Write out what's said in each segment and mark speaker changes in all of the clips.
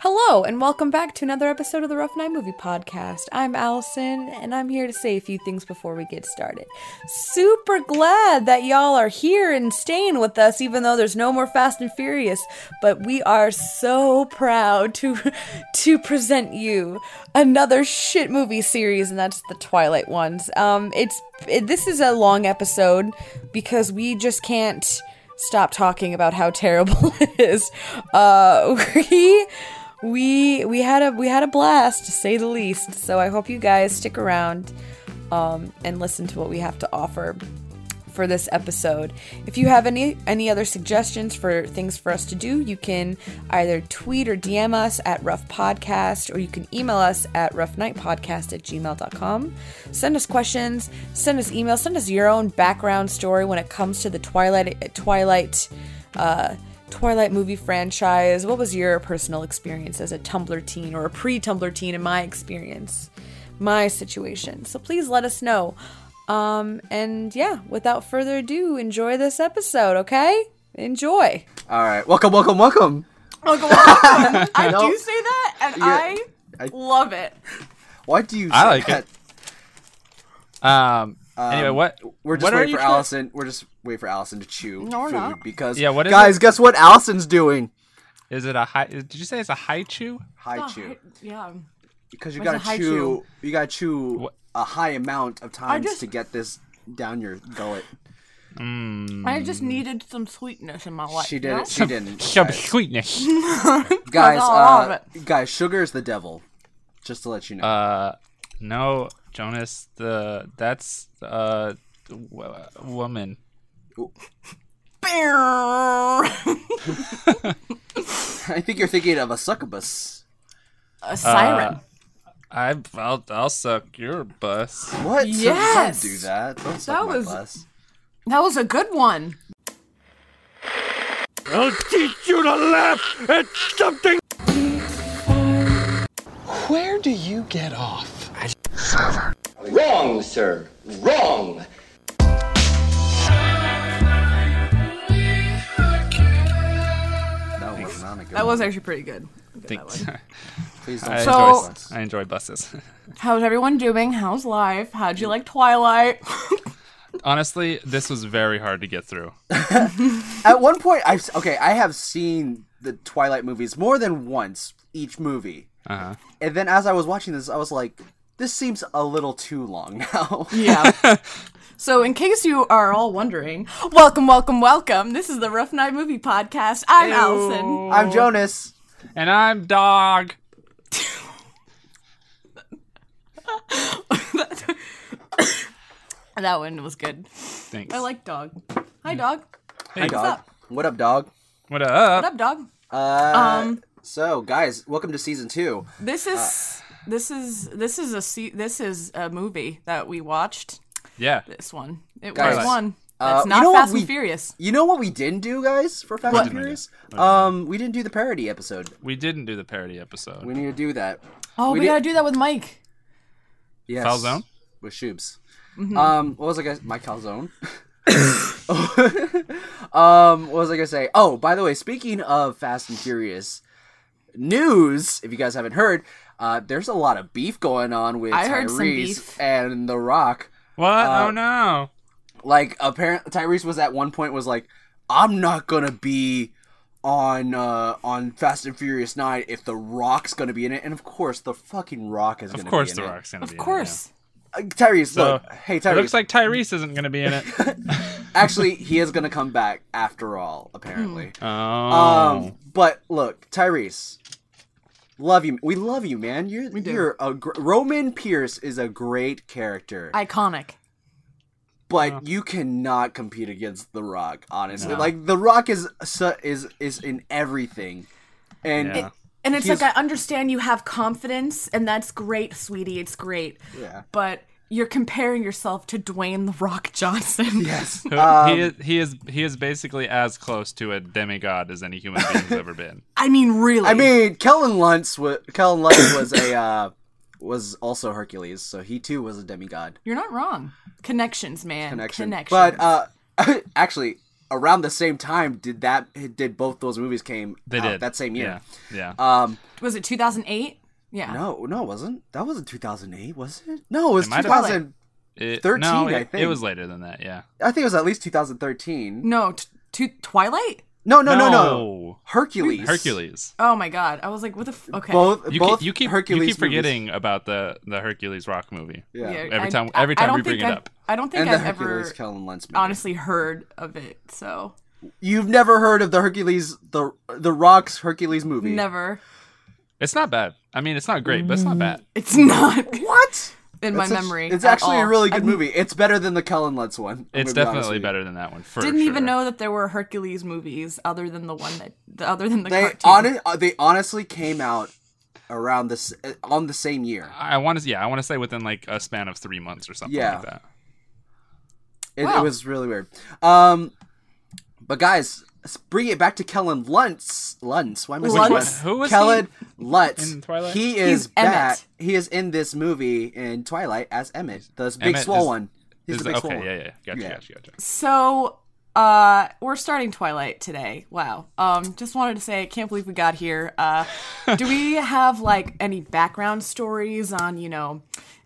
Speaker 1: Hello, and welcome back to another episode of the Rough Night Movie Podcast. I'm Allison, and I'm here to say a few things before we get started. Super glad that y'all are here and staying with us, even though there's no more Fast and Furious. But we are so proud to to present you another shit movie series, and that's the Twilight ones. Um, it's it, this is a long episode because we just can't stop talking about how terrible it is. Uh, we we we had a we had a blast to say the least. So I hope you guys stick around um, and listen to what we have to offer for this episode. If you have any any other suggestions for things for us to do, you can either tweet or DM us at Rough Podcast, or you can email us at roughnightpodcast at gmail.com. Send us questions, send us emails, send us your own background story when it comes to the Twilight Twilight uh, Twilight movie franchise. What was your personal experience as a Tumblr teen or a pre-Tumblr teen in my experience? My situation. So please let us know. Um, and yeah, without further ado, enjoy this episode, okay? Enjoy.
Speaker 2: All right, welcome, welcome, welcome.
Speaker 3: Uncle Welcome. Oh, I
Speaker 2: know.
Speaker 3: do say that, and
Speaker 2: Yeah, I-
Speaker 3: I love it.
Speaker 2: Why do you?
Speaker 4: I
Speaker 2: say
Speaker 4: like
Speaker 2: that?
Speaker 4: Um. anyway,
Speaker 2: Um,
Speaker 4: what?
Speaker 2: We're just
Speaker 4: what are
Speaker 2: waiting
Speaker 4: you
Speaker 2: for
Speaker 4: try-
Speaker 2: Allison. We're just waiting for Allison to chew
Speaker 3: No, we're
Speaker 2: food
Speaker 3: not.
Speaker 2: because
Speaker 4: Yeah, what is
Speaker 2: guys? Guess what Allison's doing?
Speaker 4: Is it a high? Did you say it's a high chew?
Speaker 2: Hi
Speaker 3: Oh,
Speaker 2: chew
Speaker 3: I- yeah.
Speaker 2: because you
Speaker 3: Where's
Speaker 2: gotta
Speaker 3: the hi
Speaker 2: chew,
Speaker 3: chew?
Speaker 2: You gotta chew
Speaker 4: What?
Speaker 2: a high amount of times
Speaker 3: just-
Speaker 2: to get this down your gullet.
Speaker 3: I just needed some sweetness in my life.
Speaker 2: Mm. she
Speaker 3: you
Speaker 2: did
Speaker 3: know?
Speaker 2: it. She didn't.
Speaker 4: Some sweetness.
Speaker 2: Guys,
Speaker 3: all of
Speaker 2: uh, guys, sugar is the devil. Just to let you know.
Speaker 4: Uh, no, Jonas. The that's uh, w- woman.
Speaker 2: I think you're thinking of a succubus. Uh,
Speaker 3: A siren.
Speaker 4: I I'll, I'll suck your bus.
Speaker 2: What? So-
Speaker 3: Yes!
Speaker 2: Don't do that. Don't suck
Speaker 3: That
Speaker 2: my
Speaker 3: was-
Speaker 2: bus.
Speaker 3: that was a good one.
Speaker 4: I'll teach you to laugh at something.
Speaker 5: Where do you get off?
Speaker 6: Wrong, sir. Wrong.
Speaker 2: That was not a good.
Speaker 3: That was actually pretty good. Good, that one.
Speaker 2: Please
Speaker 4: I
Speaker 3: So-
Speaker 2: don't. suck my
Speaker 4: enjoy.
Speaker 2: bus.
Speaker 4: I enjoy buses.
Speaker 3: How's everyone doing? How's life? How'd you like Twilight?
Speaker 4: Honestly, this was very hard to get through.
Speaker 2: At one point, I've okay, I have seen the Twilight movies more than once each movie,
Speaker 4: Uh-huh.
Speaker 2: and then as I was watching this, I was like, "This seems a little too long now."
Speaker 3: yeah. So, in case you are all wondering, welcome, welcome, welcome. This is the Rough Night Movie Podcast. I'm Allison.
Speaker 2: I'm Jonas.
Speaker 4: And I'm dog.
Speaker 3: That one was good.
Speaker 4: Thanks.
Speaker 3: I like dog. Hi, dog.
Speaker 4: Hey,
Speaker 2: Hi, dog. What up, dog?
Speaker 4: What up?
Speaker 3: What up, dog?
Speaker 2: Uh,
Speaker 3: Um,
Speaker 2: so, guys, welcome to season two.
Speaker 3: This is this is this is a se- this is a movie that we watched.
Speaker 4: Yeah.
Speaker 3: This one, it
Speaker 2: Guys,
Speaker 3: was one.
Speaker 2: Uh,
Speaker 3: That's
Speaker 2: you
Speaker 3: not
Speaker 2: know what
Speaker 3: Fast
Speaker 2: we-
Speaker 3: and Furious.
Speaker 2: You know what we didn't do, guys, for Fast and Furious? Um, we didn't do the parody episode.
Speaker 4: We didn't do the parody episode.
Speaker 2: We need to do that.
Speaker 3: Oh,
Speaker 2: we
Speaker 3: we,
Speaker 2: did-
Speaker 3: gotta do that with Mike.
Speaker 2: Yes.
Speaker 4: Calzone?
Speaker 2: With Shoobs.
Speaker 3: Mm-hmm.
Speaker 2: Um, what was I gonna my calzone? um, what was I gonna say? Oh, by the way, speaking of Fast and Furious news, if you guys haven't heard, uh, there's a lot of beef going on with
Speaker 3: I
Speaker 2: Tyrese
Speaker 3: heard some beef.
Speaker 2: and The Rock.
Speaker 4: What? oh no.
Speaker 2: Like, apparently, Tyrese was at one point was like, "I'm not gonna be." On uh on Fast and Furious Nine, if the Rock's gonna be in it, and of course the fucking Rock is gonna
Speaker 4: Of
Speaker 2: be
Speaker 4: course,
Speaker 2: in
Speaker 4: The
Speaker 2: it.
Speaker 4: Rock's gonna be.
Speaker 3: Of
Speaker 4: in it,
Speaker 3: course.
Speaker 2: Uh, Tyrese,
Speaker 4: yeah.
Speaker 2: look,
Speaker 4: So,
Speaker 2: hey
Speaker 4: it
Speaker 2: Tyrese,
Speaker 4: looks like Tyrese isn't gonna be in it.
Speaker 2: Actually, he is going to come back after all, apparently.
Speaker 4: Oh,
Speaker 2: Um, but look, Tyrese, love you. We love you, man. You're you're a gr- Roman Pierce is a great character,
Speaker 3: Iconic.
Speaker 2: but you cannot compete against The Rock. Honestly, like The Rock is su- is is in everything, and
Speaker 4: Yeah.
Speaker 3: And it's
Speaker 2: He's-
Speaker 3: like I understand you have confidence, and that's great, sweetie. It's great.
Speaker 2: Yeah.
Speaker 3: But you're comparing yourself to Dwayne the Rock Johnson.
Speaker 2: yes,
Speaker 4: Who-
Speaker 2: um,
Speaker 4: he is he is he is basically as close to a demigod as any human being's ever been.
Speaker 3: I mean, really.
Speaker 2: I mean, Kellen Luntz was Kellen Luntz was a uh, was also Hercules, so he too was a demigod.
Speaker 3: you're not wrong. Connections, man.
Speaker 2: connection.
Speaker 3: Connections.
Speaker 2: But uh, actually, around the same time did that did both those movies came
Speaker 4: They
Speaker 2: out
Speaker 4: did
Speaker 2: Oh, that same year.
Speaker 4: Yeah. yeah.
Speaker 2: Um,
Speaker 3: Was it 2008? Yeah.
Speaker 2: no, no, it wasn't that wasn't 2008, was it? No, it was
Speaker 4: It might have-
Speaker 2: 2000.
Speaker 4: It-
Speaker 2: 13,
Speaker 4: no,
Speaker 2: I
Speaker 4: it, it
Speaker 2: think.
Speaker 4: was later than that. Yeah.
Speaker 2: I think it was at least 2013.
Speaker 3: No, t- to Twilight?
Speaker 2: No, no, no, no. Hercules.
Speaker 4: Hercules.
Speaker 3: Oh my god. I was like, what the f- Okay.
Speaker 2: Both,
Speaker 4: You,
Speaker 2: both
Speaker 4: keep, you keep
Speaker 2: Hercules
Speaker 4: you keep
Speaker 2: movies.
Speaker 4: forgetting about the the Hercules Rock movie.
Speaker 2: Yeah.
Speaker 3: Yeah,
Speaker 4: Every
Speaker 3: I-
Speaker 4: time-
Speaker 3: I-
Speaker 4: every
Speaker 3: I
Speaker 4: time
Speaker 3: don't
Speaker 4: we bring
Speaker 3: think
Speaker 4: it
Speaker 3: I've-
Speaker 4: up.
Speaker 3: I don't think
Speaker 2: And the
Speaker 3: I've
Speaker 2: Hercules
Speaker 3: ever
Speaker 2: Kellen Lentz movie.
Speaker 3: honestly heard of it, so
Speaker 2: You've never heard of the Hercules, the the Rock's Hercules movie?
Speaker 3: never.
Speaker 4: It's not bad. I mean, it's not great, but it's not bad.
Speaker 2: Mm.
Speaker 3: It's not
Speaker 2: What?
Speaker 3: in my
Speaker 2: It's act-
Speaker 3: memory.
Speaker 2: It's
Speaker 3: at
Speaker 2: actually a
Speaker 3: all.
Speaker 2: really good
Speaker 3: I've-
Speaker 2: movie. It's better than the Kellen Lutz one. I'm
Speaker 4: It's
Speaker 2: gonna be honest
Speaker 4: definitely
Speaker 2: with you.
Speaker 4: better than that one. For
Speaker 3: Didn't
Speaker 4: sure.
Speaker 3: even know that there were Hercules movies other than the one that the other than the
Speaker 2: They
Speaker 3: cartoon.
Speaker 2: honest, they honestly came out around this uh, on the same year.
Speaker 4: I want to. Yeah, I want to say within like a span of three months or something
Speaker 2: Yeah.
Speaker 4: like that.
Speaker 2: It, it
Speaker 3: Wow.
Speaker 2: was really weird. Um, but guys, let's bring it back to Kellen Luntz. Luntz. Why am I saying
Speaker 3: Luntz?
Speaker 2: Luntz?
Speaker 4: Who was
Speaker 2: Kellen Lutz?
Speaker 4: in Twilight?
Speaker 2: He is
Speaker 3: He's
Speaker 2: back.
Speaker 3: Emmett.
Speaker 2: He is in this movie in Twilight as Emmett, the big
Speaker 4: Emmett
Speaker 2: swole
Speaker 4: is-
Speaker 2: one. He's
Speaker 4: Is-
Speaker 2: the big swole
Speaker 4: okay.
Speaker 2: one.
Speaker 4: Yeah. Yeah. Gotcha.
Speaker 2: Yeah.
Speaker 4: Gotcha. Gotcha.
Speaker 3: So, uh, we're starting Twilight today. Wow. Um, just wanted to say, I can't believe we got here. Uh, do we have like any background stories on, you know,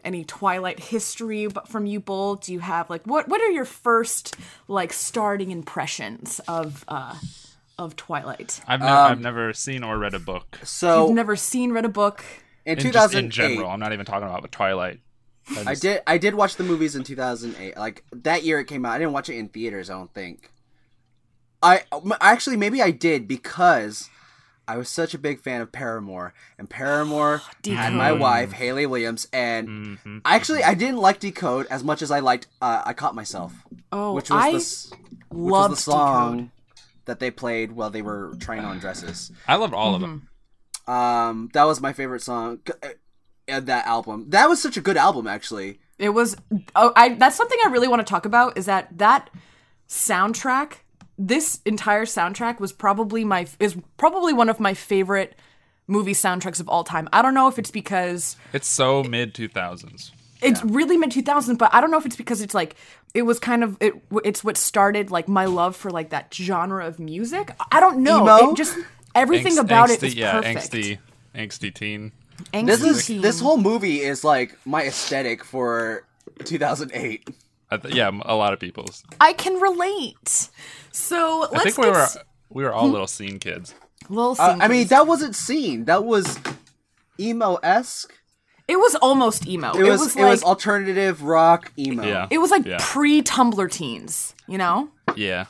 Speaker 3: any Twilight history b- from you both? Do you have like what? What are your first like starting impressions of uh, of Twilight?
Speaker 4: I've never
Speaker 2: Um,
Speaker 4: I've never seen or read a book.
Speaker 2: So
Speaker 3: You've never seen, read a book.
Speaker 2: in
Speaker 4: In, just
Speaker 2: 2008,
Speaker 4: in general, I'm not even talking about Twilight.
Speaker 2: I did I did watch the movies in 2008. Like that year it came out. I didn't watch it in theaters, I don't think. I m- actually maybe I did because I was such a big fan of Paramore and Paramore had my
Speaker 3: Decode. Mm-hmm.
Speaker 2: wife Haley Williams and actually I didn't like Decode as much as I liked uh, I Caught Myself,
Speaker 3: Oh,
Speaker 2: which was
Speaker 3: I
Speaker 2: the s- which was
Speaker 3: loved
Speaker 2: the song that they played while they were trying on dresses.
Speaker 4: I loved all of them.
Speaker 2: Um that was my favorite song uh, uh, that album. That was such a good album actually.
Speaker 3: It was oh, I that's something I really want to talk about is that that soundtrack, this entire soundtrack was probably my is probably one of my favorite movie soundtracks of all time. I don't know if it's because
Speaker 4: It's so mid 2000s.
Speaker 3: it's really mid 2000s, but I don't know if it's because it's like it was kind of it it's what started like my love for like that genre of music. I don't know.
Speaker 2: Emo?
Speaker 3: It just everything
Speaker 4: Angst-
Speaker 3: about it
Speaker 4: angsty-
Speaker 3: was
Speaker 4: yeah,
Speaker 3: perfect.
Speaker 4: angsty, angsty teen.
Speaker 3: Angsty
Speaker 2: This is
Speaker 3: teen.
Speaker 2: this whole movie is like my aesthetic for 2008.
Speaker 4: I th- yeah, a lot of people's.
Speaker 3: I can relate. So let's
Speaker 4: I think we
Speaker 3: get
Speaker 4: were
Speaker 3: s- Hmm?
Speaker 4: we were all little scene kids.
Speaker 3: little
Speaker 2: Uh, I mean,
Speaker 3: singers.
Speaker 2: that wasn't seen. That was emo esque.
Speaker 3: It was almost emo.
Speaker 2: It was it
Speaker 3: like
Speaker 2: was, alternative rock emo.
Speaker 4: Yeah.
Speaker 3: it was like
Speaker 4: Yeah.
Speaker 3: pre Tumblr teens, you know?
Speaker 4: Yeah.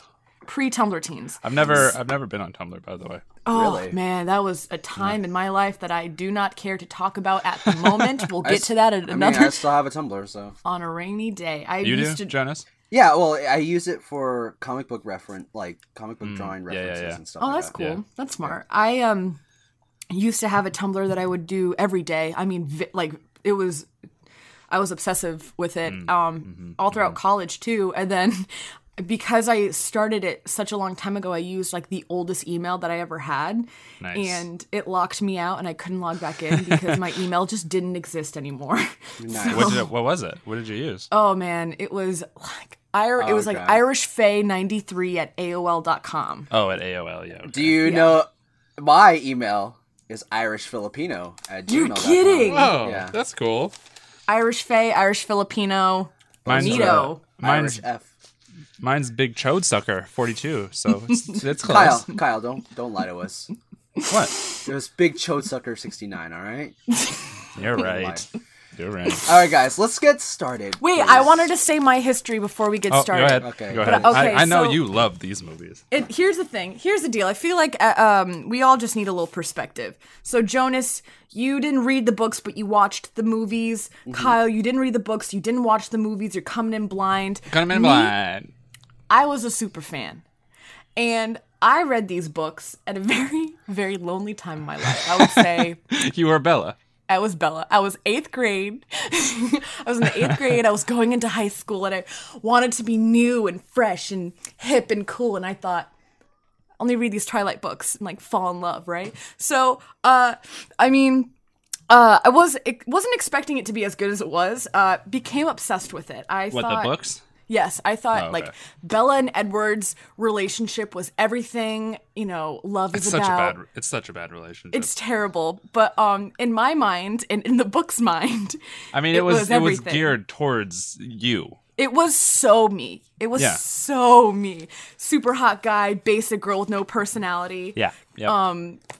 Speaker 3: Pre Tumblr teens.
Speaker 4: I've never I've never been on Tumblr by the way.
Speaker 3: Oh
Speaker 2: Really?
Speaker 3: man, that was a time in my life that I do not care to talk about at the moment. We'll get
Speaker 2: s-
Speaker 3: to that at
Speaker 2: I mean,
Speaker 3: another
Speaker 2: I still have a Tumblr, so
Speaker 3: on a rainy day. I
Speaker 4: You do,
Speaker 3: used to
Speaker 4: Jonas?
Speaker 2: yeah. Well, I use it for comic book reference, like comic book drawing
Speaker 4: Hmm. yeah,
Speaker 2: references
Speaker 4: yeah.
Speaker 2: and stuff.
Speaker 3: Oh,
Speaker 2: like
Speaker 3: that's
Speaker 2: that.
Speaker 3: cool.
Speaker 4: Yeah.
Speaker 3: That's smart. I um used to have a Tumblr that I would do every day. I mean, vi- like it was I was obsessive with it
Speaker 4: Mm.
Speaker 3: um
Speaker 4: Mm-hmm.
Speaker 3: all throughout college too. And then because I started it such a long time ago, I used like the oldest email that I ever had.
Speaker 4: Nice.
Speaker 3: And it locked me out and I couldn't log back in because my email just didn't exist anymore.
Speaker 4: What did it, what was it? What did you use?
Speaker 3: Oh man, it was like Ir-
Speaker 4: Oh,
Speaker 3: it was like
Speaker 2: Okay.
Speaker 3: irishfay93 at aol.com.
Speaker 4: Oh, at AOL, yeah.
Speaker 2: Do you know my email is Irish Filipino at
Speaker 3: You're
Speaker 2: gmail.com.
Speaker 3: kidding.
Speaker 4: Oh,
Speaker 2: Yeah.
Speaker 4: that's cool.
Speaker 3: Irish Fay, Irish Filipino.
Speaker 4: Mine's uh,
Speaker 3: Neato.
Speaker 4: mine's
Speaker 2: Irish F.
Speaker 4: mine's big chode sucker 42. So it's, it's close.
Speaker 2: Kyle, Kyle, don't don't lie to us.
Speaker 4: What?
Speaker 2: It was Big Chodesucker sixty nine. All right.
Speaker 4: You're right. You're right.
Speaker 2: All right, guys, let's get started.
Speaker 3: Wait, I wanted to say my history before we get
Speaker 4: Oh, go
Speaker 3: started.
Speaker 4: ahead.
Speaker 2: Okay.
Speaker 4: Go
Speaker 2: But,
Speaker 4: ahead.
Speaker 3: okay,
Speaker 4: I, I know
Speaker 3: so-
Speaker 4: you love these movies.
Speaker 3: It, here's the thing. Here's the deal. I feel like uh, um, we all just need a little perspective. So Jonas, you didn't read the books, but you watched the movies. Kyle, you didn't read the books, you didn't watch the movies. You're coming in blind.
Speaker 4: Gunman
Speaker 3: Me-
Speaker 4: Blind.
Speaker 3: I was a super fan. And I read these books at a very, very lonely time in my life. I would say
Speaker 4: You were Bella.
Speaker 3: I was Bella. I was eighth grade. I was in the eighth grade. I was going into high school and I wanted to be new and fresh and hip and cool. And I thought, I'll only read these Twilight books and like fall in love, right? So, uh, I mean, uh, I was it wasn't expecting it to be as good as it was. Uh, became obsessed with it. I
Speaker 4: What
Speaker 3: thought,
Speaker 4: the books?
Speaker 3: Yes, I thought
Speaker 4: Oh, okay.
Speaker 3: like Bella and Edward's relationship was everything, you know, love
Speaker 4: It's
Speaker 3: is
Speaker 4: such
Speaker 3: about.
Speaker 4: a bad. It's such a bad relationship.
Speaker 3: it's terrible, but um in my mind and in the book's mind,
Speaker 4: I mean, it, was, it was
Speaker 3: everything.
Speaker 4: geared towards you.
Speaker 3: It was so me. It was
Speaker 4: Yeah.
Speaker 3: so me. Super hot guy, basic girl with no personality.
Speaker 4: Yeah. Yeah. Um,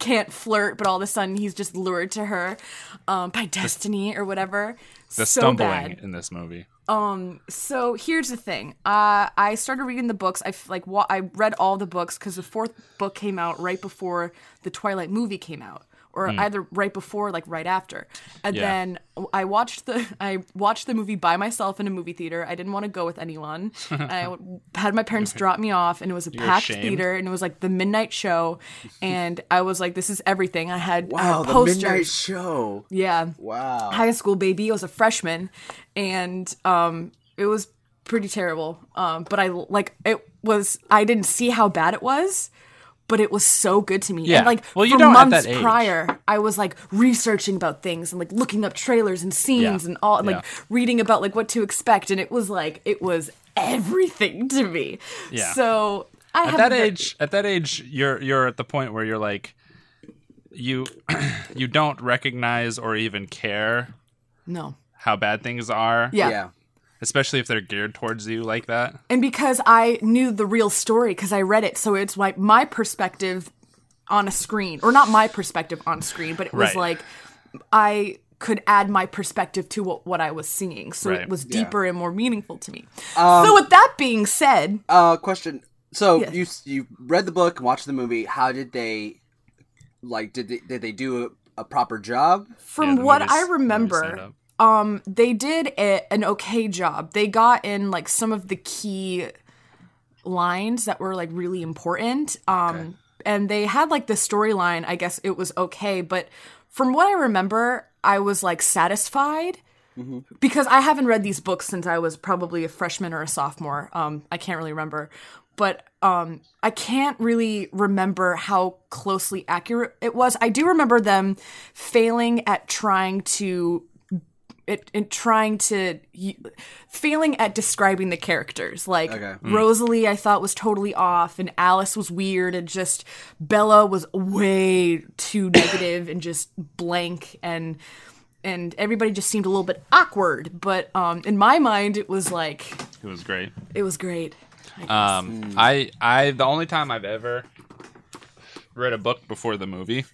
Speaker 3: Can't flirt, but all of a sudden he's just lured to her um, by destiny or whatever.
Speaker 4: the
Speaker 3: so
Speaker 4: stumbling
Speaker 3: bad.
Speaker 4: in this movie.
Speaker 3: So here's the thing. Uh, I started reading the books. I f- like wa- I read all the books because the fourth book came out right before the Twilight movie came out, or either right before, like right after. And
Speaker 4: Hmm. Yeah.
Speaker 3: then I watched the I watched the movie by myself in a movie theater. I didn't want to go with anyone. And I w- had my parents drop me off, and it was a
Speaker 4: You're
Speaker 3: packed
Speaker 4: ashamed.
Speaker 3: theater, and it was like the midnight show. And I was like, this is everything. I had I had
Speaker 2: Wow, Oh, the
Speaker 3: posters.
Speaker 2: midnight show.
Speaker 3: yeah
Speaker 2: Wow.
Speaker 3: high school baby. I was a freshman, and um, it was pretty terrible. Um, but I like it was. I didn't see how bad it was, but it was so good to me.
Speaker 4: Yeah.
Speaker 3: And, like
Speaker 4: Well, you
Speaker 3: for
Speaker 4: don't at
Speaker 3: months
Speaker 4: that age.
Speaker 3: prior, I was like researching about things and like looking up trailers and scenes
Speaker 4: Yeah.
Speaker 3: and all, and, like
Speaker 4: Yeah.
Speaker 3: reading about like what to expect, and it was like it was everything to me.
Speaker 4: Yeah.
Speaker 3: So. I
Speaker 4: at
Speaker 3: have
Speaker 4: that
Speaker 3: a ver-
Speaker 4: age at that age you're you're at the point where you're like you you don't recognize or even care
Speaker 3: no,
Speaker 4: how bad things are
Speaker 3: yeah.
Speaker 2: Yeah.
Speaker 4: especially if they're geared towards you like that
Speaker 3: and because I knew the real story because I read it, so it's like my perspective on a screen, or not my perspective on screen, but it was
Speaker 4: Right.
Speaker 3: like I could add my perspective to what, what I was seeing, so
Speaker 4: Right.
Speaker 3: it was
Speaker 2: Yeah.
Speaker 3: deeper and more meaningful to me. so with that being said,
Speaker 2: Uh, question. So
Speaker 3: Yes.
Speaker 2: you you read the book, watched the movie. How did they, like, did they, did they do a, a proper job?
Speaker 3: from
Speaker 4: Yeah, the
Speaker 3: what
Speaker 4: movies-
Speaker 3: I
Speaker 4: movies stand
Speaker 3: remember,
Speaker 4: up.
Speaker 3: um, they did a, an okay job. They got in like some of the key lines that were like really important. Um, and they had like the storyline. I guess it was okay, but from what I remember, I was like satisfied. Because I haven't read these books since I was probably a freshman or a sophomore. Um, I can't really remember, but um, I can't really remember how closely accurate it was. I do remember them failing at trying to it, it trying to y- failing at describing the characters like
Speaker 2: Hmm.
Speaker 3: rosalie i thought was totally off and alice was weird and just bella was way too negative and just blank and and everybody just seemed a little bit awkward but um in my mind it was like
Speaker 4: it was great
Speaker 3: it was great
Speaker 4: um i i the only time i've ever read a book before the movie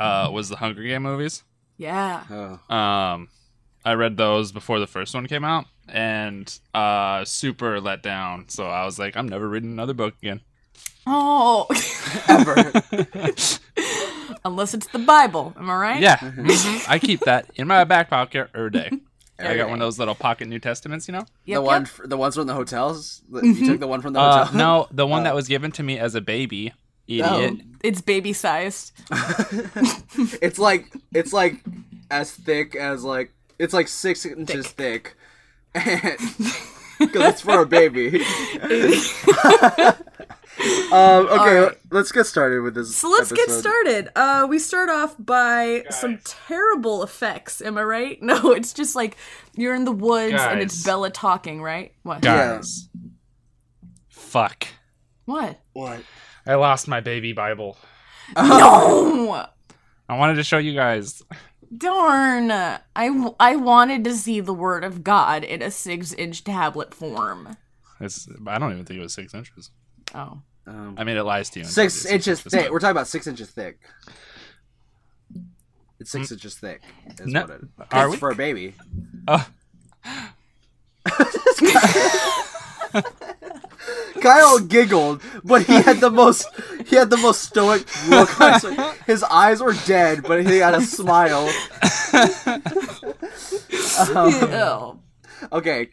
Speaker 4: uh was the hunger game movies
Speaker 3: yeah
Speaker 4: Um, I read those before the first one came out, and uh, super let down. So I was like, I'm never reading another book again.
Speaker 3: oh
Speaker 2: Ever?
Speaker 3: unless it's the bible am i right
Speaker 4: Yeah, mhm. I keep that in my back pocket every day. I
Speaker 3: Every
Speaker 4: got
Speaker 3: day.
Speaker 4: one of those little pocket New Testaments, you know.
Speaker 3: Yep,
Speaker 2: the one,
Speaker 3: yep. Mm-hmm.
Speaker 2: f the ones from the hotels. The- You took the one from the
Speaker 4: Uh,
Speaker 2: hotel.
Speaker 4: no, the one that was given to me as a baby, idiot.
Speaker 3: it's baby sized
Speaker 2: It's like it's like as thick as like it's like six inches thick. Because it's for a baby. um, okay, let's get started with this.
Speaker 3: So let's get
Speaker 2: episode.
Speaker 3: started. Uh, we start off by some terrible effects. Am I right? No, it's just like you're in the woods and it's
Speaker 4: Guys.
Speaker 3: Bella talking, right? What?
Speaker 4: Guys, fuck!
Speaker 3: What?
Speaker 2: What?
Speaker 4: I lost my baby Bible.
Speaker 2: Oh.
Speaker 3: No!
Speaker 4: I wanted to show you guys.
Speaker 3: Darn! I, w- I wanted to see the Word of God in a six inch tablet form.
Speaker 4: It's, I don't even think it was six inches.
Speaker 3: Oh.
Speaker 2: Um,
Speaker 4: I mean, it lies to you. and tells you
Speaker 2: six
Speaker 4: it's
Speaker 2: inches thick.
Speaker 4: but-
Speaker 2: We're talking about six inches thick. It's six inches thick. Is
Speaker 4: Mm. No-
Speaker 2: what it,
Speaker 4: are
Speaker 2: it's
Speaker 4: we?
Speaker 2: for a baby.
Speaker 4: Oh.
Speaker 2: Kyle giggled, but he had the most he had the most stoic look. on his- His eyes were dead, but he had a smile. Oh.
Speaker 3: Ew.
Speaker 2: Okay,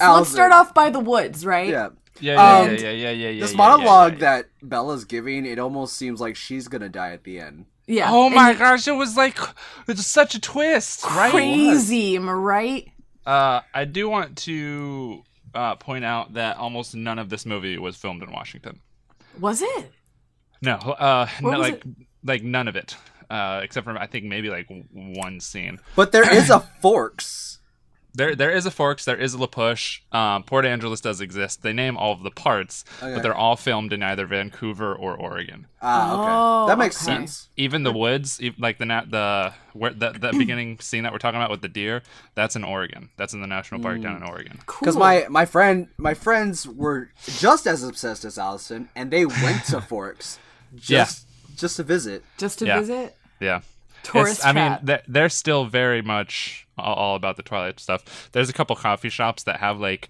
Speaker 3: So let's start off by the woods, right?
Speaker 2: Yeah,
Speaker 4: Yeah, yeah,
Speaker 2: Um,
Speaker 4: yeah, yeah, yeah, yeah, yeah.
Speaker 2: this
Speaker 4: yeah,
Speaker 2: monologue
Speaker 4: yeah, yeah.
Speaker 2: that Bella's giving, it almost seems like she's gonna die at the end.
Speaker 3: Yeah.
Speaker 4: Oh
Speaker 3: And
Speaker 4: my gosh, it was like it's such a twist, right?
Speaker 3: Crazy, am I right?
Speaker 4: Uh, I do want to uh, point out that almost none of this movie was filmed in Washington.
Speaker 3: Was it?
Speaker 4: No, uh,
Speaker 3: What
Speaker 4: no
Speaker 3: was
Speaker 4: like like none of it, uh, except for I think maybe like w- one scene.
Speaker 2: But there is a Forks.
Speaker 4: There, there is a Forks, there is a La Push. Um, Port Angeles does exist. They name all of the parts,
Speaker 2: Okay.
Speaker 4: but they're all filmed in either Vancouver or Oregon.
Speaker 2: Ah, okay.
Speaker 3: Oh,
Speaker 2: that makes
Speaker 3: okay.
Speaker 2: sense.
Speaker 4: Even the woods, e- like the na- the where the, the beginning scene that we're talking about with the deer, that's in Oregon. That's in the national park down in
Speaker 3: Mm.
Speaker 4: Oregon.
Speaker 2: Because my, my friend my friends were just as obsessed as Allison, and they went to Forks just just to visit.
Speaker 3: just to
Speaker 4: yeah.
Speaker 3: visit.
Speaker 4: Yeah.
Speaker 3: Tourist
Speaker 4: It's- I mean,
Speaker 3: trap.
Speaker 4: they're, they're still very much a- all about the Twilight stuff. There's a couple coffee shops that have like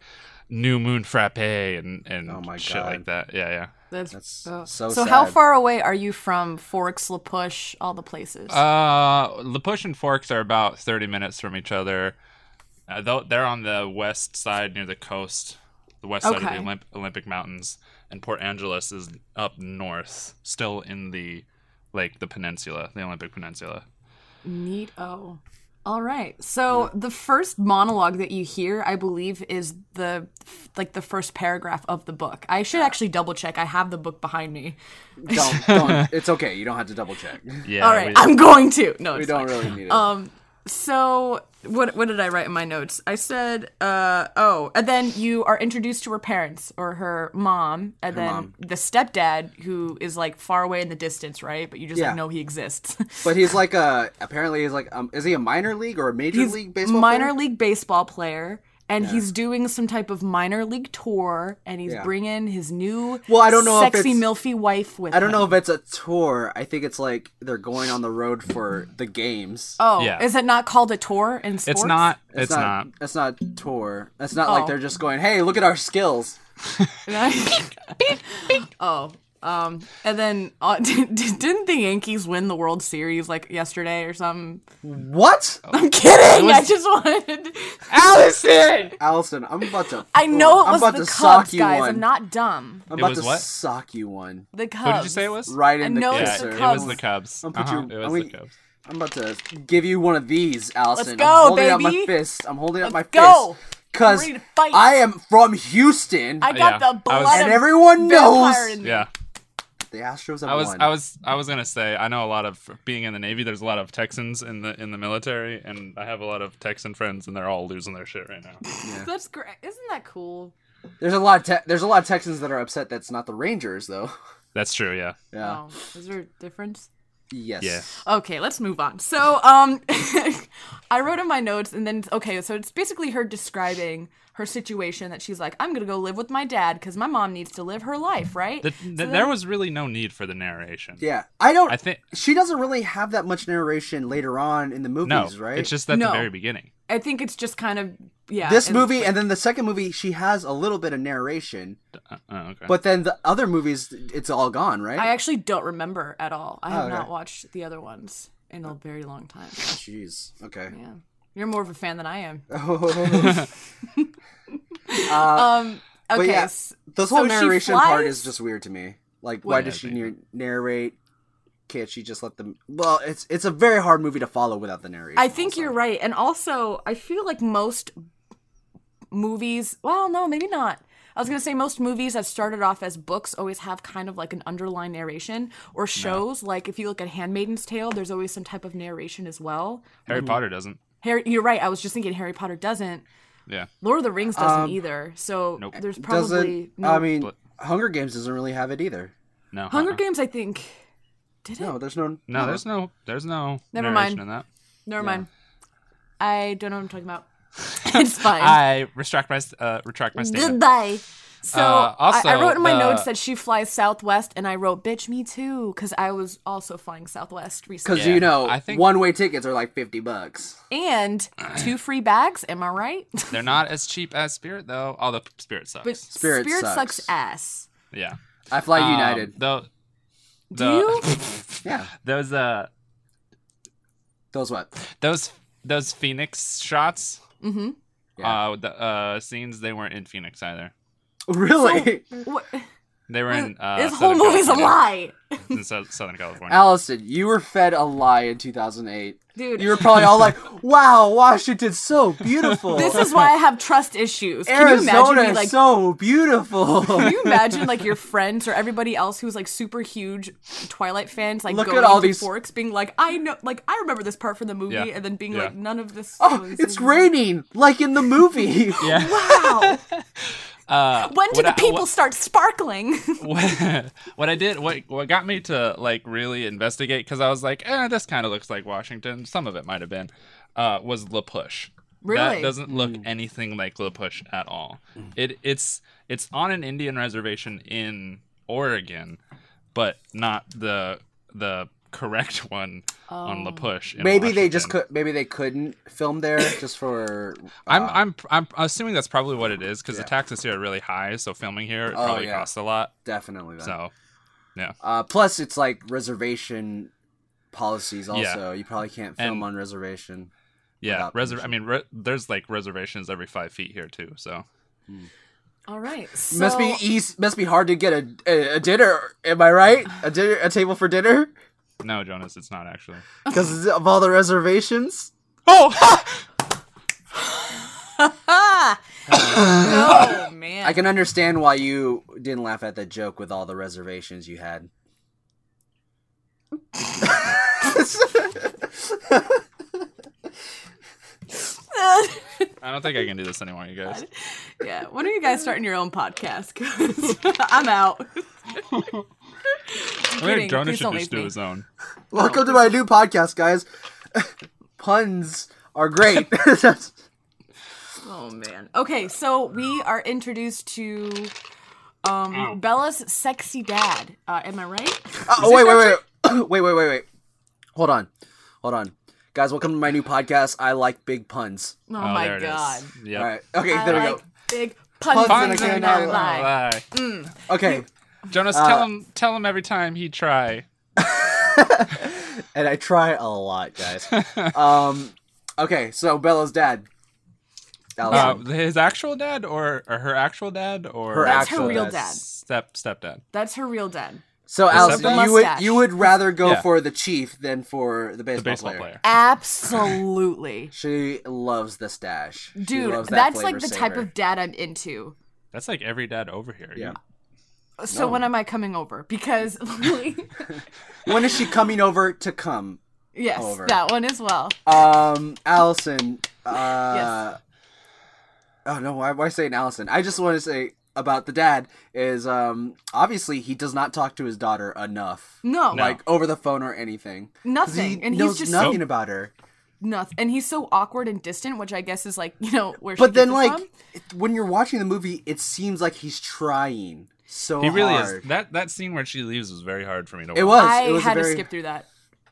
Speaker 4: New Moon Frappe and and
Speaker 2: Oh my
Speaker 4: shit
Speaker 2: God.
Speaker 4: like that. Yeah, yeah.
Speaker 3: That's,
Speaker 2: That's
Speaker 3: oh.
Speaker 2: so
Speaker 3: how
Speaker 2: sad.
Speaker 3: far away are you from Forks, La Push, all the places?
Speaker 4: Uh, La Push and Forks are about 30 minutes from each other. Uh, though they're on the west side near the coast, the west side of
Speaker 3: Okay.
Speaker 4: the Olymp- Olympic Mountains, and Port Angeles is up north, still in the like the peninsula, the Olympic Peninsula.
Speaker 3: Neat. Oh. All right. So the first monologue that you hear, I believe, is the like the first paragraph of the book. I should actually double check. I have the book behind me.
Speaker 2: Don't, don't, it's okay. You don't have to double check.
Speaker 4: Yeah.
Speaker 3: All right.
Speaker 4: we-
Speaker 3: I'm going to. No,
Speaker 2: We
Speaker 3: it's
Speaker 2: don't
Speaker 3: fine.
Speaker 2: really need it.
Speaker 3: So what what did I write in my notes? I said, uh, oh, and then you are introduced to her parents or her mom, and then the stepdad who is like far away in the distance, right? But you just
Speaker 2: Yeah.
Speaker 3: like, know he exists.
Speaker 2: but he's like a apparently he's like um, is he a minor league or a major
Speaker 3: he's
Speaker 2: league baseball?
Speaker 3: minor
Speaker 2: player?
Speaker 3: league baseball player and he's doing some type of minor league tour and he's
Speaker 2: Yeah.
Speaker 3: bringing his new
Speaker 2: Well, I don't know if
Speaker 3: sexy
Speaker 2: it's-
Speaker 3: milfy wife with
Speaker 2: I don't
Speaker 3: him.
Speaker 2: know if it's a tour. I think it's like they're going on the road for the games.
Speaker 3: oh
Speaker 4: Yeah.
Speaker 3: is it not called a tour in sports
Speaker 4: It's not. It's, not.
Speaker 2: It's not tour. It's not
Speaker 3: Oh.
Speaker 2: like they're just going, "Hey, look at our skills."
Speaker 3: oh um and then uh, did, didn't the yankees win the world series like yesterday or something
Speaker 2: What,
Speaker 4: Oh.
Speaker 3: i'm kidding i just wanted
Speaker 2: Allison? I'm about to.
Speaker 3: i know it
Speaker 2: I'm
Speaker 3: was
Speaker 2: about
Speaker 3: the
Speaker 2: to sock
Speaker 3: cubs
Speaker 2: you
Speaker 3: guys
Speaker 2: one.
Speaker 3: i'm not dumb
Speaker 2: I'm
Speaker 4: It
Speaker 2: about
Speaker 4: was
Speaker 2: to
Speaker 4: what?
Speaker 2: sock you one
Speaker 3: the cubs
Speaker 4: Who did you say it was?
Speaker 2: right
Speaker 3: I
Speaker 2: in the
Speaker 3: know
Speaker 4: Yeah,
Speaker 3: it's
Speaker 2: kisser.
Speaker 3: the
Speaker 4: it was
Speaker 3: Cubs.
Speaker 4: the Cubs.
Speaker 2: I'll put
Speaker 4: Uh-huh,
Speaker 2: you-
Speaker 4: it was
Speaker 2: I'll
Speaker 4: the
Speaker 2: eat-
Speaker 4: Cubs.
Speaker 2: I'm about to give you one of these, Allison.
Speaker 3: go,
Speaker 2: I'm holding out my
Speaker 3: baby.
Speaker 2: fist. I'm holding out my
Speaker 3: Let's go.
Speaker 2: fist. Cause
Speaker 3: I'm ready to fight.
Speaker 2: I am from Houston,
Speaker 3: i got
Speaker 4: Oh, Yeah,
Speaker 3: the
Speaker 4: I
Speaker 3: blood
Speaker 4: was-
Speaker 2: and
Speaker 3: of
Speaker 2: everyone knows
Speaker 3: vampire in me.
Speaker 4: Yeah.
Speaker 2: the Astros have
Speaker 4: I was
Speaker 2: won.
Speaker 4: I was I was gonna say I know a lot of being in the Navy. There's a lot of Texans in the in the military, and I have a lot of Texan friends, and they're all losing their shit right now.
Speaker 3: that's great isn't that cool
Speaker 2: There's a lot. Of te- there's a lot of Texans that are upset. That's not the Rangers, though.
Speaker 4: That's true. Yeah.
Speaker 2: Yeah.
Speaker 3: Oh, is there a difference?
Speaker 2: Yes.
Speaker 4: Yeah.
Speaker 3: Okay, let's move on. So, um, I wrote in my notes, and then okay, so it's basically her describing her situation that she's like, I'm gonna go live with my dad because my mom needs to live her life, right?
Speaker 4: The, th- there was really no need for the narration.
Speaker 2: Yeah. I don't.
Speaker 4: I think
Speaker 2: she doesn't really have that much narration later on in the
Speaker 4: no.
Speaker 2: movies, right?
Speaker 4: It's just at
Speaker 3: No.
Speaker 4: the very beginning.
Speaker 3: I think it's just kind of yeah.
Speaker 2: this
Speaker 3: and-
Speaker 2: movie and then the second movie. She has a little bit of narration,
Speaker 4: Uh, oh, okay.
Speaker 2: but then the other movies, it's all gone, right?
Speaker 3: I actually don't remember at all. I have
Speaker 2: Oh, okay.
Speaker 3: not watched the other ones in a very long time.
Speaker 2: Jeez. Okay.
Speaker 3: Yeah, you're more of a fan than I am. Um, okay,
Speaker 2: yeah,
Speaker 3: s-
Speaker 2: This
Speaker 3: so
Speaker 2: whole
Speaker 3: she
Speaker 2: narration part
Speaker 3: flies-
Speaker 2: is just weird to me. Like, why
Speaker 4: Yeah,
Speaker 2: does
Speaker 4: I
Speaker 2: she
Speaker 4: think-
Speaker 2: nar- narrate? Can't she just let them? Well, it's it's a very hard movie to follow without the narration.
Speaker 3: I think
Speaker 2: also.
Speaker 3: you're right. And also, I feel like most movies, well, no, maybe not. I was going to say most movies that started off as books always have kind of like an underlying narration or shows. Like if you look at Handmaiden's Tale, there's always some type of narration as well.
Speaker 4: Harry
Speaker 2: Mm-hmm.
Speaker 4: Potter doesn't.
Speaker 3: Harry, you're right. I was just thinking Harry Potter doesn't.
Speaker 4: Yeah.
Speaker 3: Lord of the Rings doesn't either. So
Speaker 4: Um, Nope. uh,
Speaker 3: there's probably
Speaker 2: Doesn't
Speaker 3: no.
Speaker 2: I mean,
Speaker 4: But-
Speaker 2: Hunger Games doesn't really have it either.
Speaker 4: No.
Speaker 3: Hunger
Speaker 4: uh-uh.
Speaker 3: Games, I think. Did it?
Speaker 2: No, there's no.
Speaker 4: No. There's no. There's no.
Speaker 3: Never
Speaker 4: narration
Speaker 3: mind.
Speaker 4: In that.
Speaker 3: Never mind. I don't know what I'm talking about. it's fine.
Speaker 4: I retract my s- uh, retract my statement.
Speaker 3: Goodbye. So
Speaker 4: Uh, also,
Speaker 3: I, I wrote in my
Speaker 4: the-
Speaker 3: notes that she flies Southwest, and I wrote "bitch me too" because I was also flying Southwest recently,
Speaker 2: Because
Speaker 4: Yeah,
Speaker 2: you know,
Speaker 4: I think-
Speaker 2: one way tickets are like fifty bucks.
Speaker 3: and two free bags. Am I right?
Speaker 4: They're not as cheap as Spirit though. Although Spirit sucks.
Speaker 3: but
Speaker 2: Spirit
Speaker 3: sucks.
Speaker 2: sucks.
Speaker 3: ass.
Speaker 4: yeah.
Speaker 2: I fly
Speaker 4: Um,
Speaker 2: United.
Speaker 4: Though.
Speaker 3: Do
Speaker 4: the-
Speaker 3: you?
Speaker 2: Yeah,
Speaker 4: Those uh.
Speaker 2: those what?
Speaker 4: those those Phoenix shots,
Speaker 3: Mm-hmm.
Speaker 2: Yeah.
Speaker 4: uh, the uh, scenes they weren't in Phoenix either.
Speaker 2: Really?
Speaker 3: What?
Speaker 4: They were in. Uh,
Speaker 3: this whole
Speaker 4: Southern
Speaker 3: movie's a
Speaker 4: California.
Speaker 3: lie.
Speaker 4: In Sou- Southern California.
Speaker 2: Allison, you were fed a lie in 2008.
Speaker 3: Dude.
Speaker 2: You were probably all like, wow, Washington's so beautiful.
Speaker 3: This is why I have trust issues. Can you imagine
Speaker 2: Arizona
Speaker 3: me
Speaker 2: is
Speaker 3: like
Speaker 2: so beautiful.
Speaker 3: Can you imagine like your friends or everybody else who's like super huge Twilight fans like
Speaker 2: Look
Speaker 3: going
Speaker 2: at all
Speaker 3: through
Speaker 2: these-
Speaker 3: forks being like I know like I remember this part from the movie
Speaker 4: Yeah.
Speaker 3: and then being
Speaker 4: Yeah.
Speaker 3: like none of this
Speaker 2: oh, it's raining, like in the movie.
Speaker 4: Yeah.
Speaker 3: Wow. when do
Speaker 4: Uh, what
Speaker 3: the
Speaker 4: I-
Speaker 3: people
Speaker 4: what-
Speaker 3: start sparkling?
Speaker 4: what, what I did, what what got me to like really investigate, because I was like, eh, this kind of looks like Washington. Some of it might have been, uh, was La Push.
Speaker 3: Really?
Speaker 4: That doesn't look
Speaker 2: Mm.
Speaker 4: anything like La Push at all. It it's it's on an Indian reservation in Oregon, but not the the correct one on La Push. in
Speaker 2: Maybe they just
Speaker 4: Washington.
Speaker 2: could. Maybe they couldn't film there just for.
Speaker 4: I'm, I'm I'm assuming that's probably what it is because the taxes here are really high, so filming here it
Speaker 2: Oh,
Speaker 4: probably
Speaker 2: yeah.
Speaker 4: costs a lot.
Speaker 2: definitely. Then.
Speaker 4: So
Speaker 2: Uh, plus, it's like reservation policies. Also,
Speaker 4: Yeah.
Speaker 2: you probably can't film
Speaker 4: And-
Speaker 2: on reservation.
Speaker 4: yeah,
Speaker 2: Without
Speaker 4: reser- I mean, re- there's like reservations every five feet here too. So
Speaker 3: All right. So
Speaker 2: must be eas Must be hard to get a, a a dinner. Am I right? A dinner, a table for dinner,
Speaker 4: no, Jonas, it's not actually.
Speaker 2: because of all the reservations.
Speaker 4: Oh,
Speaker 3: ah! oh man.
Speaker 2: I can understand why you didn't laugh at that joke with all the reservations you had.
Speaker 4: I don't think I can do this anymore, you guys.
Speaker 3: yeah. When are you guys starting your own podcast? 'Cause I'm out.
Speaker 4: I
Speaker 3: kidding. Please
Speaker 4: think Jonas
Speaker 3: don't
Speaker 4: should just
Speaker 3: leave
Speaker 4: do
Speaker 3: me. Oh
Speaker 4: his own.
Speaker 2: Welcome to my new podcast, guys. Puns are great. That's-
Speaker 3: Oh man. Okay, so we are introduced to um, Bella's sexy dad. Uh, am I right?
Speaker 2: Oh, wait, wait, wait, wait, wait, wait, wait. Hold on, hold on, guys. Welcome to my new podcast. I like big puns.
Speaker 3: Oh,
Speaker 4: Oh,
Speaker 3: my
Speaker 4: there it is.
Speaker 3: god.
Speaker 4: Yep.
Speaker 2: All right, okay,
Speaker 3: I
Speaker 2: there we
Speaker 3: like
Speaker 2: go.
Speaker 3: big
Speaker 2: Puns
Speaker 3: puns,
Speaker 2: and I
Speaker 3: in
Speaker 2: cannot
Speaker 3: my
Speaker 2: lie.
Speaker 3: life.
Speaker 4: Bye.
Speaker 2: Okay,
Speaker 4: Jonas, tell him tell him every time he try.
Speaker 2: and I try a lot, guys. um, okay, so Bella's dad.
Speaker 4: Uh,
Speaker 2: Allison.
Speaker 4: his actual dad or, or her actual dad or
Speaker 2: Her
Speaker 3: That's
Speaker 2: actual
Speaker 3: her real
Speaker 2: dad.
Speaker 3: dad.
Speaker 4: step stepdad.
Speaker 3: That's her real dad.
Speaker 2: so Allison,
Speaker 4: something-
Speaker 2: you would
Speaker 3: Mustache.
Speaker 2: you would rather go
Speaker 4: Yeah.
Speaker 2: for the chief than for the baseball,
Speaker 4: The baseball
Speaker 2: player.
Speaker 4: player.
Speaker 3: Absolutely.
Speaker 2: She loves the stash, She
Speaker 3: Dude,
Speaker 2: loves that
Speaker 3: that's
Speaker 2: flavor
Speaker 3: like the type
Speaker 2: saver.
Speaker 3: of dad I'm into.
Speaker 4: That's like every dad over here.
Speaker 2: Yeah.
Speaker 3: So when am I coming over? Because
Speaker 2: When is she coming over to come?
Speaker 3: yes,
Speaker 2: Over.
Speaker 3: that one as well.
Speaker 2: Um, Allison. Uh, Oh no, why why saying Allison? I just want to say about the dad is um obviously he does not talk to his daughter enough.
Speaker 3: No,
Speaker 2: Like over the phone or anything. 'Cause
Speaker 3: nothing.
Speaker 2: He
Speaker 3: and
Speaker 2: knows
Speaker 3: he's just
Speaker 2: nothing
Speaker 3: so
Speaker 2: about her.
Speaker 3: nothing. And he's so awkward and distant, which I guess is like you know where. she
Speaker 2: But then
Speaker 3: gets it
Speaker 2: like
Speaker 3: from.
Speaker 2: it- when you're watching the movie, it seems like he's trying so
Speaker 4: He really
Speaker 2: hard.
Speaker 4: is. That that scene where she leaves was very hard for me to watch.
Speaker 2: It was.
Speaker 3: I
Speaker 2: it was a
Speaker 3: had
Speaker 2: very-
Speaker 3: to skip through that.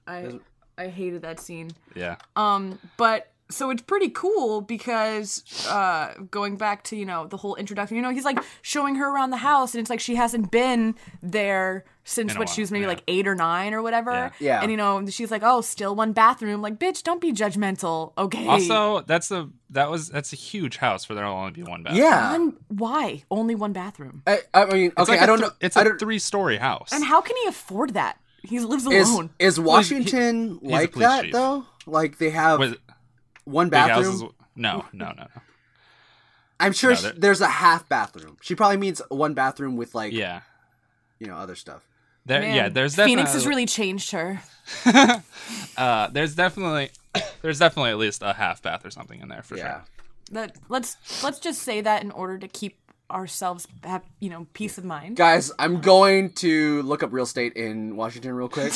Speaker 3: I I hated that scene.
Speaker 4: Yeah.
Speaker 3: Um, but so it's pretty cool because uh, going back to you know the whole introduction, you know, he's like showing her around the house, and it's like she hasn't been there since
Speaker 4: In a
Speaker 3: what
Speaker 4: while,
Speaker 3: she was maybe
Speaker 4: yeah.
Speaker 3: like eight or nine or whatever.
Speaker 4: Yeah.
Speaker 2: Yeah.
Speaker 3: And you know, she's like, oh, still one bathroom. Like, bitch, don't be judgmental. Okay.
Speaker 4: Also, that's a that was that's a huge house where there'll only be one bathroom.
Speaker 2: Yeah.
Speaker 3: One- why only one bathroom?
Speaker 2: I, I mean, okay,
Speaker 4: It's like
Speaker 2: I
Speaker 4: a
Speaker 2: don't
Speaker 4: th-
Speaker 2: know.
Speaker 4: It's
Speaker 2: I
Speaker 4: a
Speaker 2: don't,
Speaker 4: three-story house.
Speaker 3: And how can he afford that? He lives
Speaker 2: is,
Speaker 3: alone.
Speaker 2: is
Speaker 4: he-
Speaker 2: Washington
Speaker 4: he's a
Speaker 2: like
Speaker 4: police
Speaker 2: that
Speaker 4: chief.
Speaker 2: though? Like they have
Speaker 4: With
Speaker 2: one
Speaker 4: big
Speaker 2: bathroom.
Speaker 4: houses? No, no, no, no.
Speaker 2: I'm sure
Speaker 4: No,
Speaker 2: sh
Speaker 4: that-
Speaker 2: there's a half bathroom. She probably means one bathroom with like
Speaker 4: Yeah.
Speaker 2: you know other stuff.
Speaker 4: There,
Speaker 3: Man,
Speaker 4: yeah, there's definitely
Speaker 3: Phoenix has really changed her.
Speaker 4: uh, there's definitely there's definitely at least a half bath or something in there for
Speaker 2: Yeah.
Speaker 4: sure.
Speaker 3: that let's let's just say that in order to keep ourselves have you know peace of mind
Speaker 2: Guys, I'm going to look up real estate in Washington real quick.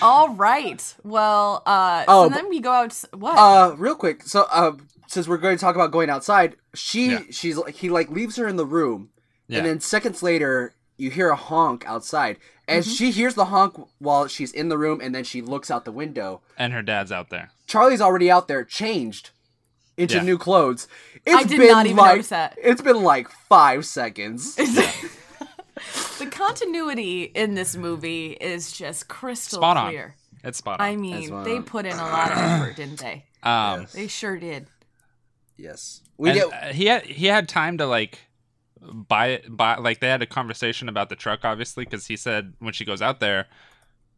Speaker 3: all right well uh
Speaker 2: Oh,
Speaker 3: so then we go out what
Speaker 2: uh real quick. So uh since we're going to talk about going outside, she
Speaker 4: Yeah.
Speaker 2: she's like he like leaves her in the room
Speaker 4: Yeah.
Speaker 2: and then seconds later you hear a honk outside. And
Speaker 4: Mm-hmm.
Speaker 2: she hears the honk while she's in the room and then she looks out the window.
Speaker 4: and her dad's out there.
Speaker 2: Charlie's already out there changed into
Speaker 4: Yeah.
Speaker 2: new clothes. It's
Speaker 3: did
Speaker 2: been
Speaker 3: not even
Speaker 2: like,
Speaker 3: notice that.
Speaker 2: It's been like five seconds.
Speaker 3: the continuity in this movie is just crystal
Speaker 4: Spot on.
Speaker 3: clear
Speaker 4: It's spot on.
Speaker 3: i mean they put in a lot of effort didn't they
Speaker 4: um,
Speaker 3: they sure did
Speaker 2: yes. We
Speaker 4: and,
Speaker 2: did
Speaker 4: uh, he had he had time to like by by like they had a conversation about the truck obviously because he said when she goes out there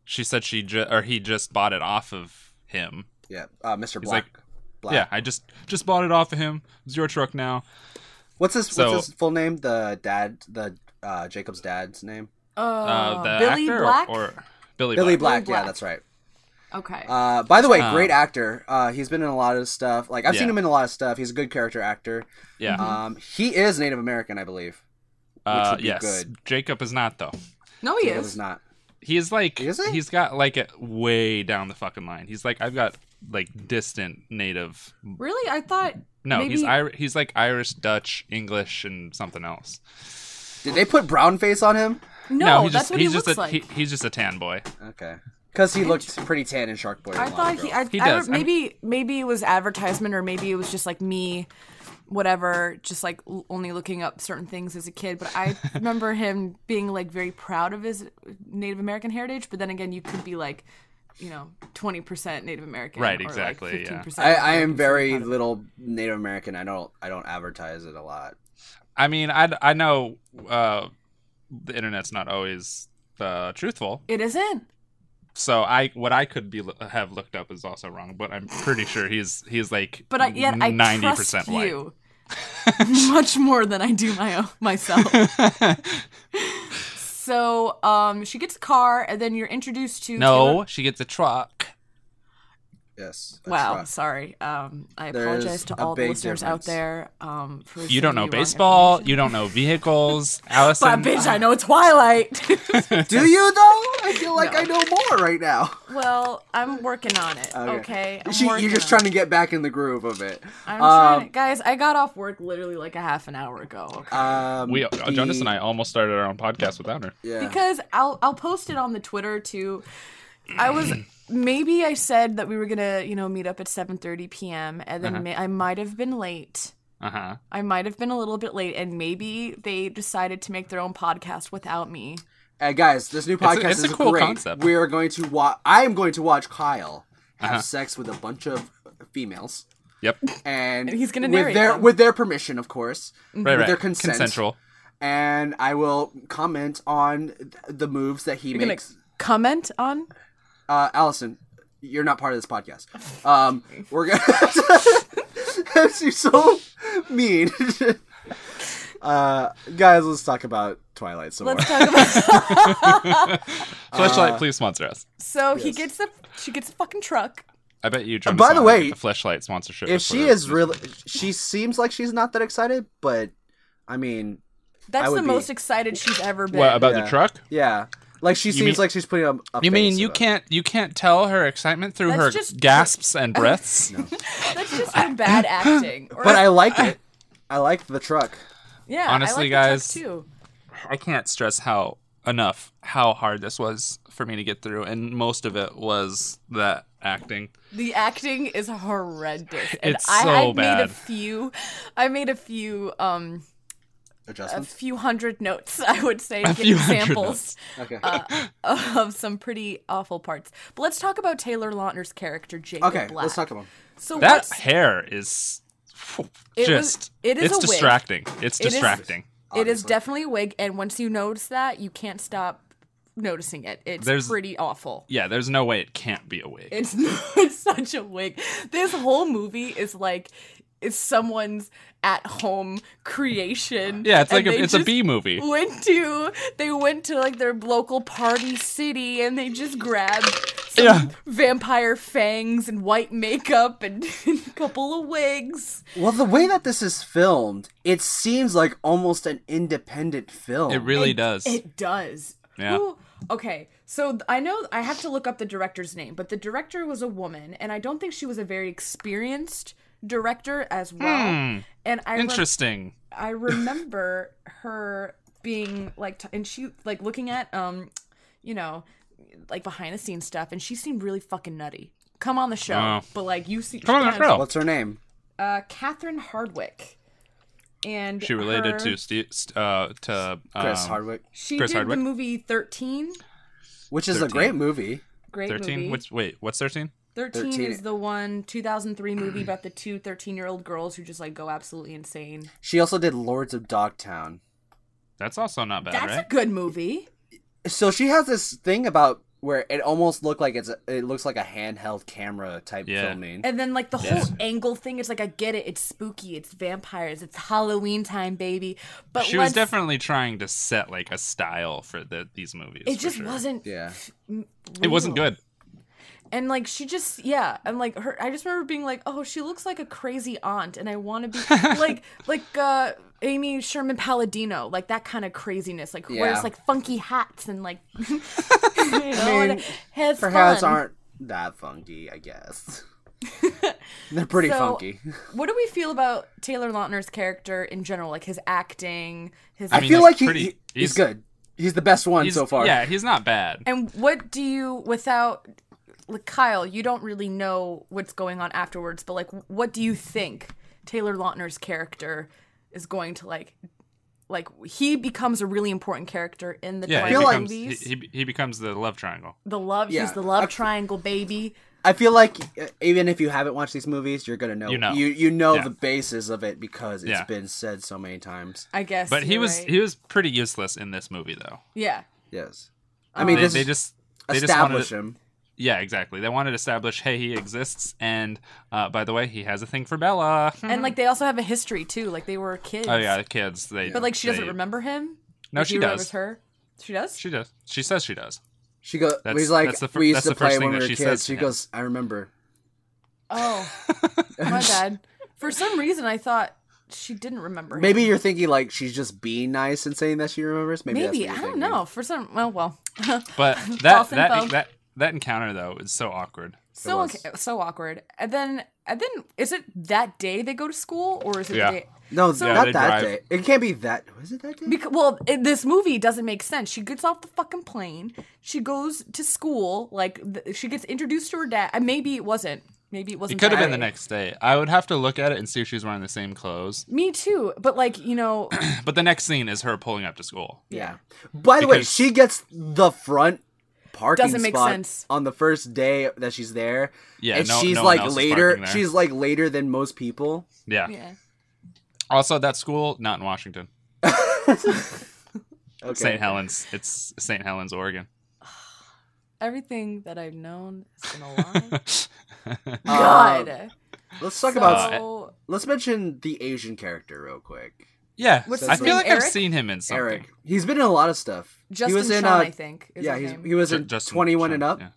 Speaker 4: she said she ju- or he just bought it off of him
Speaker 2: Yeah, uh, Mr. Black.
Speaker 4: like-
Speaker 2: Black.
Speaker 4: yeah i just just bought it off of him it's your truck now
Speaker 2: What's his
Speaker 4: So-
Speaker 2: What's his full name? The dad, the uh, Jacob's dad's name.
Speaker 4: uh, the
Speaker 3: Oh. Billy
Speaker 4: actor or-
Speaker 3: Black?
Speaker 4: Or, billy,
Speaker 2: Billy
Speaker 4: black,
Speaker 2: Black.
Speaker 4: Um,
Speaker 3: Black.
Speaker 2: Yeah, that's right.
Speaker 3: Okay.
Speaker 2: Uh, by the way, great actor. Uh, he's been in a lot of stuff. Like I've seen
Speaker 4: Yeah.
Speaker 2: him in a lot of stuff. He's a good character actor.
Speaker 4: yeah
Speaker 3: Mm-hmm.
Speaker 2: Um, he is Native American, I believe.
Speaker 4: uh,
Speaker 2: would be
Speaker 4: yes
Speaker 2: good.
Speaker 4: jacob is not though
Speaker 3: no, he
Speaker 2: It
Speaker 3: is.
Speaker 2: was not.
Speaker 4: he's like
Speaker 2: Is he?
Speaker 4: he's got like a way down the fucking line he's like i've got like distant native
Speaker 3: Really? I thought.
Speaker 4: no he's
Speaker 3: Maybe-
Speaker 4: Irish. he's like irish dutch english and something else
Speaker 2: Did they put brown face on him?
Speaker 3: No,
Speaker 4: he's
Speaker 3: that's
Speaker 4: just
Speaker 3: what
Speaker 4: he's
Speaker 3: he
Speaker 4: just
Speaker 3: looks
Speaker 4: a,
Speaker 3: like.
Speaker 4: he, he's just a tan boy
Speaker 2: Okay, because he looked pretty tan in Shark Boy. and
Speaker 3: I
Speaker 2: Lava
Speaker 3: thought he.
Speaker 2: Girl.
Speaker 3: I,
Speaker 4: He
Speaker 3: I
Speaker 4: does.
Speaker 3: re-
Speaker 4: I'm-
Speaker 3: maybe maybe it was advertisement, or maybe it was just like me, whatever, just like l- only looking up certain things as a kid. But I remember him being like very proud of his Native American heritage. But then again, you could be like, you know, twenty percent Native American,
Speaker 4: Right,
Speaker 3: or, like,
Speaker 4: exactly, yeah.
Speaker 3: 15%
Speaker 2: I, I
Speaker 3: American,
Speaker 2: am
Speaker 3: so
Speaker 2: very
Speaker 3: you're proud of-
Speaker 2: little Native American. I don't. I don't advertise it a lot.
Speaker 4: I mean, I, I know uh, the internet's not always uh, truthful,
Speaker 3: It isn't.
Speaker 4: so I what I could be have looked up is also wrong, but I'm pretty sure he's he's like
Speaker 3: But I, yet I
Speaker 4: 90%
Speaker 3: trust
Speaker 4: white.
Speaker 3: you much more than I do my own, myself. so um, she gets a car, and then you're introduced to Taylor-
Speaker 4: No, she gets a truck.
Speaker 2: Yes. that's
Speaker 3: Wow,
Speaker 2: right.
Speaker 3: sorry. Um, I
Speaker 2: There's
Speaker 3: apologize to
Speaker 2: a
Speaker 3: all the
Speaker 2: big
Speaker 3: listeners
Speaker 2: difference.
Speaker 3: out there. Um, for
Speaker 4: You don't
Speaker 3: sending
Speaker 4: know
Speaker 3: me wrong
Speaker 4: baseball.
Speaker 3: information.
Speaker 4: You don't know vehicles. Allison, uh,
Speaker 3: But bitch, I know Twilight.
Speaker 2: Do you though? I feel like I know more right now.
Speaker 3: well, I'm working on it. Okay, I'm
Speaker 2: She-
Speaker 3: working
Speaker 2: you're just
Speaker 3: on Um,
Speaker 2: trying to get back in the groove of it.
Speaker 3: It. I'm trying, guys. I got off work literally like a half an hour ago. Okay?
Speaker 2: Um,
Speaker 4: we uh,
Speaker 2: the-
Speaker 4: Jonas and I almost started our own podcast without her.
Speaker 2: Yeah.
Speaker 3: because I'll I'll post it on the Twitter too. I was maybe I said that we were gonna you know meet up at 7:30 p.m. and then
Speaker 4: Uh-huh.
Speaker 3: ma- I might have been late.
Speaker 4: Uh huh.
Speaker 3: I might have been a little bit late, and maybe they decided to make their own podcast without me.
Speaker 2: Hey, guys, this new
Speaker 4: a-
Speaker 2: podcast
Speaker 4: it's a
Speaker 2: is
Speaker 4: cool
Speaker 2: great.
Speaker 4: concept. Uh-huh.
Speaker 2: We are going to watch. I am going to watch Kyle have sex with a bunch of females,
Speaker 4: Yep.
Speaker 2: and,
Speaker 3: he's gonna
Speaker 2: with
Speaker 3: narrate
Speaker 2: their
Speaker 3: them. Mm-hmm.
Speaker 2: with their permission, of course,
Speaker 4: Right.
Speaker 2: with
Speaker 4: Right.
Speaker 2: their consent.
Speaker 4: Consensual.
Speaker 2: And I will comment on th- the moves that he
Speaker 3: gonna
Speaker 2: makes.
Speaker 3: comment on
Speaker 2: uh, Allison, you're not part of this podcast. Um, we're gonna. She's so mean. uh, guys, let's talk about Twilight some
Speaker 3: let's
Speaker 2: more.
Speaker 3: talk about
Speaker 2: Uh,
Speaker 4: Fleshlight, please sponsor us.
Speaker 3: so he gets the she gets a fucking truck
Speaker 4: I bet you. Jonas
Speaker 2: by the
Speaker 4: will get
Speaker 2: way,
Speaker 4: the fleshlight sponsorship.
Speaker 2: If
Speaker 4: for
Speaker 2: she
Speaker 4: this.
Speaker 2: is really, she seems like she's not that excited, but I mean,
Speaker 3: that's the
Speaker 2: would be-
Speaker 3: most excited she's ever been
Speaker 4: what about
Speaker 2: Yeah.
Speaker 4: the truck?
Speaker 2: yeah, like she seems
Speaker 4: mean-
Speaker 2: like she's putting up. A
Speaker 4: You mean
Speaker 2: face
Speaker 4: you
Speaker 2: about it.
Speaker 4: can't you can't tell her excitement through
Speaker 3: That's
Speaker 4: her
Speaker 3: just-
Speaker 4: gasps and breaths?
Speaker 3: that's just her bad acting or,
Speaker 2: But I like it. I like the truck.
Speaker 3: yeah
Speaker 4: honestly,
Speaker 3: I like the truck
Speaker 4: guys,
Speaker 3: too
Speaker 4: I can't stress how enough how hard this was for me to get through, and most of it was that acting.
Speaker 3: the acting is horrendous and
Speaker 4: It's
Speaker 3: I,
Speaker 4: so
Speaker 3: I made a
Speaker 4: bad.
Speaker 3: few i made a few um a
Speaker 2: Adjustments.
Speaker 3: few hundred notes i would say getting
Speaker 4: few hundred
Speaker 3: samples
Speaker 2: Okay.
Speaker 3: of some pretty awful parts but let's talk about taylor lautner's character jacob
Speaker 2: okay.
Speaker 3: black
Speaker 2: Let's talk about.
Speaker 3: so
Speaker 4: That
Speaker 3: what's-
Speaker 4: hair is phew,
Speaker 3: It was-
Speaker 4: just
Speaker 3: it is
Speaker 4: it's
Speaker 3: a wig.
Speaker 4: distracting. It's
Speaker 3: It is-
Speaker 4: distracting.
Speaker 3: It is definitely a wig, and once you notice that, you can't stop noticing it. It's
Speaker 4: There's-
Speaker 3: pretty awful.
Speaker 4: yeah, there's no way it can't be a wig.
Speaker 3: It's it's such a wig. This whole movie is like is someone's at home creation.
Speaker 4: yeah, it's like
Speaker 3: and
Speaker 4: a,
Speaker 3: they
Speaker 4: it's a
Speaker 3: just
Speaker 4: B movie.
Speaker 3: Went to they went to like their local party city, and they just grabbed some
Speaker 4: Yeah.
Speaker 3: vampire fangs and white makeup and a couple of wigs.
Speaker 2: Well, the way that this is filmed, it seems like almost an independent film.
Speaker 4: It really does.
Speaker 3: It does.
Speaker 4: Yeah.
Speaker 3: Who- okay. So th- I know I have to look up the director's name, but the director was a woman, and I don't think she was a very experienced director as well.
Speaker 4: Hmm.
Speaker 3: And I rem-
Speaker 4: Interesting.
Speaker 3: I remember her being like, t- and she like looking at um, you know, like behind the scenes stuff, and she seemed really fucking nutty. Come on the show,
Speaker 4: Wow.
Speaker 3: but like you see,
Speaker 4: Come on,
Speaker 3: kinda-
Speaker 4: that girl.
Speaker 2: What's her name?
Speaker 3: Uh, Catherine Hardwick, and
Speaker 4: She related
Speaker 3: her-
Speaker 4: to Steve st- uh, to
Speaker 2: Chris
Speaker 4: um,
Speaker 2: Hardwick,
Speaker 3: She
Speaker 4: Chris
Speaker 3: did
Speaker 4: Hardwick.
Speaker 3: the movie Thirteen.
Speaker 2: which is a great movie.
Speaker 3: Great
Speaker 4: Thirteen.
Speaker 3: movie.
Speaker 4: Which wait, what's thirteen?
Speaker 3: 13,
Speaker 2: 13.
Speaker 3: is the one 2003 movie about the two 13 year old girls who just like go absolutely insane.
Speaker 2: She also did Lords of Dogtown.
Speaker 4: That's also not bad,
Speaker 3: That's a
Speaker 4: right?
Speaker 3: good movie.
Speaker 2: So she has this thing about where it almost looked like it's a, it looks like a handheld camera type
Speaker 4: Yeah.
Speaker 2: filming.
Speaker 3: And then like the whole angle thing, it's like I get it, it's spooky, it's vampires, it's Halloween time, baby. But
Speaker 4: she was
Speaker 3: let's-
Speaker 4: definitely trying to set like a style for the, these movies.
Speaker 3: It
Speaker 4: for
Speaker 3: just
Speaker 4: sure.
Speaker 3: wasn't.
Speaker 2: Yeah.
Speaker 4: It wasn't
Speaker 3: real.
Speaker 4: good.
Speaker 3: And like she just yeah, and like her I just remember being like, "Oh, she looks like a crazy aunt and I want to be like like uh Amy Sherman Palladino, like that kind of craziness, like who
Speaker 2: Yeah.
Speaker 3: wears like funky hats and like you know, and has
Speaker 2: Her hats
Speaker 3: fun.
Speaker 2: aren't that funky, I guess. They're pretty
Speaker 3: So-
Speaker 2: funky.
Speaker 3: What do we feel about Taylor Lautner's character in general, like his acting, his
Speaker 2: I,
Speaker 4: mean,
Speaker 2: feel
Speaker 4: he's
Speaker 2: like he,
Speaker 4: pretty-
Speaker 2: he- he's,
Speaker 4: he's-
Speaker 2: good. He's the best one
Speaker 4: He's-
Speaker 2: so far.
Speaker 4: Yeah, he's not bad.
Speaker 3: And what do you without like Kyle, you don't really know what's going on afterwards, but like what do you think Taylor Lautner's character is going to like like he becomes a really important character in the
Speaker 4: Yeah, he
Speaker 2: feel
Speaker 3: Twilight
Speaker 2: like-
Speaker 4: becomes,
Speaker 3: movies.
Speaker 4: he, he, he becomes the love triangle.
Speaker 3: the love
Speaker 2: Yeah,
Speaker 3: he's the love
Speaker 2: I-
Speaker 3: triangle baby.
Speaker 2: I feel like uh, even if you haven't watched these movies, you're gonna know
Speaker 4: You know.
Speaker 2: you, know
Speaker 4: Yeah.
Speaker 2: the basis of it because it's
Speaker 4: Yeah.
Speaker 2: been said so many times.
Speaker 3: I guess.
Speaker 4: But he
Speaker 3: you're
Speaker 4: was
Speaker 3: right.
Speaker 4: he was pretty useless in this movie though.
Speaker 3: Yeah.
Speaker 2: Yes,
Speaker 3: Oh,
Speaker 2: I mean
Speaker 4: They,
Speaker 2: this
Speaker 4: they
Speaker 2: is
Speaker 4: just they just wanted
Speaker 2: establish
Speaker 4: to,
Speaker 2: him.
Speaker 4: yeah exactly. They wanted to establish hey he exists and uh, by the way he has a thing for Bella.
Speaker 3: And like they also have a history too. Like they were kids.
Speaker 4: oh yeah the kids they
Speaker 3: But like she doesn't
Speaker 4: they-
Speaker 3: remember him.
Speaker 4: No,
Speaker 3: Like,
Speaker 4: she
Speaker 3: he remembers
Speaker 4: does.
Speaker 3: her. She does?
Speaker 4: She does. She says she does.
Speaker 2: She goes.
Speaker 4: That's-
Speaker 2: He's like
Speaker 4: that's the fir-
Speaker 2: we used
Speaker 4: that's
Speaker 2: to
Speaker 4: the
Speaker 2: play
Speaker 4: first thing
Speaker 2: when we
Speaker 4: that
Speaker 2: were
Speaker 4: she says
Speaker 2: kids.
Speaker 4: to
Speaker 2: She
Speaker 4: him.
Speaker 2: goes. I remember.
Speaker 3: Oh. My bad. For some reason I thought she didn't remember him.
Speaker 2: Maybe you're thinking like she's just being nice and saying that she remembers. Maybe,
Speaker 3: Maybe I
Speaker 2: that's what
Speaker 3: don't
Speaker 2: you're thinking.
Speaker 3: know. For some, well, well,
Speaker 4: But
Speaker 3: False
Speaker 4: that that,
Speaker 3: info.
Speaker 4: that that encounter though is so awkward.
Speaker 3: so
Speaker 2: was.
Speaker 3: okay, so awkward. And then, and then, is it that day they go to school, or is it?
Speaker 4: Yeah.
Speaker 3: The day?
Speaker 2: No,
Speaker 3: So-
Speaker 2: not
Speaker 4: they
Speaker 2: that
Speaker 4: drive.
Speaker 2: day. It can't be that. Was it that day?
Speaker 3: Because well, it, this movie doesn't make sense. She gets off the fucking plane. She goes to school. Like th- she gets introduced to her dad. And maybe it wasn't. Maybe it
Speaker 4: It
Speaker 3: wasn't.
Speaker 4: could have
Speaker 3: that
Speaker 4: been the
Speaker 3: day.
Speaker 4: next day. I would have to look at it and see if she's wearing the same clothes.
Speaker 3: Me too. But like you know,
Speaker 4: But the next scene is her pulling up to school.
Speaker 2: yeah. By the way,
Speaker 4: Because-
Speaker 2: she gets the front parking
Speaker 3: Doesn't make
Speaker 2: spot
Speaker 3: sense.
Speaker 2: on the first day that she's there.
Speaker 4: Yeah,
Speaker 2: and
Speaker 4: no-
Speaker 2: she's
Speaker 4: no one
Speaker 2: like
Speaker 4: else is
Speaker 2: later.
Speaker 4: parking there.
Speaker 2: She's like later than most people.
Speaker 4: Yeah.
Speaker 3: yeah.
Speaker 4: Also, that school not in Washington.
Speaker 2: Okay.
Speaker 4: St. Helens. It's St. Helens, Oregon.
Speaker 3: Everything that I've known has been a lie.
Speaker 2: Um,
Speaker 3: God.
Speaker 2: let's talk
Speaker 3: so,
Speaker 2: about.
Speaker 4: Uh,
Speaker 2: Let's mention the Asian character real quick.
Speaker 4: Yeah,
Speaker 3: What's
Speaker 4: I
Speaker 2: his
Speaker 4: feel
Speaker 2: name,
Speaker 4: like I've
Speaker 3: Eric?
Speaker 4: seen him in something.
Speaker 2: Eric. He's been in a lot of stuff.
Speaker 3: Justin
Speaker 2: he was in.
Speaker 3: Shawn,
Speaker 2: uh,
Speaker 3: I think. Is
Speaker 2: yeah,
Speaker 3: his
Speaker 2: he's,
Speaker 3: name.
Speaker 2: he was
Speaker 4: Ju-
Speaker 2: in
Speaker 4: Justin
Speaker 2: Twenty-One and
Speaker 4: Chan,
Speaker 2: Up.
Speaker 4: Yeah.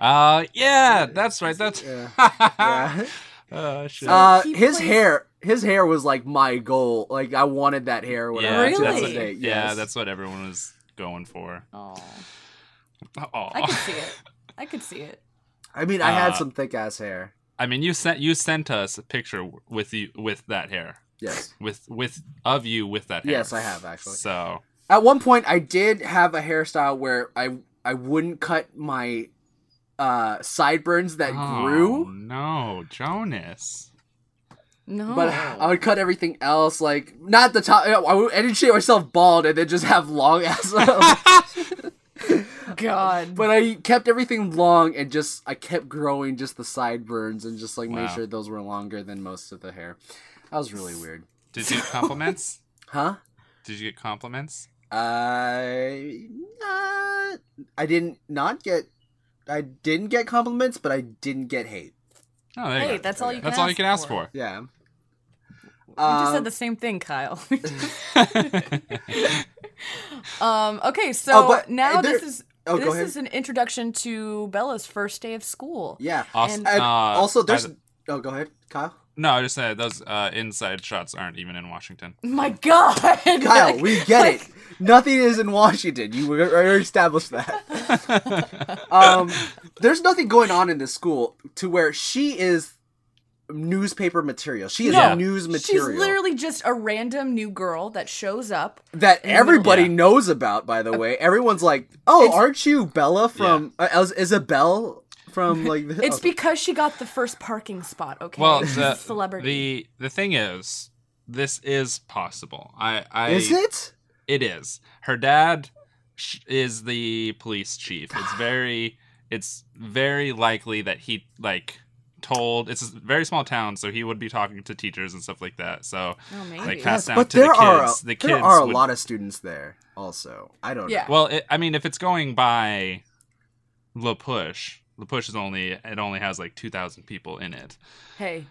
Speaker 4: Uh, yeah, that's right. That's
Speaker 2: Yeah.
Speaker 4: oh shit.
Speaker 2: Uh,
Speaker 3: He
Speaker 2: his
Speaker 3: plays-
Speaker 2: hair, his hair was like my goal. Like I wanted that hair. When
Speaker 4: yeah,
Speaker 2: I was
Speaker 4: that's
Speaker 2: a
Speaker 3: Really?
Speaker 4: what,
Speaker 2: kid.
Speaker 4: yeah,
Speaker 2: Yes.
Speaker 4: that's what everyone was going for.
Speaker 3: Oh,
Speaker 4: Oh,
Speaker 3: I could see it. I could see it.
Speaker 2: I mean, I had
Speaker 4: Uh,
Speaker 2: some thick ass hair.
Speaker 4: I mean, you sent you sent us a picture w- with you with that hair,
Speaker 2: Yes.
Speaker 4: with with of you with that hair.
Speaker 2: Yes, I have, actually.
Speaker 4: So
Speaker 2: At one point, I did have a hairstyle where I I wouldn't cut my uh sideburns that
Speaker 4: Oh,
Speaker 2: grew,
Speaker 4: No, Jonas.
Speaker 3: No.
Speaker 2: but I would cut everything else. Like not the top. I would- I didn't shave myself bald and then just have long ass.
Speaker 3: God.
Speaker 2: but I kept everything long and just I kept growing just the sideburns and just like made
Speaker 4: Wow.
Speaker 2: sure those were longer than most of the hair. That was really weird,
Speaker 4: Did you get compliments?
Speaker 2: huh?
Speaker 4: Did you get compliments?
Speaker 2: I uh, I didn't not get I didn't get compliments, but I didn't get hate.
Speaker 4: Oh, there you
Speaker 3: hey,
Speaker 4: go.
Speaker 3: that's all you. Can
Speaker 4: That's all you can ask for.
Speaker 2: Yeah. You
Speaker 3: You just
Speaker 2: Um,
Speaker 3: said the same thing, Kyle. um. Okay. So
Speaker 2: Oh, but
Speaker 3: now
Speaker 2: there-
Speaker 3: this is
Speaker 2: Oh, go
Speaker 3: this
Speaker 2: ahead.
Speaker 3: is an introduction to Bella's first day of school.
Speaker 2: Yeah.
Speaker 4: Awesome.
Speaker 2: And
Speaker 4: Uh,
Speaker 2: also,
Speaker 4: by
Speaker 2: there's.
Speaker 4: the-
Speaker 2: Oh, go ahead, Kyle.
Speaker 4: No, I just said those uh, inside shots aren't even in Washington.
Speaker 3: My God.
Speaker 2: Kyle, we get it. Nothing is in Washington. You already established that. um, there's nothing going on in this school to where she is newspaper material. She is
Speaker 4: No,
Speaker 2: news
Speaker 3: She's
Speaker 2: material
Speaker 3: literally just a random new girl that shows up.
Speaker 2: that everybody
Speaker 4: Yeah.
Speaker 2: knows about. By the way, everyone's like, "Oh, aren't you Bella from uh, Is- Isabel from like?" the- Oh,
Speaker 3: It's
Speaker 2: okay.
Speaker 3: because she got the first parking spot. Okay.
Speaker 4: Well,
Speaker 3: She's
Speaker 4: the
Speaker 3: a celebrity.
Speaker 4: The the thing is, this is possible. I, I
Speaker 2: is it?
Speaker 4: It is. Her dad sh- is the police chief. It's very it's very likely that he like told it's a very small town, so he would be talking to teachers and stuff like that. So
Speaker 3: Oh, maybe.
Speaker 4: like passed down
Speaker 2: but
Speaker 4: to the
Speaker 2: there
Speaker 4: kids.
Speaker 2: are a,
Speaker 4: the kids
Speaker 2: there are a
Speaker 4: would-
Speaker 2: lot of students there. Also, I don't
Speaker 3: Yeah.
Speaker 2: know.
Speaker 4: Well, it, I mean, if it's going by La Push, La Push is only it only has like two thousand people in it.
Speaker 3: Hey,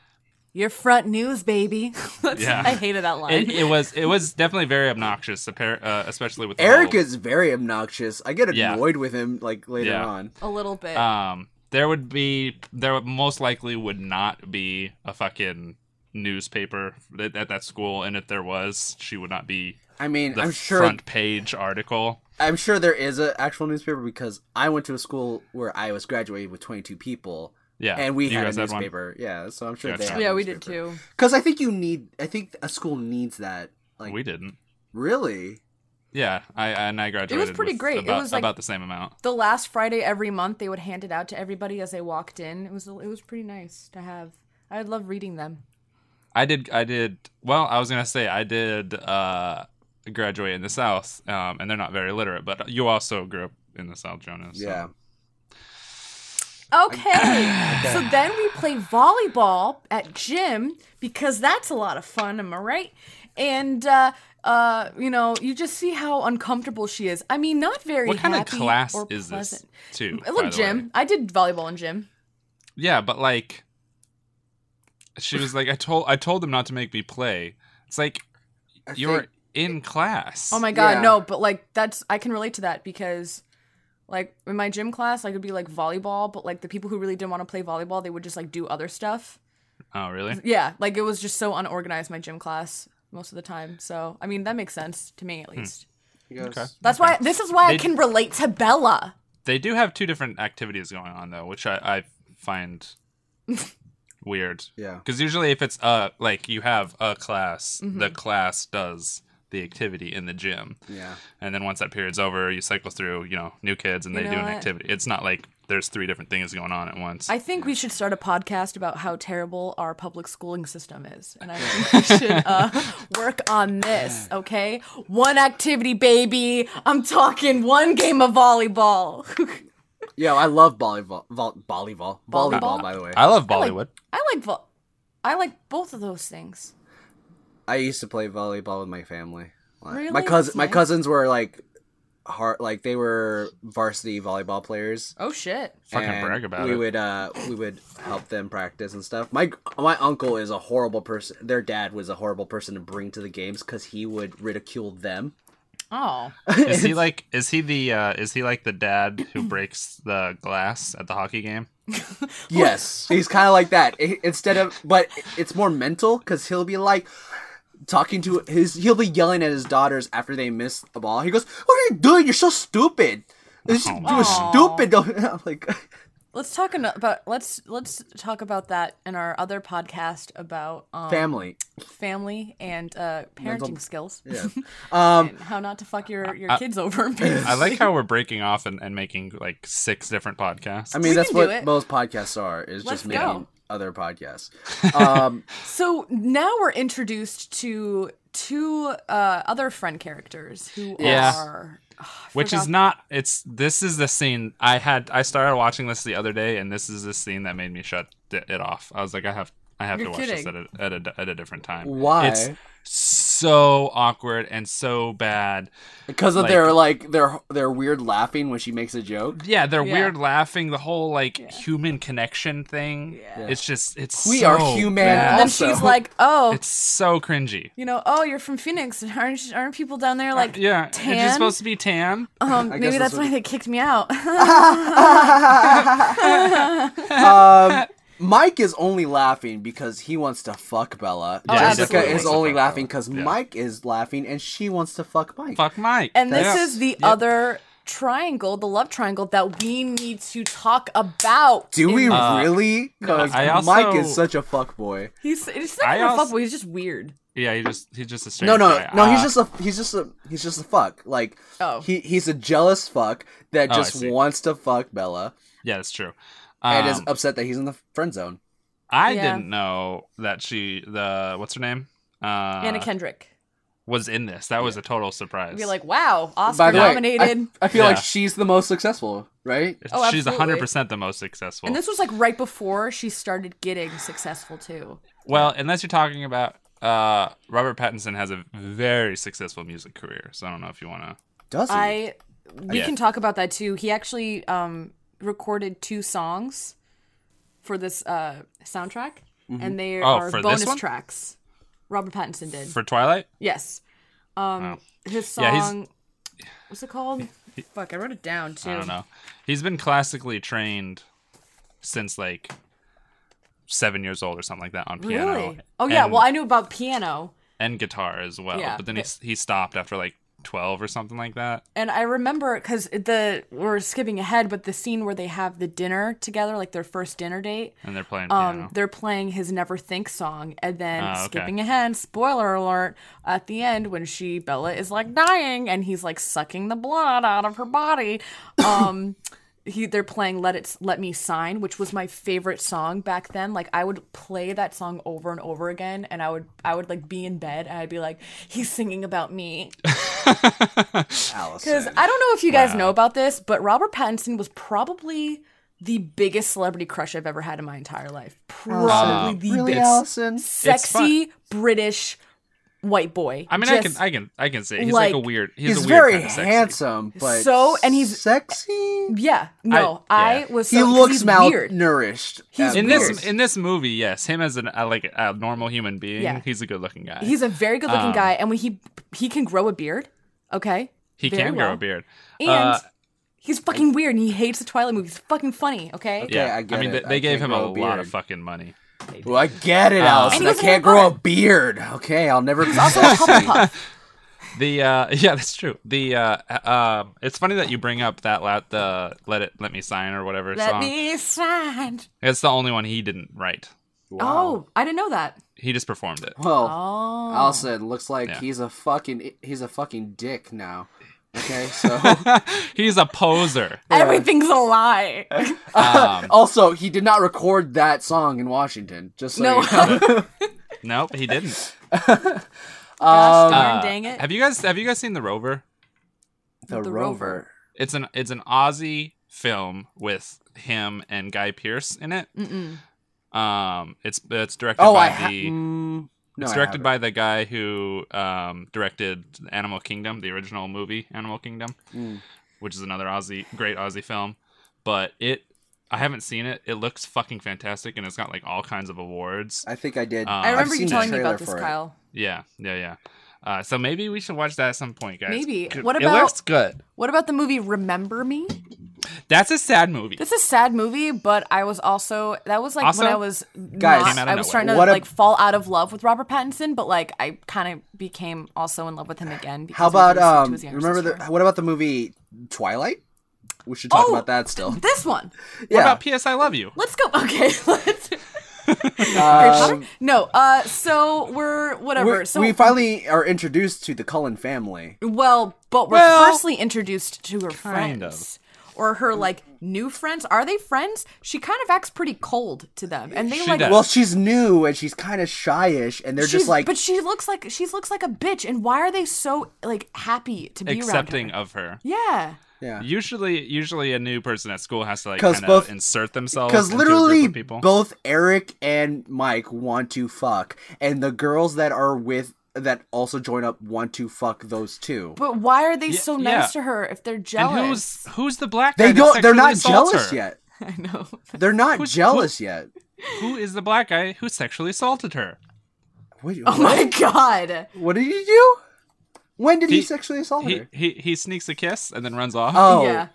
Speaker 3: your front news, baby. That's-
Speaker 4: Yeah.
Speaker 3: I hated that line.
Speaker 4: It, it was it was definitely very obnoxious, appar- uh, especially with the
Speaker 2: Eric
Speaker 4: whole-
Speaker 2: is very obnoxious. I get
Speaker 4: Yeah.
Speaker 2: annoyed with him like later
Speaker 4: Yeah.
Speaker 2: on.
Speaker 3: a little bit.
Speaker 4: Um, there would be there would most likely would not be a fucking newspaper at, at that school, and if there was, she would not be
Speaker 2: I mean,
Speaker 4: the
Speaker 2: I'm sure
Speaker 4: front page article.
Speaker 2: I'm sure there is an actual newspaper because I went to a school where I was graduating with 22 people.
Speaker 4: Yeah,
Speaker 2: and we
Speaker 4: you
Speaker 2: had a
Speaker 4: guys had one?
Speaker 2: newspaper. Yeah, so I'm sure
Speaker 4: Gotcha.
Speaker 2: they. Had
Speaker 3: yeah, we did too.
Speaker 2: Because I think you need. I think a school needs that. Like
Speaker 4: we didn't.
Speaker 2: really.
Speaker 4: Yeah, I and I graduated.
Speaker 3: pretty
Speaker 4: with
Speaker 3: great. It
Speaker 4: About,
Speaker 3: was, like-
Speaker 4: about the same amount.
Speaker 3: The last Friday every month, they would hand it out to everybody as they walked in. It was it was pretty nice to have. I love reading them.
Speaker 4: I did. I did. Well, I was gonna say I did uh, graduate in the South, um, and they're not very literate. But you also grew up in the South, Jonas. so-
Speaker 2: Yeah.
Speaker 3: Okay. so then we play volleyball at gym because that's a lot of fun, am I right? And uh uh, you know, you just see how uncomfortable she is. I mean, not very
Speaker 4: What kind of
Speaker 3: happy
Speaker 4: class
Speaker 3: or
Speaker 4: is this?
Speaker 3: pleasant.
Speaker 4: Too. by
Speaker 3: Look,
Speaker 4: the way?
Speaker 3: Jim. I did volleyball in gym.
Speaker 4: Yeah, but like, she was like, I told I told them not to make me play. It's like
Speaker 2: I
Speaker 4: you're
Speaker 2: think-
Speaker 4: in class.
Speaker 3: Oh my god,
Speaker 2: Yeah.
Speaker 3: no, but like that's I can relate to that because like in my gym class, I could be like volleyball, but like the people who really didn't want to play volleyball, they would just like do other stuff.
Speaker 4: Oh really?
Speaker 3: Yeah, like it was just so unorganized my gym class most of the time. So, I mean, that makes sense to me at least.
Speaker 2: you guys-
Speaker 3: That's why this is why I
Speaker 4: They-
Speaker 3: can relate to Bella.
Speaker 4: They do have two different activities going on though, which I, I find weird.
Speaker 2: Yeah.
Speaker 4: Because usually, if it's uh like you have a class, the
Speaker 3: Mm-hmm.
Speaker 4: class does the activity in the gym.
Speaker 2: Yeah.
Speaker 4: And then once that period's over, you cycle through, you know, new kids and
Speaker 3: You
Speaker 4: they do
Speaker 3: know
Speaker 4: an
Speaker 3: what?
Speaker 4: activity. It's not like there's three different things going on at once.
Speaker 3: I think we should start a podcast about how terrible our public schooling system is, and I think we should uh, work on this. Okay, one activity, baby. I'm talking one game of volleyball.
Speaker 2: Yeah. I love volleyball. Vol- volleyball.
Speaker 3: Volleyball?
Speaker 2: Volleyball. By the way,
Speaker 4: I love Bollywood.
Speaker 3: I like vo- I like both of those things.
Speaker 2: I used to play volleyball with my family. Like,
Speaker 3: Really?
Speaker 2: My cousin.
Speaker 3: That's
Speaker 2: My
Speaker 3: nice.
Speaker 2: cousins were like, hard. Like they were varsity volleyball players.
Speaker 3: Oh shit.
Speaker 4: Fucking
Speaker 2: and
Speaker 4: brag about
Speaker 2: we
Speaker 4: it.
Speaker 2: would uh we would help them practice and stuff. My my uncle is a horrible person. Their dad was a horrible person to bring to the games because he would ridicule them.
Speaker 3: Oh.
Speaker 4: Is he like? Is he the? Uh, is he like the dad who breaks the glass at the hockey game?
Speaker 2: Yes, he's kind of like that. I- Instead of, but it's more mental because he'll be like talking to his. He'll be yelling at his daughters after they miss the ball. He goes, "What are you doing? You're so stupid." This
Speaker 4: Oh,
Speaker 2: you're stupid. Don't I'm like.
Speaker 3: Let's talk ano- about let's let's talk about that in our other podcast about um,
Speaker 2: Family,
Speaker 3: family and uh, parenting
Speaker 2: Mental-
Speaker 3: skills.
Speaker 2: yeah. Um,
Speaker 3: And how not to fuck your, your kids over.
Speaker 4: I like how we're breaking off and, and making like six different podcasts.
Speaker 2: I mean, that's
Speaker 3: can do
Speaker 2: what
Speaker 3: it.
Speaker 2: most podcasts are. Is
Speaker 3: Let's
Speaker 2: just making
Speaker 3: go.
Speaker 2: other podcasts. Um,
Speaker 3: So now we're introduced to two uh, other friend characters who
Speaker 4: Yeah.
Speaker 3: are Ah, I
Speaker 4: which
Speaker 3: forgot-
Speaker 4: is not it's this is the scene i had i started watching this the other day and this is the scene that made me shut it it off i was like i have i have
Speaker 3: You're
Speaker 4: to watch this at
Speaker 3: kidding.
Speaker 4: a, at, a, at a different time
Speaker 2: Why?
Speaker 4: it's so awkward and so bad
Speaker 2: Because of
Speaker 4: Like-
Speaker 2: their like their their weird laughing when she makes a joke.
Speaker 4: yeah they're
Speaker 3: Yeah.
Speaker 4: weird laughing the whole like human connection thing it's just it's
Speaker 2: We
Speaker 4: so
Speaker 2: are human.
Speaker 4: bad.
Speaker 3: And then
Speaker 2: also-
Speaker 3: she's like, "Oh,
Speaker 4: it's so cringy
Speaker 3: you know, oh, you're from Phoenix, and aren't aren't people down there like
Speaker 4: Uh, yeah it's
Speaker 3: tan?
Speaker 4: supposed to be tan
Speaker 3: um,
Speaker 2: I
Speaker 3: maybe
Speaker 2: guess that's
Speaker 3: that's why
Speaker 2: what-
Speaker 3: they kicked me out."
Speaker 2: um, Mike is only laughing because he wants to fuck Bella.
Speaker 4: he
Speaker 2: Jessica
Speaker 4: definitely
Speaker 2: is
Speaker 4: wants to
Speaker 2: only
Speaker 4: fuck
Speaker 2: laughing
Speaker 4: Bella.
Speaker 2: because
Speaker 4: Yeah.
Speaker 2: Mike is laughing and she wants to fuck Mike.
Speaker 4: fuck mike
Speaker 3: And this
Speaker 4: Yeah.
Speaker 3: is the other triangle, the love triangle that we need to talk about.
Speaker 2: Do we
Speaker 3: In-
Speaker 2: really? Because
Speaker 4: I also-
Speaker 2: Mike is such a fuck boy.
Speaker 3: He's it's not
Speaker 4: I
Speaker 3: even a
Speaker 4: also-
Speaker 3: fuckboy. He's just weird.
Speaker 4: yeah he just he's just a strange
Speaker 2: No, no,
Speaker 4: guy.
Speaker 2: no. He's
Speaker 4: Uh,
Speaker 2: just a he's just a he's just a fuck. Like
Speaker 3: Oh.
Speaker 2: he he's a jealous fuck that
Speaker 4: Oh, I
Speaker 2: just
Speaker 4: see.
Speaker 2: wants to fuck Bella
Speaker 4: yeah that's true
Speaker 2: and is
Speaker 4: Um,
Speaker 2: upset that he's in the friend zone.
Speaker 4: I
Speaker 3: Yeah.
Speaker 4: didn't know that she the what's her name? Uh,
Speaker 3: Anna Kendrick.
Speaker 4: was in this. That was a total surprise.
Speaker 3: You're like, wow, Oscar
Speaker 2: By the
Speaker 3: nominated.
Speaker 2: way, I, I feel like
Speaker 4: Yeah.
Speaker 2: she's the most successful, right?
Speaker 3: Oh,
Speaker 4: she's
Speaker 3: absolutely.
Speaker 4: 100% the most successful.
Speaker 3: and this was like right before she started getting successful too.
Speaker 4: well, unless you're talking about uh, Robert Pattinson has a very successful music career. So I don't know if you want to.
Speaker 2: Does he?
Speaker 3: I we
Speaker 4: Yeah.
Speaker 3: can talk about that too. He actually um, recorded two songs for this uh, soundtrack,
Speaker 2: Mm-hmm.
Speaker 3: and they
Speaker 2: Oh,
Speaker 3: are
Speaker 4: for this
Speaker 3: bonus
Speaker 4: one?
Speaker 3: tracks. Robert Pattinson did
Speaker 4: For Twilight?
Speaker 3: yes. Um, His
Speaker 4: Yeah, he's-
Speaker 3: song, what's it called? Fuck, I wrote it down too.
Speaker 4: I don't know. He's been classically trained since like seven years old or something like that on piano.
Speaker 3: Really? Oh yeah.
Speaker 4: and-
Speaker 3: well, I knew about piano,
Speaker 4: and guitar as well.
Speaker 3: Yeah,
Speaker 4: but then he he stopped after like twelve or something like that.
Speaker 3: and I remember because the we're skipping ahead, but the scene where they have the dinner together, like their first dinner date.
Speaker 4: And they're playing
Speaker 3: Um,
Speaker 4: piano.
Speaker 3: they're playing his "Never Think" song, and then
Speaker 4: Ah, okay.
Speaker 3: skipping ahead. Spoiler alert! At the end, when she Bella is like dying, and he's like sucking the blood out of her body. Um, he they're playing "Let It Let Me Sign," which was my favorite song back then. Like I would play that song over and over again, and I would I would like be in bed, and I'd be like, "He's singing about me." Because
Speaker 2: Allison.
Speaker 3: I don't know if you guys know about this, but Robert Pattinson was probably the biggest celebrity crush I've ever had in my entire life. Probably
Speaker 4: Um,
Speaker 3: the
Speaker 2: Oh, really,
Speaker 3: biggest.
Speaker 2: Allison?
Speaker 3: Sexy British white boy.
Speaker 4: I mean, I can,
Speaker 3: Just
Speaker 4: I can, I can say he's like, a
Speaker 3: like,
Speaker 4: weird. He's,
Speaker 2: He's,
Speaker 4: a weird
Speaker 2: very
Speaker 4: kind of sexy.
Speaker 2: handsome, but
Speaker 3: So- and he's-
Speaker 2: sexy.
Speaker 3: yeah, no,
Speaker 4: I-
Speaker 3: I,
Speaker 4: yeah.
Speaker 3: was. So,
Speaker 2: He
Speaker 3: 'cause
Speaker 2: looks
Speaker 3: he's weird.
Speaker 2: malnourished.
Speaker 3: He's
Speaker 2: at
Speaker 4: In
Speaker 2: most.
Speaker 4: this in this movie, yes, him as an uh, like a normal human being,
Speaker 3: Yeah.
Speaker 4: he's a good looking guy.
Speaker 3: He's a very good
Speaker 4: Um,
Speaker 3: looking guy, and when he he can grow a beard, okay,
Speaker 4: he
Speaker 3: very
Speaker 4: can grow
Speaker 3: well.
Speaker 4: a beard.
Speaker 3: and
Speaker 4: Uh,
Speaker 3: he's fucking weird, and he hates the Twilight movies. He's fucking funny, okay.
Speaker 4: yeah,
Speaker 2: I get
Speaker 4: mean,
Speaker 2: it.
Speaker 4: they, they
Speaker 2: I
Speaker 4: gave
Speaker 2: can
Speaker 4: him a
Speaker 2: grow a
Speaker 4: lot of
Speaker 2: beard.
Speaker 4: fucking money.
Speaker 2: Well, I get
Speaker 4: Uh,
Speaker 2: it,
Speaker 3: And
Speaker 2: Allison.
Speaker 3: he
Speaker 2: I
Speaker 3: was in
Speaker 2: can't
Speaker 3: the
Speaker 2: grow a
Speaker 3: bar.
Speaker 2: beard. Okay, I'll never be
Speaker 3: Also,
Speaker 2: sexy.
Speaker 3: Hufflepuff.
Speaker 4: The uh, yeah, that's true. The uh, uh, um, it's funny that you bring up that la- the let it let me sign or whatever
Speaker 3: Let
Speaker 4: song.
Speaker 3: me sign.
Speaker 4: It's the only one he didn't write.
Speaker 3: Oh, I didn't know that.
Speaker 4: He just performed it.
Speaker 2: Well,
Speaker 3: Oh,
Speaker 2: Allison looks like
Speaker 4: Yeah.
Speaker 2: he's a fucking he's a fucking dick now. Okay, so
Speaker 4: he's a poser.
Speaker 3: everything's a lie.
Speaker 4: Um,
Speaker 2: also he did not record that song in Washington. Just so
Speaker 3: No.
Speaker 2: you know.
Speaker 4: nope, he didn't.
Speaker 3: Gosh darn,
Speaker 4: Uh,
Speaker 3: dang it.
Speaker 4: Have you guys have you guys seen The Rover?
Speaker 2: the,
Speaker 3: The
Speaker 2: rover.
Speaker 3: Rover.
Speaker 4: It's an it's an Aussie film with him and Guy Pearce in it.
Speaker 3: Mm-mm.
Speaker 4: Um, it's it's directed
Speaker 2: Oh,
Speaker 4: by
Speaker 2: I ha-
Speaker 4: the
Speaker 2: mm, no,
Speaker 4: it's
Speaker 2: I
Speaker 4: directed
Speaker 2: haven't.
Speaker 4: by the guy who um, directed Animal Kingdom, the original movie Animal Kingdom,
Speaker 2: Mm.
Speaker 4: which is another Aussie great Aussie film. But it I haven't seen it. It looks fucking fantastic, and it's got like all kinds of awards.
Speaker 2: I think I did.
Speaker 4: Uh,
Speaker 3: I
Speaker 4: I've
Speaker 3: remember
Speaker 2: seen
Speaker 3: you
Speaker 2: the
Speaker 3: telling me
Speaker 2: trailer
Speaker 3: about this,
Speaker 2: for it.
Speaker 3: Kyle.
Speaker 4: Yeah, yeah, yeah. Uh, so maybe we should watch that at some point, guys.
Speaker 3: Maybe.
Speaker 4: C-
Speaker 3: What
Speaker 4: It
Speaker 3: about-
Speaker 4: looks good.
Speaker 3: What about the movie Remember Me?
Speaker 4: That's a sad movie.
Speaker 3: It's a sad movie, but I was also that was like
Speaker 4: Also-
Speaker 3: when I was
Speaker 2: Guys,
Speaker 3: not-
Speaker 2: Came
Speaker 4: out of
Speaker 3: I was
Speaker 4: nowhere.
Speaker 3: starting to
Speaker 2: What a-
Speaker 3: like fall out of love with Robert Pattinson, but like I kind of became also in love with him again.
Speaker 2: How
Speaker 3: because he
Speaker 2: about
Speaker 3: was into
Speaker 2: um?
Speaker 3: his younger
Speaker 2: Remember the
Speaker 3: sister.
Speaker 2: what about the movie Twilight? We should talk
Speaker 3: Oh,
Speaker 2: about that still.
Speaker 3: this one?
Speaker 4: What
Speaker 2: yeah,
Speaker 4: about P.S. I Love You?
Speaker 3: Let's go. Okay, let's. Harry
Speaker 2: um,
Speaker 3: Potter? No. Uh. So we're whatever.
Speaker 2: we're-
Speaker 3: so
Speaker 2: we finally are introduced to the Cullen family.
Speaker 3: Well, but we're
Speaker 4: Well,
Speaker 3: firstly introduced to her
Speaker 4: kind of.
Speaker 3: friends. Or her like new friends. Are they friends? She kind of acts pretty cold to them. And they
Speaker 4: She
Speaker 3: like
Speaker 4: does.
Speaker 2: Well, she's new and she's kind of shyish, and they're
Speaker 3: she's-
Speaker 2: just like
Speaker 3: but she looks like she looks like a bitch and why are they so like happy to be
Speaker 4: Accepting
Speaker 3: around her?
Speaker 4: of her.
Speaker 3: Yeah.
Speaker 2: yeah.
Speaker 4: Usually, usually a new person at school has to like
Speaker 2: 'Cause
Speaker 4: kind of
Speaker 2: both-
Speaker 4: insert themselves.
Speaker 2: Because
Speaker 4: into a
Speaker 2: literally,
Speaker 4: group of people.
Speaker 2: both Eric and Mike want to fuck, and the girls that are with that also join up want to fuck those two.
Speaker 3: But why are they so
Speaker 4: yeah.
Speaker 3: nice to her if they're
Speaker 4: and
Speaker 3: jealous?
Speaker 4: who's who's the black? Guy
Speaker 2: they
Speaker 4: that
Speaker 2: don't. They're
Speaker 4: sexually
Speaker 2: not
Speaker 4: assaults
Speaker 2: jealous
Speaker 4: her?
Speaker 2: yet.
Speaker 3: I know.
Speaker 2: They're not
Speaker 4: Who's-
Speaker 2: jealous yet.
Speaker 4: Who is the black guy who sexually assaulted her?
Speaker 2: Wait,
Speaker 3: Oh
Speaker 2: what?
Speaker 3: my god.
Speaker 2: What did he do? When did he,
Speaker 4: He-
Speaker 2: sexually assault
Speaker 4: He
Speaker 2: her?
Speaker 4: he he sneaks a kiss and then runs off.
Speaker 2: Oh,
Speaker 3: Yeah.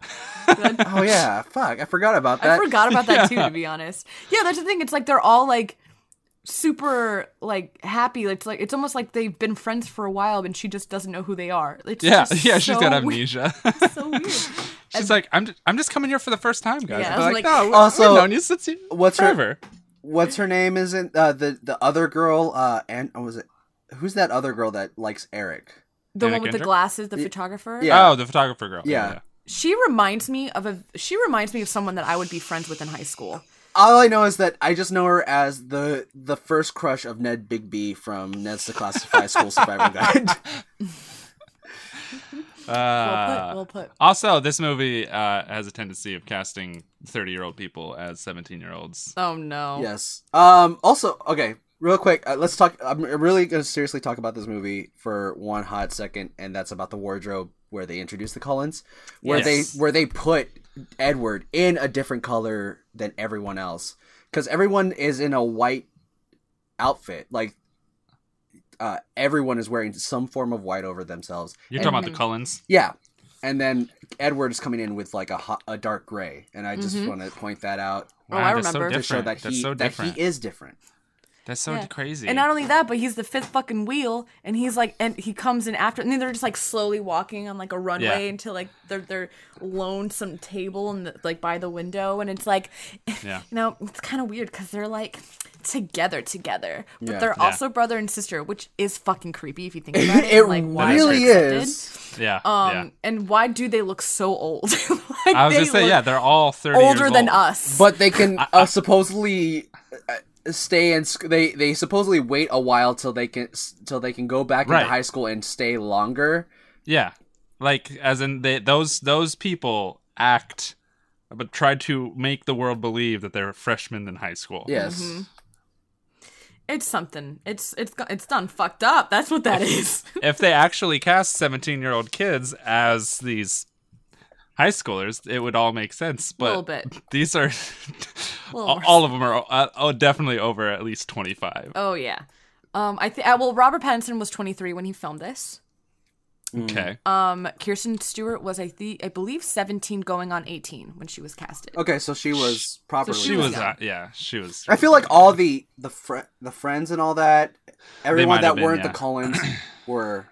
Speaker 2: oh yeah. Fuck, I forgot about
Speaker 3: I
Speaker 2: that.
Speaker 3: forgot about that too, to be honest. Yeah, that's the thing. It's like they're all like super like happy. It's like it's almost like they've been friends for a while, and she just doesn't know who they are. It's
Speaker 4: yeah,
Speaker 3: just
Speaker 4: yeah.
Speaker 3: so
Speaker 4: she's got
Speaker 3: weird-
Speaker 4: amnesia.
Speaker 3: so weird.
Speaker 4: she's like, I'm just, I'm just coming here for the first time, guys.
Speaker 3: Yeah,
Speaker 4: They're
Speaker 3: I was like-
Speaker 4: like, no, we-
Speaker 2: Also,
Speaker 4: we've known you since you,
Speaker 2: Oh, what's her-
Speaker 4: forever.
Speaker 2: What's her name? Isn't uh, the the other girl? Uh, and oh, was it? Who's that other girl that likes Eric?
Speaker 3: The
Speaker 4: Anna
Speaker 3: one with the
Speaker 4: Kendrick?
Speaker 3: glasses, the photographer.
Speaker 2: yeah.
Speaker 4: Oh, the photographer girl.
Speaker 2: Yeah.
Speaker 3: She reminds me of a. She reminds me of someone that I would be friends with in high school.
Speaker 2: all I know is that I just know her as the the first crush of Ned Bigby from Ned's the Classified School Survival Guide.
Speaker 4: Uh,
Speaker 3: well put.
Speaker 4: Also, this movie uh, has a tendency of casting 30 year old people as 17 year olds.
Speaker 3: Oh no.
Speaker 2: yes. Um. Also, okay. Real quick, uh, let's talk. I'm really gonna seriously talk about this movie for one hot second, and that's about the wardrobe where they introduce the Collins, where
Speaker 4: Yes.
Speaker 2: they where they put Edward in a different color than everyone else, because everyone is in a white outfit. Like, uh, everyone is wearing some form of white over themselves.
Speaker 4: You're
Speaker 2: And-
Speaker 4: talking about the Cullens?
Speaker 2: Yeah, and then Edward's coming in with like a hot, a dark gray, and I just want to point that out
Speaker 3: Oh, I
Speaker 4: that's
Speaker 3: remember.
Speaker 2: to show
Speaker 4: So Mm-hmm. different.
Speaker 2: that
Speaker 4: that's
Speaker 2: he
Speaker 4: so
Speaker 2: that
Speaker 4: different.
Speaker 2: he is different.
Speaker 4: That's so
Speaker 3: Yeah.
Speaker 4: crazy.
Speaker 3: And not only that, but he's the fifth fucking wheel, and he's like, and he comes in after, and then they're just like slowly walking on like a runway
Speaker 4: Yeah.
Speaker 3: until like they're they're loaned some table and like by the window, and it's like,
Speaker 4: Yeah.
Speaker 3: you know, it's kind of weird because they're like together together, but
Speaker 2: Yeah.
Speaker 3: they're
Speaker 4: Yeah.
Speaker 3: also brother and sister, which is fucking creepy if you think about it.
Speaker 2: It
Speaker 3: and, like, why they're
Speaker 2: really
Speaker 3: accepted.
Speaker 2: is.
Speaker 4: yeah.
Speaker 3: Um,
Speaker 4: yeah.
Speaker 3: and why do they look so old? Like,
Speaker 4: I was
Speaker 3: they
Speaker 4: going to say,
Speaker 3: look
Speaker 4: yeah, they're all 30
Speaker 3: older
Speaker 4: years
Speaker 3: than
Speaker 4: old.
Speaker 3: us.
Speaker 2: But they can uh, supposedly uh, stay and sc- they they supposedly wait a while till they can s- till they can go back
Speaker 4: Right.
Speaker 2: into high school and stay longer.
Speaker 4: Yeah, like as in they, those those people act, but try to make the world believe that they're freshmen in high school.
Speaker 2: Yes.
Speaker 3: it's something. It's it's go- it's done fucked up. That's what that is.
Speaker 4: if they actually cast seventeen-year-old kids as these high schoolers, it would all make sense. But
Speaker 3: little bit.
Speaker 4: these are
Speaker 3: Little
Speaker 4: all
Speaker 3: more
Speaker 4: all of them are uh, oh definitely over at least twenty-five.
Speaker 3: Oh yeah. Um, I think well, Robert Pattinson was 23 when he filmed this.
Speaker 4: Okay,
Speaker 3: Um, Kirsten Stewart was I think I believe 17, going on 18 when she was casted.
Speaker 2: Okay, so she was properly.
Speaker 4: she was
Speaker 2: young.
Speaker 4: uh, yeah she was.
Speaker 2: I feel like all the the fr- the friends and all that, everyone
Speaker 4: might have
Speaker 2: that
Speaker 4: been,
Speaker 2: weren't
Speaker 4: yeah.
Speaker 2: the Collins were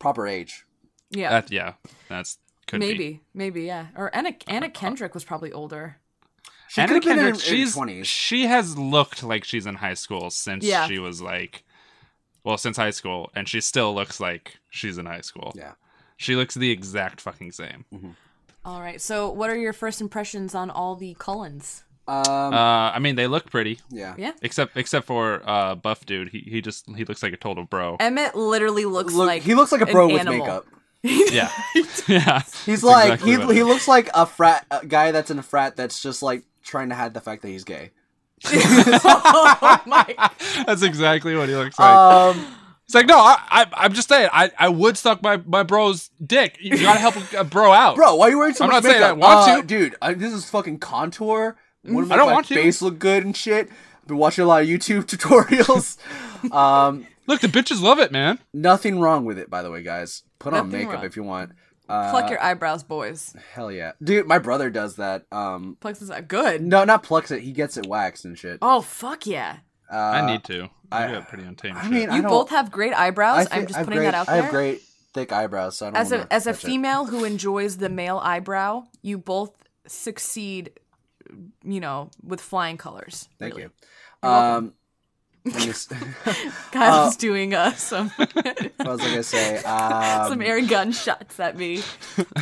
Speaker 2: proper age.
Speaker 3: Yeah,
Speaker 4: that, yeah that's could
Speaker 3: maybe,
Speaker 4: be. Uh-huh.
Speaker 3: maybe yeah. Or Anna Anna Kendrick was probably older.
Speaker 2: She
Speaker 4: Anna
Speaker 2: could have been in
Speaker 4: Kendrick,
Speaker 2: her
Speaker 4: she's,
Speaker 2: twenties.
Speaker 4: She has looked like she's in high school since
Speaker 3: Yeah.
Speaker 4: she was like, well, since high school, and she still looks like she's in high school.
Speaker 2: Yeah. Mm-hmm.
Speaker 4: She looks the exact fucking same.
Speaker 3: All right. So, what are your first impressions on all the Cullens?
Speaker 2: Um,
Speaker 4: Uh, I mean, they look pretty,
Speaker 2: yeah.
Speaker 3: Yeah.
Speaker 4: except except for uh, Buff dude. He he just he looks like a total bro.
Speaker 3: Emmett literally looks
Speaker 2: Look,
Speaker 3: like
Speaker 2: he looks like a
Speaker 3: an
Speaker 2: bro with
Speaker 3: animal.
Speaker 2: makeup.
Speaker 4: yeah, yeah.
Speaker 2: He's
Speaker 4: That's
Speaker 2: like
Speaker 4: exactly what
Speaker 2: he
Speaker 4: it
Speaker 2: he
Speaker 4: is.
Speaker 2: looks like a frat a guy that's in a frat that's just like trying to hide the fact that he's gay.
Speaker 3: oh my!
Speaker 4: That's exactly what he looks like.
Speaker 2: Um,
Speaker 4: He's like, no, I, I I'm just saying, I, I would suck my my bro's dick. You gotta help a bro out,
Speaker 2: bro, why are you wearing so
Speaker 4: I'm
Speaker 2: much
Speaker 4: not saying I
Speaker 2: makeup?
Speaker 4: want
Speaker 2: Uh,
Speaker 4: to. Mm,
Speaker 2: dude. I, this is fucking contour. Wanna make
Speaker 4: don't
Speaker 2: my
Speaker 4: want to.
Speaker 2: Face look good and shit. I've been watching a lot of YouTube tutorials. um,
Speaker 4: Look, the bitches love it, man.
Speaker 2: nothing wrong with it, by the way, guys. Put on
Speaker 3: Nothing
Speaker 2: makeup
Speaker 3: wrong.
Speaker 2: if you want. Uh,
Speaker 3: Pluck your eyebrows, boys.
Speaker 2: Hell yeah, dude. My brother does that. Um,
Speaker 3: Plucks is good.
Speaker 2: no, not plucks it. He gets it waxed and shit.
Speaker 3: Oh fuck yeah!
Speaker 2: Uh,
Speaker 4: I need to. You
Speaker 2: I-
Speaker 4: got pretty untamed.
Speaker 2: I
Speaker 4: shit.
Speaker 2: mean, I
Speaker 3: You
Speaker 2: don't-
Speaker 3: both have great eyebrows.
Speaker 2: I
Speaker 3: I'm
Speaker 2: thi-
Speaker 3: just
Speaker 2: I have
Speaker 3: putting
Speaker 2: great-
Speaker 3: that out
Speaker 2: I
Speaker 3: there.
Speaker 2: have great thick eyebrows, so I don't
Speaker 3: as
Speaker 2: wanna
Speaker 3: a as a
Speaker 2: touch it.
Speaker 3: female who enjoys the male eyebrow, you both succeed, you know, with flying colors.
Speaker 2: Thank you.
Speaker 3: welcome.
Speaker 2: Um, let me s-
Speaker 3: Kyle's doing uh, some
Speaker 2: what was I gonna say? Um,
Speaker 3: some air gun shots at me.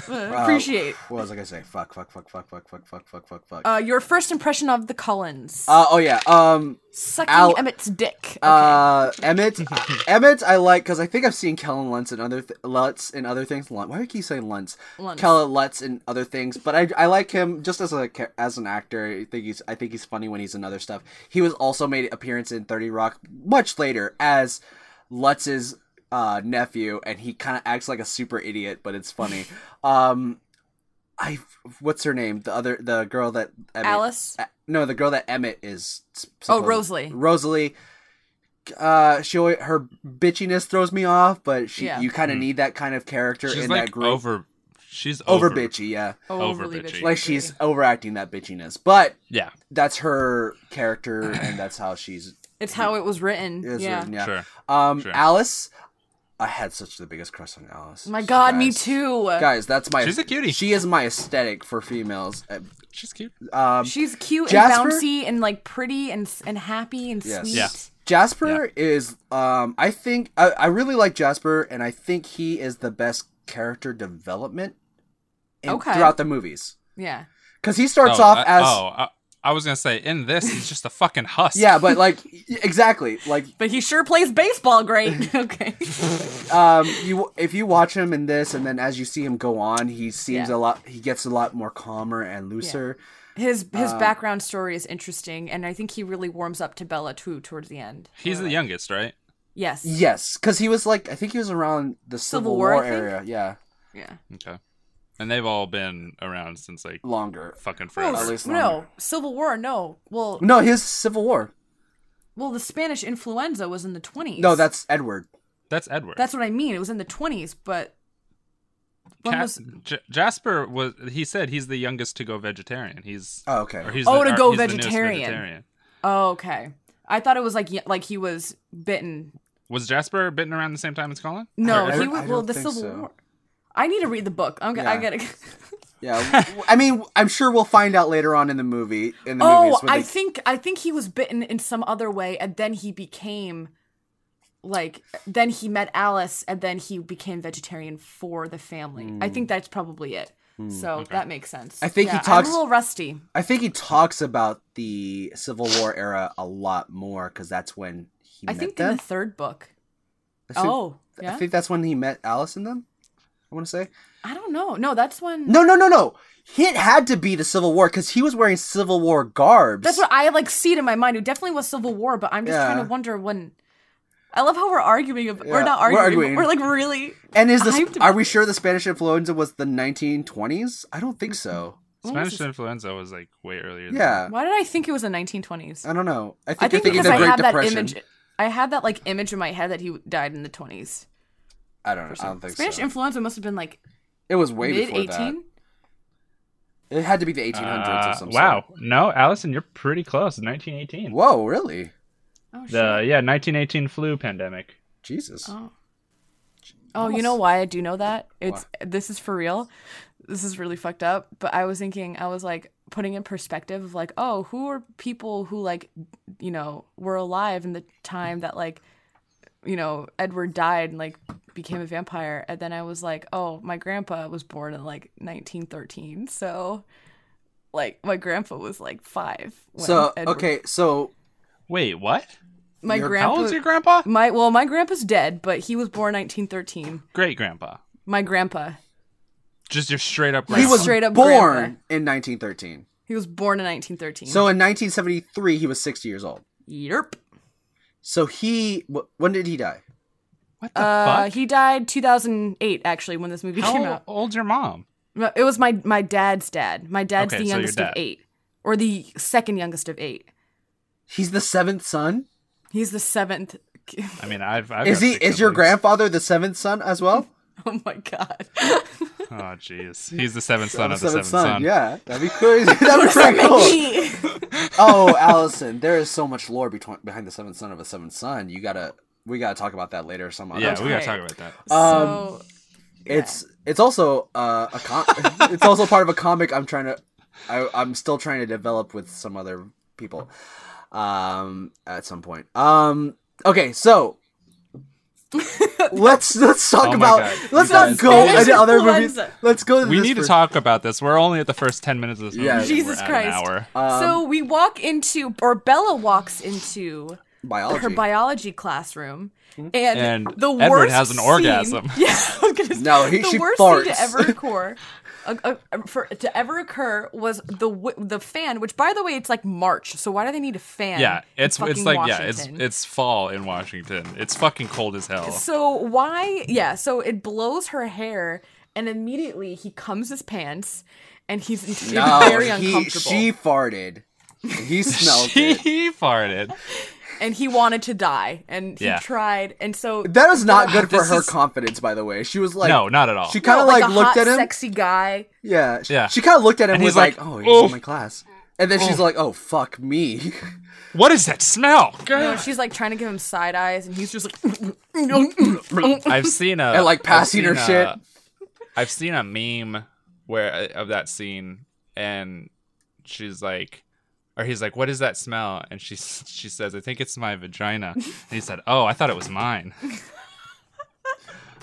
Speaker 3: Uh, appreciate.
Speaker 2: What was I gonna say? Fuck, fuck, fuck, fuck, fuck, fuck, fuck, fuck, fuck, fuck.
Speaker 3: Uh, your first impression of the Cullens
Speaker 2: Uh, oh yeah. Um,
Speaker 3: sucking
Speaker 2: Al-
Speaker 3: Emmett's dick.
Speaker 2: uh, Emmett, I- Emmett, I like because I think I've seen Kellen Lutz and other th- Lutz and other things. Lutz. Why do I keep saying Lutz?
Speaker 3: Lutz.
Speaker 2: Kellen Lutz and other things. But I, I like him just as a ca- as an actor. I think he's I think he's funny when he's in other stuff. He was also made an appearance in Thirty Rock much later as Lutz's uh, nephew, and he kind of acts like a super idiot, but it's funny. um, I what's her name? The other the girl that Emmett,
Speaker 3: Alice?
Speaker 2: uh, no, the girl that Emmett is. s-
Speaker 3: Oh,
Speaker 2: supposed-
Speaker 3: Rosalie.
Speaker 2: Rosalie. Uh, she always, her bitchiness throws me off, but she
Speaker 3: Yeah.
Speaker 2: you kind of need that kind of character
Speaker 4: Hmm. She's
Speaker 2: in
Speaker 4: like
Speaker 2: that group.
Speaker 4: over. She's
Speaker 2: Over
Speaker 4: over,
Speaker 2: bitchy, yeah.
Speaker 3: Oh,
Speaker 4: overly bitchy.
Speaker 2: Like she's overacting that bitchiness, but
Speaker 4: Yeah,
Speaker 2: that's her character, and that's how she's
Speaker 3: It's how it was written.
Speaker 2: is
Speaker 3: yeah.
Speaker 2: written, yeah.
Speaker 4: sure.
Speaker 2: Um,
Speaker 4: sure.
Speaker 2: Alice, I had such the biggest crush on Alice.
Speaker 3: My God, me
Speaker 2: Guys.
Speaker 3: too.
Speaker 2: Guys, that's my.
Speaker 4: She's a cutie.
Speaker 2: She is my aesthetic for females. Uh,
Speaker 4: She's cute.
Speaker 2: Um,
Speaker 3: She's cute
Speaker 2: Jasper?
Speaker 3: and bouncy and like pretty and s- and happy and
Speaker 2: Yes.
Speaker 3: sweet.
Speaker 4: Yeah.
Speaker 2: Jasper is um I think I, I really like Jasper and I think he is the best character development in,
Speaker 3: Okay.
Speaker 2: throughout the movies.
Speaker 3: yeah.
Speaker 2: Cuz he starts
Speaker 4: Oh,
Speaker 2: off
Speaker 4: I-
Speaker 2: as
Speaker 4: oh, I, I was gonna say in this he's just a fucking husk.
Speaker 2: Yeah, but like exactly, like
Speaker 3: But he sure plays baseball great. okay.
Speaker 2: um, you if you watch him in this, and then as you see him go on, he seems
Speaker 3: Yeah.
Speaker 2: a lot. He gets a lot more calmer and looser.
Speaker 3: His his
Speaker 2: Um,
Speaker 3: background story is interesting, and I think he really warms up to Bella too towards the end.
Speaker 4: he's the youngest, right?
Speaker 3: Yes.
Speaker 2: Yes, because he was like I think he was around the Civil,
Speaker 3: War,
Speaker 2: War,
Speaker 3: I think?
Speaker 2: area. Yeah,
Speaker 3: Yeah.
Speaker 4: Okay, and they've all been around since like
Speaker 2: longer.
Speaker 4: fucking
Speaker 3: Oh,
Speaker 4: forever.
Speaker 2: At
Speaker 3: s-
Speaker 2: least
Speaker 3: no,
Speaker 2: longer.
Speaker 3: Civil War. No. Well,
Speaker 2: No, he was Civil War.
Speaker 3: well, the Spanish influenza was in the twenties.
Speaker 2: No, that's Edward.
Speaker 4: That's Edward.
Speaker 3: that's what I mean. It was in the twenties, but when
Speaker 4: Ca-
Speaker 3: was-
Speaker 4: J- Jasper was. He said he's the youngest to go vegetarian. He's
Speaker 2: Oh, okay.
Speaker 4: or he's
Speaker 3: Oh,
Speaker 4: the-
Speaker 3: to
Speaker 4: or
Speaker 3: go
Speaker 4: he's the newest
Speaker 3: vegetarian.
Speaker 4: vegetarian.
Speaker 3: oh, okay. I thought it was like like he was bitten.
Speaker 4: Was Jasper bitten around the same time as Colin?
Speaker 3: No,
Speaker 4: Or
Speaker 3: he
Speaker 4: Edward?
Speaker 3: was.
Speaker 2: I
Speaker 3: Well,
Speaker 2: don't
Speaker 3: the
Speaker 2: think
Speaker 3: Civil
Speaker 2: so.
Speaker 3: War. I need to read the book. I'm. gonna I
Speaker 2: Yeah.
Speaker 3: gotta.
Speaker 2: Yeah, w- I mean, I'm sure we'll find out later on in the movie. In the
Speaker 3: Oh,
Speaker 2: movies, when
Speaker 3: I
Speaker 2: they-
Speaker 3: think I think he was bitten in some other way, and then he became like then he met Alice, and then he became vegetarian for the family. I think that's probably it. So that makes sense.
Speaker 2: Hmm. I think he
Speaker 3: Yeah,
Speaker 2: talks-
Speaker 3: I'm a little rusty.
Speaker 2: I think he talks about the Civil War era a lot more because that's when he
Speaker 3: I
Speaker 2: met
Speaker 3: think
Speaker 2: them.
Speaker 3: in the third book.
Speaker 2: I think-
Speaker 3: oh, yeah.
Speaker 2: I think that's when he met Alice in them. I want to say
Speaker 3: I don't know. No, that's when.
Speaker 2: no, no, no, no. It had to be the Civil War because he was wearing Civil War garbs.
Speaker 3: That's what I like. See it in my mind. It definitely was Civil War, but I'm just trying
Speaker 2: Yeah.
Speaker 3: to wonder when. I love how we're arguing. Of,
Speaker 2: Yeah,
Speaker 3: We're not
Speaker 2: we're
Speaker 3: arguing. but
Speaker 2: arguing.
Speaker 3: We're like really.
Speaker 2: And is this?
Speaker 3: I have to-
Speaker 2: Are we sure the Spanish influenza was the 1920s? I don't think so.
Speaker 4: Spanish influenza was like way earlier. Than
Speaker 2: Yeah,
Speaker 3: Why did I think it was the 1920s?
Speaker 2: I don't know. I think,
Speaker 3: I think
Speaker 2: you're thinking
Speaker 3: because
Speaker 2: the
Speaker 3: I
Speaker 2: Great
Speaker 3: have
Speaker 2: Depression.
Speaker 3: that image. I had that like image in my head that he died in the twenties.
Speaker 2: I don't know. I don't think
Speaker 3: Spanish
Speaker 2: so.
Speaker 3: influenza must have been like
Speaker 2: it was way
Speaker 3: mid
Speaker 2: before that.
Speaker 3: eighteen.
Speaker 2: It had to be the 1800s or
Speaker 4: Uh,
Speaker 2: something.
Speaker 4: wow. No, Allison, you're pretty close. 1918.
Speaker 2: Whoa, really?
Speaker 3: Oh shit.
Speaker 4: The yeah, 1918 flu pandemic.
Speaker 2: Jesus.
Speaker 3: Oh. Oh, you know why I do know that? It's this is for real. This is really fucked up. But I was thinking, I was like putting in perspective of like, oh, who are people who like, you know, were alive in the time that like, you know, Edward died and like became a vampire. And then I was like, oh, my grandpa was born in like 1913, so like my grandpa was like five. When
Speaker 2: So
Speaker 3: Edward-
Speaker 2: okay, so
Speaker 4: Wait, what?
Speaker 3: my
Speaker 2: you're-
Speaker 4: How
Speaker 3: grandpa.
Speaker 4: old's your grandpa?
Speaker 3: my well, my grandpa's dead, but he was born 1913.
Speaker 4: Great grandpa.
Speaker 3: My grandpa.
Speaker 4: Just your straight up
Speaker 2: he
Speaker 4: grandpa.
Speaker 2: was
Speaker 3: straight up
Speaker 2: born
Speaker 3: grandpa.
Speaker 2: in 1913.
Speaker 3: He was born in 1913.
Speaker 2: So in 1973, he was 60 years old.
Speaker 3: yerp.
Speaker 2: So he, wh- when did he die?
Speaker 4: what the
Speaker 3: Uh,
Speaker 4: fuck?
Speaker 3: he died 2008 actually when this movie
Speaker 4: How
Speaker 3: came
Speaker 4: ol-
Speaker 3: out.
Speaker 4: old's your mom?
Speaker 3: No, It was my my dad's dad. My dad's
Speaker 4: Okay,
Speaker 3: the
Speaker 4: so your
Speaker 3: youngest
Speaker 4: dad.
Speaker 3: of 8 or the second youngest of 8.
Speaker 2: He's the seventh son.
Speaker 3: He's the 7th.
Speaker 4: I mean, I've. I've
Speaker 2: Is
Speaker 4: got
Speaker 2: he?
Speaker 4: six
Speaker 2: Is your
Speaker 4: siblings.
Speaker 2: grandfather the seventh son as well?
Speaker 3: Oh my god.
Speaker 4: Oh jeez, he's the seventh son of the seventh son.
Speaker 2: son. Yeah, that'd be crazy. that'd be pretty cool. oh, Allison, there is so much lore between, behind the seventh son of a seventh son. You gotta, we gotta talk about that later. Some other
Speaker 4: Yeah,
Speaker 2: time.
Speaker 4: we gotta
Speaker 3: Okay.
Speaker 4: talk about that. Um,
Speaker 3: so
Speaker 2: it's it's also uh, a com- it's also part of a comic. I'm trying to, I, I'm still trying to develop with some other people, um, at some point. Um, okay, so. let's let's talk
Speaker 4: Oh my
Speaker 2: about
Speaker 4: God.
Speaker 2: let's
Speaker 4: You
Speaker 2: not
Speaker 4: guys-
Speaker 2: go
Speaker 3: Spanish
Speaker 2: into other movies.
Speaker 3: influenza.
Speaker 2: Let's go. To
Speaker 4: We
Speaker 2: this
Speaker 4: need to
Speaker 2: first.
Speaker 4: talk about this. We're only at the first ten minutes of this movie.
Speaker 2: Yeah.
Speaker 4: and we're
Speaker 3: Jesus
Speaker 4: at
Speaker 3: Christ.
Speaker 4: An hour. Um,
Speaker 3: so we walk into or Bella walks into
Speaker 2: biology.
Speaker 3: her biology classroom
Speaker 2: Hmm?
Speaker 3: and,
Speaker 4: And
Speaker 3: the
Speaker 4: Edward
Speaker 3: worst
Speaker 4: has an
Speaker 3: scene-
Speaker 4: orgasm.
Speaker 3: Yeah, I was gonna say,
Speaker 2: No, he-
Speaker 3: the
Speaker 2: she
Speaker 3: worst thing
Speaker 2: farts.
Speaker 3: to ever occur, uh, uh, for to ever occur was the w- the fan. Which, by the way, it's like March, so why do they need a fan?
Speaker 4: Yeah,
Speaker 3: in
Speaker 4: it's it's
Speaker 3: fucking
Speaker 4: like yeah, it's
Speaker 3: Washington?
Speaker 4: it's fall in Washington. It's fucking cold as hell.
Speaker 3: So why? Yeah, so it blows her hair, and immediately he comes his pants, and he's it's
Speaker 2: No,
Speaker 3: very
Speaker 2: he-
Speaker 3: uncomfortable,
Speaker 2: She farted. He smelled it.
Speaker 4: He farted.
Speaker 3: and he wanted to die, and he
Speaker 4: Yeah.
Speaker 3: tried, and so
Speaker 2: That is not good for
Speaker 4: This
Speaker 2: her
Speaker 4: is-
Speaker 2: confidence, by the way. She was like,
Speaker 4: no, not at all.
Speaker 2: She kind of
Speaker 3: like,
Speaker 2: like,
Speaker 3: a
Speaker 2: looked
Speaker 3: hot,
Speaker 2: at him.
Speaker 3: sexy guy.
Speaker 2: Yeah, sh-
Speaker 4: Yeah.
Speaker 2: She kind of looked at him and
Speaker 4: And he's
Speaker 2: was like,
Speaker 4: like,
Speaker 2: "Oh, he's
Speaker 4: "Oof."
Speaker 2: in my class," and then she's like, "Oh, fuck me."
Speaker 4: What is that smell?
Speaker 3: You know, she's like trying to give him side eyes, and he's just like, Oh.
Speaker 4: I've seen a
Speaker 2: And, like,
Speaker 4: I've
Speaker 2: passing her
Speaker 4: seen a-
Speaker 2: shit.
Speaker 4: I've seen a meme where uh, of that scene, and she's like, or he's like, "What is that smell?" And she she says, "I think it's my vagina." And he said, "Oh, I thought it was mine."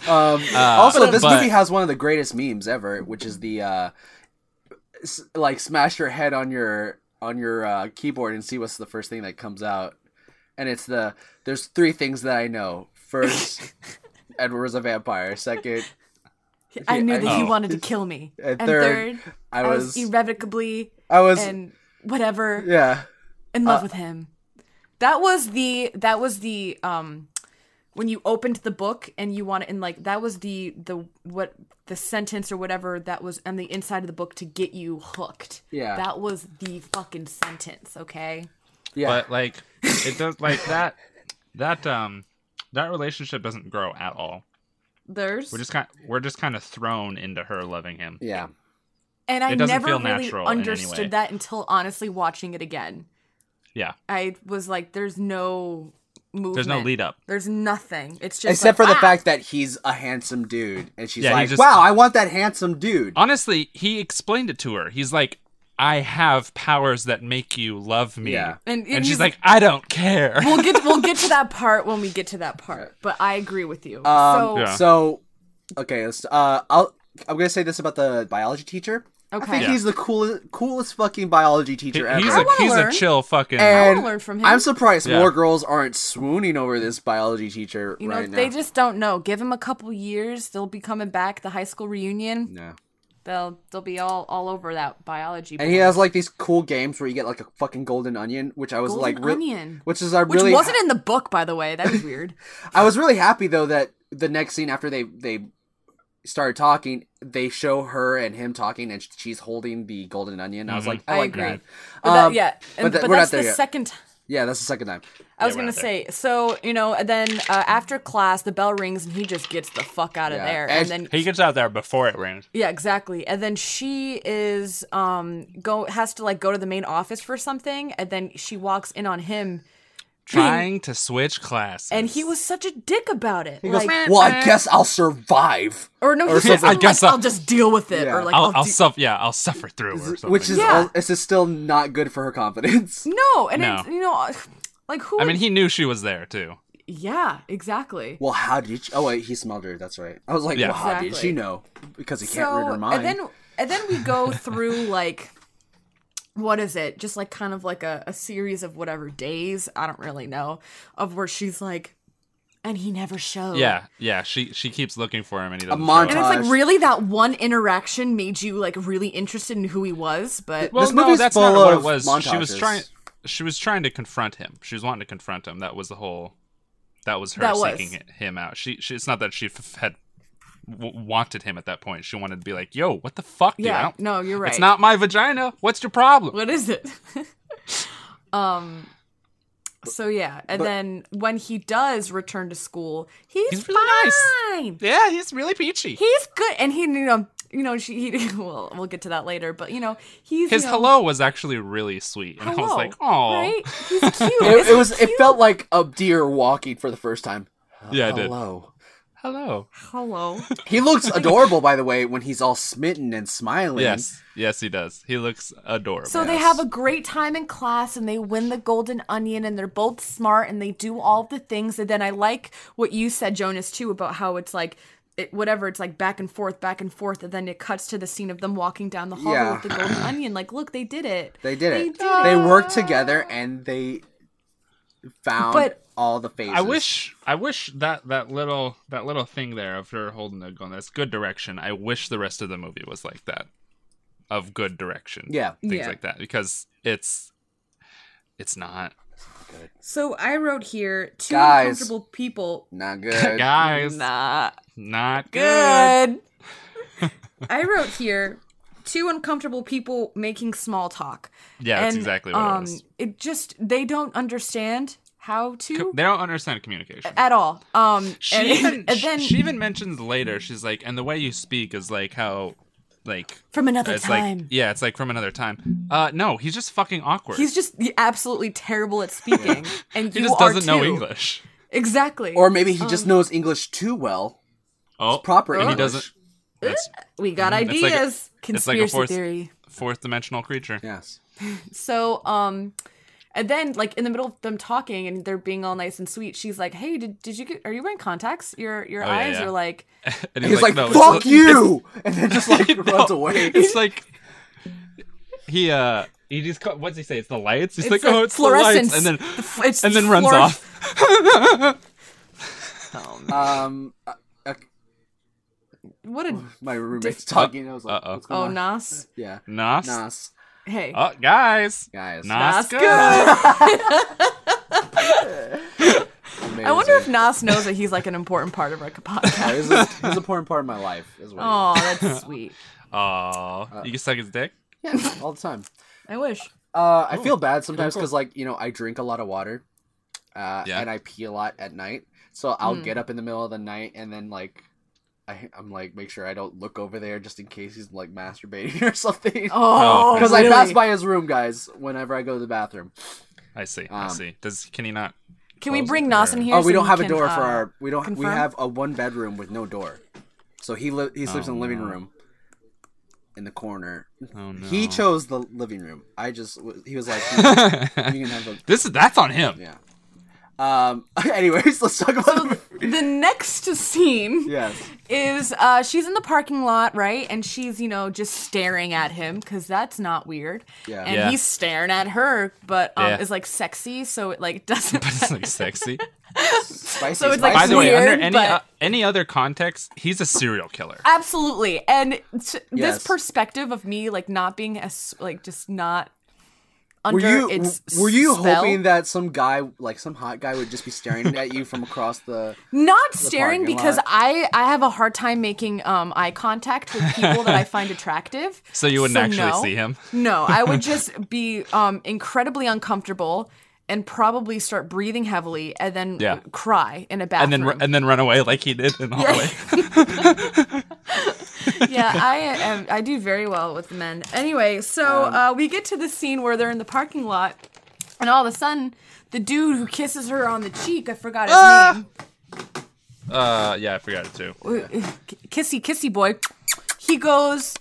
Speaker 2: Um, also, this
Speaker 4: Uh, but-
Speaker 2: movie has one of the greatest memes ever, which is the uh, s- like smash your head on your on your uh, keyboard and see what's the first thing that comes out. And it's the there's three things that I know. First, Edward's a vampire. Second,
Speaker 3: I knew
Speaker 2: I-
Speaker 3: that he
Speaker 4: Oh.
Speaker 3: wanted to kill me.
Speaker 2: And
Speaker 3: And,
Speaker 2: third,
Speaker 3: third,
Speaker 2: I
Speaker 3: I was,
Speaker 2: was-
Speaker 3: irrevocably
Speaker 2: I was
Speaker 3: and whatever
Speaker 2: yeah. Uh,
Speaker 3: in love with him. That was the that was the um when you opened the book and you want to and like that was the the what the sentence or whatever that was on the inside of the book to get you hooked.
Speaker 2: Yeah.
Speaker 3: That was the fucking sentence, okay?
Speaker 2: Yeah.
Speaker 4: but like it does like that that um that relationship doesn't grow at all.
Speaker 3: There's
Speaker 4: We're just kind we're just kind of thrown into her loving him.
Speaker 2: yeah.
Speaker 3: and I
Speaker 4: it doesn't
Speaker 3: never
Speaker 4: feel
Speaker 3: really
Speaker 4: natural in any way.
Speaker 3: understood that until honestly watching it again.
Speaker 4: Yeah.
Speaker 3: I was like, there's no movement.
Speaker 4: There's no lead up.
Speaker 3: There's nothing. It's just
Speaker 2: Except
Speaker 3: like,
Speaker 2: for the
Speaker 3: ah!
Speaker 2: fact that he's a handsome dude, and she's
Speaker 4: Yeah, he
Speaker 2: like,
Speaker 4: just-
Speaker 2: "Wow, I want that handsome dude."
Speaker 4: Honestly, he explained it to her. He's like, I have powers that make you love me.
Speaker 2: Yeah.
Speaker 3: And- and
Speaker 4: she's
Speaker 3: he's-
Speaker 4: like, I don't care.
Speaker 3: we'll get we'll get to that part when we get to that part. But I agree with you.
Speaker 2: Um,
Speaker 3: so
Speaker 4: Yeah.
Speaker 2: So, okay, let's, uh, I'll I'm gonna say this about the biology teacher. I
Speaker 3: Okay.
Speaker 2: think
Speaker 3: Yeah.
Speaker 2: he's the coolest, coolest fucking biology
Speaker 4: He-
Speaker 2: teacher
Speaker 4: he's
Speaker 2: ever.
Speaker 4: a
Speaker 3: wanna
Speaker 4: he's a
Speaker 3: learn.
Speaker 4: chill fucking
Speaker 2: and
Speaker 3: learn from him.
Speaker 2: I'm surprised
Speaker 4: Yeah.
Speaker 2: more girls aren't swooning over this biology teacher
Speaker 3: you know,
Speaker 2: right
Speaker 3: they
Speaker 2: now.
Speaker 3: just don't know. Give them a couple years, they'll be coming back. The high school reunion,
Speaker 2: No.
Speaker 3: they'll they'll be all all over that biology.
Speaker 2: And he has like these cool games where you get like a fucking golden onion, which I was
Speaker 3: Golden
Speaker 2: like, re-
Speaker 3: onion.
Speaker 2: which is I
Speaker 3: which
Speaker 2: really,
Speaker 3: wasn't in the book, by the way. That was weird.
Speaker 2: I was really happy though that the next scene after they they started talking, they show her and him talking, and she's holding the golden onion.
Speaker 4: Mm-hmm.
Speaker 2: I was like, I,
Speaker 3: I
Speaker 2: like
Speaker 3: agree.
Speaker 2: that.
Speaker 3: But that-
Speaker 2: Um,
Speaker 3: yeah, and,
Speaker 2: but
Speaker 3: but,
Speaker 2: that- we're not
Speaker 3: that's
Speaker 2: there
Speaker 3: the
Speaker 2: yet.
Speaker 3: second. t-
Speaker 2: Yeah, that's the second time.
Speaker 3: I was
Speaker 4: we're
Speaker 3: gonna
Speaker 4: not there.
Speaker 3: say, so you know, and then uh, after class, the bell rings and he just gets the fuck out of
Speaker 2: Yeah.
Speaker 3: there,
Speaker 2: And-
Speaker 3: and then
Speaker 4: he gets out there before it rains.
Speaker 3: Yeah, exactly. And then she is um go has to like go to the main office for something, and then she walks in on him,
Speaker 4: Trying to switch class.
Speaker 3: and he was such a dick about it. like,
Speaker 2: Well, I guess I'll survive.
Speaker 3: or no, he said
Speaker 4: something.
Speaker 3: something
Speaker 4: I guess
Speaker 3: like,
Speaker 4: I'll-
Speaker 3: I'll just deal with it,
Speaker 2: Yeah.
Speaker 3: or like
Speaker 4: I'll,
Speaker 3: I'll
Speaker 4: I'll
Speaker 3: do-
Speaker 4: suffer. Yeah, I'll suffer through. Or something.
Speaker 2: Which is
Speaker 3: Yeah.
Speaker 2: al- this is still not good for her confidence.
Speaker 3: no, and
Speaker 4: No.
Speaker 3: it's you know, uh, like who?
Speaker 4: I mean,
Speaker 3: would-
Speaker 4: he knew she was there too.
Speaker 3: yeah, exactly.
Speaker 2: Well, how did you? Oh wait, he smelled her. That's right. I was like,
Speaker 4: Yeah.
Speaker 2: well, how did
Speaker 3: Exactly.
Speaker 2: she know? Because he can't read
Speaker 3: so
Speaker 2: her
Speaker 3: and
Speaker 2: mind.
Speaker 3: then and then we go through like what is it just like kind of like a, a series of whatever days i don't really know of where she's like and he never showed
Speaker 4: Yeah, yeah. She she keeps looking for him, and he doesn't.
Speaker 3: And
Speaker 2: montage.
Speaker 4: show up.
Speaker 3: it's
Speaker 2: Gosh.
Speaker 3: like really that one interaction made you like really interested in who he was, but
Speaker 4: Well,
Speaker 2: This
Speaker 4: no,
Speaker 2: movie's
Speaker 4: that's
Speaker 2: full
Speaker 4: not what
Speaker 2: of
Speaker 4: it was. She was
Speaker 2: montages.
Speaker 4: trying. She was trying to confront him. She was wanting to confront him. That was the whole. That was her
Speaker 3: That was.
Speaker 4: seeking hi- him out. She, she. It's not that she f- had w- wanted him at that point. She wanted to be like, "Yo, what the fuck? dude? I
Speaker 3: Yeah,
Speaker 4: don't-
Speaker 3: no, you're
Speaker 4: It's
Speaker 3: right.
Speaker 4: not my vagina. What's your problem?
Speaker 3: what is it? um so yeah, and then when he does return to school, he's,
Speaker 4: He's really nice.
Speaker 3: fine.
Speaker 4: Yeah, he's really peachy.
Speaker 3: He's good and he you know you know she he, well we'll get to that later, but you know, he's
Speaker 4: His
Speaker 3: you know,
Speaker 4: hello was actually really sweet, and I was
Speaker 3: hello,
Speaker 4: like, "Oh,
Speaker 3: Right? He's cute.
Speaker 2: it, it
Speaker 3: Isn't
Speaker 2: was.
Speaker 3: he
Speaker 2: It
Speaker 3: cute?
Speaker 2: felt like a deer walking for the first time.
Speaker 4: yeah, I did.
Speaker 2: Hello.
Speaker 4: Hello.
Speaker 3: hello.
Speaker 2: He looks adorable, by the way, when he's all smitten and smiling.
Speaker 4: Yes, yes, he does. He looks adorable.
Speaker 3: So they have a great time in class and they win the golden onion and they're both smart and they do all the things. And then I like what you said, Jonas, too, about how it's like it, whatever, it's like back and forth, back and forth, and then it cuts to the scene of them walking down the hall
Speaker 2: Yeah.
Speaker 3: with the golden onion. Like, look, they did it.
Speaker 2: They did
Speaker 3: They
Speaker 2: it.
Speaker 3: did
Speaker 2: They
Speaker 3: it.
Speaker 2: worked together and they found
Speaker 3: But-
Speaker 2: all the phases.
Speaker 4: I wish I wish that that little that little thing there of her holding the gun that's good direction. I wish the rest of the movie was like that. Of good direction.
Speaker 2: Yeah.
Speaker 4: Things
Speaker 3: Yeah.
Speaker 4: like that. Because it's it's not.
Speaker 3: So I wrote here two
Speaker 2: Guys.
Speaker 3: uncomfortable people. uh,
Speaker 2: Not good.
Speaker 4: Guys,
Speaker 3: Nah.
Speaker 4: not good.
Speaker 3: good. I wrote here two uncomfortable people making small talk.
Speaker 4: Yeah, that's exactly what it
Speaker 3: um,
Speaker 4: was.
Speaker 3: It just they don't understand how to
Speaker 4: Co- They don't understand communication.
Speaker 3: at all. Um,
Speaker 4: She
Speaker 3: and,
Speaker 4: even
Speaker 3: and then
Speaker 4: she even mentions later, she's like, and the way you speak is like how like
Speaker 3: from another
Speaker 4: it's
Speaker 3: time.
Speaker 4: like yeah, it's like from another time. Uh no, he's just fucking awkward.
Speaker 3: He's just absolutely terrible at speaking, and
Speaker 4: he
Speaker 3: you
Speaker 4: just
Speaker 3: are
Speaker 4: doesn't know
Speaker 3: too.
Speaker 4: English.
Speaker 3: Exactly.
Speaker 2: Or maybe he
Speaker 3: Um,
Speaker 2: just knows English too well.
Speaker 4: Oh,
Speaker 2: Proper
Speaker 4: and
Speaker 2: English.
Speaker 4: he doesn't. That's
Speaker 3: we got
Speaker 4: Mm, it's like a-
Speaker 3: ideas.
Speaker 4: it's like a
Speaker 3: Conspiracy
Speaker 4: force-
Speaker 3: theory.
Speaker 4: fourth dimensional creature.
Speaker 2: Yes.
Speaker 3: So, um, and then like in the middle of them talking and they're being all nice and sweet, she's like, "Hey, did, did you get? Are you wearing contacts? Your your
Speaker 4: Oh, yeah,
Speaker 3: eyes
Speaker 4: yeah.
Speaker 3: are like."
Speaker 4: And
Speaker 2: And he's like,
Speaker 4: "No, it's
Speaker 2: fuck
Speaker 4: li-
Speaker 2: you! And then just like runs
Speaker 4: No,
Speaker 2: away.
Speaker 4: It's like he uh He just call, what's he say? It's the lights. He's
Speaker 3: It's
Speaker 4: like,
Speaker 3: the
Speaker 4: oh, it's the lights, and
Speaker 3: fluorescence.
Speaker 4: then
Speaker 3: The fl- it's
Speaker 4: and
Speaker 3: the
Speaker 4: then runs
Speaker 3: fluores-
Speaker 4: off.
Speaker 2: Um, uh, uh,
Speaker 3: What a
Speaker 2: my roommate's talking. I was like,
Speaker 4: uh-oh.
Speaker 2: What's going
Speaker 3: oh
Speaker 2: on?
Speaker 3: Nas.
Speaker 2: Yeah,
Speaker 4: Nas.
Speaker 2: Nas,
Speaker 3: Hey,
Speaker 4: Oh, guys.
Speaker 2: guys.
Speaker 4: Nas.
Speaker 3: good.
Speaker 4: good.
Speaker 2: Amazing.
Speaker 3: I wonder if Nas knows that he's like an important part of our podcast.
Speaker 2: This is, this is an important part of my life. Is what
Speaker 3: Oh, that's sweet.
Speaker 4: Aw. you can suck his dick.
Speaker 2: it is. Yeah, all the time.
Speaker 3: I wish.
Speaker 2: Uh, I feel bad sometimes because, like, you know, I drink a lot of water, uh,
Speaker 4: Yeah.
Speaker 2: and I pee a lot at night. So
Speaker 3: Hmm.
Speaker 2: I'll get up in the middle of the night and then like, I, I'm like, make sure I don't look over there just in case he's like masturbating or something.
Speaker 3: Oh,
Speaker 2: Because I
Speaker 3: really?
Speaker 2: pass by his room, guys, whenever I go to the bathroom.
Speaker 4: I see. I
Speaker 2: Um,
Speaker 4: see. Does can he not?
Speaker 3: Can we
Speaker 4: Close
Speaker 3: bring
Speaker 4: the
Speaker 3: Nas
Speaker 4: door.
Speaker 3: in here?
Speaker 2: Oh, we
Speaker 3: so
Speaker 2: don't
Speaker 3: he
Speaker 2: have a
Speaker 3: can,
Speaker 2: door
Speaker 3: uh,
Speaker 2: for our. We don't. We
Speaker 3: confirm?
Speaker 2: have a one bedroom with no door, so he li- he sleeps in the living room, in the corner.
Speaker 4: Oh no.
Speaker 2: He chose the living room. I just w- he was like, "Hmm, you can have a
Speaker 4: This is that's on him.
Speaker 2: yeah. Um. Anyways, let's talk about the movie.
Speaker 3: The next scene
Speaker 2: Yes.
Speaker 3: is uh, she's in the parking lot, right? And she's, you know, just staring at him because that's not weird.
Speaker 2: Yeah.
Speaker 3: And
Speaker 4: Yeah.
Speaker 3: he's staring at her, but um,
Speaker 4: Yeah.
Speaker 3: is like sexy, so it like doesn't.
Speaker 4: But it's like sexy.
Speaker 2: Spicy.
Speaker 3: So it's like-
Speaker 4: By the way, under
Speaker 3: Weird,
Speaker 4: any
Speaker 3: but-
Speaker 4: uh, any other context, he's a serial killer.
Speaker 3: Absolutely. And t-
Speaker 2: Yes.
Speaker 3: this perspective of me like not being as like just not
Speaker 2: were
Speaker 3: under
Speaker 2: you
Speaker 3: its
Speaker 2: were you
Speaker 3: spell.
Speaker 2: hoping that some guy like some hot guy would just be staring at you from across the?
Speaker 3: not staring
Speaker 2: parking
Speaker 3: because
Speaker 2: lot?
Speaker 3: I I have a hard time making um eye contact with people that I find attractive.
Speaker 4: So you wouldn't actually
Speaker 3: no.
Speaker 4: see him?
Speaker 3: No, I would just be um incredibly uncomfortable and probably start breathing heavily and then
Speaker 4: Yeah.
Speaker 3: cry in a
Speaker 4: And
Speaker 3: bathroom.
Speaker 4: then ru- and then run away like he did in the hallway.
Speaker 3: yeah, I am, I do very well with the men. Anyway, so
Speaker 4: Um,
Speaker 3: uh, we get to the scene where they're in the parking lot, and all of a sudden, the dude who kisses her on the cheek, I forgot his
Speaker 4: Ah! Uh, yeah, I forgot it too.
Speaker 3: name, kissy kissy boy, he goes.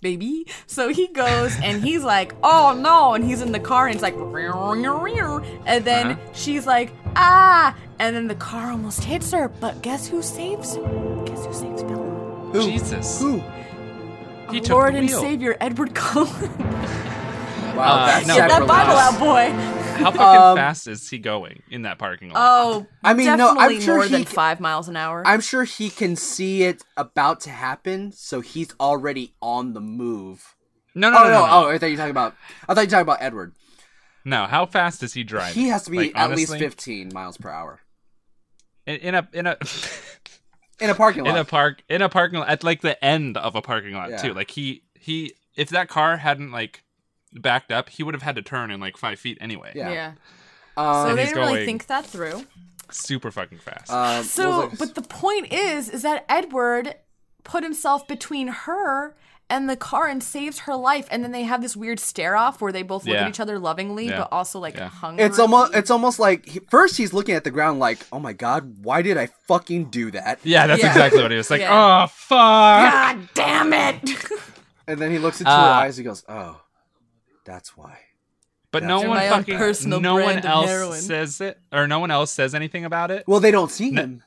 Speaker 3: Baby, so he goes and he's like, "Oh no!" and he's in the car and it's like, and then
Speaker 4: Uh-huh.
Speaker 3: she's like, "Ah!" and then the car almost hits her, but guess who saves? Guess who saves Bella?
Speaker 4: Jesus.
Speaker 2: Who?
Speaker 4: He took
Speaker 3: Lord
Speaker 4: the
Speaker 3: and
Speaker 4: wheel.
Speaker 3: Savior Edward Cullen.
Speaker 2: Wow,
Speaker 4: Uh,
Speaker 2: that's
Speaker 4: no,
Speaker 3: Get that
Speaker 2: sacrilege.
Speaker 3: Bible out, boy.
Speaker 4: How fucking fast is he going in that parking lot?
Speaker 3: Oh,
Speaker 2: I mean, no, I'm
Speaker 3: definitely
Speaker 2: sure
Speaker 3: more
Speaker 2: he
Speaker 3: than
Speaker 2: c-
Speaker 3: five miles an hour.
Speaker 2: I'm sure he can see it about to happen, so he's already on the move.
Speaker 4: no, no,
Speaker 2: Oh
Speaker 4: no,
Speaker 2: no!
Speaker 4: no, no.
Speaker 2: Oh, I thought you were talking about. I thought you were talking about Edward.
Speaker 4: No, how fast is he driving?
Speaker 2: He has to be
Speaker 4: Like,
Speaker 2: at least
Speaker 4: honestly,
Speaker 2: 15 miles per hour
Speaker 4: in, in a in a
Speaker 2: in a parking lot.
Speaker 4: in a park in a parking lot at like the end of a parking lot
Speaker 2: Yeah.
Speaker 4: too. Like he he if that car hadn't like backed up, he would have had to turn in like five feet anyway.
Speaker 2: yeah.
Speaker 3: So
Speaker 2: Um,
Speaker 3: they
Speaker 4: he's
Speaker 3: didn't really
Speaker 4: going-
Speaker 3: think that through.
Speaker 4: Super fucking fast.
Speaker 2: um, what
Speaker 3: So,
Speaker 2: was I-
Speaker 3: but the point is, is that Edward put himself between her and the car and saves her life, and then they have this weird stare off where they both look
Speaker 4: Yeah.
Speaker 3: at each other lovingly,
Speaker 4: Yeah.
Speaker 3: but also like hungry.
Speaker 2: It's almost it's almost like he, first he's looking at the ground like, "Oh my god, why did I fucking do that?"
Speaker 4: yeah, that's
Speaker 3: yeah.
Speaker 4: exactly what he was like.
Speaker 3: Yeah.
Speaker 4: Oh fuck.
Speaker 2: Ah!
Speaker 3: God damn it!
Speaker 2: And then he looks into her
Speaker 4: Uh,
Speaker 2: eyes he goes, "Oh, that's why."
Speaker 4: But no
Speaker 2: That's
Speaker 4: one
Speaker 3: my own
Speaker 4: fucking
Speaker 3: personal
Speaker 4: no one
Speaker 3: brand of
Speaker 4: else
Speaker 3: heroin.
Speaker 4: says it or no one else says anything about it.
Speaker 2: Well, they don't see him.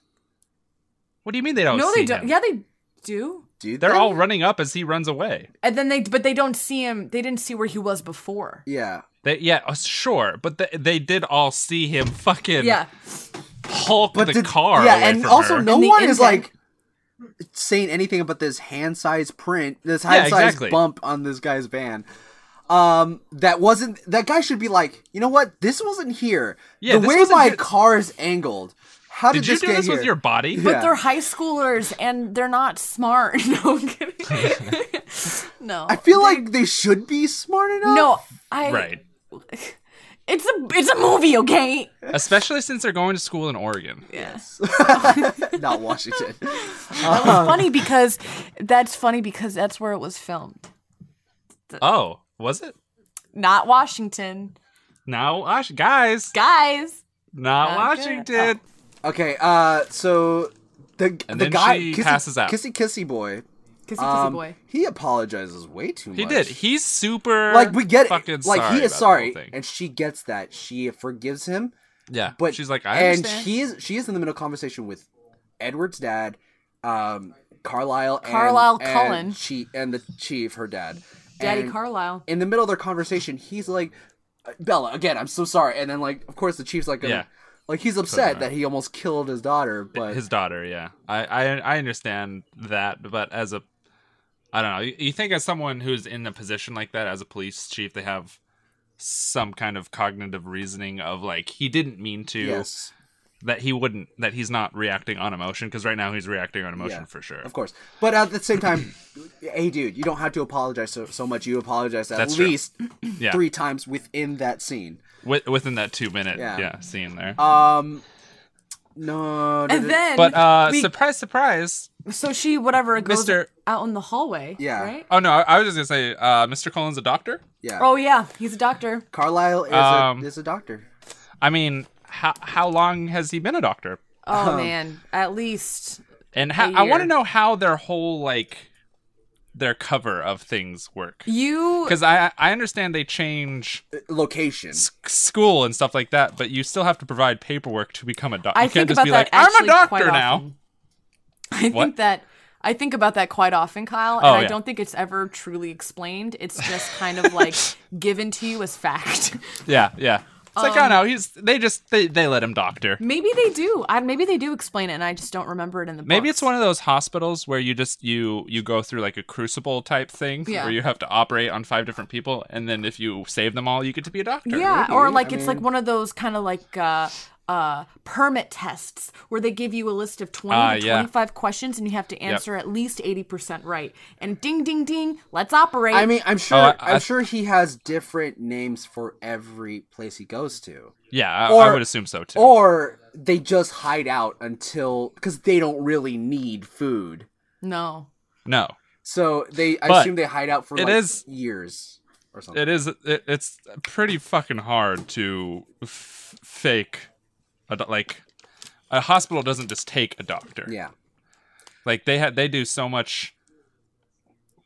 Speaker 4: What do you mean they don't
Speaker 3: no,
Speaker 4: see
Speaker 3: they don't.
Speaker 4: him?
Speaker 3: Yeah, they do.
Speaker 2: Dude,
Speaker 4: They're all running up as he runs away.
Speaker 3: And then they, but they don't see him. They didn't see where he was before.
Speaker 2: Yeah.
Speaker 4: They, yeah, uh, sure, but they, they did all see him fucking
Speaker 3: Yeah.
Speaker 4: Hulk
Speaker 2: But
Speaker 4: the
Speaker 2: did-
Speaker 4: car.
Speaker 2: Yeah,
Speaker 4: away
Speaker 2: and
Speaker 4: from
Speaker 2: also
Speaker 4: her.
Speaker 2: no
Speaker 3: And the
Speaker 2: one
Speaker 3: indent.
Speaker 2: is like saying anything about this hand size print, this
Speaker 4: Yeah,
Speaker 2: hand size
Speaker 4: exactly.
Speaker 2: bump on this guy's van. Um, that wasn't that guy should be like, you know what? This wasn't here.
Speaker 4: Yeah,
Speaker 2: the
Speaker 4: this
Speaker 2: way
Speaker 4: wasn't
Speaker 2: my
Speaker 4: your-
Speaker 2: car is angled. How did,
Speaker 4: Did you
Speaker 2: this
Speaker 4: do
Speaker 2: get
Speaker 4: this
Speaker 2: here?
Speaker 4: with your body?
Speaker 2: Yeah.
Speaker 4: But
Speaker 3: But they're high schoolers and they're not smart. No, I'm kidding. no.
Speaker 2: I feel like they should be smart enough.
Speaker 3: no, I
Speaker 4: Right.
Speaker 3: It's a it's a movie, okay?
Speaker 4: Especially since they're going to school in Oregon.
Speaker 2: not Washington.
Speaker 3: That was
Speaker 2: Oh.
Speaker 3: funny because that's funny because that's where it was filmed.
Speaker 4: Oh, was it?
Speaker 3: Not Washington.
Speaker 4: Now, Wash- guys,
Speaker 3: Guys.
Speaker 4: not
Speaker 3: Not good.
Speaker 4: Washington.
Speaker 2: Okay, uh, so the
Speaker 4: And
Speaker 2: the
Speaker 4: then
Speaker 2: guy
Speaker 4: she
Speaker 2: kissy,
Speaker 4: passes out.
Speaker 2: Kissy kissy boy.
Speaker 3: Kissy kissy
Speaker 2: um,
Speaker 3: boy.
Speaker 2: He apologizes way too much.
Speaker 4: He did. He's super.
Speaker 2: like we get
Speaker 4: fucking
Speaker 2: it. Like
Speaker 4: sorry
Speaker 2: he
Speaker 4: about
Speaker 2: is
Speaker 4: the whole
Speaker 2: sorry,
Speaker 4: thing.
Speaker 2: and she gets that. She forgives him,
Speaker 4: yeah,
Speaker 2: but
Speaker 4: she's like, I
Speaker 2: and
Speaker 4: understand.
Speaker 2: she is she is in the middle of conversation with Edward's dad, um, Carlisle, and-
Speaker 3: Carlisle
Speaker 2: and
Speaker 3: Cullen.
Speaker 2: she and the chief, her dad,
Speaker 3: Daddy
Speaker 2: And
Speaker 3: Carlisle.
Speaker 2: in the middle of their conversation, he's like, "Uh, "Bella, again, I'm so sorry." And then like, of course, the chief's like,
Speaker 4: Yeah.
Speaker 2: gonna, like he's upset that he almost killed his daughter, but
Speaker 4: his daughter yeah I, I i understand that but as a i don't know you, you think as someone who's in a position like that as a police chief they have some kind of cognitive reasoning of like he didn't mean to
Speaker 2: yes,
Speaker 4: that he wouldn't that he's not reacting on emotion because right now he's reacting on emotion
Speaker 2: Yeah,
Speaker 4: for sure
Speaker 2: of course. But at the same time, hey, dude, you don't have to apologize so, so much. You apologize at
Speaker 4: That's true.
Speaker 2: least
Speaker 4: yeah
Speaker 2: three times within that scene.
Speaker 4: Wi- within that two minute
Speaker 2: Yeah.
Speaker 4: yeah, scene there
Speaker 2: Um, no, no, no,
Speaker 3: And then,
Speaker 4: but uh
Speaker 3: we-
Speaker 4: surprise surprise
Speaker 3: so she whatever goes
Speaker 4: Mr.
Speaker 3: out in the hallway.
Speaker 2: Yeah.
Speaker 3: Right?
Speaker 4: oh no i, I was just gonna say uh mr colin's a doctor
Speaker 2: yeah.
Speaker 3: Oh yeah, he's a doctor.
Speaker 2: Carlisle is,
Speaker 4: Um,
Speaker 2: a, is a doctor.
Speaker 4: i mean how how long has he been a doctor
Speaker 2: Um,
Speaker 3: Oh man, at least
Speaker 4: And how,
Speaker 3: a
Speaker 4: I want to
Speaker 3: year.
Speaker 4: know how their whole like their cover of things work
Speaker 3: you.
Speaker 4: because I I understand they change
Speaker 2: Location.
Speaker 4: s- school and stuff like that, but you still have to provide paperwork to become a doctor.
Speaker 3: I
Speaker 4: you can't
Speaker 3: think
Speaker 4: just
Speaker 3: about
Speaker 4: be
Speaker 3: that.
Speaker 4: like I'm a
Speaker 3: actually quite
Speaker 4: doctor now.
Speaker 3: often. I
Speaker 4: What?
Speaker 3: think that I think about that quite often, Kyle, and
Speaker 4: Oh,
Speaker 3: I
Speaker 4: yeah.
Speaker 3: don't think it's ever truly explained. It's just kind of like given to you as fact.
Speaker 4: Yeah, yeah. It's like oh no, he's they just they, they let him doctor.
Speaker 3: Maybe they do. I, maybe they do explain it, and I just don't remember it in the.
Speaker 4: Maybe it's one of those hospitals where you just you you go through like a crucible type thing
Speaker 3: Yeah.
Speaker 4: where you have to operate on five different people, and then if you save them all, you get to be a doctor.
Speaker 3: Yeah, or like it's like one of those kind of like uh, uh, permit tests where they give you a list of 20
Speaker 4: Ah,
Speaker 3: to
Speaker 4: yeah.
Speaker 3: 25 questions and you have to answer at least 80% right. And ding, ding, ding, let's operate.
Speaker 2: I mean, I'm sure.
Speaker 4: Oh, I-
Speaker 2: I,
Speaker 4: I-
Speaker 2: am sure he has different names for every place he goes to,
Speaker 4: yeah. I, I
Speaker 2: Or-
Speaker 4: would assume so too.
Speaker 2: or they just hide out until because they don't really need food,
Speaker 3: no.
Speaker 4: no,
Speaker 2: so they. I
Speaker 4: But
Speaker 2: assume they hide out for
Speaker 4: it
Speaker 2: like
Speaker 4: is-
Speaker 2: years or something.
Speaker 4: it is it, it's pretty fucking hard to f- fake a do- like a hospital doesn't just take a doctor
Speaker 2: Yeah,
Speaker 4: like they had they do so much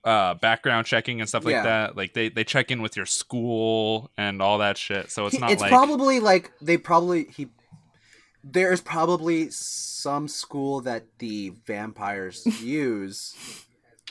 Speaker 4: uh background checking and stuff like
Speaker 2: Yeah.
Speaker 4: that like they they check in with your school and all that shit so it's
Speaker 2: it's,
Speaker 4: not like
Speaker 2: probably like they probably he. There is probably some school that the vampires use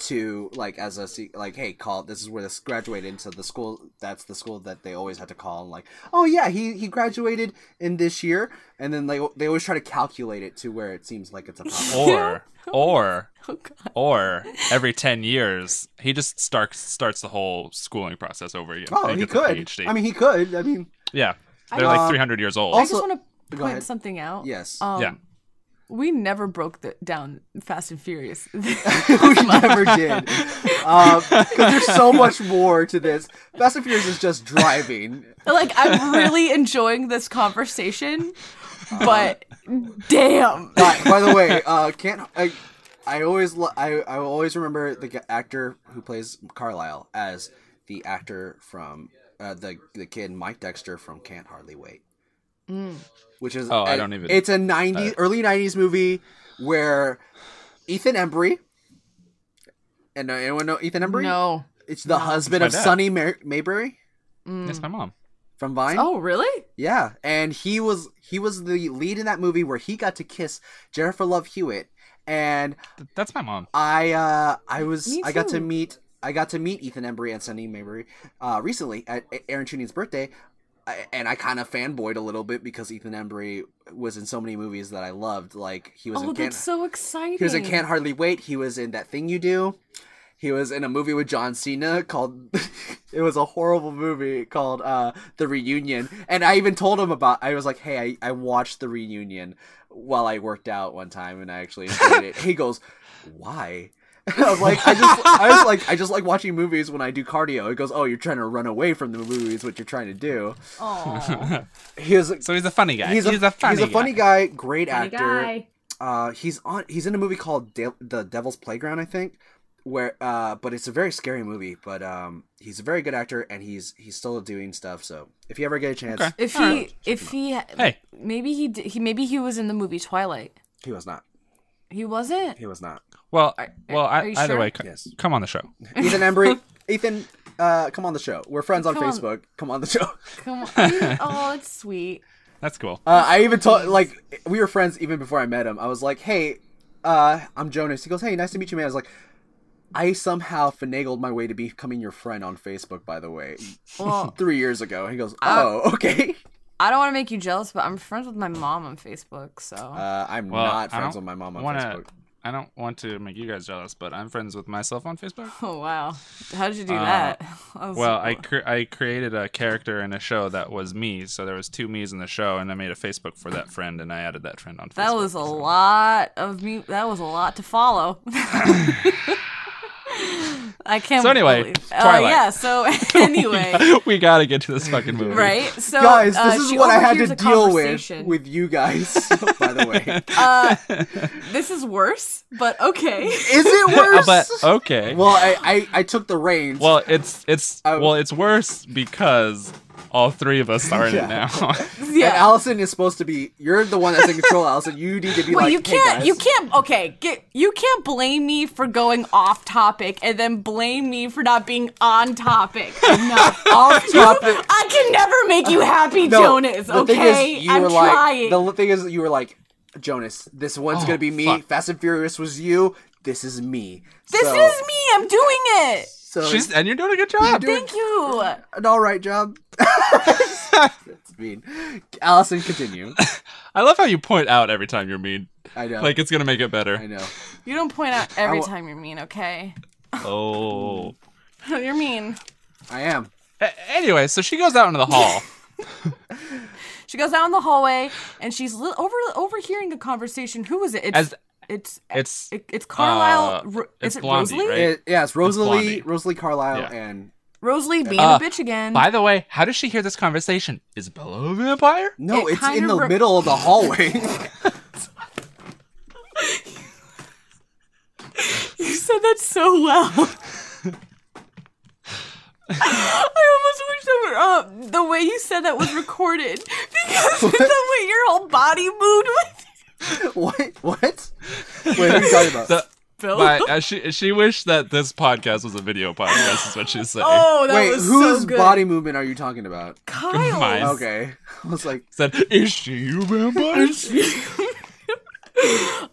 Speaker 2: to like as a se- like hey call this is where this graduated so the school that's the school that they always had to call and like oh yeah he he graduated in this year and then like they always try to calculate it to where it seems like it's a problem
Speaker 4: or or
Speaker 2: Oh,
Speaker 4: or every 10 years he just starts starts the whole schooling process over again
Speaker 2: oh he
Speaker 4: gets a
Speaker 2: could
Speaker 4: PhD.
Speaker 2: i mean he could i mean
Speaker 4: yeah they're like 300 years old
Speaker 3: I just
Speaker 2: Also-
Speaker 3: want to
Speaker 2: go
Speaker 3: point
Speaker 2: ahead.
Speaker 3: something out.
Speaker 2: yes
Speaker 3: Um,
Speaker 4: yeah
Speaker 3: We never broke the, down Fast and Furious.
Speaker 2: we never did because there's so much more to this fast and furious is just driving
Speaker 3: like, I'm really enjoying this conversation, but damn.
Speaker 2: by, by the way, uh, can't I? I always lo- I I always remember the g- actor who plays Carlisle as the actor from uh, the the kid Mike Dexter from Can't Hardly Wait,
Speaker 3: Mm,
Speaker 2: which is
Speaker 4: Oh, I
Speaker 2: a-
Speaker 4: don't even-
Speaker 2: It's a '90s early '90s movie where Ethan Embry. And uh, anyone know Ethan Embry?
Speaker 3: No.
Speaker 2: it's the husband
Speaker 4: my
Speaker 2: of
Speaker 4: dad.
Speaker 2: Sonny Mar- Mayberry
Speaker 3: Mm.
Speaker 4: it's my mom
Speaker 2: from Vine.
Speaker 3: Oh, really?
Speaker 2: Yeah, and he was he was the lead in that movie where he got to kiss Jennifer Love Hewitt, and
Speaker 4: Th- that's my mom
Speaker 2: I uh I was
Speaker 3: Me
Speaker 2: I got to
Speaker 3: too.
Speaker 2: meet I got to meet Ethan Embry and Sunny Mayberry uh recently at A- Aaron Tooney's birthday. I- And I kind of fanboyed a little bit because Ethan Embry was in so many movies that I loved. Like he was
Speaker 3: Oh,
Speaker 2: in Can't,
Speaker 3: that's so exciting.
Speaker 2: he was in Can't Hardly Wait. He was in That Thing You Do. He was in a movie with John Cena called. it was a horrible movie called uh, The Reunion, and I even told him about. I was like, "Hey, I, I watched The Reunion while I worked out one time, and I actually enjoyed it." He goes, "Why?" And I was like, I just, I was like, I just like watching movies when I do cardio. He goes, "Oh, you're trying to run away from the movies, what you're trying to do." He was.
Speaker 4: so he's a funny guy
Speaker 2: He's a,
Speaker 4: funny
Speaker 2: he's a funny guy, great actor.
Speaker 3: guy.
Speaker 2: Uh, he's on. He's in a movie called De- The Devil's Playground, I think. Where, uh, but it's a very scary movie. But um, he's a very good actor, and he's he's still doing stuff. So if you ever get a chance,
Speaker 3: If he, if he,
Speaker 4: Hey.
Speaker 3: maybe he, d- he, maybe he was in the movie Twilight.
Speaker 2: he was not.
Speaker 3: He wasn't.
Speaker 2: He was not.
Speaker 4: Well, well, I,
Speaker 3: are you
Speaker 4: either
Speaker 3: sure?
Speaker 4: way, c-
Speaker 2: Yes.
Speaker 4: come on the show.
Speaker 2: Ethan Embry. Ethan, uh, come on the show. We're friends on
Speaker 3: Come on.
Speaker 2: Facebook. Come on the show.
Speaker 3: Come on. oh, it's sweet.
Speaker 4: That's cool.
Speaker 2: Uh, I even told like we were friends even before I met him. I was like, "Hey, uh, I'm Jonas." He goes, "Hey, nice to meet you, man." I was like, I somehow finagled my way to becoming your friend on Facebook, by the way,
Speaker 3: Well,
Speaker 2: three years ago. He goes, "Oh, okay."
Speaker 3: I don't want to make you jealous, but I'm friends with my mom on Facebook, so
Speaker 2: Uh, I'm
Speaker 4: Well,
Speaker 2: not
Speaker 4: I
Speaker 2: friends
Speaker 4: don't
Speaker 2: with my mom on
Speaker 4: wanna-
Speaker 2: Facebook.
Speaker 4: I don't want to make you guys jealous, but I'm friends with myself on Facebook.
Speaker 3: Oh wow! How did you do
Speaker 4: Uh,
Speaker 3: that? That was
Speaker 4: Well,
Speaker 3: so
Speaker 4: I
Speaker 3: cool.
Speaker 4: cre- I created a character in a show that was me, so there was two me's in the show, and I made a Facebook for that friend, and I added that friend on Facebook.
Speaker 3: that was a
Speaker 4: so-
Speaker 3: lot of me. That was a lot to follow. I can't.
Speaker 4: So anyway,
Speaker 3: believe-
Speaker 4: Twilight.
Speaker 3: Uh, yeah. So anyway,
Speaker 4: we gotta get to this fucking movie,
Speaker 3: right? So
Speaker 2: guys,
Speaker 3: uh,
Speaker 2: this is
Speaker 3: she
Speaker 2: what I had
Speaker 3: overhears
Speaker 2: to
Speaker 3: a
Speaker 2: deal with
Speaker 3: conversation.
Speaker 2: with you guys. by the way,
Speaker 3: This is worse, but okay.
Speaker 2: is it
Speaker 4: Uh,
Speaker 2: worse?
Speaker 4: but okay.
Speaker 2: well, I, I I took the reins.
Speaker 4: Well, it's it's
Speaker 2: Oh.
Speaker 4: well, it's worse because all three of us are in
Speaker 2: Yeah.
Speaker 4: it now.
Speaker 2: and
Speaker 3: yeah.
Speaker 2: Allison is supposed to be. You're the one that's in control, Allison. You need to be
Speaker 3: Well,
Speaker 2: like,
Speaker 3: you can't.
Speaker 2: Hey, guys.
Speaker 3: You can't. Okay, get. You can't blame me for going off topic and then blame me for not being on topic. No.
Speaker 2: Off topic.
Speaker 3: I can never make you happy, Jonas.
Speaker 2: the
Speaker 3: Okay,
Speaker 2: thing is, you
Speaker 3: I'm
Speaker 2: were like,
Speaker 3: trying.
Speaker 2: The thing is, you were like, Jonas, this one's gonna be me.
Speaker 4: Oh, fuck.
Speaker 2: Fast and Furious was you. This is me.
Speaker 3: this
Speaker 2: So-
Speaker 3: is me. I'm doing it.
Speaker 2: So
Speaker 4: She's and you're doing a good job.
Speaker 2: doing-
Speaker 3: Thank you.
Speaker 2: an all right job. that's mean. Allison, continue.
Speaker 4: I love how you point out every time you're mean.
Speaker 2: I know.
Speaker 4: Like it's gonna make it
Speaker 2: I
Speaker 4: better.
Speaker 2: know.
Speaker 3: You don't point out every
Speaker 2: wa-
Speaker 3: time you're mean, okay?
Speaker 4: Oh.
Speaker 3: you're mean.
Speaker 2: I am.
Speaker 4: A- anyway, so she goes out into the hall.
Speaker 3: She goes down the hallway and she's li- over overhearing a conversation. Who is it? It's
Speaker 4: As
Speaker 3: it's
Speaker 4: it's-
Speaker 3: it, it's Carlisle.
Speaker 4: uh,
Speaker 3: Ro- is
Speaker 4: it's
Speaker 3: it
Speaker 4: Blondie,
Speaker 3: Rosalie?
Speaker 4: right?
Speaker 2: It, yes, Rosalie,
Speaker 4: Blondie.
Speaker 2: Rosalie Carlisle,
Speaker 4: Yeah.
Speaker 2: and
Speaker 3: Rosalie being
Speaker 4: Uh,
Speaker 3: a bitch again.
Speaker 4: By the way, how does she hear this conversation? Is Bella a vampire?
Speaker 2: no,
Speaker 3: It
Speaker 2: it's
Speaker 3: kind
Speaker 2: in
Speaker 3: of
Speaker 2: the
Speaker 3: re-
Speaker 2: middle of the hallway.
Speaker 3: You said that so well. I almost wish that were, uh, the way you said that was recorded because of the way your whole body moved with
Speaker 2: what? What? Wait, what are you talking about?
Speaker 4: The,
Speaker 3: Bill.
Speaker 4: by, uh, she she wished that this podcast was a video podcast. Is what she's saying.
Speaker 3: Oh, that
Speaker 2: Wait,
Speaker 3: was
Speaker 2: whose
Speaker 3: so good.
Speaker 2: body movement are you talking about?
Speaker 3: Kyle.
Speaker 4: Mine.
Speaker 2: Okay, I was like,
Speaker 4: Said, is she a vampire?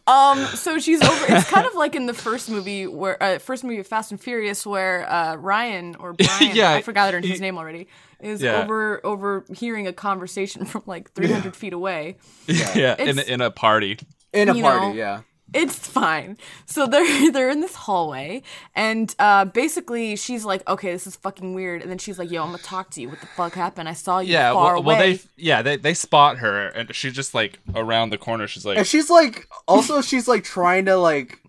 Speaker 3: Um, so she's over. It's kind of like in the first movie where uh, first movie of Fast and Furious where uh, Ryan or Brian,
Speaker 4: Yeah,
Speaker 3: I forgot her, his
Speaker 4: he-
Speaker 3: name already, is
Speaker 4: Yeah.
Speaker 3: over overhearing a conversation from like 300 feet away.
Speaker 4: yeah, in,
Speaker 3: It's-
Speaker 4: in a party.
Speaker 2: in a
Speaker 3: You
Speaker 2: party,
Speaker 3: know,
Speaker 2: yeah.
Speaker 3: it's fine. So they're they're in this hallway, and uh, basically she's like, "Okay, this is fucking weird." And then she's like, "Yo, I'm gonna talk to you. What the fuck happened? I saw you
Speaker 4: Yeah,
Speaker 3: far
Speaker 4: well,
Speaker 3: away."
Speaker 4: well, they yeah they they spot her and she's just like around the corner. She's like,
Speaker 2: And she's like, also, she's like trying to like,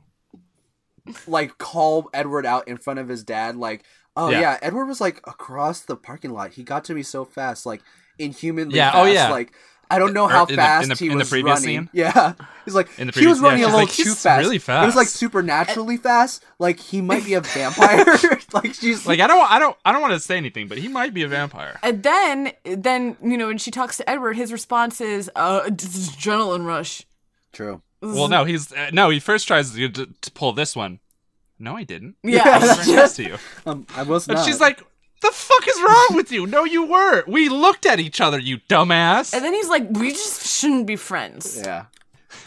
Speaker 2: like call Edward out in front of his dad. Like, oh yeah,
Speaker 4: Yeah.
Speaker 2: Edward was like across the parking lot. He got to me so fast, like inhumanly
Speaker 4: Yeah,
Speaker 2: fast.
Speaker 4: oh, yeah.
Speaker 2: Like, I don't know
Speaker 4: Or
Speaker 2: how
Speaker 4: in the- in
Speaker 2: fast
Speaker 4: the-
Speaker 2: he
Speaker 4: in the
Speaker 2: was
Speaker 4: previous
Speaker 2: running.
Speaker 4: scene?
Speaker 2: Yeah, he's like
Speaker 4: In the
Speaker 2: he was
Speaker 4: previous- yeah,
Speaker 2: running a
Speaker 4: she's
Speaker 2: little
Speaker 4: like,
Speaker 2: too
Speaker 4: "She's
Speaker 2: fast.
Speaker 4: really
Speaker 2: It was like
Speaker 4: fast."
Speaker 2: supernaturally fast. Like he might be a vampire. like she's
Speaker 4: like I don't I don't I don't want to say anything, but he might be a vampire.
Speaker 3: and then then you know, when she talks to Edward, his response is, "Uh, it's just adrenaline rush."
Speaker 2: true.
Speaker 4: Well, no, he's uh, no. He first tries to, to, to pull this one. No, I didn't.
Speaker 3: Yeah,
Speaker 4: I was right next to you.
Speaker 2: Um, I was
Speaker 4: And
Speaker 2: not.
Speaker 4: she's like, "The fuck is wrong with you? No, you were. We looked at each other, you dumbass."
Speaker 3: and then he's like, "We just shouldn't be friends."
Speaker 2: yeah.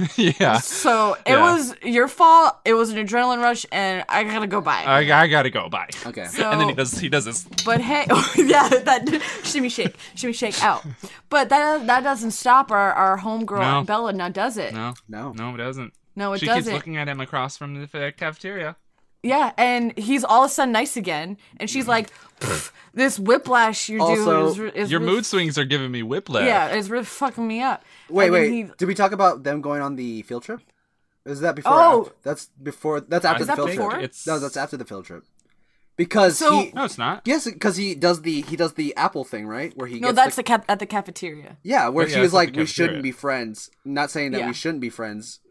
Speaker 4: yeah,
Speaker 3: So it
Speaker 4: Yeah.
Speaker 3: was your fault. It was an adrenaline rush, and I gotta go by.
Speaker 4: I, I gotta go. Bye.
Speaker 2: Okay.
Speaker 4: and then he does. He does this.
Speaker 3: But hey, oh, yeah, that shimmy shake, shimmy shake out. But that that doesn't stop our our homegirl
Speaker 4: No.
Speaker 3: Bella now, does it?
Speaker 4: No,
Speaker 2: No.
Speaker 4: no, it doesn't.
Speaker 3: No, it
Speaker 4: she
Speaker 3: doesn't.
Speaker 4: keeps looking at him across from the uh, cafeteria.
Speaker 3: Yeah, and he's all of a sudden nice again, and she's
Speaker 4: Mm-hmm.
Speaker 3: like, "Pff, "This whiplash you're doing
Speaker 2: Also,
Speaker 3: is, re- is
Speaker 4: Your
Speaker 3: really,
Speaker 4: mood swings are giving me whiplash.
Speaker 3: yeah, is really fucking me up."
Speaker 2: Wait,
Speaker 3: And then
Speaker 2: wait.
Speaker 3: he-
Speaker 2: Did we talk about them going on the field trip? Is that before? or
Speaker 3: Oh.
Speaker 2: after? that's before. That's after the
Speaker 4: Is that
Speaker 2: field
Speaker 3: before?
Speaker 2: trip.
Speaker 4: It's-
Speaker 2: No, that's after the field trip. Because
Speaker 3: So-
Speaker 2: he
Speaker 4: No, it's not.
Speaker 2: yes, because he does the he does the apple thing right where he
Speaker 3: no,
Speaker 2: gets
Speaker 3: that's
Speaker 2: the,
Speaker 3: the cap- at the cafeteria.
Speaker 2: yeah where
Speaker 4: Oh, yeah,
Speaker 2: she was
Speaker 4: that's at
Speaker 2: like
Speaker 4: the
Speaker 2: we
Speaker 4: cafeteria.
Speaker 2: shouldn't be friends. Not saying that
Speaker 3: Yeah.
Speaker 2: we shouldn't be friends.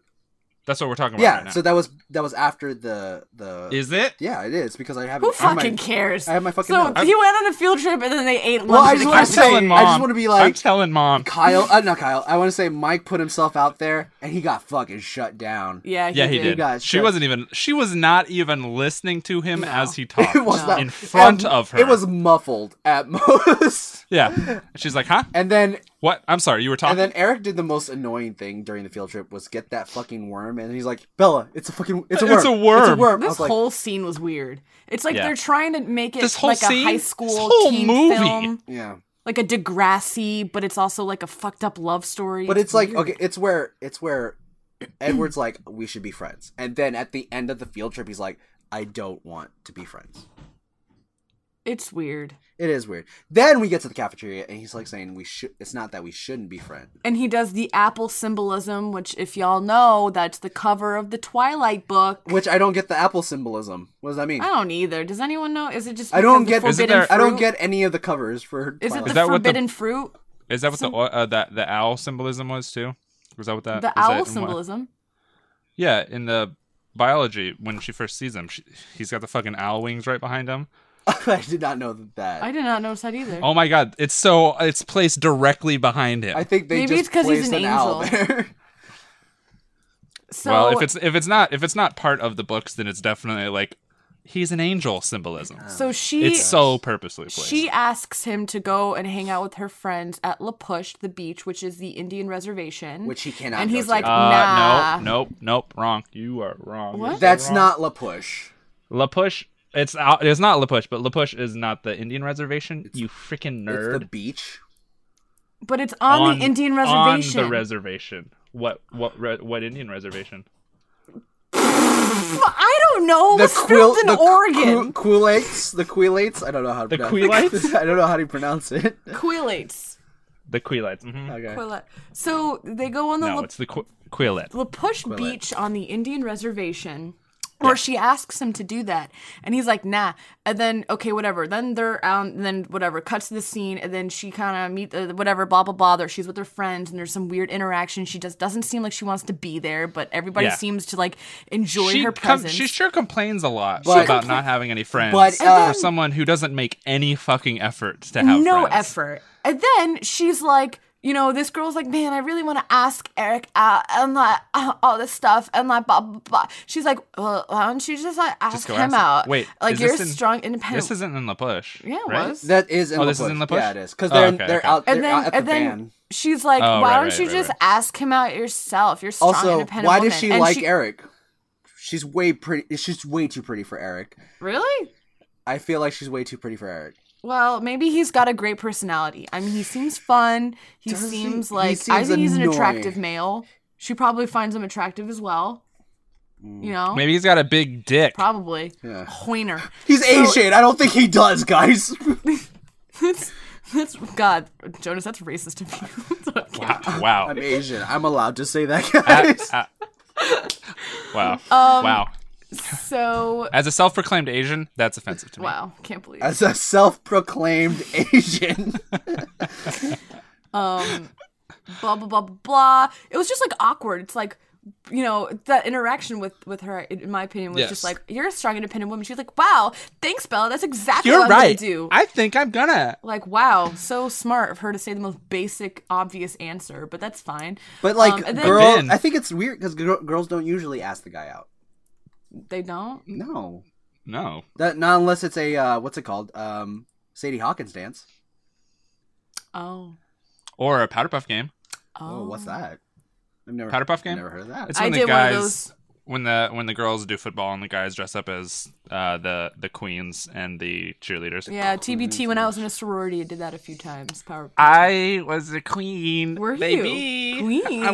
Speaker 4: That's what we're talking about.
Speaker 2: yeah.
Speaker 4: Right now.
Speaker 2: so that was that was after the the
Speaker 4: is it?
Speaker 2: yeah it is because I have
Speaker 3: Who
Speaker 2: I have my-
Speaker 3: fucking cares?
Speaker 2: I have my fucking
Speaker 3: So
Speaker 2: notes.
Speaker 3: he went on a field trip, and then they ate lunch. at
Speaker 2: I just
Speaker 3: the
Speaker 2: wanna
Speaker 4: I'm
Speaker 2: say-
Speaker 3: cafeteria.
Speaker 4: telling mom.
Speaker 2: I just wanna be
Speaker 4: I'm
Speaker 2: like-
Speaker 4: telling mom.
Speaker 2: Kyle. Uh, not Kyle. I want to say Mike put himself out there and he got fucking shut down.
Speaker 3: yeah, he
Speaker 4: Yeah, he
Speaker 3: did.
Speaker 4: did.
Speaker 2: got
Speaker 4: she
Speaker 2: shut-
Speaker 4: wasn't even. She was not even listening to him as he talked.
Speaker 2: It was not
Speaker 4: in front
Speaker 2: it-
Speaker 4: of her.
Speaker 2: It was muffled at most.
Speaker 4: Yeah. She's like, huh?
Speaker 2: And then
Speaker 4: What? I'm sorry, you were talking.
Speaker 2: And then Eric did the most annoying thing during the field trip was get that fucking worm, and he's like, "Bella, it's a fucking, it's a worm,
Speaker 4: It's a
Speaker 2: it's a
Speaker 4: worm."
Speaker 2: worm." I
Speaker 3: This
Speaker 2: was like,
Speaker 3: whole scene was weird. It's like
Speaker 4: Yeah.
Speaker 3: they're trying to make it
Speaker 4: This whole
Speaker 3: like
Speaker 4: scene?
Speaker 3: a high
Speaker 4: This
Speaker 3: school
Speaker 4: whole
Speaker 3: teen
Speaker 4: movie.
Speaker 3: film,
Speaker 2: yeah,
Speaker 3: like a Degrassi, but it's also like a fucked up love story.
Speaker 2: but it's like
Speaker 3: weird.
Speaker 2: okay, it's where it's where Edward's like, "We should be friends," and then at the end of the field trip, he's like, "I don't want to be friends."
Speaker 3: it's weird.
Speaker 2: It is weird. Then we get to the cafeteria, and he's like saying, "We should." It's not that we shouldn't be friends.
Speaker 3: And he does the apple symbolism, which, if y'all know, that's the cover of the Twilight book.
Speaker 2: Which I don't get the apple symbolism. What does that mean?
Speaker 3: I don't either. Does anyone know? Is it just
Speaker 2: I don't
Speaker 3: because
Speaker 2: get.
Speaker 3: the
Speaker 4: Isn't
Speaker 3: forbidden
Speaker 4: there-
Speaker 2: I don't
Speaker 3: fruit?
Speaker 2: get any of the covers for.
Speaker 3: Is it
Speaker 2: Twilight.
Speaker 3: the
Speaker 4: that what the-
Speaker 3: forbidden fruit?
Speaker 4: Is that what the uh, that the owl symbolism was too? Was that what Uh, that
Speaker 3: The
Speaker 4: was that in
Speaker 3: owl
Speaker 4: one-
Speaker 3: symbolism.
Speaker 4: Yeah, in the biology when she first sees him, she, he's got the fucking owl wings right behind him.
Speaker 2: I did not know that.
Speaker 3: I
Speaker 2: I,
Speaker 3: did not notice that either.
Speaker 4: Oh my god, it's so it's placed directly behind him.
Speaker 2: think they
Speaker 3: Maybe it's
Speaker 2: just
Speaker 3: 'cause he's
Speaker 2: placed
Speaker 3: an
Speaker 2: an, owl
Speaker 3: angel.
Speaker 2: there.
Speaker 3: so
Speaker 4: well, if it's if it's not if it's not part of the books, then it's definitely like he's an angel symbolism.
Speaker 2: Uh,
Speaker 3: so she
Speaker 4: It's so purposely placed.
Speaker 3: She asks him to go and hang out with her friends at La Push, the beach, which is the Indian reservation.
Speaker 2: Which he cannot
Speaker 3: And
Speaker 2: go
Speaker 3: he's
Speaker 2: to.
Speaker 3: like,
Speaker 2: Uh,
Speaker 3: nah.
Speaker 4: uh, no, nope, nope, wrong. You are wrong.
Speaker 3: What?
Speaker 2: That's not La Push.
Speaker 4: La Push. It's out. It's not La Push, but La Push is not the Indian reservation. you freaking nerd.
Speaker 2: It's the beach.
Speaker 3: But it's on, the Indian reservation.
Speaker 4: On the reservation. What? What? Re- what Indian reservation?
Speaker 3: F- I don't know. It was
Speaker 2: Quil-
Speaker 3: filmed in
Speaker 2: the Qu-
Speaker 3: Oregon.
Speaker 2: Qu- Quilates, the Quilates. I don't know how to
Speaker 4: The
Speaker 2: pronounce
Speaker 4: Quilates?
Speaker 2: I don't know how to pronounce it.
Speaker 3: Quilates.
Speaker 4: The Quelites. mhm.
Speaker 2: Okay.
Speaker 3: Quila- So they go on the
Speaker 4: No,
Speaker 3: La
Speaker 4: it's the Qu- Quillet.
Speaker 3: La Push Beach on the Indian reservation. Or she asks him to do that, and he's like, "Nah." And then, okay, whatever. Then they're um, then whatever cuts to the scene, and then she kind of meet the whatever, blah blah blah. There, she's with her friends, and there's some weird interaction. She just doesn't seem like she wants to be there, but everybody
Speaker 4: Yeah.
Speaker 3: seems to like enjoy
Speaker 4: She
Speaker 3: her
Speaker 4: com-
Speaker 3: presence.
Speaker 4: she sure complains a lot
Speaker 2: But-
Speaker 4: about not having any friends.
Speaker 2: But,
Speaker 4: for
Speaker 2: uh,
Speaker 4: someone who doesn't make any fucking effort to have
Speaker 3: um, no
Speaker 4: friends.
Speaker 3: effort. And then she's like, you know, this girl's like, man, I really want to ask Eric out and like uh, all this stuff and like blah blah blah. She's like, well, why don't you just like ask
Speaker 4: Just go
Speaker 3: him
Speaker 4: ask him.
Speaker 3: out?
Speaker 4: Wait,
Speaker 3: like
Speaker 4: is
Speaker 3: you're
Speaker 4: this
Speaker 3: a
Speaker 4: in-
Speaker 3: strong, independent.
Speaker 4: This isn't in La Push.
Speaker 3: yeah, it
Speaker 4: right?
Speaker 3: was.
Speaker 2: That is in
Speaker 4: Oh,
Speaker 2: La
Speaker 4: this is
Speaker 2: Push.
Speaker 4: in La
Speaker 2: Yeah, it
Speaker 4: Push?
Speaker 2: is because
Speaker 4: Oh,
Speaker 2: they're
Speaker 4: okay,
Speaker 2: they're
Speaker 4: okay.
Speaker 2: out. They're
Speaker 3: and then
Speaker 2: out at the
Speaker 3: and then
Speaker 2: van.
Speaker 3: she's like,
Speaker 4: Oh,
Speaker 3: why
Speaker 4: right,
Speaker 3: don't
Speaker 4: right,
Speaker 3: you
Speaker 4: right,
Speaker 3: just
Speaker 4: right.
Speaker 3: ask him out yourself? You're a strong,
Speaker 2: Also,
Speaker 3: independent
Speaker 2: why
Speaker 3: woman.
Speaker 2: does she
Speaker 3: And
Speaker 2: like Eric? She's way pretty. She's way too pretty for Eric.
Speaker 3: Really?
Speaker 2: I feel like she's way too pretty for Eric.
Speaker 3: Well, maybe he's got a great personality. I mean, he seems fun. He
Speaker 2: Does he?
Speaker 3: seems
Speaker 2: He
Speaker 3: like I
Speaker 2: seems
Speaker 3: think he's an
Speaker 2: annoying.
Speaker 3: attractive male. She probably finds him attractive as well. You know,
Speaker 4: Maybe he's got a big dick.
Speaker 3: probably
Speaker 2: Yeah.
Speaker 3: Hoiner.
Speaker 2: He's Asian. I don't think he does, guys.
Speaker 3: that's, that's God, Jonas. That's racist of you. It's okay.
Speaker 4: wow.
Speaker 2: I'm Asian. I'm allowed to say that,
Speaker 4: Ah,
Speaker 2: guys.
Speaker 4: ah.
Speaker 3: Um,
Speaker 4: wow. wow.
Speaker 3: So
Speaker 4: As a self-proclaimed Asian, that's offensive to me.
Speaker 3: wow, can't believe.
Speaker 2: As a self-proclaimed Asian.
Speaker 3: blah blah blah blah, blah. It was just like awkward. It's like you know that interaction with with her in in my opinion was
Speaker 4: Yes.
Speaker 3: just like you're a strong independent woman she's like wow thanks bella that's exactly
Speaker 4: You're
Speaker 3: what i'm
Speaker 4: right.
Speaker 3: gonna do
Speaker 4: I think I'm gonna.
Speaker 3: like wow so smart of her to say the most basic obvious answer but that's fine
Speaker 2: But like,
Speaker 3: Um, and then-
Speaker 2: girl,
Speaker 4: Then-
Speaker 2: I think it's weird because gr- girls don't usually ask the guy out.
Speaker 3: they don't
Speaker 2: No,
Speaker 4: No.
Speaker 2: that not unless it's a uh, what's it called? Um, Sadie Hawkins dance.
Speaker 3: oh
Speaker 4: Or a powder puff game.
Speaker 2: Oh, what's that? I've never
Speaker 4: Powder puff game?
Speaker 2: I've never heard of that.
Speaker 4: It's
Speaker 3: I
Speaker 4: when the
Speaker 3: did one of
Speaker 4: guys
Speaker 3: those-
Speaker 4: when the when the girls do football and the guys dress up as uh, the the queens and the cheerleaders.
Speaker 3: yeah tbt when i was in a sorority i did that a few times power
Speaker 4: I was a queen.
Speaker 3: Were you?
Speaker 4: baby.
Speaker 3: Queen.
Speaker 4: I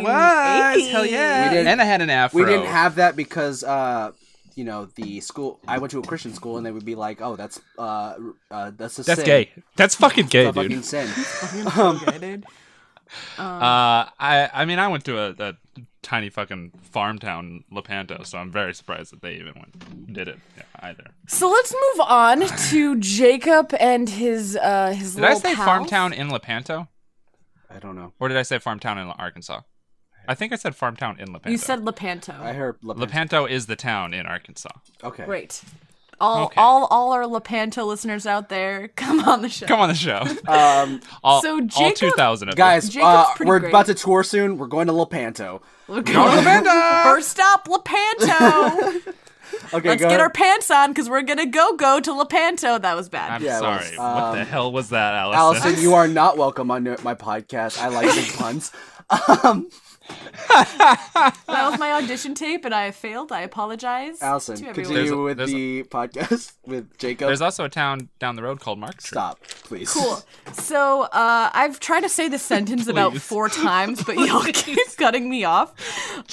Speaker 4: was. Hell
Speaker 3: Hey.
Speaker 4: yeah.
Speaker 2: We didn't-
Speaker 4: and I had an afro.
Speaker 2: we didn't have that because uh, you know the school. I went to a Christian school and they would be like, "Oh, that's uh, uh that's a
Speaker 4: That's
Speaker 2: sin.
Speaker 4: gay. That's fucking gay,
Speaker 2: That's a
Speaker 4: dude.
Speaker 2: fucking sin."
Speaker 4: Um, Uh, I I mean, I went to a, a tiny fucking farm town, Lepanto, so I'm very surprised that they even went did it yeah, either.
Speaker 3: so let's move on to jacob and his uh his
Speaker 4: Did I
Speaker 3: little
Speaker 4: say
Speaker 3: pals.
Speaker 4: farm town in Lepanto,
Speaker 2: I don't know.
Speaker 4: or did I say farm town in Arkansas? I think I said farm town in Lepanto.
Speaker 3: you said lepanto
Speaker 2: I heard La Pan-
Speaker 4: Lepanto is the town in Arkansas.
Speaker 2: Okay,
Speaker 3: Great. All,
Speaker 4: Okay.
Speaker 3: all, all our Lepanto listeners out there, come on the show.
Speaker 4: Come on the show.
Speaker 2: Um,
Speaker 4: all,
Speaker 3: So
Speaker 4: all
Speaker 3: Jacob-
Speaker 4: 2,000 of you.
Speaker 2: guys,
Speaker 3: Jacob's
Speaker 2: uh,
Speaker 3: pretty
Speaker 2: we're
Speaker 3: great.
Speaker 2: about to tour soon. We're going to Lepanto.
Speaker 3: Look- First stop, Lepanto.
Speaker 2: Okay,
Speaker 3: Let's
Speaker 2: go
Speaker 3: get
Speaker 2: ahead.
Speaker 3: our pants on because we're gonna go go to Lepanto. That was bad.
Speaker 4: I'm
Speaker 2: Yeah, it was,
Speaker 4: sorry. what the
Speaker 2: um,
Speaker 4: hell was that, Allison?
Speaker 2: Allison, you are not welcome on my podcast. I like big puns. Um,
Speaker 3: that was my audition tape, and I failed. I apologize.
Speaker 2: Allison,
Speaker 3: to everyone.
Speaker 2: continue
Speaker 4: There's a-
Speaker 2: with
Speaker 4: there's a-
Speaker 2: the podcast with Jacob.
Speaker 4: There's also a town down the road called Mark Street.
Speaker 2: Stop, please.
Speaker 3: Cool. So uh, I've tried to say this sentence about
Speaker 4: Please.
Speaker 3: four times, but y'all keep cutting me off,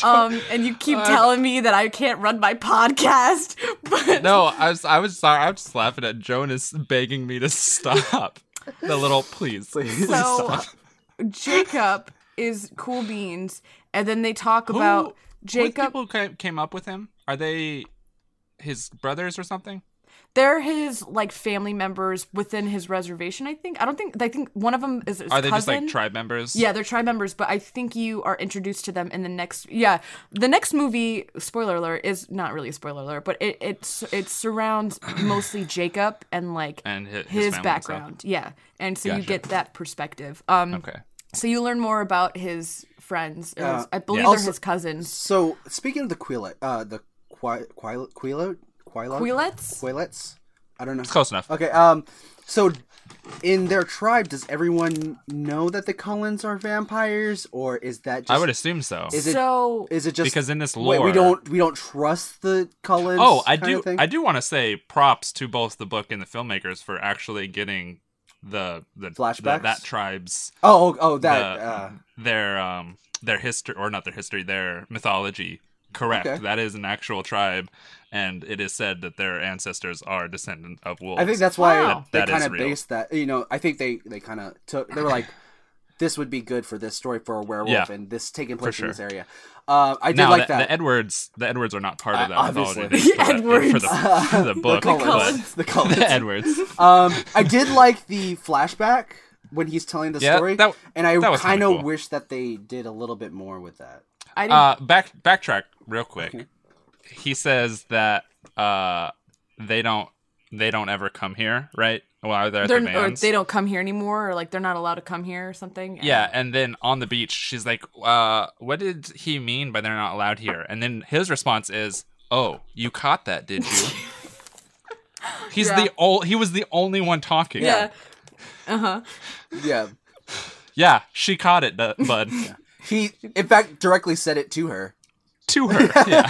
Speaker 3: um, and you
Speaker 4: uh,
Speaker 3: keep telling me that I can't run my podcast. But
Speaker 4: No, I was I was sorry. I was just laughing at Jonas begging me to stop. The little please.
Speaker 2: Please.
Speaker 3: so Jacob is cool beans, and then they talk
Speaker 4: Who-
Speaker 3: about
Speaker 4: what
Speaker 3: Jacob.
Speaker 4: people ca- came up with him. Are they his brothers or something?
Speaker 3: They're his like family members within his reservation. I think. I don't think. I think one of them is his
Speaker 4: Are they just
Speaker 3: cousin.
Speaker 4: like tribe members?
Speaker 3: Yeah, they're tribe members, but I think you are introduced to them in the next. Yeah, the next movie. Spoiler alert is not really a spoiler alert, but it it s- it surrounds mostly Jacob and like
Speaker 4: And hi- his family and stuff.
Speaker 3: background. Yeah, and so you
Speaker 4: Gotcha.
Speaker 3: get that perspective. Um,
Speaker 4: Okay.
Speaker 3: so you learn more about his friends. or his- I believe
Speaker 2: Uh, Also-
Speaker 3: they're his cousins.
Speaker 2: So speaking of the Quillet, uh, the Quillet, Quillet,
Speaker 3: Quilets?
Speaker 2: Quillets. I don't know.
Speaker 4: It's close enough.
Speaker 2: Okay. Um. So, in their tribe, does everyone know that the Cullens are vampires, or is that just
Speaker 4: I would assume so.
Speaker 2: Is it?
Speaker 3: so
Speaker 2: is it just
Speaker 4: because in this
Speaker 2: Wait, we
Speaker 4: lore-
Speaker 2: don't we don't trust the Cullens?
Speaker 4: Oh, I
Speaker 2: kinda
Speaker 4: do.
Speaker 2: thing?
Speaker 4: I do want to say props to both the book and the filmmakers for actually getting the the the-
Speaker 2: Flashbacks?
Speaker 4: that tribes
Speaker 2: Oh, oh, oh, that.
Speaker 4: the-
Speaker 2: uh,
Speaker 4: their um their history or not their history their mythology correct.
Speaker 2: Okay.
Speaker 4: That is an actual tribe, and it is said that their ancestors are descendant of wolves.
Speaker 2: I think that's why
Speaker 3: Wow.
Speaker 2: they
Speaker 4: That- that is
Speaker 2: kind of
Speaker 4: real.
Speaker 2: based that. You know, I think they they kind of took. They were like, this would be good for this story for a werewolf,
Speaker 4: Yeah.
Speaker 2: and this taking place in
Speaker 4: sure.
Speaker 2: this area. Uh, I did
Speaker 4: now
Speaker 2: like
Speaker 4: the,
Speaker 2: that.
Speaker 4: the Edwards the Edwards are not part
Speaker 2: Uh,
Speaker 4: of that
Speaker 2: obviously.
Speaker 4: mythology for, that-
Speaker 3: Edwards.
Speaker 4: for the, for the book
Speaker 2: Cullens.
Speaker 4: but-
Speaker 2: the Cullens.
Speaker 4: the Edwards
Speaker 2: Um, I did like the flashback when he's telling the
Speaker 4: Yeah,
Speaker 2: story,
Speaker 4: that-
Speaker 2: and I
Speaker 4: that was
Speaker 2: kind
Speaker 4: kinda
Speaker 2: of
Speaker 4: cool.
Speaker 2: wish that they did a little bit more with that.
Speaker 3: I didn't.
Speaker 4: uh back backtrack real quick he says that uh they don't they don't ever come here right while they're at
Speaker 3: they're,
Speaker 4: the
Speaker 3: or
Speaker 4: vans
Speaker 3: they don't come here anymore, or like they're not allowed to come here or something.
Speaker 4: yeah and then on the beach she's like uh what did he mean by they're not allowed here and then his response is oh you caught that did you he's
Speaker 3: Yeah.
Speaker 4: the ol- he was the only one talking
Speaker 3: Yeah.
Speaker 2: Yeah,
Speaker 4: Yeah, she caught it bu- bud
Speaker 2: he in fact directly said it to her.
Speaker 4: to her yeah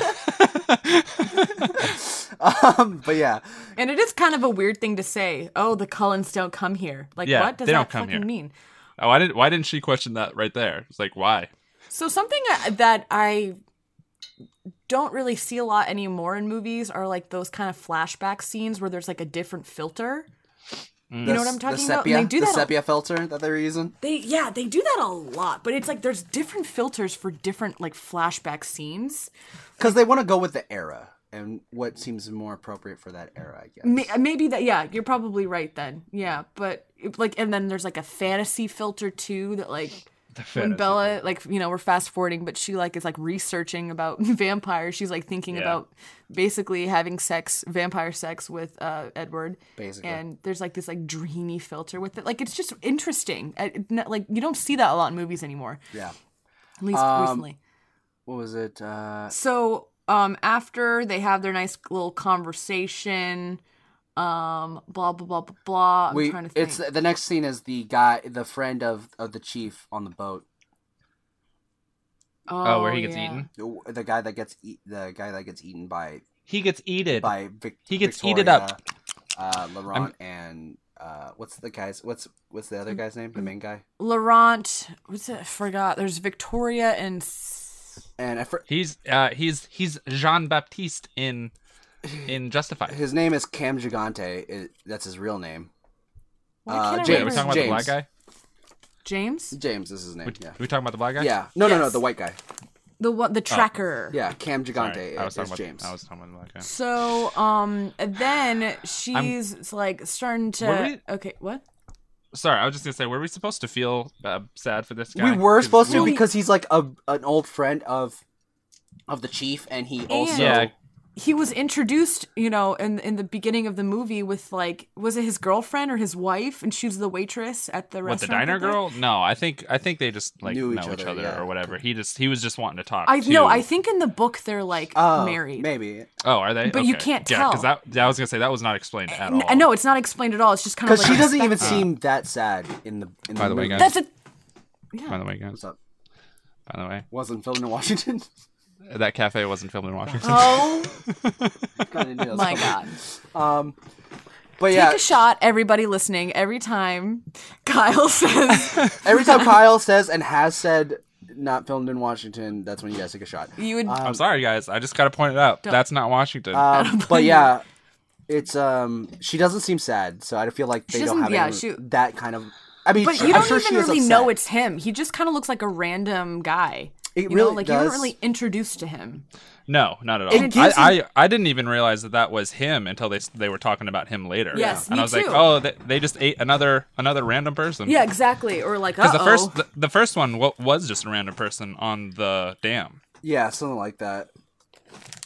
Speaker 2: Um, but yeah,
Speaker 3: And it is kind of a weird thing to say. Oh, the Cullens don't come here. Like,
Speaker 4: Yeah,
Speaker 3: what does
Speaker 4: they
Speaker 3: that
Speaker 4: don't come
Speaker 3: fucking
Speaker 4: here.
Speaker 3: mean?
Speaker 4: Oh, why didn't why didn't she question that right there? It's like why?
Speaker 3: So something I- that I don't really see a lot anymore in movies are like those kind of flashback scenes where there's like a different filter.
Speaker 2: you
Speaker 3: know what I'm talking
Speaker 2: the
Speaker 3: about?
Speaker 2: sepia,
Speaker 3: They do
Speaker 2: the
Speaker 3: that a-
Speaker 2: sepia filter that they were using.
Speaker 3: They yeah, they do that a lot, but it's like there's different filters for different like flashback scenes.
Speaker 2: because they want to go with the era and what seems more appropriate for that era, I guess.
Speaker 3: May- uh, Maybe that yeah, you're probably right then. Yeah, but it- like and then there's like a fantasy filter too that like when Bella like you know we're fast forwarding, but she like is like researching about vampires. She's like thinking
Speaker 4: Yeah.
Speaker 3: about basically having sex, vampire sex with uh, Edward.
Speaker 2: Basically.
Speaker 3: and there's like this like dreamy filter with it. Like it's just interesting. I- it- not- Like you don't see that a lot in movies anymore.
Speaker 2: yeah.
Speaker 3: At least recently.
Speaker 2: What was it? Uh,
Speaker 3: So um after they have their nice little conversation, um blah blah blah blah blah. I'm
Speaker 2: we.
Speaker 3: trying to think.
Speaker 2: It's the next scene is the guy, the friend of of the chief on the boat,
Speaker 4: Oh, where he gets
Speaker 3: yeah.
Speaker 4: eaten.
Speaker 2: the the guy that gets eat, the guy that gets eaten by
Speaker 4: He gets eaten.
Speaker 2: by Vic,
Speaker 4: He gets
Speaker 2: Victoria,
Speaker 4: eated up.
Speaker 2: Uh, Laurent and uh, what's the guy's? What's what's the
Speaker 3: Mm.
Speaker 2: other guy's name? The main guy.
Speaker 3: Laurent, what's it? I forgot. There's Victoria and S-
Speaker 2: And I fr-
Speaker 4: He's uh he's he's Jean Baptiste in in Justified.
Speaker 2: his name is Cam Gigante. It, that's his real name.
Speaker 3: Why
Speaker 2: Uh,
Speaker 3: can't I
Speaker 2: James.
Speaker 4: Wait, are we
Speaker 3: remember
Speaker 4: talking about the black
Speaker 2: James.
Speaker 4: guy?
Speaker 3: James,
Speaker 2: James is his name. Yeah.
Speaker 4: Are we talking about the black guy?
Speaker 2: Yeah. No, no, no.
Speaker 3: Yes.
Speaker 2: The white guy.
Speaker 3: the one,
Speaker 4: Oh.
Speaker 3: the tracker.
Speaker 2: Yeah. Cam
Speaker 4: Sorry,
Speaker 2: Gigante
Speaker 4: I
Speaker 2: i-
Speaker 4: was
Speaker 2: is,
Speaker 4: talking about
Speaker 2: James.
Speaker 4: I was talking about the black guy.
Speaker 3: So, um, then she's like starting to.
Speaker 4: Were
Speaker 3: Okay, what?
Speaker 4: Sorry, I was just gonna say, were we supposed to feel uh, sad for this guy?
Speaker 2: We were
Speaker 4: 'Cause
Speaker 2: supposed to
Speaker 3: we-
Speaker 2: because he's like a an old friend of of the chief, and he also
Speaker 4: Yeah,
Speaker 3: he was introduced, you know, in in the beginning of the movie with like was it his girlfriend or his wife and she was the waitress at the
Speaker 4: What the
Speaker 3: restaurant.
Speaker 4: diner
Speaker 3: that they-
Speaker 4: girl? No, I think I think they just like
Speaker 2: Knew each
Speaker 4: know each
Speaker 2: other,
Speaker 4: other,
Speaker 2: yeah.
Speaker 4: or whatever. He just he was just wanting to talk.
Speaker 3: I
Speaker 4: to...
Speaker 3: no, I think in the book they're like
Speaker 2: Oh,
Speaker 3: married.
Speaker 2: Maybe.
Speaker 4: Oh, are they?
Speaker 3: But you
Speaker 4: Okay.
Speaker 3: can't
Speaker 4: Yeah,
Speaker 3: tell.
Speaker 4: because that, that- I was gonna say that was not explained at
Speaker 3: N-
Speaker 4: all.
Speaker 3: No, it's not explained at all. It's just kind of
Speaker 2: Because
Speaker 3: like
Speaker 2: Oh. she doesn't even seem that sad in the. In
Speaker 4: By the
Speaker 2: movie.
Speaker 4: way, guys.
Speaker 3: That's a
Speaker 4: By the way, guys.
Speaker 2: What's up?
Speaker 4: By the way,
Speaker 2: Wasn't filmed in Washington.
Speaker 4: that cafe wasn't filmed in Washington.
Speaker 3: oh
Speaker 2: Got into those
Speaker 3: my
Speaker 2: couple-
Speaker 3: god.
Speaker 2: But yeah,
Speaker 3: Take a shot, everybody listening. Every time Kyle says
Speaker 2: every time Kyle says and has said not filmed in Washington, that's when you guys take a shot.
Speaker 3: you would
Speaker 4: I'm sorry, guys. I just gotta point it out. That's not Washington.
Speaker 2: Um, but yeah, it's um she doesn't seem sad, so I feel like they
Speaker 3: She
Speaker 2: don't
Speaker 3: doesn't-
Speaker 2: have
Speaker 3: yeah,
Speaker 2: any-
Speaker 3: she-
Speaker 2: that kind of. I mean,
Speaker 3: But
Speaker 2: sure-
Speaker 3: you
Speaker 2: I'm
Speaker 3: don't
Speaker 2: sure she
Speaker 3: even
Speaker 2: is
Speaker 3: really
Speaker 2: upset.
Speaker 3: know it's him. He just kind of looks like a random guy.
Speaker 2: It
Speaker 3: you know,
Speaker 2: really
Speaker 3: like you weren't
Speaker 2: does.
Speaker 3: really introduced to him.
Speaker 4: no, not at all.
Speaker 2: It gives
Speaker 4: I, I I didn't even realize that that was him until they s- they were talking about him later.
Speaker 3: Yes,
Speaker 4: and
Speaker 3: me
Speaker 4: I was like,
Speaker 3: too.
Speaker 4: oh, they, they just ate another another random person.
Speaker 3: Yeah, exactly. Or like, uh
Speaker 4: Because the first the, the first one w- was just a random person on the dam,
Speaker 2: Yeah, something like that.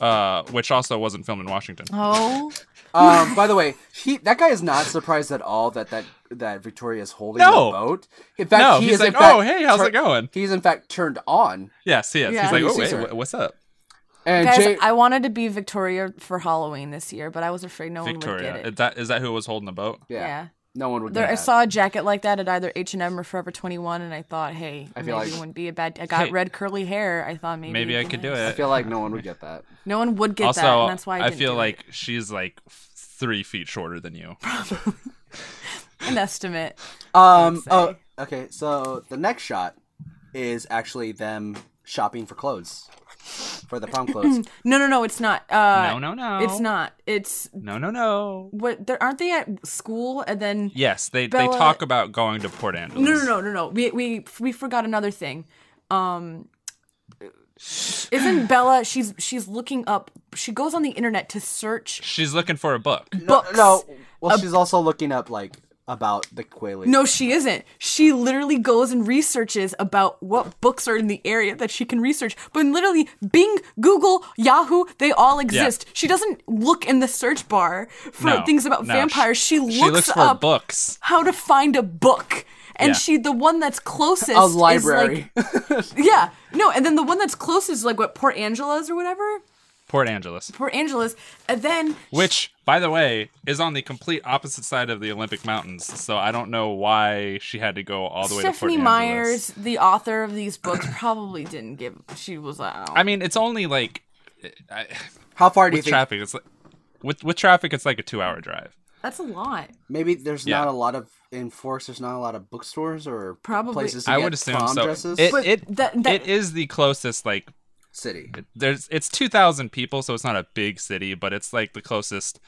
Speaker 4: uh, which also wasn't filmed in Washington.
Speaker 3: oh,
Speaker 2: Um, by the way, he that guy is not surprised at all that that that Victoria is holding
Speaker 4: No.
Speaker 2: the boat. In fact,
Speaker 4: No,
Speaker 2: he
Speaker 4: he's
Speaker 2: is in
Speaker 4: like,
Speaker 2: fact
Speaker 4: "Oh, hey, how's it going?"
Speaker 2: He's in fact turned on.
Speaker 4: Yes, yes.
Speaker 3: Yeah.
Speaker 4: He's like,
Speaker 2: You
Speaker 4: oh
Speaker 2: see,
Speaker 4: wait,
Speaker 2: sir.
Speaker 4: wh- what's up?
Speaker 2: And
Speaker 3: guys,
Speaker 2: Jay,
Speaker 3: I wanted to be Victoria for Halloween this year, but I was afraid no one would
Speaker 4: Victoria,
Speaker 3: get it.
Speaker 4: is that is that who was holding the boat?
Speaker 2: yeah,
Speaker 3: yeah.
Speaker 2: no one would.
Speaker 3: There,
Speaker 2: get
Speaker 3: I
Speaker 2: that.
Speaker 3: saw a jacket like that at either H and M or Forever Twenty One, and I thought, hey,
Speaker 2: I
Speaker 3: maybe
Speaker 2: feel
Speaker 3: it
Speaker 2: like-
Speaker 3: wouldn't be a bad. I got
Speaker 4: Hey.
Speaker 3: red curly hair. I thought maybe
Speaker 4: Maybe I
Speaker 3: it'd be
Speaker 4: could do
Speaker 3: nice.
Speaker 4: it.
Speaker 2: I feel like no one would get that.
Speaker 3: No one would get
Speaker 4: also,
Speaker 3: that, and that's why I,
Speaker 4: I
Speaker 3: didn't
Speaker 4: feel
Speaker 3: do
Speaker 4: like she's like three feet shorter than you.
Speaker 3: it. an estimate.
Speaker 2: Um.
Speaker 3: say.
Speaker 2: Oh. Okay. So the next shot is actually them shopping for clothes for the prom clothes.
Speaker 3: No, no, no, it's not. Uh,
Speaker 4: no, no, no.
Speaker 3: it's not. It's
Speaker 4: No, no, no.
Speaker 3: what? There aren't they at school, and then
Speaker 4: Yes, they
Speaker 3: Bella-
Speaker 4: they talk about going to Port Angeles.
Speaker 3: No, no, no, no, no. We we we forgot another thing. Um isn't Bella she's she's looking up she goes on the internet to search
Speaker 4: She's looking for a book.
Speaker 3: books.
Speaker 2: no. Well, she's also looking up like about the Quaaludes.
Speaker 3: No, she isn't. She literally goes and researches about what books are in the area that she can research. But literally, Bing, Google, Yahoo, they all exist. She doesn't look in the search bar for
Speaker 4: No,
Speaker 3: things about
Speaker 4: no.
Speaker 3: vampires. She looks,
Speaker 4: She looks for
Speaker 3: up
Speaker 4: books.
Speaker 3: how to find a book. And
Speaker 4: Yeah.
Speaker 3: she, the one that's closest,
Speaker 2: a
Speaker 3: is like
Speaker 2: library.
Speaker 3: Yeah. No, and then the one that's closest, like what Port Angela's or whatever.
Speaker 4: Port Angeles,
Speaker 3: Port Angela's, and then
Speaker 4: which by the way is on the complete opposite side of the Olympic Mountains. So I don't know why she had to go all the way
Speaker 3: Stephanie
Speaker 4: to Port Angeles.
Speaker 3: Myers, the author of these books, probably didn't give. She was like, oh.
Speaker 4: I mean, it's only like I,
Speaker 2: How far do you
Speaker 4: with
Speaker 2: think?
Speaker 4: traffic. It's like with with traffic, it's like a two-hour drive.
Speaker 3: that's a lot.
Speaker 2: Maybe there's
Speaker 4: Yeah.
Speaker 2: not a lot of in Forks. There's not a lot of bookstores or
Speaker 3: Probably.
Speaker 2: places. To
Speaker 4: I
Speaker 2: get
Speaker 4: would assume
Speaker 2: prom
Speaker 4: so.
Speaker 2: Dresses.
Speaker 4: It
Speaker 3: But
Speaker 4: it,
Speaker 3: that- that-
Speaker 4: it is the closest like
Speaker 2: City.
Speaker 4: there's it's 2000 people so it's not a big city but it's like the closest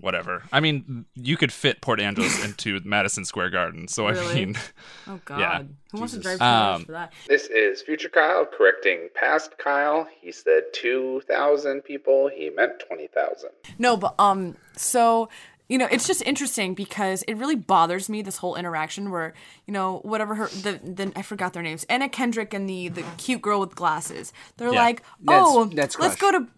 Speaker 4: whatever i mean you could fit port angeles into madison square garden so i
Speaker 3: Really?
Speaker 4: mean
Speaker 3: Oh God,
Speaker 4: Yeah.
Speaker 3: who wants to drive two hours
Speaker 4: Um,
Speaker 3: for that?
Speaker 7: This is future Kyle correcting past Kyle. He said 2,000 people. He meant 20,000.
Speaker 3: No, but um, so you know, it's just interesting because it really bothers me this whole interaction where you know whatever her the then I forgot their names Anna Kendrick and the the cute girl with glasses. They're
Speaker 4: Yeah.
Speaker 3: like,
Speaker 2: That's-
Speaker 3: oh,
Speaker 2: that's
Speaker 3: let's go
Speaker 2: Crush.
Speaker 3: to.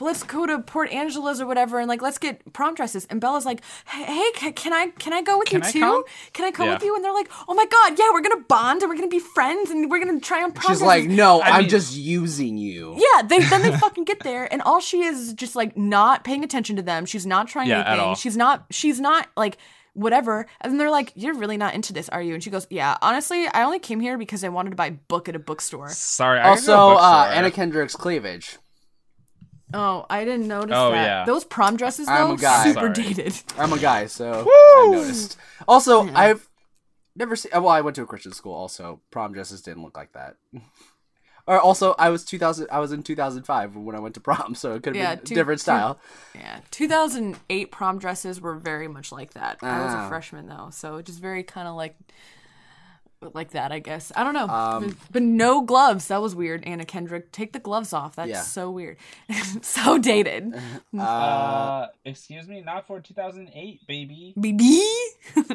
Speaker 3: Let's go to Port Angela's or whatever, and like let's get prom dresses. And Bella's like, "Hey, ca- can I can I go with
Speaker 4: Can
Speaker 3: you
Speaker 4: I
Speaker 3: too?
Speaker 4: come?"
Speaker 3: Can I come with
Speaker 4: Yeah.
Speaker 3: you?" And they're like, "Oh my god, yeah, we're gonna bond and we're gonna be friends and we're gonna try on prom
Speaker 2: She's
Speaker 3: dresses."
Speaker 2: like, no, I am
Speaker 4: mean-
Speaker 2: just using you.
Speaker 3: Yeah, they then they fucking get there, and all she is is just like not paying attention to them. She's not trying
Speaker 4: Yeah, at
Speaker 3: anything.
Speaker 4: all.
Speaker 3: She's not. She's not like whatever. And then they're like, "You're really not into this, are you?" And she goes, "Yeah, honestly, I only came here because I wanted to buy a book at a bookstore."
Speaker 4: sorry I gotta
Speaker 2: Also,
Speaker 4: go to a
Speaker 2: uh,
Speaker 4: bookstore.
Speaker 2: Anna Kendrick's cleavage.
Speaker 3: Oh, I didn't notice
Speaker 4: Oh,
Speaker 3: that.
Speaker 4: yeah.
Speaker 3: Those prom dresses though,
Speaker 2: I'm a guy.
Speaker 3: super
Speaker 4: Sorry.
Speaker 3: dated.
Speaker 2: I'm a guy, so I noticed. Also, I've never seen. Well, I went to a Christian school. Also, prom dresses didn't look like that. Or also, I was 2000. I was in 2005 when I went to prom, so it could have
Speaker 3: Yeah,
Speaker 2: been
Speaker 3: two-
Speaker 2: a different
Speaker 3: two-
Speaker 2: style.
Speaker 3: Yeah, 2008 prom dresses were very much like that. I was a
Speaker 2: Ah.
Speaker 3: freshman though, so just very kind of like like that, I guess. I don't know.
Speaker 2: Um,
Speaker 3: but, but no gloves. That was weird. Anna Kendrick, take the gloves off. That's
Speaker 2: Yeah.
Speaker 3: so weird. so dated.
Speaker 8: Uh, excuse me, not for 2008, baby.
Speaker 3: BB.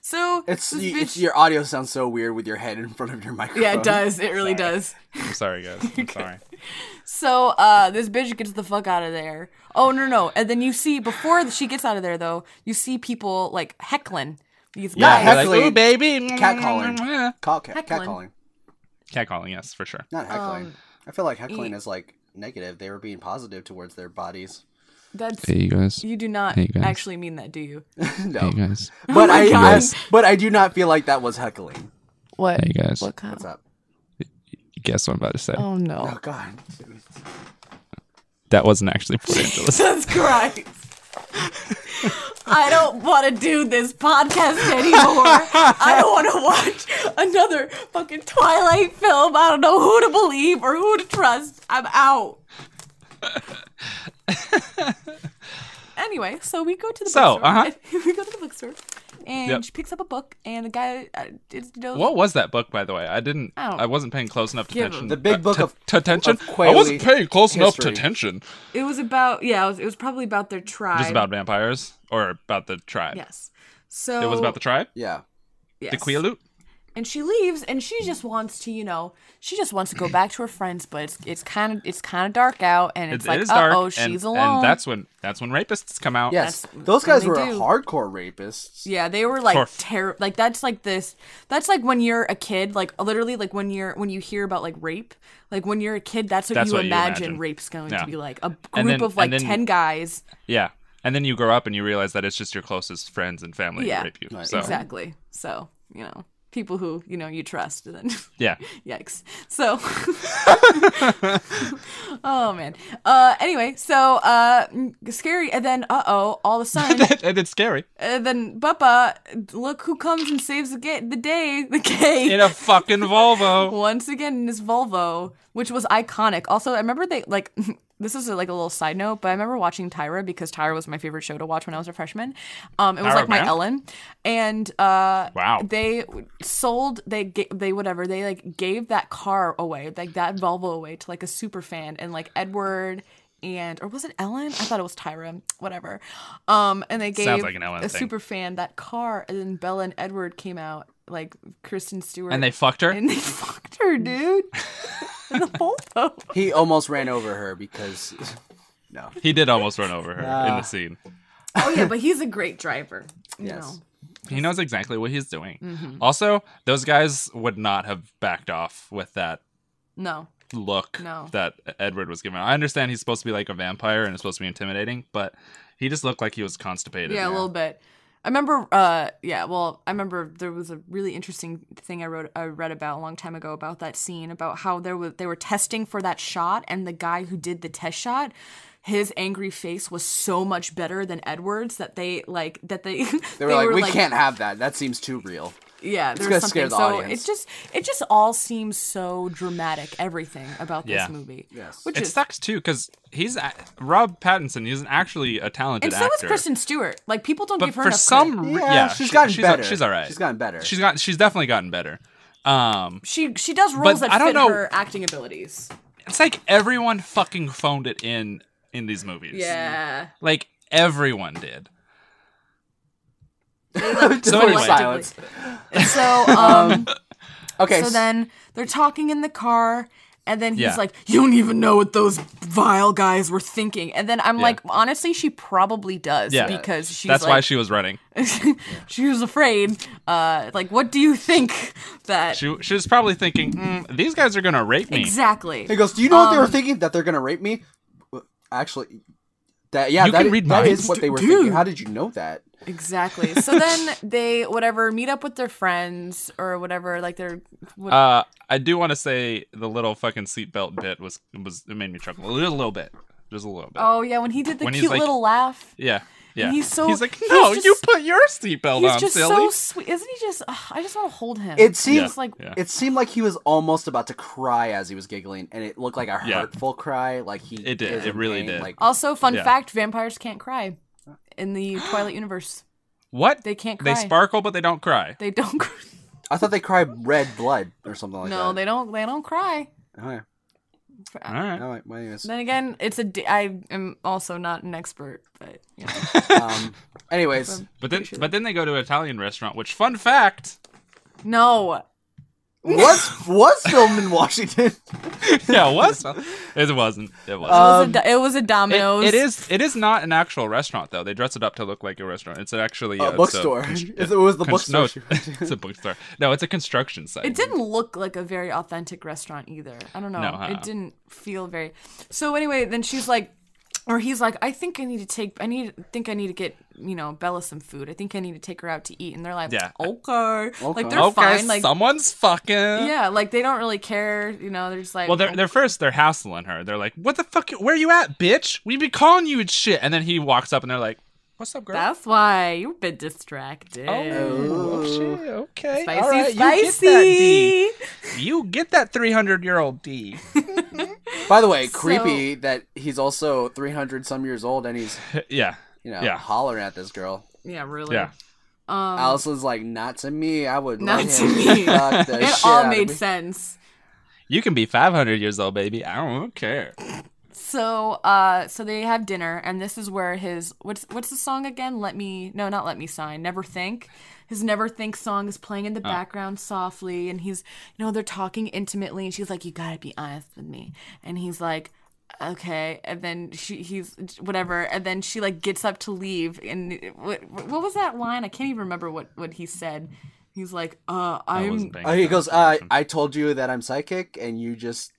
Speaker 3: so
Speaker 2: It's,
Speaker 3: this
Speaker 2: you, it's
Speaker 3: bitch-
Speaker 2: your audio sounds so weird with your head in front of your microphone.
Speaker 3: yeah, it does. It really does.
Speaker 4: I'm sorry, guys. I'm sorry.
Speaker 3: So uh, this bitch gets the fuck out of there. Oh no no! And then you see before she gets out of there though, you see people like heckling these
Speaker 4: Yeah,
Speaker 3: guys.
Speaker 4: you're like,
Speaker 2: heckling.
Speaker 4: "Ooh, baby,
Speaker 2: Catcalling. Call, ca-
Speaker 3: Heckling. Um,
Speaker 2: catcalling.
Speaker 4: Catcalling, yes, for sure.
Speaker 2: Not heckling. I feel like heckling
Speaker 3: e-
Speaker 2: is like negative. They were being positive towards their bodies.
Speaker 3: That's
Speaker 4: you guys.
Speaker 3: you do not
Speaker 4: Hey, guys.
Speaker 3: actually mean that, do you?
Speaker 2: no.
Speaker 4: guys.
Speaker 3: Oh
Speaker 2: But I,
Speaker 3: God.
Speaker 2: I but I do not feel like that was heckling.
Speaker 3: What?
Speaker 4: Hey, guys.
Speaker 3: What kind?
Speaker 2: What's up?
Speaker 4: Guess what I'm about to say.
Speaker 3: Oh no!
Speaker 2: Oh god.
Speaker 4: That wasn't actually Port Angeles.
Speaker 3: Jesus Christ! I don't want to do this podcast anymore. I don't want to watch another fucking Twilight film. I don't know who to believe or who to trust. I'm out. anyway, so we go to the
Speaker 4: So,
Speaker 3: bookstore.
Speaker 4: uh-huh.
Speaker 3: we go to the bookstore, and
Speaker 4: Yep.
Speaker 3: she picks up a book, and the guy uh, is you know,
Speaker 4: What was that book, by the way? I didn't.
Speaker 3: I don't
Speaker 4: I, wasn't paying close enough
Speaker 3: give a-
Speaker 4: attention.
Speaker 2: Oh.
Speaker 4: Uh,
Speaker 2: The big book
Speaker 4: t-
Speaker 2: of-
Speaker 4: t- attention.
Speaker 2: of
Speaker 4: I wasn't
Speaker 2: Quayle-y
Speaker 4: paying close enough to
Speaker 2: history.
Speaker 4: attention.
Speaker 3: It was about yeah. It was, it was probably about their tribe.
Speaker 4: Just about vampires or about the tribe.
Speaker 3: yes. So
Speaker 4: It was about the tribe.
Speaker 2: Yeah.
Speaker 4: The
Speaker 3: yes.
Speaker 4: Quileute.
Speaker 3: and she leaves and she just wants to you know she just wants to go back to her friends but it's it's kind of it's kind of dark out and it's
Speaker 4: It-
Speaker 3: like
Speaker 4: it is dark.
Speaker 3: oh
Speaker 4: and,
Speaker 3: she's
Speaker 4: and
Speaker 3: alone
Speaker 4: that's when that's when rapists come out.
Speaker 2: Yes.
Speaker 3: That's
Speaker 2: Those
Speaker 3: what
Speaker 2: guys
Speaker 3: they
Speaker 2: were
Speaker 3: do.
Speaker 2: hardcore rapists.
Speaker 3: yeah they were
Speaker 4: Sure.
Speaker 3: like terror like that's like this that's like when you're a kid like literally like when you're when you hear about like rape like when you're a kid that's what,
Speaker 4: That's
Speaker 3: you,
Speaker 4: what you
Speaker 3: imagine
Speaker 4: imagine.
Speaker 3: rape's going
Speaker 4: Yeah.
Speaker 3: to be like a group
Speaker 4: And then-
Speaker 3: of like
Speaker 4: and
Speaker 3: 10
Speaker 4: then-
Speaker 3: guys
Speaker 4: Yeah. And then you grow up and you realize that it's just your closest friends and family
Speaker 3: Yeah.
Speaker 4: who rape you. So
Speaker 3: exactly so you know people who you know you trust and then
Speaker 4: yeah.
Speaker 3: Yikes. So Oh man. Uh anyway, so uh mm, scary and then uh-oh, all of a sudden
Speaker 4: and it's scary.
Speaker 3: and then Bubba look who comes and saves the, ga- the day, the day.
Speaker 4: In a fucking Volvo.
Speaker 3: once again in his Volvo, which was iconic. Also, I remember they like this is like a little side note, but I remember watching Tyra because Tyra was my favorite show to watch when I was a freshman. Um, it was
Speaker 4: Tyra
Speaker 3: like my
Speaker 4: Banks?
Speaker 3: Ellen, and uh,
Speaker 4: Wow.
Speaker 3: they sold they ga- they whatever they like gave that car away, like that Volvo away to like a super fan, and like Edward. And or was it Ellen? I thought it was Tyra. Whatever. Um, and they gave
Speaker 4: Sounds like an Ellen
Speaker 3: a
Speaker 4: thing.
Speaker 3: super fan that car, and then Bella and Edward came out like Kristen Stewart
Speaker 4: And they fucked her.
Speaker 3: and they fucked her, dude. In the Volvo.
Speaker 2: He almost ran over her because no.
Speaker 4: He did almost run over her
Speaker 3: Ah.
Speaker 4: in the scene.
Speaker 3: Oh yeah, but he's a great driver. You
Speaker 2: Yes.
Speaker 4: He knows exactly what he's doing.
Speaker 3: Mm-hmm.
Speaker 4: Also, those guys would not have backed off with that
Speaker 3: know.
Speaker 4: look
Speaker 3: No.
Speaker 4: that Edward was given. I understand he's supposed to be like a vampire and it's supposed to be intimidating, but he just looked like he was constipated.
Speaker 3: No. Yeah, a little bit. I remember uh yeah, well, I remember there was a really interesting thing I wrote I read about a long time ago about that scene about how there was they were testing for that shot and the guy who did the test shot his angry face was so much better than Edwards that they like that they
Speaker 2: They were like, we can't have that. That seems too real.
Speaker 3: yeah there
Speaker 2: gonna
Speaker 3: was something
Speaker 2: scare the
Speaker 3: so
Speaker 2: audience.
Speaker 3: it just it just all seems so dramatic everything about this
Speaker 4: Yeah.
Speaker 3: movie
Speaker 2: Yes.
Speaker 3: which
Speaker 4: It
Speaker 3: is
Speaker 4: sucks too because he's a- Rob Pattinson. He's actually a talented
Speaker 3: And so
Speaker 4: actor.
Speaker 3: is Kristen Stewart. Like people don't
Speaker 4: but
Speaker 3: give her
Speaker 4: for
Speaker 3: enough
Speaker 4: some,
Speaker 3: credit.
Speaker 4: re-
Speaker 2: Yeah,
Speaker 4: yeah,
Speaker 2: she's
Speaker 4: she-
Speaker 2: gotten
Speaker 4: she's
Speaker 2: better.
Speaker 4: A, she's all right.
Speaker 2: She's gotten better.
Speaker 4: She's got. She's definitely gotten better. Um,
Speaker 3: she she does roles
Speaker 4: But
Speaker 3: that
Speaker 4: I don't
Speaker 3: fit
Speaker 4: know-
Speaker 3: her acting abilities.
Speaker 4: it's like everyone fucking phoned it in in these movies.
Speaker 3: Yeah.
Speaker 4: like everyone did.
Speaker 2: so
Speaker 4: anyway.
Speaker 2: silence.
Speaker 3: And so um
Speaker 2: Okay.
Speaker 3: so
Speaker 2: s-
Speaker 3: then they're talking in the car and then he's
Speaker 4: Yeah.
Speaker 3: like, "You don't even know what those vile guys were thinking." And then I'm
Speaker 4: Yeah.
Speaker 3: like, "Honestly, she probably does
Speaker 4: Yeah.
Speaker 3: because she's
Speaker 4: That's why
Speaker 3: like,
Speaker 4: she was running.
Speaker 3: she was afraid. Uh, like, what do you think that
Speaker 4: She she was probably thinking, mm, these guys are gonna rape me.
Speaker 3: exactly?
Speaker 2: he goes, "Do you know what they were thinking? That they're gonna rape me?" W- Actually, that yeah,
Speaker 4: You
Speaker 2: that
Speaker 4: can
Speaker 2: i-
Speaker 4: read
Speaker 2: that is
Speaker 4: minds?
Speaker 2: what they were
Speaker 3: Dude.
Speaker 2: thinking. How did you know that?
Speaker 3: Exactly. So then they whatever meet up with their friends or whatever, like they're what,
Speaker 4: Uh, I do want to say the little fucking seatbelt bit was was it made me chuckle a little, little bit, just a little bit.
Speaker 3: Oh yeah, when he did the
Speaker 4: When he's
Speaker 3: cute
Speaker 4: like-
Speaker 3: little laugh.
Speaker 4: Yeah, yeah.
Speaker 3: he's so-
Speaker 4: he's like,
Speaker 3: he's
Speaker 4: no,
Speaker 3: just-
Speaker 4: you put your seatbelt
Speaker 3: He's
Speaker 4: on,
Speaker 3: just
Speaker 4: silly.
Speaker 3: so sweet, isn't he? Just ugh, I just want to hold him.
Speaker 2: It
Speaker 3: He's
Speaker 2: seems
Speaker 3: just like
Speaker 4: yeah.
Speaker 2: it seemed like he was almost about to cry as he was giggling, and it looked like a
Speaker 4: Yeah.
Speaker 2: hurtful cry. Like he
Speaker 4: It did.
Speaker 2: is
Speaker 4: It
Speaker 2: in
Speaker 4: really
Speaker 2: pain,
Speaker 4: did.
Speaker 2: Like
Speaker 3: Also, fun
Speaker 4: Yeah.
Speaker 3: fact: vampires can't cry in the Twilight universe.
Speaker 4: what
Speaker 3: They can't
Speaker 4: They
Speaker 3: cry.
Speaker 4: sparkle, but they don't cry.
Speaker 3: They don't. cry.
Speaker 2: I thought they cried red blood or something like
Speaker 3: no,
Speaker 2: that. Oh,
Speaker 3: they don't. They don't cry.
Speaker 2: All right.
Speaker 4: All right.
Speaker 2: All right. Oh, Well, anyways.
Speaker 3: Then again, it's a. D- I am also not an expert, but you know.
Speaker 2: um, anyways,
Speaker 4: But then, but then they go to an Italian restaurant. Which, fun fact,
Speaker 3: no.
Speaker 2: was was filmed in Washington?
Speaker 4: yeah, it was. it wasn't. It wasn't.
Speaker 3: It
Speaker 2: Um,
Speaker 3: was, a, do- it was a
Speaker 4: It-
Speaker 3: Uh, Domino's.
Speaker 4: it is. It is not an actual restaurant though. They dress it up to look like a restaurant. It's actually
Speaker 3: Oh,
Speaker 4: uh,
Speaker 2: A
Speaker 4: it's
Speaker 2: bookstore.
Speaker 4: constr-
Speaker 2: If it was the
Speaker 4: constr-
Speaker 2: bookstore
Speaker 4: no,
Speaker 2: she went to.
Speaker 4: it's a bookstore. No, it's a construction site.
Speaker 3: It didn't look like a very authentic restaurant either. I don't know.
Speaker 4: No, huh?
Speaker 3: It didn't feel very. So anyway, then she's like, or he's like, I think I need to take. I need. Think I need to get you know Bella some food. I think I need to take her out to eat. And they're like,
Speaker 4: Yeah.
Speaker 3: okay. Like they're
Speaker 4: okay,
Speaker 3: fine. Like
Speaker 4: someone's fucking.
Speaker 3: yeah, like they don't really care. You know, they're just like. "Oh,
Speaker 4: Well, they're, they're first they're hassling her. They're like, "What the fuck? Where you at, bitch? We been calling you and shit." And then he walks up and they're like, "What's up, girl?"
Speaker 3: That's why you've been distracted.
Speaker 4: oh, shit. Okay.
Speaker 3: Spicy,
Speaker 4: All right,
Speaker 3: spicy.
Speaker 4: You get that D. You get that 300 year old D.
Speaker 2: By the way, creepy that he's also 300 some years old and he's,
Speaker 4: yeah.
Speaker 2: you know,
Speaker 4: Yeah.
Speaker 2: hollering at this girl.
Speaker 3: yeah, really.
Speaker 4: Yeah.
Speaker 2: Allison's like, not to me. I would
Speaker 3: Um, Not
Speaker 2: let
Speaker 3: to
Speaker 2: him
Speaker 3: me.
Speaker 2: fuck the
Speaker 3: It
Speaker 2: shit out
Speaker 3: all
Speaker 2: of
Speaker 3: made
Speaker 2: me.
Speaker 3: sense.
Speaker 4: You can be 500 years old, baby. I don't care.
Speaker 3: So, uh, so they have dinner, and this is where his what's what's the song again? Let me no, not let me sign. Never think. His never think song is playing in the background softly, and he's you know they're talking intimately, and she's like, "You gotta be honest with me," and he's like, "Okay," and then she he's whatever, and then she like gets up to leave, and what what was that line? I can't even remember what what he said. He's like, "Uh, I'm."
Speaker 4: wasn't paying
Speaker 2: Oh, he goes, uh,
Speaker 4: attention.
Speaker 2: I told you that I'm psychic and you just,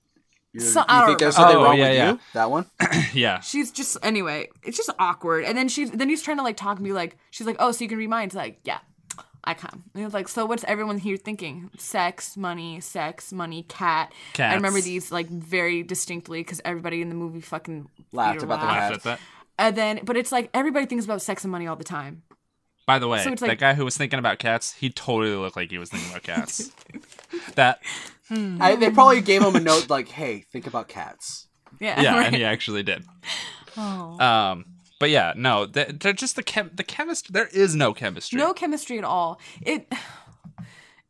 Speaker 2: you
Speaker 3: So- I
Speaker 2: you
Speaker 3: don't
Speaker 2: think there's
Speaker 4: remember.
Speaker 2: something
Speaker 4: Oh,
Speaker 2: wrong
Speaker 4: yeah,
Speaker 2: with
Speaker 4: yeah.
Speaker 2: you? That one?
Speaker 4: yeah.
Speaker 3: she's just anyway it's just awkward and then she's then he's trying to like talk to me like she's like oh so you can read mine it's like yeah i come and it's like so what's everyone here thinking sex money sex money cat i remember
Speaker 4: Cats.
Speaker 3: these like very distinctly because everybody in the movie fucking
Speaker 2: Laughed
Speaker 3: either
Speaker 2: about the
Speaker 3: laughed.
Speaker 2: cat.
Speaker 4: Laughed at that.
Speaker 3: and then but it's like everybody thinks about sex and money all the time
Speaker 4: By the way,
Speaker 3: So it's like-
Speaker 4: that guy who was thinking about cats, he totally looked like he was thinking about cats. that,
Speaker 3: Mm-hmm.
Speaker 2: I, they probably gave him a note like, hey, think about cats.
Speaker 3: yeah
Speaker 4: yeah,
Speaker 3: right.
Speaker 4: and he actually did.
Speaker 3: Oh.
Speaker 4: Um, but yeah, no, they- they're just the chem- the chemistry. There is no chemistry.
Speaker 3: no chemistry at all it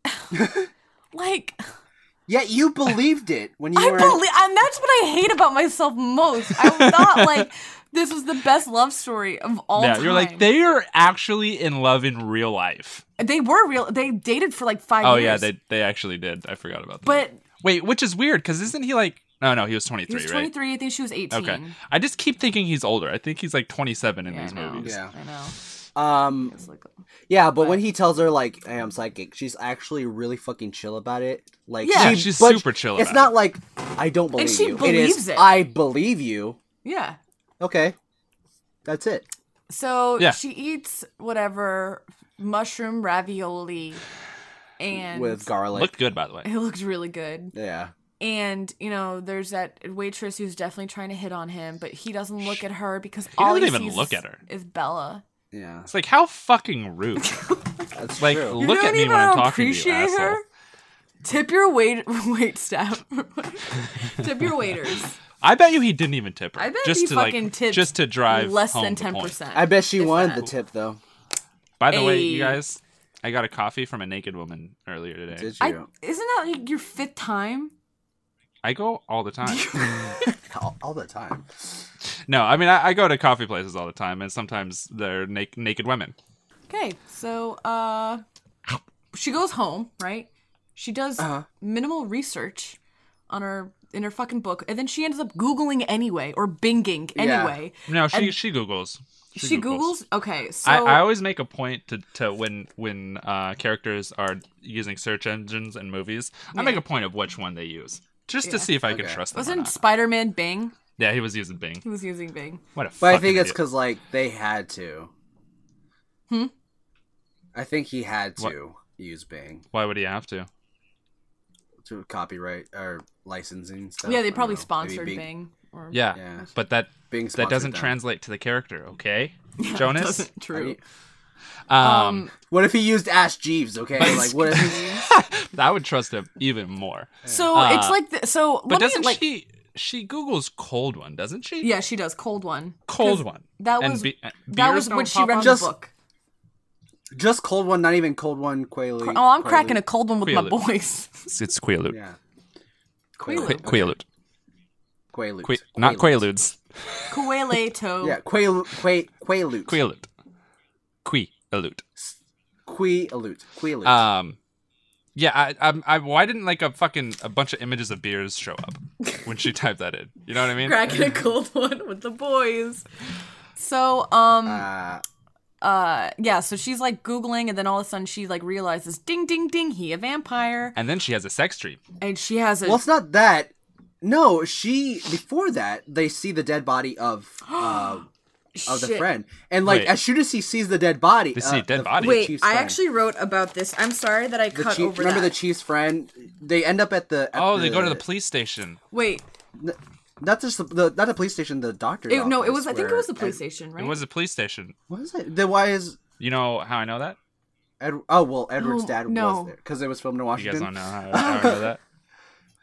Speaker 3: like
Speaker 2: Yet you believed it when you
Speaker 3: I
Speaker 2: were.
Speaker 3: believe, and that's what I hate about myself most. I thought like this was the best love story of all
Speaker 4: yeah,
Speaker 3: time.
Speaker 4: you're like they are actually in love in real life.
Speaker 3: they were real. They dated for like five.
Speaker 4: Oh
Speaker 3: years.
Speaker 4: yeah, they they actually did. I forgot about that.
Speaker 3: But
Speaker 4: wait, which is weird because isn't he like? No, no, he was 23,
Speaker 3: he was
Speaker 4: right?
Speaker 3: 23. I think she was 18.
Speaker 4: Okay, I just keep thinking he's older. I think he's like 27 in
Speaker 3: Yeah, I
Speaker 4: these
Speaker 3: know.
Speaker 4: movies.
Speaker 2: Yeah.
Speaker 3: I know.
Speaker 2: Um,
Speaker 3: It's like-
Speaker 2: Yeah, but when he tells her like, "Hey, I'm psychic," she's actually really fucking chill about it. Like,
Speaker 3: Yeah,
Speaker 2: she-
Speaker 4: she's
Speaker 2: but
Speaker 4: super chill
Speaker 2: It's
Speaker 4: about
Speaker 2: not like I don't believe
Speaker 3: she
Speaker 2: you. it
Speaker 3: believes
Speaker 2: is
Speaker 3: it.
Speaker 2: I believe you.
Speaker 3: yeah.
Speaker 2: Okay, that's it.
Speaker 3: So
Speaker 4: Yeah.
Speaker 3: she eats whatever mushroom ravioli, and
Speaker 2: With garlic.
Speaker 4: Looked good, by the way.
Speaker 3: it looked really good.
Speaker 2: yeah.
Speaker 3: And you know, there's that waitress who's definitely trying to hit on him, but he doesn't look at her because all
Speaker 4: doesn't
Speaker 3: he
Speaker 4: even
Speaker 3: sees
Speaker 4: look
Speaker 3: is-
Speaker 4: at her.
Speaker 3: Is Bella.
Speaker 2: Yeah.
Speaker 4: It's like how fucking rude.
Speaker 2: That's
Speaker 4: like
Speaker 2: true.
Speaker 4: look
Speaker 3: don't
Speaker 4: at me
Speaker 3: even
Speaker 4: when I'm talking to you,
Speaker 3: appreciate
Speaker 4: asshole.
Speaker 3: her? Tip your wait wait staff. Tip your waiters.
Speaker 4: I bet you he didn't even tip her.
Speaker 3: I bet
Speaker 4: just
Speaker 3: he
Speaker 4: to
Speaker 3: fucking
Speaker 4: like,
Speaker 3: tipped
Speaker 4: just to drive
Speaker 3: Less
Speaker 4: home
Speaker 3: than
Speaker 4: the
Speaker 3: ten
Speaker 4: point.
Speaker 3: percent.
Speaker 2: I bet she wanted
Speaker 3: that.
Speaker 2: the tip though.
Speaker 4: By the way, you
Speaker 3: Ayy.
Speaker 4: guys, I got a coffee from a naked woman earlier today.
Speaker 2: Did
Speaker 3: I,
Speaker 2: you?
Speaker 3: isn't that like your fifth time?
Speaker 4: I go all the time.
Speaker 2: all, all the time.
Speaker 4: no, I mean I, I go to coffee places all the time, and sometimes they're na- naked women.
Speaker 3: Okay, so uh, she goes home, right? She does
Speaker 2: Uh-huh.
Speaker 3: minimal research on her in her fucking book, and then she ends up googling anyway or binging
Speaker 2: Yeah.
Speaker 3: anyway.
Speaker 4: No, she she googles.
Speaker 3: She, googles. Okay, so
Speaker 4: I, I always make a point to, to when when uh, characters are using search engines in movies, I make a point of which one they use just to see if I can trust them. or
Speaker 3: wasn't
Speaker 4: not.
Speaker 3: Spider Man Bing?
Speaker 4: Yeah, he was using Bing.
Speaker 3: He was using Bing.
Speaker 4: What a
Speaker 2: But I
Speaker 4: fucking
Speaker 2: think it's
Speaker 4: idiot.
Speaker 2: because like they had to. Hmm. I think he had to use Bing
Speaker 4: Why would he have to?
Speaker 2: to copyright or licensing stuff.
Speaker 3: yeah,
Speaker 2: I
Speaker 3: they
Speaker 2: don't
Speaker 3: probably
Speaker 2: know. Maybe
Speaker 3: sponsored Bing. Or,
Speaker 4: Yeah,
Speaker 2: Yeah.
Speaker 4: but that
Speaker 2: Bing
Speaker 4: that
Speaker 2: sponsored
Speaker 4: doesn't
Speaker 2: them.
Speaker 4: translate to the character, okay, Jonas?
Speaker 3: Doesn't- True.
Speaker 4: Um,
Speaker 2: What if he used Ash Jeeves? Okay, like what if
Speaker 4: I would trust him even more.
Speaker 3: So it's like the, so.
Speaker 4: Uh, But
Speaker 3: let me,
Speaker 4: doesn't
Speaker 3: like,
Speaker 4: she? She Googles cold one, doesn't she?
Speaker 3: Yeah, she does cold one.
Speaker 4: cold one.
Speaker 3: That
Speaker 4: And
Speaker 3: was
Speaker 4: be- uh,
Speaker 3: that
Speaker 4: beers
Speaker 3: was
Speaker 4: don't
Speaker 3: what she
Speaker 4: pop
Speaker 3: read
Speaker 4: up?
Speaker 3: in
Speaker 2: Just-
Speaker 3: the book.
Speaker 2: Just cold one, not even cold one Quaalude.
Speaker 3: Oh, I'm cracking a cold one with my
Speaker 4: Quaalude.
Speaker 3: boys.
Speaker 4: It's, it's Quaalude.
Speaker 2: Yeah.
Speaker 4: Qua- Quaalude.
Speaker 2: Quaalude.
Speaker 4: Qua- not Quaaludes.
Speaker 3: Coelato.
Speaker 2: Yeah, Quaalude. Quaalude. Quaalude.
Speaker 4: Quaalude. Quaalude.
Speaker 2: Quaalude. Quaalude.
Speaker 4: Um, yeah, I, I, I, why didn't like a fucking a bunch of images of beers show up when she typed that in? You know what I mean?
Speaker 3: Cracking a cold one with the boys. So, um,
Speaker 2: Uh,
Speaker 3: uh, yeah, so she's like Googling, and then all of a sudden she like realizes, ding, ding, ding, he a vampire.
Speaker 4: And then she has a sex dream.
Speaker 3: And she has a.
Speaker 2: well, it's not that. No, she before that they see the dead body of uh, of the
Speaker 3: Shit.
Speaker 2: friend, and like
Speaker 4: Wait.
Speaker 2: as soon as he sees the dead body,
Speaker 4: They see
Speaker 2: uh,
Speaker 4: a dead
Speaker 2: the-
Speaker 4: body.
Speaker 2: the
Speaker 4: Wait,
Speaker 2: chief's
Speaker 3: I
Speaker 2: friend.
Speaker 3: actually wrote about this. I'm sorry that I
Speaker 2: the
Speaker 3: cut
Speaker 2: chief.
Speaker 3: over
Speaker 2: Remember
Speaker 3: that.
Speaker 2: the chief's friend? They end up at the. At
Speaker 4: Oh, they go to the police station.
Speaker 3: Wait,
Speaker 2: Not just the, the not the police station. The doctor.
Speaker 3: it- no, it was. I think it was the police
Speaker 2: Ed,
Speaker 3: station, right?
Speaker 4: It was a police station.
Speaker 2: Was it? Then why is
Speaker 4: You know how I know that?
Speaker 2: Ed? Oh well, Edward's
Speaker 3: Oh,
Speaker 2: dad
Speaker 3: no.
Speaker 2: was there because it was filmed in
Speaker 4: You guys
Speaker 2: Washington.
Speaker 4: don't know how, how I know that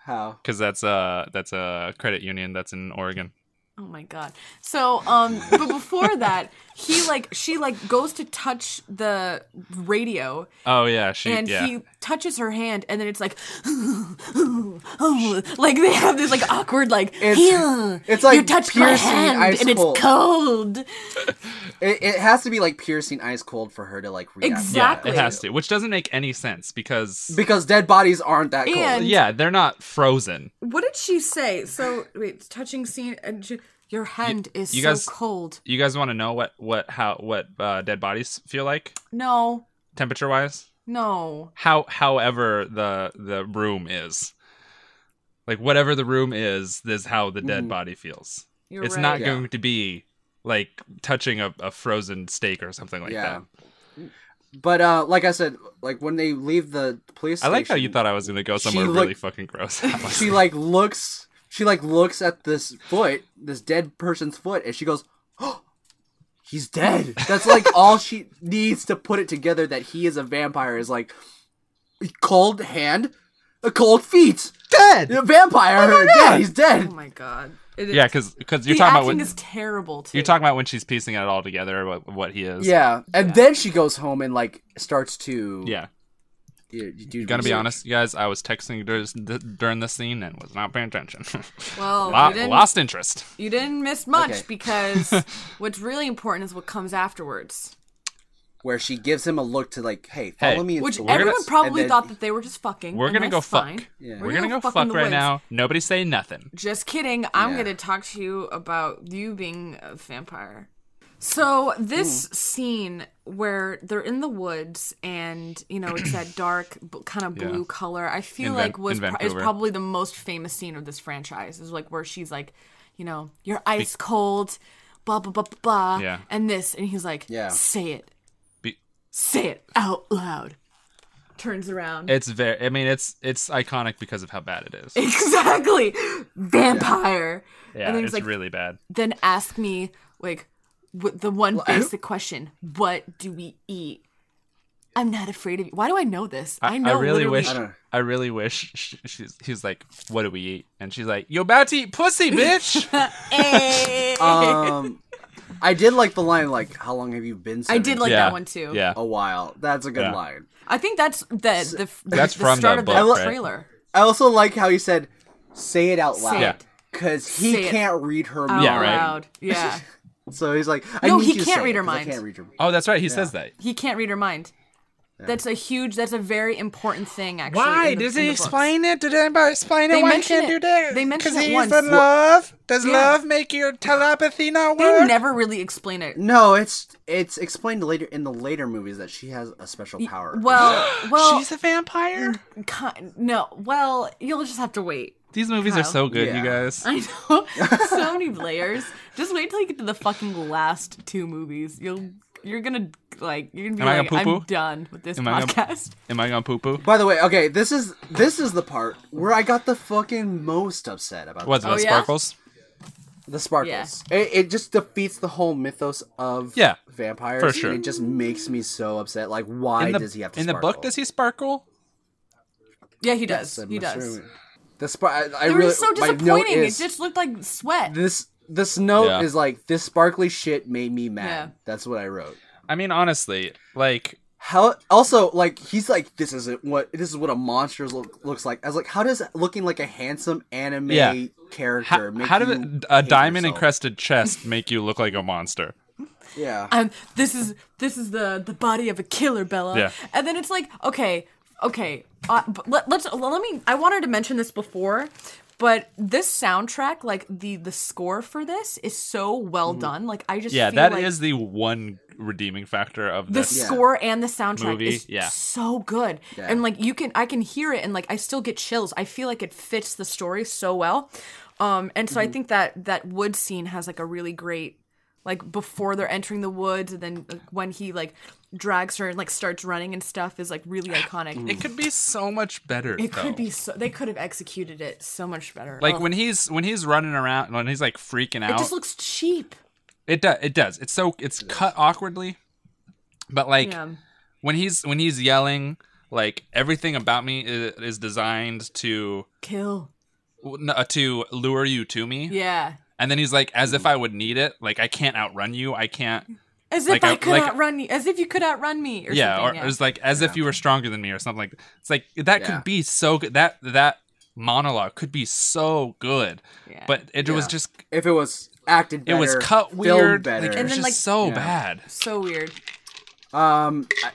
Speaker 2: How?
Speaker 4: because that's a that's a credit union that's in Oregon.
Speaker 3: Oh my god. So, um, but before that, he like she like goes to touch the radio,
Speaker 4: Oh yeah, she
Speaker 3: and
Speaker 4: yeah.
Speaker 3: he touches her hand, and then it's like, like they have this like awkward like,
Speaker 2: It's-
Speaker 3: "Ew,
Speaker 2: it's like
Speaker 3: you touched my
Speaker 2: piercing
Speaker 3: hand,
Speaker 2: ice
Speaker 3: and it's
Speaker 2: cold."
Speaker 3: cold.
Speaker 2: It, it has to be like piercing ice cold for her to like react.
Speaker 3: Exact- exactly.
Speaker 4: yeah, it has to, which doesn't make any sense because
Speaker 2: Because dead bodies aren't that cold.
Speaker 3: And-
Speaker 4: yeah, they're not frozen.
Speaker 3: What did she say? So wait, touching scene, and she, your hand is
Speaker 4: you
Speaker 3: so
Speaker 4: guys-
Speaker 3: cold.
Speaker 4: You guys want to know what what how what uh, dead bodies feel like
Speaker 3: No,
Speaker 4: temperature wise?
Speaker 3: no.
Speaker 4: How however the the room is, like whatever the room is, is how the dead
Speaker 2: Mhm.
Speaker 4: body feels.
Speaker 3: You're
Speaker 4: it's
Speaker 3: right.
Speaker 4: not
Speaker 2: Yeah.
Speaker 4: going to be like touching a, a frozen steak or something like
Speaker 2: Yeah.
Speaker 4: that.
Speaker 2: But uh, like I said, like when they leave the police,
Speaker 4: I
Speaker 2: station,
Speaker 4: like how you thought I was gonna go
Speaker 2: She
Speaker 4: somewhere
Speaker 2: looked-
Speaker 4: really fucking gross. That was-
Speaker 2: she like looks. She like looks at this foot, this dead person's foot, and she goes, "Oh, he's dead." That's like all she needs to put it together that he is a vampire. Is like cold hand, a cold feet, dead vampire. dead. He's dead.
Speaker 3: Oh my god. It is-
Speaker 4: yeah, because because you're
Speaker 3: the
Speaker 4: talking
Speaker 3: acting
Speaker 4: about when,
Speaker 3: is terrible too.
Speaker 4: you're talking about when she's piecing it all together what, what he is.
Speaker 2: Yeah, and then she goes home and like starts to
Speaker 4: yeah.
Speaker 2: You, you do
Speaker 4: Gonna be
Speaker 2: research.
Speaker 4: honest, you guys. I was texting dur- during the scene and was not paying attention.
Speaker 3: Well,
Speaker 4: Lo-
Speaker 3: you didn't-
Speaker 4: lost interest.
Speaker 3: You didn't miss much
Speaker 2: Okay.
Speaker 3: because what's really important is what comes afterwards.
Speaker 2: Where she gives him a look to like, hey,
Speaker 4: Hey.
Speaker 2: follow me. into
Speaker 3: Which
Speaker 2: the
Speaker 3: everyone
Speaker 2: woods,"
Speaker 3: probably
Speaker 2: and then-
Speaker 3: thought that they were just fucking.
Speaker 4: We're
Speaker 3: and
Speaker 4: gonna go
Speaker 3: that's
Speaker 4: fuck.
Speaker 3: fine.
Speaker 2: Yeah.
Speaker 4: We're gonna go fuck,
Speaker 3: in the
Speaker 4: right
Speaker 3: woods.
Speaker 4: now. Nobody say nothing.
Speaker 3: Just kidding. I'm
Speaker 2: Yeah.
Speaker 3: gonna talk to you about you being a vampire. So this
Speaker 4: Hmm.
Speaker 3: scene where they're in the woods and you know it's that dark kind of
Speaker 4: Yeah.
Speaker 3: blue color, I feel
Speaker 4: In Van-
Speaker 3: like was
Speaker 4: in
Speaker 3: pro- is
Speaker 4: Vancouver.
Speaker 3: probably the most famous scene of this franchise. Is like where she's like, you know, you're ice cold, blah blah blah blah, blah
Speaker 4: Yeah.
Speaker 3: and this, and he's like,
Speaker 2: Yeah.
Speaker 3: say it,
Speaker 4: Be-
Speaker 3: say it out loud. Turns around.
Speaker 4: It's very. I mean, it's it's iconic because of how bad it is.
Speaker 3: exactly, vampire.
Speaker 4: Yeah,
Speaker 3: and then
Speaker 4: it's
Speaker 3: he's like,
Speaker 4: really bad.
Speaker 3: then ask me like w- the one basic question what do we eat i'm not afraid of you why do i know this i, know
Speaker 4: really
Speaker 3: literally-
Speaker 4: wish.
Speaker 2: I
Speaker 4: I,
Speaker 2: don't know.
Speaker 4: really wish. She, she's, he's like, "What do we eat?" And she's like, "You're about to eat pussy, bitch."
Speaker 3: Eh.
Speaker 2: Um, I did like the line like, "How long have you been?"
Speaker 3: i did
Speaker 2: seven?"
Speaker 3: like
Speaker 4: yeah,
Speaker 3: that one too
Speaker 4: Yeah.
Speaker 2: a while. That's a good
Speaker 4: Yeah.
Speaker 2: line.
Speaker 3: i think that's the the, the,
Speaker 4: That's
Speaker 3: the
Speaker 4: from the
Speaker 3: start of
Speaker 4: book,
Speaker 3: the
Speaker 4: right?
Speaker 3: trailer
Speaker 2: I also like how you said, "Say it out
Speaker 3: Say
Speaker 4: Yeah.
Speaker 2: loud,"
Speaker 3: it
Speaker 2: because he
Speaker 3: Say it.
Speaker 2: can't read her
Speaker 3: out
Speaker 2: mind.
Speaker 4: Yeah, right.
Speaker 3: loud yeah
Speaker 2: So he's like, I
Speaker 3: No,
Speaker 2: need
Speaker 3: he
Speaker 2: you to
Speaker 3: can't
Speaker 2: say
Speaker 3: read
Speaker 2: it
Speaker 3: her
Speaker 2: 'cause I
Speaker 3: mind.
Speaker 2: can't read her mind.
Speaker 4: Oh, that's right. He says that.
Speaker 3: he can't read her mind that's a huge that's a very important thing actually
Speaker 9: Why?
Speaker 3: in the-
Speaker 9: Does
Speaker 3: in
Speaker 9: he
Speaker 3: the books.
Speaker 9: explain it? Did anybody explain it?
Speaker 3: They
Speaker 9: Why he
Speaker 3: mention
Speaker 9: can't
Speaker 3: it-
Speaker 9: do that?
Speaker 3: they mention
Speaker 9: Because
Speaker 3: it
Speaker 9: he's
Speaker 3: once.
Speaker 9: in love. Does
Speaker 3: Yeah.
Speaker 9: love make your telepathy not work?
Speaker 3: they never really explain it
Speaker 2: No, it's it's explained later in the later movies that she has a special power.
Speaker 3: well well
Speaker 9: She's a vampire.
Speaker 3: ki- no well you'll just have to wait
Speaker 4: These movies are
Speaker 3: Kyle.
Speaker 4: so good,
Speaker 2: Yeah.
Speaker 4: you guys.
Speaker 3: I know. so many layers. Just wait till you get to the fucking last two movies. You'll you're gonna like you're gonna be
Speaker 4: Am I gonna
Speaker 3: like, I'm
Speaker 4: poo-poo?
Speaker 3: done with this
Speaker 4: Am I gonna-
Speaker 3: podcast.
Speaker 4: Am I gonna poo poo?
Speaker 2: By the way, okay, this is this is the part where I got the fucking most upset about
Speaker 4: What's
Speaker 3: Oh,
Speaker 4: about
Speaker 3: yeah?
Speaker 4: sparkles?
Speaker 2: the sparkles. It, it just defeats the whole mythos of
Speaker 4: Yeah,
Speaker 2: vampires.
Speaker 4: for sure.
Speaker 2: and it just makes me so upset. Like, why
Speaker 4: in the,
Speaker 2: does he have to?
Speaker 4: in the book, does he sparkle?
Speaker 3: Yeah, he does.
Speaker 2: I'm
Speaker 3: he does.
Speaker 2: assuming. The spark. I, I
Speaker 3: They
Speaker 2: really.
Speaker 3: were so
Speaker 2: my note
Speaker 3: disappointing.
Speaker 2: is-
Speaker 3: it just looked like sweat.
Speaker 2: this. This note
Speaker 4: Yeah.
Speaker 2: is like this sparkly shit made me mad.
Speaker 3: Yeah.
Speaker 2: That's what I wrote.
Speaker 4: I mean, honestly, like
Speaker 2: How also like he's like this isn't what this is what a monster look, looks like. I was like, how does looking like a handsome anime
Speaker 4: Yeah.
Speaker 2: character
Speaker 4: How,
Speaker 2: make
Speaker 4: how
Speaker 2: you
Speaker 4: did a
Speaker 2: hate
Speaker 4: diamond
Speaker 2: yourself?
Speaker 4: encrusted chest make you look like a monster?
Speaker 2: Yeah,
Speaker 3: I'm this is this is the the body of a killer, Bella.
Speaker 4: Yeah.
Speaker 3: And then it's like, okay, okay, uh, but let, let's let me. I wanted to mention this before, but this soundtrack, like the the score for this, is so well
Speaker 2: Mm-hmm.
Speaker 3: done. Like I just
Speaker 4: Yeah,
Speaker 3: feel
Speaker 4: that is
Speaker 3: like
Speaker 4: the one redeeming factor of
Speaker 3: The
Speaker 4: this.
Speaker 3: score and the soundtrack
Speaker 4: Movie,
Speaker 3: is
Speaker 4: yeah.
Speaker 3: so good,
Speaker 2: Yeah.
Speaker 3: and like you can, I can hear it, and like I still get chills. I feel like it fits the story so well, um, and so I think that that wood scene has like a really great like before they're entering the woods and then like, when he like drags her and like starts running and stuff is like really iconic
Speaker 4: It could be so much better.
Speaker 3: it could
Speaker 4: though.
Speaker 3: be so they could have executed it so much better
Speaker 4: like
Speaker 3: Ugh.
Speaker 4: when he's when he's running around when he's like freaking
Speaker 3: it
Speaker 4: out.
Speaker 3: just looks cheap
Speaker 4: It does. It does. It's so it's cut awkwardly, but like
Speaker 3: yeah
Speaker 4: when he's when he's yelling, like everything about me is, is designed to
Speaker 3: kill
Speaker 4: n- uh, to lure you to me.
Speaker 3: yeah
Speaker 4: And then he's like, as
Speaker 2: Mm.
Speaker 4: if I would need it. Like I can't outrun you. I can't.
Speaker 3: as if
Speaker 4: Like
Speaker 3: i
Speaker 4: a-
Speaker 3: could
Speaker 4: like a-
Speaker 3: outrun you as if you could outrun me or
Speaker 4: yeah. Or
Speaker 3: something yeah.
Speaker 4: it's like as if you were stronger than me or something like. That. It's like that
Speaker 2: Yeah.
Speaker 4: could be so good. That that monologue could be so good,
Speaker 3: Yeah.
Speaker 4: but it was
Speaker 2: Yeah.
Speaker 4: just
Speaker 2: if it was acted, better,
Speaker 4: it was cut
Speaker 2: filmed
Speaker 4: weird.
Speaker 2: better.
Speaker 4: Like, it
Speaker 3: And
Speaker 4: was
Speaker 3: then,
Speaker 4: just
Speaker 3: like-
Speaker 4: so
Speaker 2: Yeah.
Speaker 4: bad.
Speaker 3: so weird
Speaker 2: Um, I,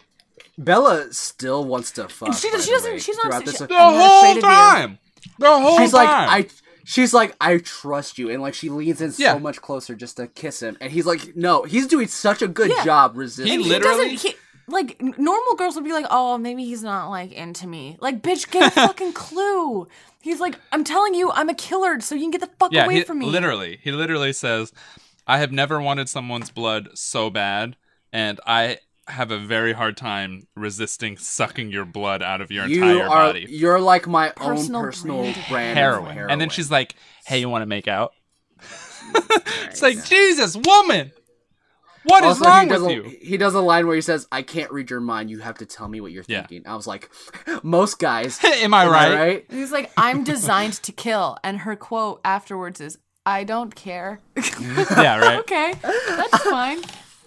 Speaker 2: Bella still wants to fuck.
Speaker 3: she-
Speaker 2: by
Speaker 3: she
Speaker 2: the
Speaker 3: doesn't-
Speaker 2: way,
Speaker 3: she's not-
Speaker 2: throughout
Speaker 3: she-
Speaker 2: this-
Speaker 3: The I'm not whole afraid of you. time!
Speaker 4: The whole
Speaker 2: she's like, I. She's like, I trust you, and like she leans in
Speaker 4: Yeah.
Speaker 2: so much closer just to kiss him, and he's like, no, he's doing such a good
Speaker 3: Yeah.
Speaker 2: job resisting.
Speaker 4: He
Speaker 3: he
Speaker 4: literally-
Speaker 3: doesn't he, like n- normal girls would be like oh maybe he's not like into me like bitch get a fucking clue he's like i'm telling you i'm a killer so you can get the fuck
Speaker 4: yeah,
Speaker 3: away
Speaker 4: he,
Speaker 3: from me
Speaker 4: literally, he literally says, "I have never wanted someone's blood so bad, and I have a very hard time resisting sucking your blood out of your
Speaker 2: you
Speaker 4: entire
Speaker 2: are,
Speaker 4: body."
Speaker 2: you're like my
Speaker 3: Personal
Speaker 2: own personal
Speaker 3: brand
Speaker 2: brand,
Speaker 3: of
Speaker 2: of
Speaker 4: Heroin.
Speaker 2: heroin.
Speaker 4: and then she's like, "Hey, you want to make out?" it's
Speaker 2: Christ.
Speaker 4: like, Jesus, woman, what is
Speaker 2: Also,
Speaker 4: wrong
Speaker 2: he
Speaker 4: with
Speaker 2: does a,
Speaker 4: you?
Speaker 2: He does a line where he says, "I can't read your mind. You have to tell me what you're
Speaker 4: Yeah.
Speaker 2: thinking." I was like, most guys,
Speaker 4: Am I
Speaker 2: am
Speaker 4: right?
Speaker 2: I right?
Speaker 3: And he's like i'm designed to kill and her quote afterwards is i don't care
Speaker 4: yeah, right.
Speaker 3: okay that's fine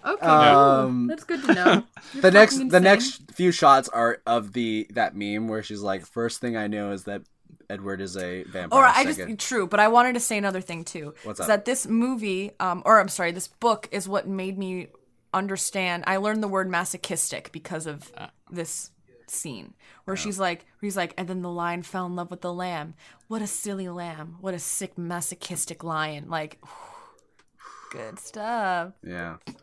Speaker 3: okay
Speaker 2: Um,
Speaker 3: that's good to know
Speaker 2: the next
Speaker 3: fucking
Speaker 2: the
Speaker 3: insane.
Speaker 2: next few shots are of the that meme where she's like first thing i know is that edward is a vampire
Speaker 3: Or I
Speaker 2: Second-
Speaker 3: just true, but I wanted to say another thing too.
Speaker 2: What's
Speaker 3: is
Speaker 2: up?
Speaker 3: that this movie, um, or I'm sorry, this book is what made me understand. I learned the word masochistic because of this scene where she's like, where he's like, and then the lion fell in love with the lamb. What a silly lamb! What a sick masochistic lion! Like, good stuff.
Speaker 2: yeah
Speaker 4: sure,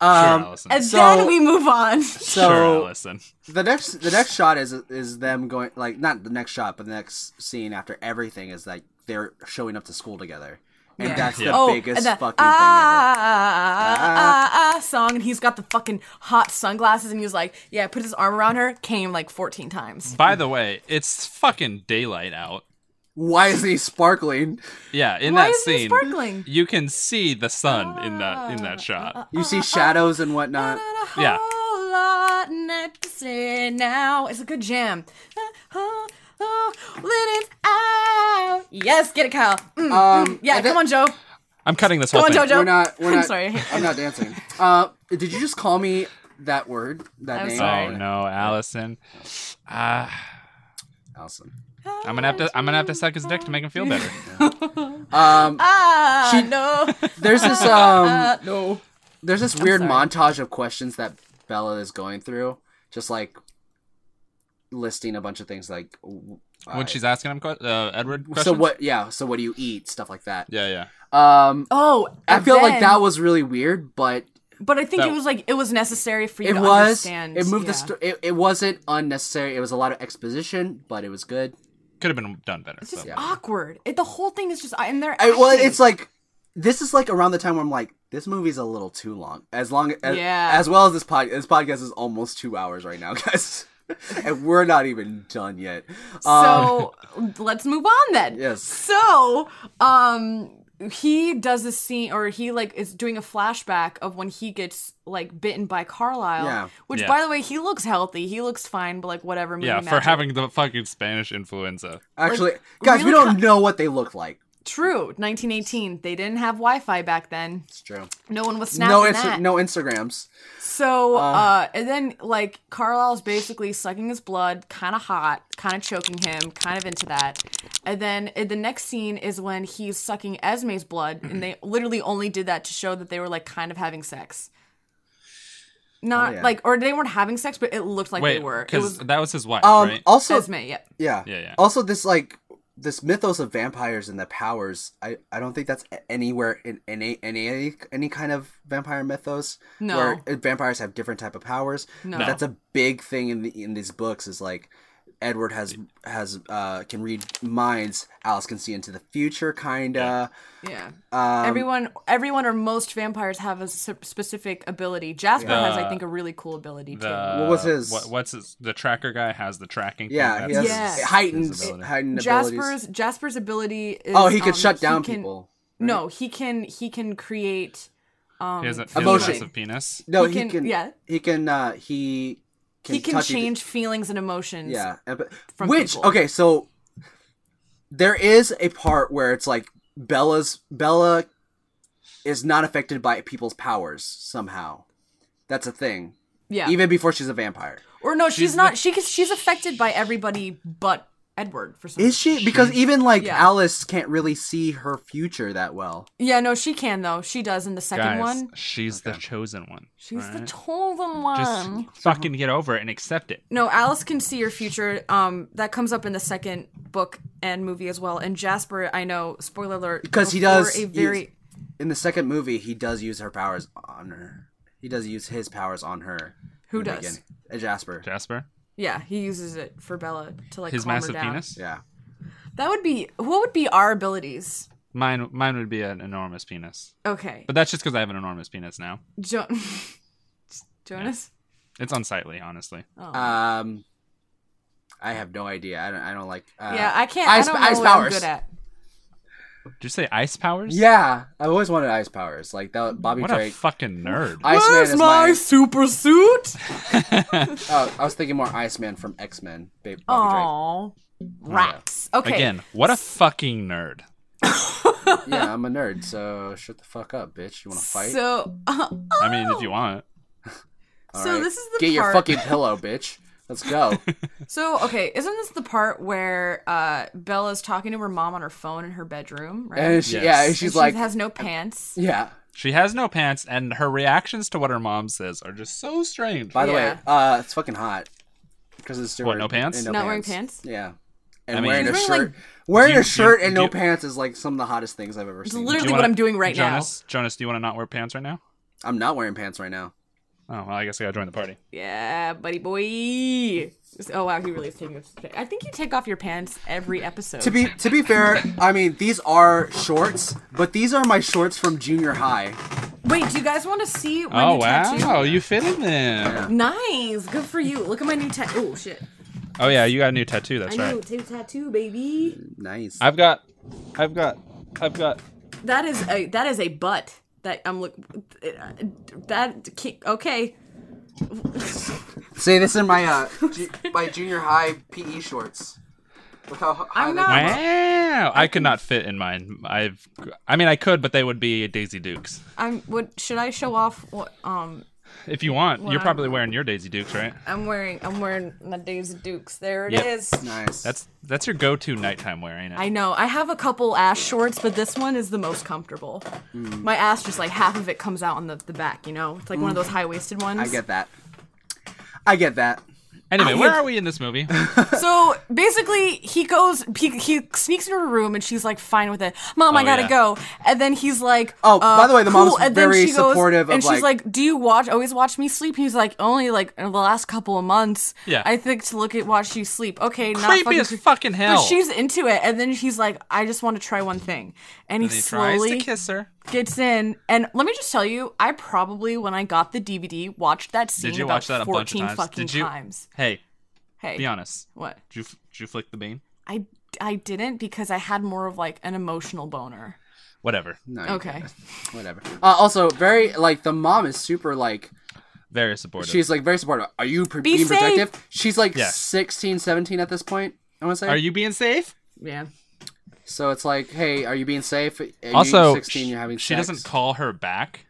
Speaker 2: um
Speaker 4: Allison.
Speaker 3: And
Speaker 2: So-
Speaker 3: then we move on.
Speaker 4: sure,
Speaker 2: so
Speaker 4: Allison.
Speaker 2: the next the next shot is is them going like not the next shot but the next scene after everything is like they're showing up to school together and
Speaker 3: Yeah.
Speaker 2: that's the
Speaker 4: Yeah.
Speaker 3: Oh,
Speaker 2: biggest
Speaker 3: and the,
Speaker 2: fucking
Speaker 3: ah, ah, ah, ah, song, and he's got the fucking hot sunglasses, and he was like, yeah, put his arm around her, came like 14 times.
Speaker 4: By the way, it's fucking daylight out.
Speaker 2: thing ever why is he sparkling
Speaker 4: Yeah, in
Speaker 3: Why
Speaker 4: that
Speaker 3: is he
Speaker 4: scene,
Speaker 3: sparkling? Ah.
Speaker 4: you can see the sun in that in that shot.
Speaker 2: you see shadows and whatnot
Speaker 3: Not a whole
Speaker 4: Yeah.
Speaker 3: lot not to say now. It's a good jam. Oh, oh, let it out. Yes, get it, Kyle. Mm,
Speaker 2: um
Speaker 3: yeah,
Speaker 2: and then-
Speaker 3: come on, Joe.
Speaker 4: I'm cutting this
Speaker 3: Come
Speaker 4: whole
Speaker 3: on,
Speaker 4: thing.
Speaker 3: Jojo.
Speaker 2: we're not we're
Speaker 3: I'm
Speaker 2: not
Speaker 3: sorry.
Speaker 2: i'm not dancing uh did you just call me that word that
Speaker 3: I'm
Speaker 2: name
Speaker 4: Oh
Speaker 3: sorry.
Speaker 4: no, Allison. Uh,
Speaker 2: awesome
Speaker 4: I'm gonna have to. I'm gonna have to suck his dick to make him feel better.
Speaker 2: um
Speaker 3: Ah,
Speaker 2: She-
Speaker 3: no.
Speaker 2: there's this um
Speaker 3: Ah, no.
Speaker 2: there's this weird
Speaker 3: sorry.
Speaker 2: montage of questions that Bella is going through, just like listing a bunch of things like w-
Speaker 4: when
Speaker 2: uh,
Speaker 4: she's asking him, que- uh, Edward. Questions?
Speaker 2: so what yeah so what do you eat stuff like that
Speaker 4: Yeah, yeah.
Speaker 2: um
Speaker 3: Oh,
Speaker 2: I
Speaker 3: and
Speaker 2: feel like
Speaker 3: then-
Speaker 2: that was really weird but
Speaker 3: But I think
Speaker 4: that-
Speaker 3: it was like it was necessary for you
Speaker 2: it
Speaker 3: to
Speaker 2: was
Speaker 3: understand.
Speaker 2: it moved
Speaker 3: yeah.
Speaker 2: the sto- it, it wasn't unnecessary it was a lot of exposition but it was good
Speaker 4: Could have been done better.
Speaker 3: It's just
Speaker 4: so.
Speaker 3: awkward. It, the whole thing is just in there.
Speaker 2: I, well it's like this is like around the time where I'm like this movie's a little too long as long as
Speaker 3: Yeah.
Speaker 2: as well as this pod this podcast is almost two hours right now guys and we're not even done yet
Speaker 3: So let's move on then.
Speaker 2: um, Yes.
Speaker 3: So, um, he does this scene, or he like is doing a flashback of when he gets like bitten by Carlisle.
Speaker 2: Yeah.
Speaker 3: Which,
Speaker 4: Yeah.
Speaker 3: by the way, he looks healthy. He looks fine, but like whatever. Movie
Speaker 4: yeah, for
Speaker 3: magic.
Speaker 4: having the fucking Spanish influenza.
Speaker 2: Actually,
Speaker 3: Like,
Speaker 2: guys, we
Speaker 3: really
Speaker 2: don't
Speaker 3: cut-
Speaker 2: know what they look like.
Speaker 3: True. 1918. They didn't have Wi-Fi back then.
Speaker 2: It's true.
Speaker 3: No one was snapping
Speaker 2: No,
Speaker 3: that.
Speaker 2: Insta- no Instagrams.
Speaker 3: So, uh,
Speaker 2: Um,
Speaker 3: and then like Carlisle's basically sucking his blood, kind of hot, kind of choking him, kind of into that. And then uh, the next scene is when he's sucking Esme's blood, and they literally only did that to show that they were like kind of having sex. Not
Speaker 2: Oh, yeah.
Speaker 3: like, or they weren't having sex, but it looked like
Speaker 4: Wait,
Speaker 3: they were. It
Speaker 4: because
Speaker 3: was
Speaker 4: that was his wife,
Speaker 2: Um,
Speaker 4: right?
Speaker 2: also,
Speaker 3: Esme. Yep.
Speaker 2: yeah,
Speaker 4: Yeah, yeah.
Speaker 2: Also, this like this mythos of vampires and their powers. I I don't think that's a- anywhere in any any any kind of vampire mythos.
Speaker 3: No.
Speaker 2: where uh, vampires have different type of powers.
Speaker 3: No.
Speaker 2: But that's a big thing in the in these books. Is like. Edward has has uh can read minds. Alice can see into the future, kinda.
Speaker 3: Yeah.
Speaker 2: Um,
Speaker 3: everyone, everyone, or most vampires have a s- specific ability. Jasper has, I
Speaker 4: The-
Speaker 3: think, a really cool ability too.
Speaker 4: The,
Speaker 2: What was his-
Speaker 4: What, what's his? The tracker guy has the tracking. thing,
Speaker 2: Yeah, he
Speaker 4: that's
Speaker 2: has
Speaker 4: his-
Speaker 3: Yes.
Speaker 2: heightened
Speaker 4: his ability.
Speaker 2: heightened abilities.
Speaker 3: Jasper's Jasper's ability is
Speaker 2: Oh, he could
Speaker 3: um,
Speaker 2: shut down
Speaker 3: can-
Speaker 2: people.
Speaker 3: No, he can he can create um
Speaker 4: He has a he has a
Speaker 2: Emotion.
Speaker 4: massive penis.
Speaker 2: No,
Speaker 3: he
Speaker 2: he,
Speaker 3: can-
Speaker 2: can.
Speaker 3: yeah.
Speaker 2: he can. uh He can
Speaker 3: he can
Speaker 2: touch you-
Speaker 3: change feelings and emotions.
Speaker 2: Yeah, and- but-
Speaker 3: from
Speaker 2: which
Speaker 3: people.
Speaker 2: okay, so there is a part where it's like Bella's Bella is not affected by people's powers somehow. That's a thing,
Speaker 3: Yeah.
Speaker 2: even before she's a vampire.
Speaker 3: or no, she's,
Speaker 4: she's
Speaker 3: not
Speaker 4: the-
Speaker 3: she can, she's affected by everybody but Edward for some
Speaker 2: Is she? Because even like
Speaker 3: Yeah.
Speaker 2: Alice can't really see her future that well.
Speaker 3: Yeah, no, she can though. She does in the second
Speaker 4: Guys,
Speaker 3: one.
Speaker 4: she's the chosen one.
Speaker 3: She's the
Speaker 4: alright?
Speaker 3: chosen one.
Speaker 4: Just fucking get over it and accept it.
Speaker 3: No, Alice can see your future. Um, that comes up in the second book and movie as well. And Jasper, I know, spoiler alert,
Speaker 2: Because he
Speaker 3: before
Speaker 2: does
Speaker 3: a
Speaker 2: use-
Speaker 3: very
Speaker 2: In the second movie, he does use her powers on her. He does use his powers on her.
Speaker 3: Who
Speaker 2: in the
Speaker 3: does?
Speaker 2: beginning. Uh, Jasper.
Speaker 4: Jasper,
Speaker 3: yeah, he uses it for Bella to like
Speaker 4: his
Speaker 3: calm her
Speaker 4: massive
Speaker 3: down.
Speaker 4: penis.
Speaker 2: Yeah.
Speaker 3: That would be what would be our abilities?
Speaker 4: Mine, mine would be an enormous penis.
Speaker 3: Okay,
Speaker 4: But that's just because I have an enormous penis now.
Speaker 3: jo- Jonas.
Speaker 4: It's unsightly, honestly.
Speaker 3: Oh.
Speaker 2: Um, I have no idea. I don't. I don't like. Uh,
Speaker 3: yeah, I can't.
Speaker 2: ice-
Speaker 3: I don't know
Speaker 2: ice
Speaker 3: what
Speaker 2: powers.
Speaker 3: I'm good at.
Speaker 4: Did you say ice powers?
Speaker 2: Yeah, I always wanted ice powers. Like that, Bobby
Speaker 4: What a
Speaker 2: Drake.
Speaker 4: fucking nerd.
Speaker 2: Iceman is my.
Speaker 3: super suit?
Speaker 2: Oh, I was thinking more Iceman from X Men. Bobby
Speaker 3: Oh, rats. Okay.
Speaker 4: Again, what a fucking nerd.
Speaker 2: Drake. Yeah, I'm a nerd, so shut the fuck up, bitch. You want to fight?
Speaker 3: So, uh,
Speaker 4: I mean, if you want.
Speaker 2: All
Speaker 3: so
Speaker 2: right.
Speaker 3: this is the
Speaker 2: get your
Speaker 3: part-
Speaker 2: fucking pillow, bitch. Let's go.
Speaker 3: so okay, isn't this the part where uh, Bella's talking to her mom on her phone in her bedroom? Right.
Speaker 2: And she,
Speaker 4: Yes.
Speaker 2: yeah,
Speaker 4: And
Speaker 2: she's
Speaker 3: And she
Speaker 2: like, "Uh,
Speaker 3: has no pants.
Speaker 2: yeah.
Speaker 4: She has no pants, and her reactions to what her mom says are just so strange.
Speaker 2: By the
Speaker 3: Yeah.
Speaker 2: way, uh, it's fucking hot because it's
Speaker 4: What, no pants?
Speaker 2: and
Speaker 3: Not wearing pants?
Speaker 2: Yeah. And
Speaker 4: I mean-
Speaker 2: wearing a
Speaker 3: She's
Speaker 2: shirt,
Speaker 3: wearing,
Speaker 2: wearing
Speaker 4: Do
Speaker 2: a
Speaker 4: you-
Speaker 2: shirt
Speaker 4: do you-
Speaker 2: and no
Speaker 4: do you-
Speaker 2: pants is like some of the hottest things I've ever
Speaker 3: It's
Speaker 2: seen.
Speaker 3: literally
Speaker 4: you
Speaker 3: what
Speaker 4: wanna-
Speaker 3: I'm doing right
Speaker 4: Jonas, Jonas, do you want to not wear pants right now?
Speaker 2: I'm not wearing pants right now.
Speaker 4: Oh, well, I guess I gotta join the party.
Speaker 3: now. Yeah, buddy boy. Oh wow, he really is taking this. I think you take off your pants every episode.
Speaker 2: To be to be fair, I mean these are shorts, but these are my shorts from junior high.
Speaker 3: Wait, do you guys want to see my
Speaker 4: oh,
Speaker 3: new
Speaker 4: wow.
Speaker 3: tattoo?
Speaker 4: You fit in there.
Speaker 3: Nice, good for you. Look at my new tattoo. Oh shit,
Speaker 4: Oh, yeah, you got a new tattoo. That's
Speaker 3: I
Speaker 4: right.
Speaker 3: know new tattoo, baby.
Speaker 2: Nice.
Speaker 4: I've got. I've got. I've got.
Speaker 3: That is a that is a butt that I'm look that ki- okay.
Speaker 2: Say this in my uh ju- my junior high PE shorts. Look how high
Speaker 3: I'm
Speaker 2: they-
Speaker 3: not-
Speaker 4: Wow. I could not fit in mine. I've. I mean, I could, but they would be Daisy Dukes.
Speaker 3: I'm what should I show off? What um
Speaker 4: If you want, you're
Speaker 3: Wow. Uh,
Speaker 4: probably wearing your Daisy Dukes, right?
Speaker 3: I'm wearing I'm wearing my Daisy Dukes. There it
Speaker 4: Yep.
Speaker 3: is.
Speaker 2: Nice.
Speaker 4: That's that's your go-to nighttime wear, ain't it?
Speaker 3: I know I have a couple ass shorts, but this one is the most comfortable. My ass just like half of it comes out on the, the back. You know, it's like one of those high waisted ones.
Speaker 2: I get that. I get that.
Speaker 4: Anyway, where are we in this movie?
Speaker 3: So basically, he goes, he, he sneaks into her room, and she's like, fine with it. Mom, I
Speaker 4: Oh,
Speaker 3: gotta
Speaker 4: yeah.
Speaker 3: go. And then he's like, uh,
Speaker 2: Oh, by the way, the
Speaker 3: cool.
Speaker 2: mom's
Speaker 3: and then
Speaker 2: very
Speaker 3: she goes-
Speaker 2: supportive of,
Speaker 3: And she's
Speaker 2: like-
Speaker 3: like, do you watch, always watch me sleep? He's like, only like in the last couple of months.
Speaker 4: Yeah.
Speaker 3: I think to look at watch you sleep. Okay, not
Speaker 4: Creepy
Speaker 3: fucking
Speaker 4: as
Speaker 3: cre-
Speaker 4: fucking hell.
Speaker 3: But she's into it, and then she's like, I just want to try one thing. And he
Speaker 4: And he tries
Speaker 3: slowly
Speaker 4: to kiss her.
Speaker 3: gets in. And let me just tell you, I probably, when I got the DVD, watched that scene
Speaker 4: Did you
Speaker 3: about
Speaker 4: watch that a
Speaker 3: 14
Speaker 4: bunch of times?
Speaker 3: fucking
Speaker 4: Did you?
Speaker 3: times.
Speaker 4: Hey,
Speaker 3: Hey.
Speaker 4: be honest.
Speaker 3: What?
Speaker 4: Did you, did you flick the bean?
Speaker 3: I I didn't because I had more of like an emotional boner.
Speaker 4: Whatever.
Speaker 2: No, you
Speaker 3: Okay.
Speaker 2: can't. Whatever. Uh, also, very like the mom is super like
Speaker 4: Very supportive.
Speaker 2: she's like very supportive. Are you pre-
Speaker 3: Be
Speaker 2: being
Speaker 3: safe.
Speaker 2: protective? She's like
Speaker 4: Yeah.
Speaker 2: sixteen, seventeen 16, 17 at this point. I want to say.
Speaker 4: Are you being safe?
Speaker 3: Yeah.
Speaker 2: So it's like, hey, are you being safe? Are you
Speaker 4: also,
Speaker 2: 16,
Speaker 4: sh-
Speaker 2: you're having
Speaker 4: she
Speaker 2: sex?
Speaker 4: doesn't call her back.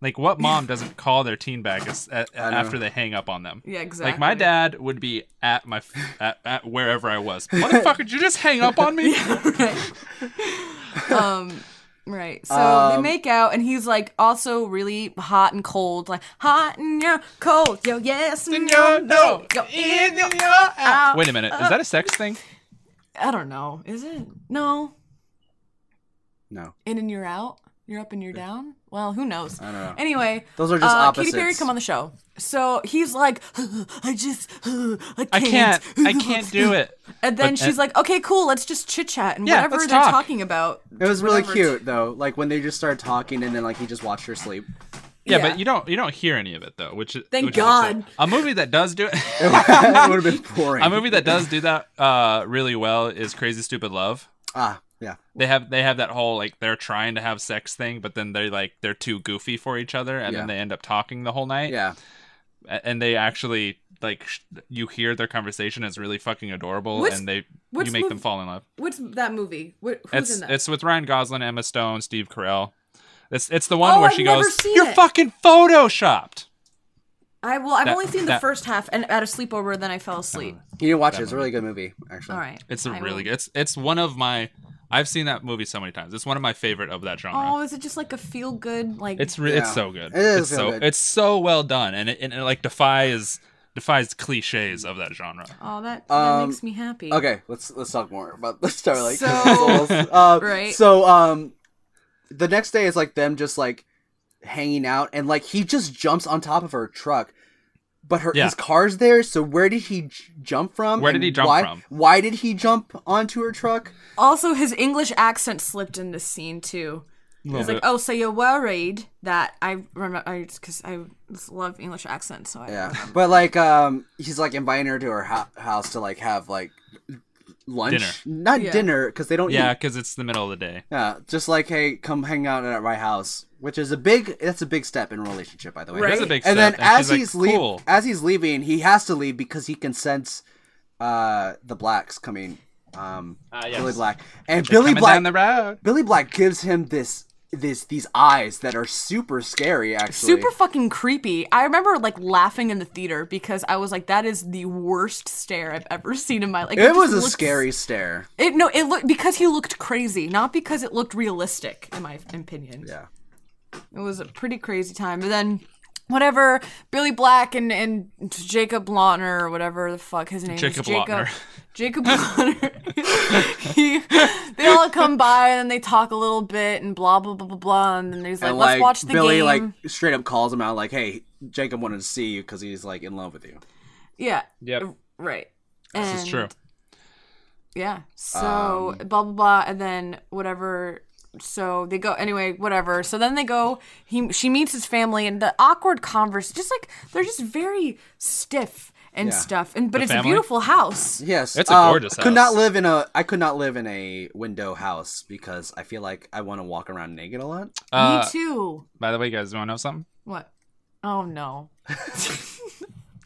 Speaker 4: Like, what mom doesn't call their teen back as, a
Speaker 2: I know.
Speaker 4: after they hang up on them?
Speaker 3: Yeah,
Speaker 4: Like, my
Speaker 3: exactly.
Speaker 4: dad would be at my f- at, at wherever I was. Motherfucker, did you just hang up on me?
Speaker 3: right. um, right. So they
Speaker 2: Um,
Speaker 3: make out, and he's like also really hot and cold, like hot and yeah, cold. Yo, yes and yo, no. Uh, Yo, in yo, out.
Speaker 4: Wait a minute, is that a sex thing?
Speaker 3: I don't know. Is it? No.
Speaker 2: No.
Speaker 3: In and you're out. You're up and you're down. Well, who knows? I
Speaker 2: don't know.
Speaker 3: Anyway,
Speaker 2: Those are just
Speaker 3: uh, Katy Perry,
Speaker 2: opposites.
Speaker 3: come on the show. So he's like, I just, I can't,
Speaker 4: I can't. I can't do it.
Speaker 3: And then
Speaker 4: But- uh,
Speaker 3: she's like, okay, cool, let's just chit chat and
Speaker 4: Yeah,
Speaker 3: whatever
Speaker 4: let's
Speaker 3: they're
Speaker 4: talk.
Speaker 3: talking about.
Speaker 2: It was really
Speaker 3: whatever.
Speaker 2: cute though. Like when they just started talking and then like he just watched her sleep.
Speaker 4: Yeah,
Speaker 3: Yeah.
Speaker 4: but you don't you don't hear any of it though, which is-
Speaker 3: Thank
Speaker 4: which is upsetting.
Speaker 3: God.
Speaker 4: a movie that does do it.
Speaker 2: it would have been boring.
Speaker 4: a movie that does do that uh, really well is Crazy Stupid Love.
Speaker 2: Ah, yeah.
Speaker 4: They have they have that whole like they're trying to have sex thing, but then they're like they're too goofy for each other, and then
Speaker 2: Yeah.
Speaker 4: they end up talking the whole night.
Speaker 2: Yeah.
Speaker 4: A- and they actually like sh- you hear their conversation is really fucking adorable,
Speaker 3: What's-
Speaker 4: and they
Speaker 3: what's
Speaker 4: you make them
Speaker 3: mov-
Speaker 4: fall in love.
Speaker 3: What's that movie? What, who's
Speaker 4: It's
Speaker 3: in that?
Speaker 4: it's with Ryan Gosling, Emma Stone, Steve Carell. It's it's the one
Speaker 3: Oh,
Speaker 4: where
Speaker 3: I've
Speaker 4: she
Speaker 3: never
Speaker 4: goes,
Speaker 3: seen
Speaker 4: "You're
Speaker 3: it."
Speaker 4: fucking photoshopped."
Speaker 3: I well, I've
Speaker 4: that-
Speaker 3: only seen the
Speaker 4: that- Oh,
Speaker 3: first half, and at a sleepover, then I fell asleep.
Speaker 2: You didn't watch it. It's a really good movie, actually.
Speaker 3: All right,
Speaker 4: It's a
Speaker 3: I
Speaker 4: really
Speaker 3: will-
Speaker 4: good. It's it's one of my. I've seen that movie so many times. It's one of my favorite of that genre.
Speaker 3: Oh, is it just like a feel good like?
Speaker 4: It's re- it's
Speaker 2: Yeah.
Speaker 4: so good.
Speaker 2: It is
Speaker 4: it's
Speaker 2: so
Speaker 4: so
Speaker 2: good.
Speaker 4: it's so well done, and it, and it like defies defies cliches of that genre.
Speaker 3: oh that, that
Speaker 2: Um,
Speaker 3: makes me happy.
Speaker 2: Okay, let's let's talk more about the Starlight
Speaker 3: So-
Speaker 2: Consoles. Uh,
Speaker 3: Right.
Speaker 2: So um, the next day is like them just like hanging out, and like he just jumps on top of her truck, but her
Speaker 4: Yeah.
Speaker 2: his car's there. So where did he j- jump from?
Speaker 4: Where did
Speaker 2: and
Speaker 4: he jump
Speaker 2: why-
Speaker 4: from?
Speaker 2: Why did he jump onto her truck?
Speaker 3: Also, his English accent slipped in this scene too. He's like, "Oh, so you're worried that I remember? I because I just love English accents, so I
Speaker 2: Yeah, but like um, he's like inviting her to her ho- house to like have like lunch,
Speaker 4: Dinner.
Speaker 2: not
Speaker 3: Yeah.
Speaker 2: dinner because they don't
Speaker 4: Yeah,
Speaker 2: eat.
Speaker 4: because it's the middle of the day.
Speaker 2: Yeah, just like hey, come hang out at my house, which is a big. That's a big step in a relationship, by the way.
Speaker 3: Right.
Speaker 4: That's a big
Speaker 2: and then
Speaker 4: step.
Speaker 2: as
Speaker 4: she's
Speaker 2: he's
Speaker 4: like,
Speaker 2: leaving,
Speaker 4: cool.
Speaker 2: as he's leaving, he has to leave because he can sense uh, the blacks coming. Um,
Speaker 3: Ah,
Speaker 2: Billy Black and Billy
Speaker 4: Coming
Speaker 2: Black.
Speaker 4: down the road.
Speaker 2: Billy Black gives him this this these eyes that are super scary. Actually,
Speaker 3: super fucking creepy. I remember like laughing in the theater because I was like, "That is the worst stare I've ever seen in my life."
Speaker 2: It
Speaker 3: just
Speaker 2: was a
Speaker 3: looked-
Speaker 2: scary stare.
Speaker 3: It, no, it looked because he looked crazy, not because it looked realistic, in my opinion.
Speaker 2: Yeah.
Speaker 3: It was a pretty crazy time. But then, whatever, Billy Black and, and Jacob Lautner or whatever the fuck his name
Speaker 4: Jacob
Speaker 3: is. Jacob
Speaker 4: Lautner.
Speaker 3: Jacob Lautner. he, they all come by and then they talk a little bit and blah, blah, blah, blah, blah. And then he's like,
Speaker 2: and
Speaker 3: let's
Speaker 2: like
Speaker 3: watch the
Speaker 2: Billy
Speaker 3: game.
Speaker 2: like straight up calls him out like, "Hey, Jacob wanted to see you because he's like in love with you."
Speaker 3: yeah.
Speaker 4: Yep.
Speaker 3: Right.
Speaker 4: This is true.
Speaker 3: And- Yeah. So
Speaker 2: Um,
Speaker 3: blah blah blah, and then whatever. So they go anyway, whatever. So then they go. He she meets his family, and the awkward converse, just like they're just very stiff and
Speaker 2: Yeah.
Speaker 3: stuff. And but it's
Speaker 4: family?
Speaker 3: a beautiful house.
Speaker 2: Yes,
Speaker 4: It's a
Speaker 2: um,
Speaker 4: gorgeous
Speaker 2: I could not
Speaker 4: house.
Speaker 2: live in a. I could not live in a window house because I feel like I want to walk around naked a lot.
Speaker 4: Uh,
Speaker 3: Me too.
Speaker 4: by the way, guys, you want to know something?
Speaker 3: What? Oh no.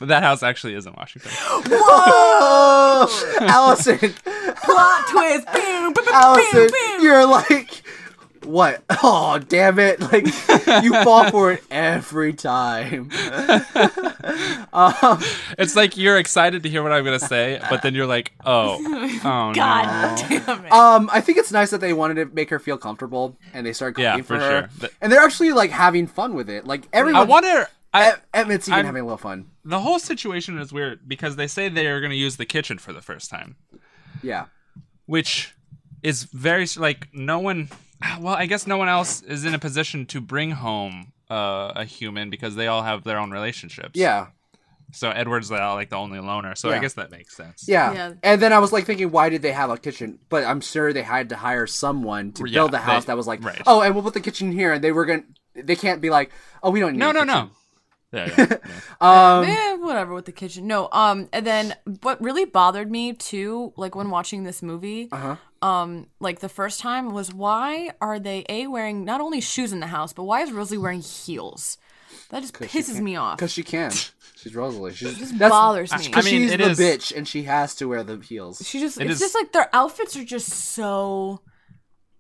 Speaker 4: That house actually is in Washington.
Speaker 2: Oh, Allison,
Speaker 3: Plot twist. Bam, bam, bam,
Speaker 2: Allison,
Speaker 3: bam.
Speaker 2: you're like what? Oh, damn it! Like you fall for it every time. um,
Speaker 4: It's like you're excited to hear what I'm gonna say, but then you're like, oh,
Speaker 3: God
Speaker 4: oh no.
Speaker 3: damn it.
Speaker 2: Um, I think it's nice that they wanted to make her feel comfortable, and they started
Speaker 4: Yeah,
Speaker 2: cooking for,
Speaker 4: for
Speaker 2: her,
Speaker 4: sure. Th-
Speaker 2: and they're actually like having fun with it. Like
Speaker 4: I
Speaker 2: everyone,
Speaker 4: wonder. I,
Speaker 2: Em- Emmett's even
Speaker 4: I'm-
Speaker 2: having a little fun.
Speaker 4: the whole situation is weird because they say they are gonna use the kitchen for the first time.
Speaker 2: Yeah,
Speaker 4: which is very like no one ah, well i guess no one else is in a position to bring home uh, a human because they all have their own relationships
Speaker 2: yeah,
Speaker 4: so edward's the- like the only loner so i
Speaker 2: Yeah.
Speaker 4: guess that makes sense
Speaker 2: yeah,
Speaker 3: Yeah.
Speaker 2: And then I was like thinking, why did they have a kitchen? But I'm sure they had to hire someone to
Speaker 4: Yeah,
Speaker 2: build a
Speaker 4: they-
Speaker 2: house that was like,
Speaker 4: right.
Speaker 2: oh, and we'll put the kitchen here, and they were gonna. They can't be like, oh, we don't need.
Speaker 4: no
Speaker 2: a
Speaker 4: no no
Speaker 2: kitchen.
Speaker 4: yeah, yeah, yeah.
Speaker 2: Um,
Speaker 3: Eh, whatever with the kitchen. No, um, and then what really bothered me too, like when watching this
Speaker 2: Uh-huh.
Speaker 3: movie, um, like the first time was why are they a wearing not only shoes in the house, but why is Rosalie wearing heels? That just
Speaker 2: 'Cause she
Speaker 3: pisses
Speaker 2: can't-
Speaker 3: me off.
Speaker 2: Cause she can. She's Rosalie. She's
Speaker 3: This bothers me.
Speaker 2: Because
Speaker 4: I mean,
Speaker 2: she's
Speaker 4: it
Speaker 2: the
Speaker 4: is-
Speaker 2: bitch, and she has to wear the heels.
Speaker 3: She just
Speaker 4: It
Speaker 3: it's
Speaker 4: is-
Speaker 3: just like their outfits are just so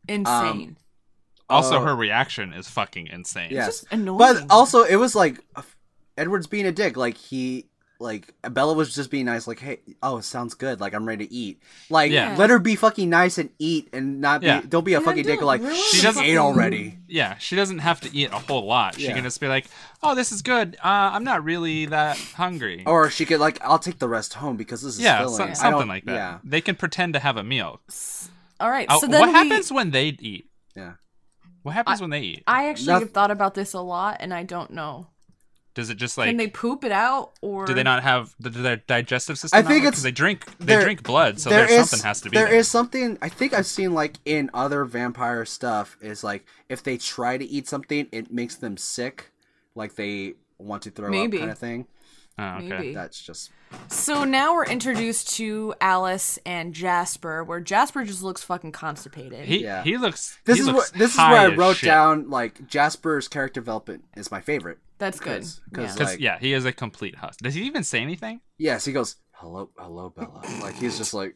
Speaker 4: Um,
Speaker 3: insane.
Speaker 4: Also,
Speaker 2: Oh.
Speaker 4: her reaction is fucking insane.
Speaker 2: yes,
Speaker 3: just annoying.
Speaker 2: but also it was like Edward's being a dick. Like he, like Bella was just being nice. Like, hey, oh, sounds good. Like I'm ready to eat. Like
Speaker 4: Yeah.
Speaker 2: let her be fucking nice and eat, and not be.
Speaker 4: Yeah.
Speaker 2: Don't be a
Speaker 3: Yeah,
Speaker 2: fucking dick.
Speaker 3: don't
Speaker 2: Like
Speaker 3: ruin
Speaker 2: she
Speaker 4: the
Speaker 2: just
Speaker 4: fucking
Speaker 2: ate already.
Speaker 4: Yeah, she doesn't have to eat a whole lot. She
Speaker 2: Yeah.
Speaker 4: can just be like, "Oh, this is good. Uh, I'm not really that hungry."
Speaker 2: Or she could like, I'll take the rest home because this is
Speaker 4: yeah, so-
Speaker 2: filling. I
Speaker 4: something
Speaker 2: don't-
Speaker 4: like that.
Speaker 2: Yeah.
Speaker 4: They can pretend to have a meal.
Speaker 3: all right.
Speaker 4: Uh,
Speaker 3: So then
Speaker 4: what
Speaker 3: we-
Speaker 4: happens when they eat?
Speaker 2: Yeah.
Speaker 4: What happens when they eat?
Speaker 3: I actually
Speaker 2: Noth-
Speaker 3: have thought about this a lot, and I don't know.
Speaker 4: Does it just like
Speaker 3: Can they poop it out, or
Speaker 4: do they not have do their digestive system?
Speaker 2: I
Speaker 4: not
Speaker 2: think
Speaker 4: work?
Speaker 2: it's-
Speaker 4: 'Cause they drink they
Speaker 2: there-
Speaker 4: drink blood, so
Speaker 2: There
Speaker 4: there's
Speaker 2: is-
Speaker 4: something has to be
Speaker 2: there is something I think I've seen like in other vampire stuff is like if they try to eat something, it makes them sick, like they want to throw
Speaker 3: Maybe.
Speaker 2: up kind of thing.
Speaker 4: Oh, okay.
Speaker 3: Maybe.
Speaker 2: That's just
Speaker 3: So now we're introduced to Alice and Jasper, where Jasper just looks fucking constipated.
Speaker 4: He
Speaker 2: Yeah.
Speaker 4: he looks.
Speaker 2: this
Speaker 4: he
Speaker 2: is
Speaker 4: looks
Speaker 2: what this is where
Speaker 4: high
Speaker 2: I
Speaker 4: as
Speaker 2: wrote
Speaker 4: shit.
Speaker 2: down like Jasper's character development is my favorite.
Speaker 3: That's good.
Speaker 2: Because
Speaker 3: Yeah.
Speaker 4: Because
Speaker 2: like
Speaker 4: yeah, he is a complete huss. Does he even say anything?
Speaker 2: yes, he goes hello hello Bella. Like he's just like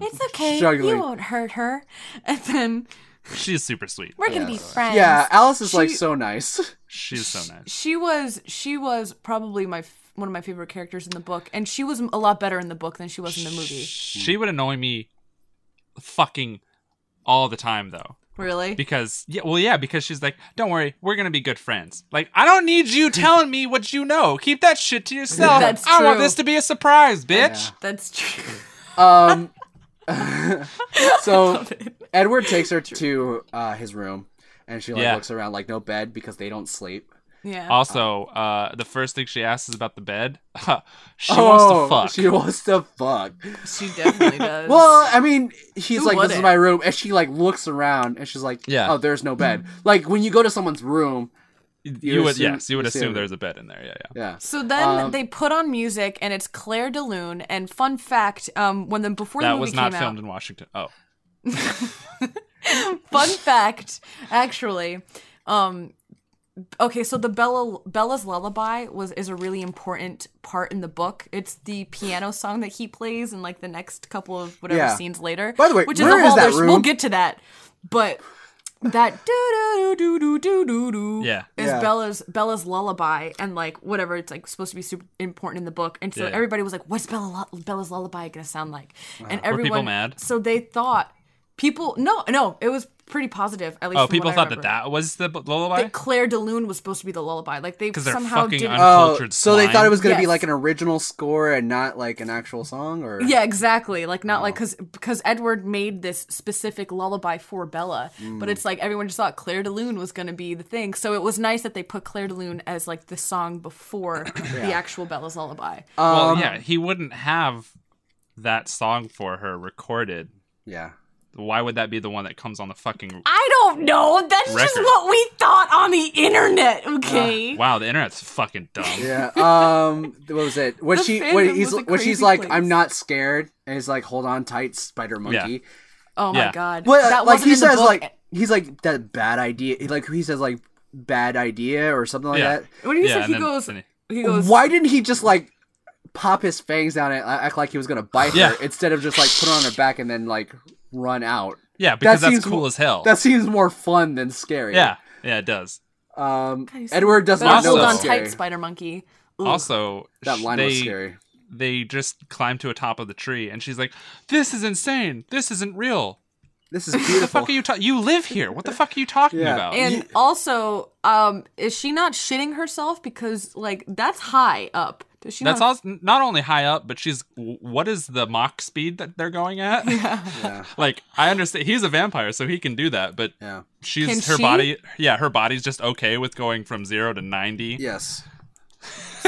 Speaker 3: It's okay.
Speaker 2: Struggling.
Speaker 3: You won't hurt her. And then
Speaker 4: She's super sweet.
Speaker 3: we're gonna be friends.
Speaker 2: yeah. Alice is like
Speaker 3: She-
Speaker 2: so nice.
Speaker 4: She's so nice.
Speaker 3: She was she was probably my f- one of my favorite characters in the book, and she was a lot better in the book than she was in the movie.
Speaker 4: She would annoy me, fucking, all the time though.
Speaker 3: Really?
Speaker 4: Because yeah, well yeah, because she's like, don't worry, we're gonna be good friends. Like I don't need you telling me what you know. Keep that shit to yourself.
Speaker 3: That's
Speaker 4: I want
Speaker 3: true.
Speaker 4: this to be a surprise, bitch.
Speaker 3: That's true.
Speaker 2: Um, so Edward takes her to uh, his room, and she like
Speaker 4: Yeah.
Speaker 2: looks around like no bed because they don't sleep.
Speaker 3: Yeah.
Speaker 4: Also, uh, the first thing she asks is about the bed. she
Speaker 2: Oh,
Speaker 4: wants to
Speaker 2: She
Speaker 4: fuck.
Speaker 2: wants to fuck.
Speaker 3: She definitely does.
Speaker 2: Well, I mean, he's
Speaker 3: Who
Speaker 2: like, "This is
Speaker 3: wouldn't?
Speaker 2: my room," and she like looks around, and she's like,
Speaker 4: Yeah.
Speaker 2: oh, there's no bed."
Speaker 3: Hmm.
Speaker 2: Like when you go to someone's room,
Speaker 4: You,
Speaker 2: you
Speaker 4: would
Speaker 2: assume-
Speaker 4: yes, you would
Speaker 2: you assume
Speaker 4: assume
Speaker 2: it.
Speaker 4: there's a bed in there. Yeah, yeah.
Speaker 2: yeah,
Speaker 3: so then
Speaker 2: Um,
Speaker 3: they put on music, and it's Claire de Lune. And fun fact, um, when the before the
Speaker 4: that
Speaker 3: movie
Speaker 4: was not
Speaker 3: came
Speaker 4: filmed
Speaker 3: out,
Speaker 4: in Washington. Oh,
Speaker 3: fun fact actually um okay so the bella bella's lullaby was is a really important part in the book it's the piano song that he plays in like the next couple of whatever
Speaker 2: Yeah.
Speaker 3: scenes later
Speaker 2: By the way,
Speaker 3: which
Speaker 2: where
Speaker 3: is a
Speaker 2: is
Speaker 3: whole
Speaker 2: that
Speaker 3: other- we'll
Speaker 2: room?
Speaker 3: get to that but that do do do do do do
Speaker 4: Yeah.
Speaker 3: is
Speaker 2: Yeah.
Speaker 3: Bella's Bella's lullaby and like whatever it's like supposed to be super important in the book and so
Speaker 4: Yeah, yeah.
Speaker 3: everybody was like what's Bella lu- Bella's lullaby gonna sound like and
Speaker 4: Were
Speaker 3: everyone
Speaker 4: people mad?
Speaker 3: so they thought people no no it was pretty positive at least
Speaker 4: oh,
Speaker 3: from
Speaker 4: people
Speaker 3: what I
Speaker 4: thought that
Speaker 3: remember.
Speaker 4: that was the b- lullaby.
Speaker 3: that Claire de Lune was supposed to be the lullaby like they
Speaker 4: 'Cause they're
Speaker 3: somehow
Speaker 4: fucking
Speaker 3: did
Speaker 4: un-
Speaker 2: Oh,
Speaker 4: Cultured
Speaker 2: so they thought
Speaker 4: swine.
Speaker 2: it was gonna be
Speaker 3: Yes.
Speaker 2: like an original score and not like an actual song, or
Speaker 3: yeah exactly like not
Speaker 4: Oh.
Speaker 3: like because because Edward made this specific lullaby for Bella
Speaker 2: Mm.
Speaker 3: but it's like everyone just thought Claire de Lune was gonna be the thing so it was nice that they put Claire de Lune as like the song before the actual Bella's lullaby
Speaker 4: well,
Speaker 2: Um,
Speaker 4: yeah, he wouldn't have that song for her recorded.
Speaker 2: yeah.
Speaker 4: Why would that be the one that comes on the fucking?
Speaker 3: I don't know that's just
Speaker 4: Record.
Speaker 3: what we thought on the internet
Speaker 2: Uh,
Speaker 3: okay
Speaker 4: Wow, the internet's fucking dumb.
Speaker 2: Yeah. Um. What was it? When
Speaker 3: The
Speaker 2: she
Speaker 3: fandom
Speaker 2: when he's
Speaker 3: was a
Speaker 2: when she's
Speaker 3: crazy
Speaker 2: like,
Speaker 3: place.
Speaker 2: I'm not scared, and he's like, hold on tight, spider monkey.
Speaker 3: oh
Speaker 4: Yeah.
Speaker 3: my god
Speaker 2: Well,
Speaker 3: that
Speaker 2: like
Speaker 3: wasn't
Speaker 2: he
Speaker 3: in the
Speaker 2: says,
Speaker 3: book.
Speaker 2: like he's like that bad idea. he- Like he says, like bad idea or something like
Speaker 4: Yeah.
Speaker 3: What do you
Speaker 4: Yeah,
Speaker 3: say?
Speaker 4: and
Speaker 3: He
Speaker 4: then-
Speaker 3: goes.
Speaker 4: and
Speaker 3: He
Speaker 2: that.
Speaker 3: goes.
Speaker 2: Why didn't he just like pop his fangs down and act like he was gonna bite
Speaker 4: Yeah.
Speaker 2: her instead of just like put her on her back and then like run out?
Speaker 4: Yeah, because that's
Speaker 2: seems
Speaker 4: cool
Speaker 2: mo-
Speaker 4: as hell.
Speaker 2: That seems more fun than scary.
Speaker 4: yeah, yeah, it does.
Speaker 2: Um.
Speaker 3: you see-
Speaker 2: Edward does
Speaker 3: But
Speaker 2: not
Speaker 4: Also-
Speaker 2: know
Speaker 3: hold on
Speaker 2: that's scary.
Speaker 3: tight, Spider Monkey. Ooh.
Speaker 4: Also,
Speaker 2: that
Speaker 4: sh-
Speaker 2: line
Speaker 4: they,
Speaker 2: was scary.
Speaker 4: They just climb to a top of the tree, and she's like, "This is insane. This isn't real.
Speaker 2: This is
Speaker 4: What the
Speaker 2: beautiful.
Speaker 4: fuck are you talking? You live here. What the fuck are you talking
Speaker 2: Yeah.
Speaker 4: about?"
Speaker 3: And also, um, is she not shitting herself because like that's high up? Does she?
Speaker 4: That's
Speaker 3: not...
Speaker 4: all. Not only high up, but she's. What is the mock speed that they're going at? like I understand he's a vampire, so he can do that, but
Speaker 2: Yeah.
Speaker 4: she's
Speaker 3: Can
Speaker 4: her
Speaker 3: she?
Speaker 4: body. Yeah, her body's just okay with going from zero to ninety.
Speaker 2: Yes.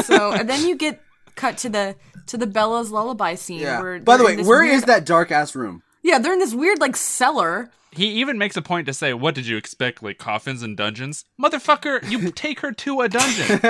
Speaker 3: So, and then you get cut to the to the Bella's lullaby scene.
Speaker 2: Yeah.
Speaker 3: Where
Speaker 2: By the
Speaker 3: they're in
Speaker 2: way,
Speaker 3: this
Speaker 2: where
Speaker 3: weird...
Speaker 2: is that dark ass room?
Speaker 3: Yeah, they're in this weird like cellar.
Speaker 4: He even makes a point to say, "What did you expect? Like coffins and dungeons, motherfucker? You take her to a dungeon."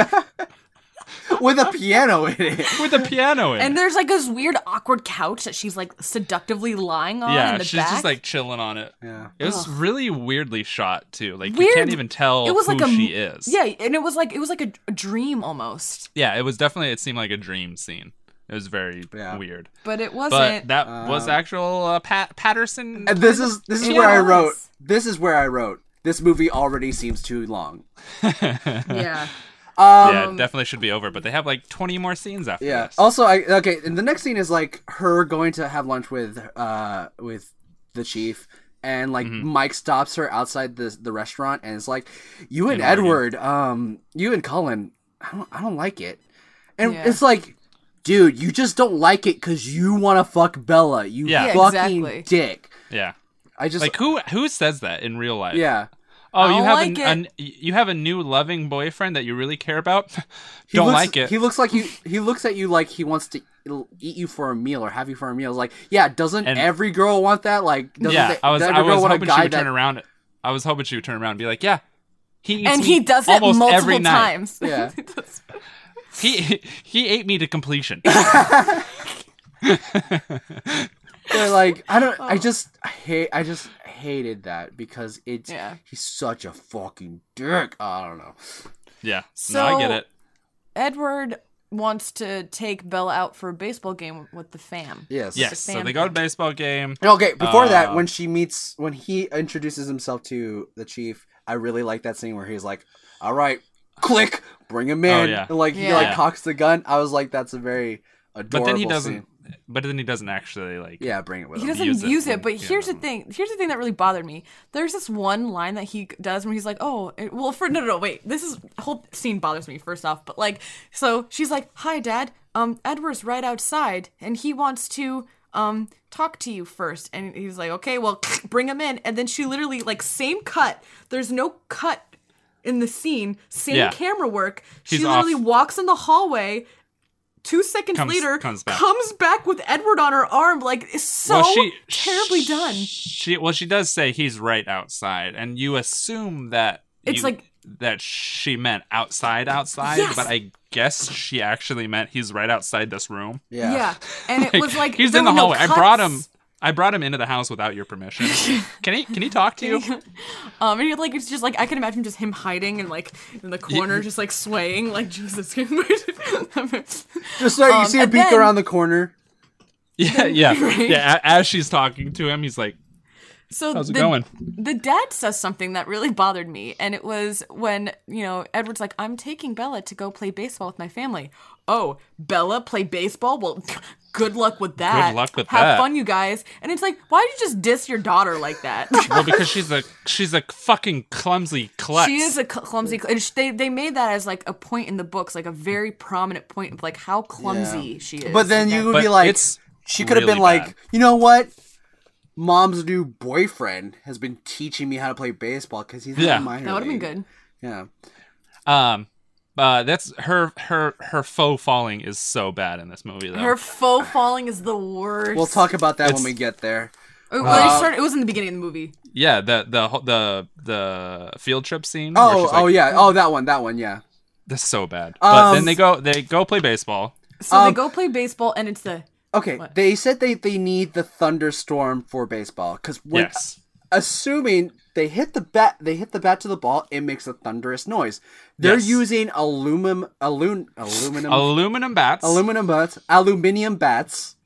Speaker 2: with a piano in it.
Speaker 4: with a piano in.
Speaker 3: And
Speaker 4: it.
Speaker 3: there's like this weird awkward couch that she's like seductively lying on
Speaker 4: yeah,
Speaker 3: in the
Speaker 4: she's
Speaker 3: back.
Speaker 4: just like chilling on it.
Speaker 2: Yeah.
Speaker 4: It was really weirdly shot too. Like you
Speaker 3: Weird.
Speaker 4: can't even tell
Speaker 3: it was
Speaker 4: who
Speaker 3: like a
Speaker 4: she is.
Speaker 3: Yeah, and it was like it was like a, a dream almost.
Speaker 4: yeah. It was definitely. It seemed like a dream scene. It was very
Speaker 2: Yeah.
Speaker 4: weird.
Speaker 3: But it
Speaker 4: But
Speaker 3: wasn't
Speaker 4: that was actual uh, Pat Patterson.
Speaker 2: And this is this is
Speaker 3: It
Speaker 2: where I
Speaker 3: was.
Speaker 2: wrote. This is where I wrote. This movie already seems too long.
Speaker 3: Yeah.
Speaker 4: yeah, it definitely should be over. But they have like 20 more scenes after
Speaker 2: Yeah. Oh.
Speaker 4: this.
Speaker 2: Also, I okay. And the next scene is like her going to have lunch with uh with the chief, and like
Speaker 4: Mm-hmm.
Speaker 2: Mike stops her outside the the restaurant, and it's like, "You and
Speaker 4: In Oregon.
Speaker 2: Edward, um, you and Cullen, I don't, I don't like it," and
Speaker 3: Yeah.
Speaker 2: it's like. Dude, you just don't like it because you want to fuck Bella. You
Speaker 4: Yeah. Yeah,
Speaker 2: fucking
Speaker 3: exactly.
Speaker 2: dick.
Speaker 4: yeah.
Speaker 2: I just
Speaker 4: Like who who says that in real life?
Speaker 2: yeah.
Speaker 4: Oh,
Speaker 3: I
Speaker 4: you
Speaker 3: don't
Speaker 4: have
Speaker 3: like
Speaker 4: a,
Speaker 3: it.
Speaker 4: an- you have a new loving boyfriend that you really care about.
Speaker 2: He
Speaker 4: Don't
Speaker 2: looks-
Speaker 4: like it.
Speaker 2: He looks like you. He looks at you like he wants to eat you for a meal or have you for a meal. It's like, yeah, doesn't
Speaker 4: And-
Speaker 2: every girl want that? Like, doesn't
Speaker 4: yeah,
Speaker 2: they-
Speaker 4: I was
Speaker 2: doesn't
Speaker 4: I
Speaker 2: every girl
Speaker 4: was
Speaker 2: want a
Speaker 4: hoping she
Speaker 2: guy
Speaker 4: would
Speaker 2: that?
Speaker 4: turn around. I was hoping she would turn around and be like, "Yeah, he eats
Speaker 3: And
Speaker 4: me
Speaker 3: he does it
Speaker 4: almost
Speaker 3: multiple
Speaker 4: every night.
Speaker 3: times.
Speaker 2: Yeah.
Speaker 4: He he ate me to completion."
Speaker 2: They're like, I don't. I just hate. I just hated that because it's.
Speaker 3: Yeah.
Speaker 2: He's such a fucking dick. I don't know.
Speaker 4: yeah, no, I get
Speaker 3: So-
Speaker 4: it.
Speaker 3: Edward wants to take Bella out for a baseball game with the fam.
Speaker 2: Yes.
Speaker 4: Yes, so they go to baseball game.
Speaker 2: Okay. Before that,
Speaker 4: Uh,
Speaker 2: when she meets, when he introduces himself to the chief, I really like that scene where he's like, "All right, click, bring him in,"
Speaker 4: Oh, yeah.
Speaker 2: and like he
Speaker 3: Yeah.
Speaker 2: like
Speaker 4: Yeah.
Speaker 2: cocks the gun. I was like, "That's a very adorable."
Speaker 4: But then he doesn't.
Speaker 2: Scene.
Speaker 4: But then he doesn't actually like.
Speaker 2: Yeah, bring it with
Speaker 3: He
Speaker 2: him.
Speaker 3: doesn't
Speaker 4: use
Speaker 3: use
Speaker 4: it
Speaker 3: it,
Speaker 4: when-
Speaker 3: but
Speaker 4: yeah.
Speaker 3: here's the thing. Here's the thing that really bothered me. There's this one line that he does when he's like, "Oh, it, well, for no, no, no, wait. This is whole scene bothers me first off, but like, so she's like, "Hi, Dad. Um, Edward's right outside, and he wants to." Um, talk to you first, and he's like, "Okay, well, bring him in." And then she literally, like, same cut. There's no cut in the scene. Same
Speaker 4: Yeah.
Speaker 3: camera work.
Speaker 4: She's
Speaker 3: she literally
Speaker 4: off.
Speaker 3: walks in the hallway. Two seconds
Speaker 4: Comes-
Speaker 3: later,
Speaker 4: comes back.
Speaker 3: comes back with Edward on her arm. Like, it's so
Speaker 4: well, she
Speaker 3: terribly done.
Speaker 4: She well, she does say he's right outside, and you assume that
Speaker 3: It's
Speaker 4: you-
Speaker 3: like-
Speaker 4: that she meant outside, outside.
Speaker 3: Yes.
Speaker 4: But I guess she actually meant he's right outside this room.
Speaker 3: Yeah.
Speaker 2: Yeah.
Speaker 3: And it was like
Speaker 4: he's
Speaker 3: there
Speaker 4: in the
Speaker 3: were no
Speaker 4: hallway. I brought him.
Speaker 3: cuts.
Speaker 4: I brought him into the house without your permission. can he? Can he talk to you?
Speaker 3: Um, and you're like it's just like I can imagine just him hiding and like in the corner, just like swaying, like Jesus.
Speaker 2: Just so you
Speaker 3: Um,
Speaker 2: see a
Speaker 3: and
Speaker 2: peek
Speaker 3: then-
Speaker 2: around the corner.
Speaker 4: Yeah, yeah, yeah. a- As she's talking to him, he's like,
Speaker 3: so
Speaker 4: How's it
Speaker 3: the,
Speaker 4: going?
Speaker 3: The dad says something that really bothered me, and it was when you know Edward's like, "I'm taking Bella to go play baseball with my family." Oh, Bella play baseball? Well, good luck with that.
Speaker 4: luck with
Speaker 3: Have
Speaker 4: that.
Speaker 3: fun, you guys. And it's like, why did you just diss your daughter like that?
Speaker 4: "Well, because she's a she's a fucking clumsy klutz."
Speaker 3: She is a cl- clumsy. Cl- and sh- they they made that as like a point in the books, like a very prominent point of like how clumsy she is.
Speaker 2: But then
Speaker 3: Like
Speaker 2: you
Speaker 3: that-
Speaker 2: would
Speaker 4: But
Speaker 2: be like,
Speaker 4: it's
Speaker 2: she could have
Speaker 4: really
Speaker 2: been like,
Speaker 4: bad.
Speaker 2: you know what? Mom's new boyfriend has been teaching me how to play baseball because he's
Speaker 4: Yeah.
Speaker 2: in minor.
Speaker 3: that would have been
Speaker 2: league."
Speaker 3: good.
Speaker 2: Yeah.
Speaker 4: um. Uh, that's her. Her her faux falling is so bad in this movie, though.
Speaker 3: Her faux falling is the worst.
Speaker 2: We'll talk about that
Speaker 4: It's-
Speaker 2: when we get there.
Speaker 3: It, well, it, started, it was in the beginning of the movie.
Speaker 4: Yeah, the the whole- the the field trip scene. where
Speaker 2: Oh,
Speaker 4: she's like,
Speaker 2: oh yeah. Um, Oh, that one. That one. Yeah.
Speaker 4: that's so bad. but then they go they go play baseball.
Speaker 3: So
Speaker 2: Um,
Speaker 3: they go play baseball, and it's the
Speaker 2: Okay. They said they they need the thunderstorm for baseball because when
Speaker 4: yes,
Speaker 2: assuming they hit the bat they hit the bat to the ball it makes a thunderous noise they're
Speaker 4: Yes.
Speaker 2: using aluminum alun, aluminum
Speaker 4: aluminum bats.
Speaker 2: aluminum bats aluminium bats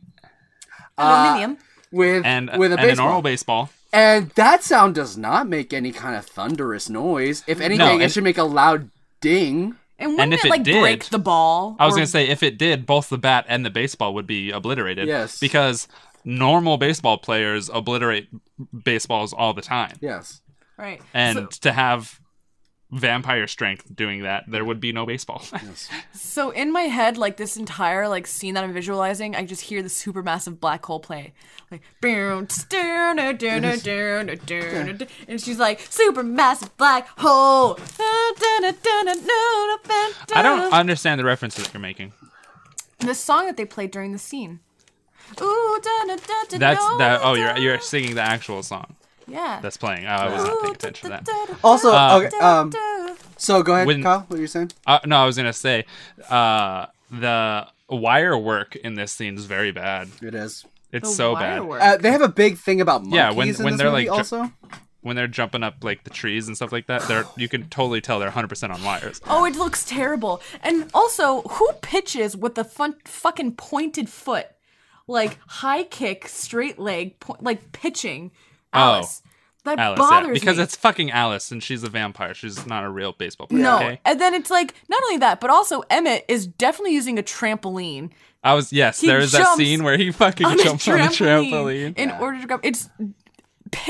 Speaker 2: uh,
Speaker 3: aluminium.
Speaker 2: with
Speaker 4: and uh,
Speaker 2: with a
Speaker 4: and
Speaker 2: baseball
Speaker 4: normal baseball.
Speaker 2: and that sound does not make any kind of thunderous noise if anything it
Speaker 4: and-
Speaker 2: should make a loud ding
Speaker 3: And wouldn't
Speaker 4: if
Speaker 3: it
Speaker 4: it
Speaker 3: like
Speaker 4: did-
Speaker 3: break the ball?
Speaker 4: I was
Speaker 3: Or-
Speaker 4: gonna say if it did, both the bat and the baseball would be obliterated.
Speaker 2: Yes.
Speaker 4: because normal baseball players obliterate baseballs all the time,
Speaker 2: yes
Speaker 3: right.
Speaker 4: and
Speaker 3: so,
Speaker 4: to have vampire strength doing that, there would be no baseball.
Speaker 3: so in my head, like this entire like scene that I'm visualizing, I just hear the supermassive black hole play, like and she's like supermassive black hole.
Speaker 4: I
Speaker 3: I
Speaker 4: don't understand the references that you're making.
Speaker 3: the song that they played during the scene. Ooh, da, da, da, da,
Speaker 4: That's
Speaker 3: da,
Speaker 4: that. Oh, you're
Speaker 3: da.
Speaker 4: you're singing the actual song
Speaker 3: yeah.
Speaker 4: that's playing. Oh, I was not paying attention to that.
Speaker 2: also okay, um So go ahead,
Speaker 4: When-
Speaker 2: Kyle. What are you saying?
Speaker 4: Uh, no, I was gonna say uh, the wire work in this scene is very bad.
Speaker 2: It is.
Speaker 4: It's
Speaker 3: The
Speaker 4: so
Speaker 3: wire
Speaker 4: bad
Speaker 3: work.
Speaker 2: Uh, they have a big thing about monkeys
Speaker 4: Yeah, when-
Speaker 2: in
Speaker 4: when
Speaker 2: this
Speaker 4: they're,
Speaker 2: movie
Speaker 4: like, ju-
Speaker 2: also.
Speaker 4: when they're jumping up like the trees and stuff like that. They're you can totally tell they're 100 percent on wires.
Speaker 3: Oh, it looks terrible. And also, who pitches with the fun, fucking pointed foot? Like high kick, straight leg, po- like pitching. Alice. that
Speaker 4: Oh. Alice, yeah,
Speaker 3: bothers
Speaker 4: because
Speaker 3: me.
Speaker 4: it's fucking Alice and she's a vampire. She's not a real baseball player.
Speaker 3: no.
Speaker 4: okay?
Speaker 3: And then it's like not only that, but also Emmett is definitely using a trampoline
Speaker 4: I was yes.
Speaker 3: He
Speaker 4: there is that
Speaker 3: jumps
Speaker 4: scene where he fucking
Speaker 3: on a
Speaker 4: jumps on a trampoline.
Speaker 3: trampoline in order to grab. It's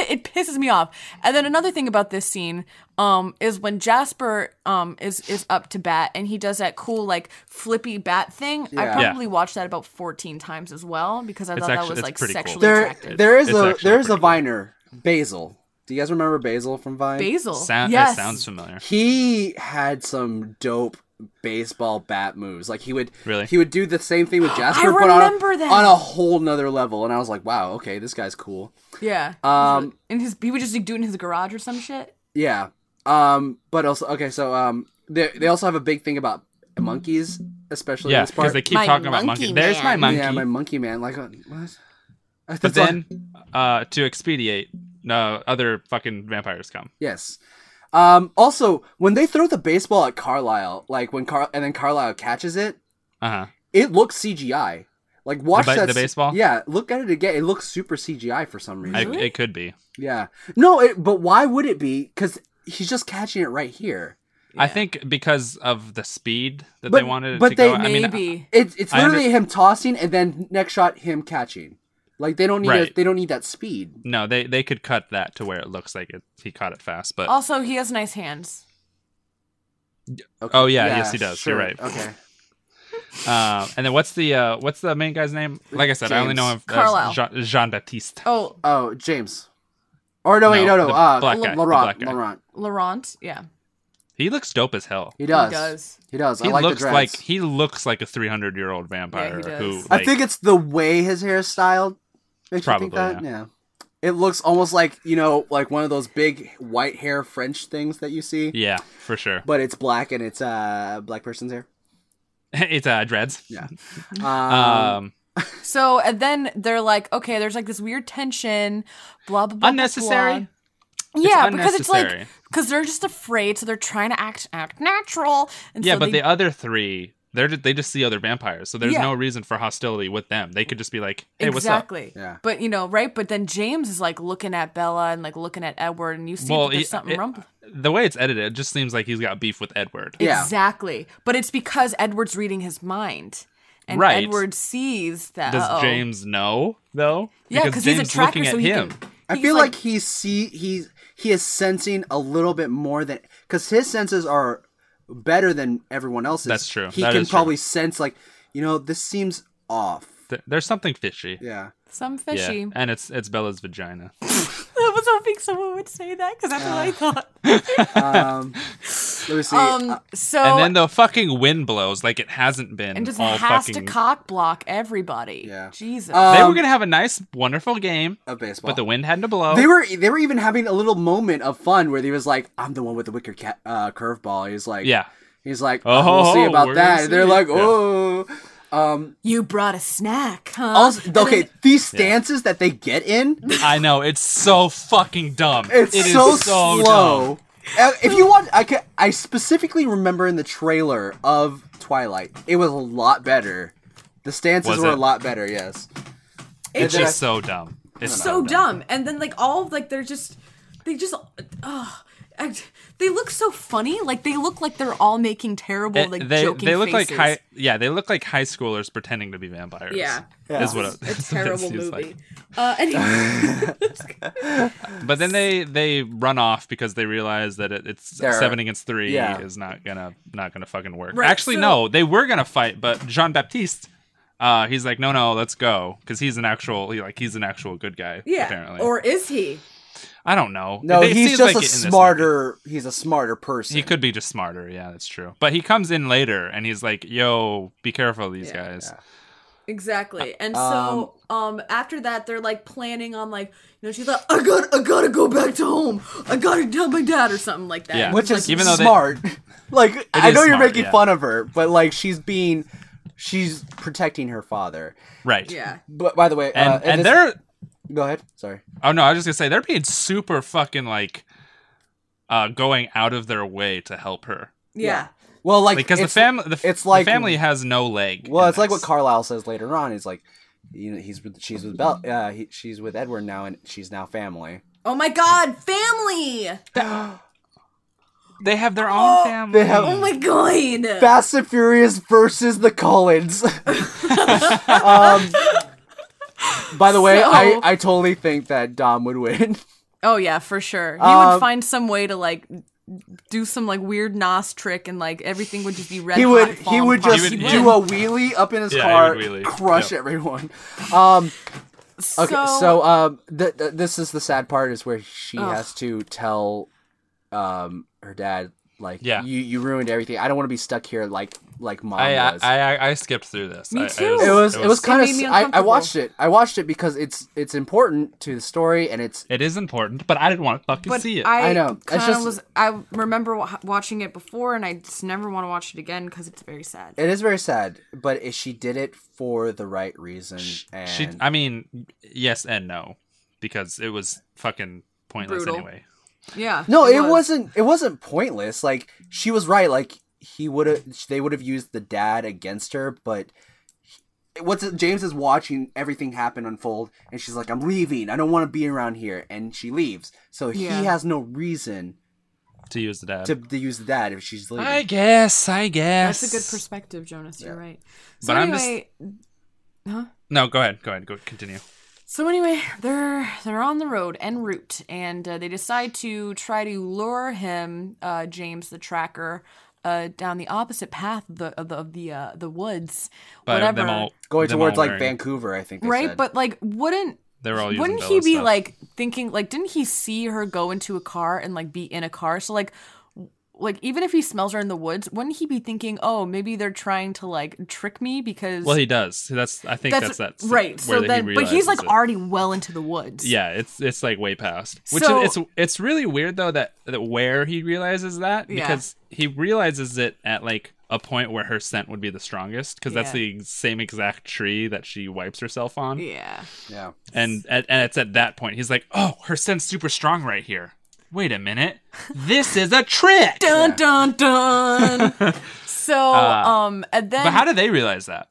Speaker 3: it pisses me off. And then another thing about this scene um, is when Jasper um, is is up to bat and he does that cool like flippy bat thing.
Speaker 2: Yeah.
Speaker 3: I
Speaker 2: Yeah.
Speaker 3: probably watched that about fourteen times as well because I
Speaker 4: It's
Speaker 3: thought
Speaker 4: actu-
Speaker 3: that was
Speaker 4: it's
Speaker 3: like
Speaker 4: pretty cool.
Speaker 3: sexually
Speaker 2: There,
Speaker 3: attractive.
Speaker 2: there is
Speaker 4: It's
Speaker 2: a
Speaker 4: actually
Speaker 2: there is a
Speaker 4: pretty cool.
Speaker 2: viner, Basil. Do you guys remember Basil from Vine?
Speaker 3: Basil,
Speaker 4: Sound,
Speaker 3: yes,
Speaker 4: That sounds familiar.
Speaker 2: He had some dope baseball bat moves. Like he would
Speaker 4: Really?
Speaker 2: he would do the same thing with Jasper,
Speaker 3: I
Speaker 2: but on
Speaker 3: remember
Speaker 2: a,
Speaker 3: that.
Speaker 2: on a whole nother level. And I was like, wow, okay, this guy's cool.
Speaker 3: yeah.
Speaker 2: Um,
Speaker 3: and his he would just like, do it in his garage or some shit.
Speaker 2: Yeah. Um, but also okay, so um, they they also have a big thing about monkeys, especially in
Speaker 4: Yeah,
Speaker 2: this part.
Speaker 4: because they keep
Speaker 3: My
Speaker 4: talking about
Speaker 3: monkey
Speaker 4: monkey. There's my
Speaker 3: man.
Speaker 4: monkey.
Speaker 2: Yeah, my monkey man. Like uh, what?
Speaker 4: but
Speaker 2: That's all-
Speaker 4: then uh, to expedite, no other fucking vampires come.
Speaker 2: yes. Um, also, when they throw the baseball at Carlisle, like when Car and then Carlisle catches it,
Speaker 4: Uh huh.
Speaker 2: it looks CGI. Like watch
Speaker 4: ba-
Speaker 2: that
Speaker 4: the
Speaker 2: s-
Speaker 4: baseball?
Speaker 2: Yeah, look at it again. It looks super CGI for some reason.
Speaker 3: Really?
Speaker 4: It could be.
Speaker 2: yeah. No, it, but why would it be? Because he's just catching it right here.
Speaker 4: I think because of the speed that
Speaker 2: But-
Speaker 4: they wanted. it
Speaker 2: but
Speaker 4: to
Speaker 2: they-
Speaker 4: go. I mean,
Speaker 3: Maybe
Speaker 2: It, it's
Speaker 4: I under-
Speaker 2: literally him tossing and then next shot him catching. Like they don't need a,
Speaker 4: Right.
Speaker 2: they don't need that speed.
Speaker 4: No, they they could cut that to where it looks like it, he caught it fast, but
Speaker 3: also he has nice hands.
Speaker 2: Okay.
Speaker 4: Oh, yeah, yes, he does. You're right.
Speaker 2: Okay.
Speaker 4: uh, and then what's the uh, what's the main guy's name? Like I said, I only
Speaker 2: James.
Speaker 4: know him
Speaker 3: Carlisle.
Speaker 4: as Jean, Jean Baptiste.
Speaker 3: Oh,
Speaker 2: Oh, James. Or no, wait, no,
Speaker 4: No,
Speaker 2: no.
Speaker 4: the
Speaker 2: Uh,
Speaker 4: black
Speaker 2: Laurent,
Speaker 4: guy, the black guy.
Speaker 2: Laurent.
Speaker 3: Laurent, yeah,
Speaker 4: He looks dope as hell.
Speaker 2: He does.
Speaker 3: he does.
Speaker 2: He does.
Speaker 4: He
Speaker 2: I like
Speaker 4: looks
Speaker 2: the dreads.
Speaker 4: like he looks like a 300 year old vampire
Speaker 3: does.
Speaker 4: who
Speaker 2: I
Speaker 4: like,
Speaker 2: think it's the way his hair is styled. Makes you think
Speaker 4: Probably,
Speaker 2: that. Yeah. It looks almost like you know, like one of those big white hair French things that you see,
Speaker 4: yeah for sure.
Speaker 2: but it's black and it's uh black person's hair.
Speaker 4: it's uh, dreads.
Speaker 2: Yeah.
Speaker 3: Mm-hmm.
Speaker 2: um,
Speaker 4: Um,
Speaker 3: So and then they're like, okay, there's like this weird tension, blah blah blah. blah,
Speaker 4: unnecessary.
Speaker 3: blah. Yeah, because it's like
Speaker 4: unnecessary.
Speaker 3: because they're just afraid, so they're trying to act act natural. And
Speaker 4: yeah,
Speaker 3: so
Speaker 4: but
Speaker 3: they,
Speaker 4: the other three, they're ju- they just see other vampires, so there's
Speaker 3: Yeah.
Speaker 4: no reason for hostility with them. They could just be like, hey, what's up?
Speaker 3: exactly.
Speaker 2: Yeah.
Speaker 3: But you know, right? But then James is like looking at Bella and like looking at Edward, and you see
Speaker 4: Well,
Speaker 3: that there's
Speaker 4: it-
Speaker 3: something
Speaker 4: it-
Speaker 3: rumble.
Speaker 4: The way it's edited, it just seems like he's got beef with Edward.
Speaker 2: yeah.
Speaker 3: Exactly. But it's because Edward's reading his mind, and
Speaker 4: Right.
Speaker 3: Edward sees that.
Speaker 4: Does
Speaker 3: uh-oh.
Speaker 4: James know though?
Speaker 3: Yeah, because
Speaker 4: because
Speaker 3: he's a
Speaker 4: James
Speaker 3: tracker,
Speaker 4: looking at
Speaker 3: so he
Speaker 4: him.
Speaker 3: Can,
Speaker 2: I
Speaker 3: he's
Speaker 2: feel like, he see he's he is sensing a little bit more than because his senses are better than everyone else's.
Speaker 4: That's true.
Speaker 2: He
Speaker 4: That
Speaker 2: can
Speaker 4: is true.
Speaker 2: probably sense like you know this seems off.
Speaker 4: Th- there's something fishy.
Speaker 2: Yeah.
Speaker 3: some
Speaker 4: Yeah,
Speaker 3: fishy.
Speaker 4: and it's it's Bella's vagina.
Speaker 3: I was hoping someone would say that because that's what I thought.
Speaker 2: Um, let me see.
Speaker 3: Um.
Speaker 2: Uh,
Speaker 3: so
Speaker 4: and then the fucking wind blows like it hasn't been
Speaker 3: and just
Speaker 4: all
Speaker 3: has
Speaker 4: fucking.
Speaker 3: to cock block everybody.
Speaker 2: Yeah.
Speaker 3: Jesus.
Speaker 4: they
Speaker 2: um,
Speaker 4: were gonna have a nice, wonderful game,
Speaker 2: a baseball.
Speaker 4: but the wind had to blow.
Speaker 2: They were they were even having a little moment of fun where he was like, "I'm the one with the wicker cat uh, curveball." He's like,
Speaker 4: yeah,
Speaker 2: He's like,
Speaker 4: Oh,
Speaker 2: "We'll see about
Speaker 4: we're gonna
Speaker 2: that." And they're
Speaker 4: see.
Speaker 2: like,
Speaker 4: Yeah.
Speaker 2: "Oh." Um.
Speaker 3: you brought a snack, huh?
Speaker 2: Also,
Speaker 3: And then-
Speaker 2: okay, these stances that they get in,
Speaker 4: I know it's so fucking dumb.
Speaker 2: it's
Speaker 4: It is
Speaker 2: so,
Speaker 4: so
Speaker 2: slow.
Speaker 4: dumb.
Speaker 2: Uh, If you want, I can, I specifically remember in the trailer of Twilight, it was a lot better. The stances
Speaker 4: Was
Speaker 2: were
Speaker 4: it?
Speaker 2: a lot better. Yes.
Speaker 4: It's
Speaker 2: then I-
Speaker 4: just so dumb. It's
Speaker 3: so dumb. And then like all of, like they're just they just oh, they look so funny. Like they look like they're all making terrible
Speaker 4: It-
Speaker 3: like
Speaker 4: Eh, they
Speaker 3: joking
Speaker 4: they look like
Speaker 3: faces.
Speaker 4: high yeah they look like high schoolers pretending to be vampires.
Speaker 3: Yeah.
Speaker 4: is what it,
Speaker 3: a
Speaker 4: that's what it
Speaker 3: terrible movie.
Speaker 4: seems like.
Speaker 3: Uh, anyway,
Speaker 4: But then they they run off because they realize that it, it's
Speaker 2: They're-
Speaker 4: seven against three
Speaker 2: yeah.
Speaker 4: is not gonna not gonna fucking work.
Speaker 3: Right,
Speaker 4: Actually,
Speaker 3: so-
Speaker 4: no, they were gonna fight, but Jean Baptiste, uh, he's like, no, no, let's go, because he's an actual he, like he's an actual good guy.
Speaker 3: yeah.
Speaker 4: apparently.
Speaker 3: Or is he?
Speaker 4: I don't know.
Speaker 2: No,
Speaker 4: It
Speaker 2: he's
Speaker 4: seems
Speaker 2: just
Speaker 4: like it
Speaker 2: a
Speaker 4: in this movie.
Speaker 2: smarter. He's a smarter person.
Speaker 4: He could be just smarter. Yeah, that's true. But he comes in later and he's like, "Yo, be careful of these guys."
Speaker 3: Exactly.
Speaker 2: Uh,
Speaker 3: And so um after that they're like planning on like you know she's like I got I got to go back to home. I got to tell my dad or something like that.
Speaker 4: Yeah.
Speaker 2: which
Speaker 4: Like,
Speaker 2: is
Speaker 4: even though they-
Speaker 2: smart. like I
Speaker 4: is
Speaker 2: know you're
Speaker 4: smart,
Speaker 2: making
Speaker 4: yeah.
Speaker 2: fun of her, but like she's being, she's protecting her father.
Speaker 4: Right.
Speaker 3: Yeah.
Speaker 2: But by the way,
Speaker 4: And
Speaker 2: uh,
Speaker 4: and
Speaker 2: this-
Speaker 4: they're
Speaker 2: go ahead. Sorry.
Speaker 4: oh no, I was just gonna say they're being super fucking like uh going out of their way to help her.
Speaker 3: Yeah.
Speaker 2: Well, like
Speaker 4: Because the
Speaker 2: it's-
Speaker 4: family the, f-
Speaker 2: it's
Speaker 4: the
Speaker 2: like-
Speaker 4: family has no leg.
Speaker 2: Well,
Speaker 4: in
Speaker 2: it's like what
Speaker 4: this.
Speaker 2: Carlisle says later on. He's like, you know, he's with, she's with Bell, uh, he, she's with Edward now, and she's now family.
Speaker 3: Oh my god, family.
Speaker 4: they have their own family.
Speaker 2: They have
Speaker 3: Oh my god.
Speaker 2: Fast and Furious versus the Collins. um, by the way, I,
Speaker 3: So-
Speaker 2: I totally think that Dom would win.
Speaker 3: Oh yeah, for sure. He
Speaker 2: Um,
Speaker 3: would find some way to like do some like weird Nos trick and like everything would just be red.
Speaker 2: he
Speaker 3: hot
Speaker 2: would
Speaker 3: and
Speaker 2: he
Speaker 3: falling
Speaker 2: would
Speaker 3: apart.
Speaker 2: just
Speaker 4: He would
Speaker 2: do
Speaker 4: win.
Speaker 2: a wheelie up in his
Speaker 4: Yeah, he
Speaker 2: car,
Speaker 4: would wheelie.
Speaker 2: crush
Speaker 4: Yep.
Speaker 2: everyone. Um, okay, so,
Speaker 3: So-
Speaker 2: um, th- th- this is the sad part is where she has to tell, um, her dad like,
Speaker 4: Yeah.
Speaker 2: you you ruined everything. I don't want to be stuck here like like mom
Speaker 4: I, I
Speaker 2: was.
Speaker 4: I I skipped through this.
Speaker 3: Me
Speaker 4: I-
Speaker 3: too.
Speaker 2: it was it was kind
Speaker 3: made me
Speaker 2: of I, I
Speaker 3: uncomfortable.
Speaker 2: watched it I watched it because it's it's important to the story and it's
Speaker 4: It is important, but I didn't want to fucking see it.
Speaker 2: I know. It's
Speaker 3: Kind
Speaker 2: just-
Speaker 3: of was. I remember wa- watching it before, and I just never want to watch it again because it's very sad.
Speaker 2: it is very sad but it, she did it for the right reason and
Speaker 4: She, I mean, yes and no, because it was fucking pointless
Speaker 3: Brutal.
Speaker 4: anyway.
Speaker 3: yeah.
Speaker 2: No, it, was. not It wasn't pointless. Like she was right. Like he would have. They would have used the dad against her, but. he- What's it, James is watching everything happen unfold, and she's like, "I'm leaving. I don't want to be around here," and she leaves. So
Speaker 3: Yeah.
Speaker 2: he has no reason
Speaker 4: To use the dad.
Speaker 2: to, to use that if she's leaving.
Speaker 4: I guess. I guess.
Speaker 3: That's a good perspective, Jonas. You're right. So
Speaker 4: But I'm just-
Speaker 3: anyway,
Speaker 4: No, go ahead. Go ahead. Go continue.
Speaker 3: so anyway, they're they're on the road en route, and uh, they decide to try to lure him, uh, James the Tracker, uh, down the opposite path of the of the of the, uh, the woods,
Speaker 4: But
Speaker 3: whatever.
Speaker 4: them all
Speaker 2: Going
Speaker 4: them
Speaker 2: towards
Speaker 4: all
Speaker 2: like
Speaker 4: wearing-
Speaker 2: Vancouver, I think. They
Speaker 3: right,
Speaker 2: said.
Speaker 3: but like, wouldn't
Speaker 4: They were all using
Speaker 3: wouldn't he
Speaker 4: Bella's
Speaker 3: be
Speaker 4: stuff.
Speaker 3: like thinking like didn't he see her go into a car and like be in a car so like w- like even if he smells her in the woods wouldn't he be thinking oh maybe they're trying to like trick me because
Speaker 4: Well, he does. That's. I think that's that's
Speaker 3: right
Speaker 4: where
Speaker 3: so
Speaker 4: he
Speaker 3: then but he's
Speaker 4: realizes
Speaker 3: like
Speaker 4: it.
Speaker 3: already well into the woods
Speaker 4: Yeah, it's it's like way past. Which
Speaker 3: So-
Speaker 4: is, it's it's really weird though that that where he realizes that
Speaker 3: Yeah.
Speaker 4: because he realizes it at like a point where her scent would be the strongest because that's
Speaker 3: Yeah.
Speaker 4: the same exact tree that she wipes herself on.
Speaker 3: yeah
Speaker 2: yeah,
Speaker 4: And at, and it's at that point he's like, "Oh, her scent's super strong right here. Wait a minute. This is a trick."
Speaker 3: dun dun dun so um and then
Speaker 4: Uh, But how do they realize that?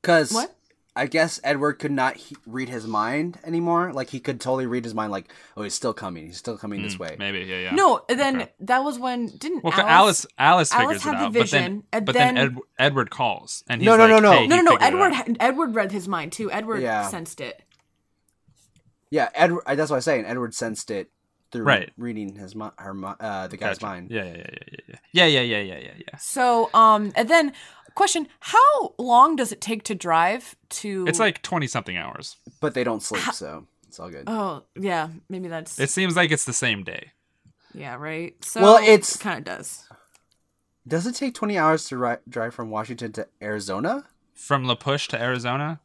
Speaker 2: because
Speaker 3: What?
Speaker 2: I guess Edward could not he- read his mind anymore. Like he could totally read his mind. Like, oh, he's still coming. He's still coming this way.
Speaker 4: Hmm, Maybe, yeah, yeah.
Speaker 3: no and then that was when didn't
Speaker 4: Well, 'cause
Speaker 3: alice, Alice
Speaker 4: Alice, Alice, figures
Speaker 3: had
Speaker 4: it
Speaker 3: the
Speaker 4: out,
Speaker 3: vision,
Speaker 4: but then,
Speaker 3: and
Speaker 4: but then,
Speaker 3: then-
Speaker 4: Ed- Edward calls, and he's
Speaker 2: No, no,
Speaker 4: like,
Speaker 2: no, no.
Speaker 4: "Hey, he
Speaker 3: no no no
Speaker 4: figured it
Speaker 3: edward
Speaker 4: out."
Speaker 3: had- edward read his mind too edward
Speaker 2: Yeah.
Speaker 3: sensed it
Speaker 2: Yeah, Edward. That's what I'm saying. Edward sensed it through
Speaker 4: Right.
Speaker 2: reading his mi- her mi- uh, the guy's
Speaker 4: Gotcha.
Speaker 2: mind.
Speaker 4: Yeah, yeah, yeah, yeah, yeah, yeah, yeah, yeah, yeah, yeah, yeah.
Speaker 3: So, um, and then question: How long does it take to drive to?
Speaker 4: It's like twenty something hours.
Speaker 2: But they don't sleep, so it's all good.
Speaker 3: oh yeah, maybe that's
Speaker 4: It seems like it's the same day.
Speaker 3: yeah right. So
Speaker 2: Well, it's-
Speaker 3: kind of does.
Speaker 2: Does it take 20 hours to ri- drive from Washington to Arizona?
Speaker 4: From La Push to Arizona,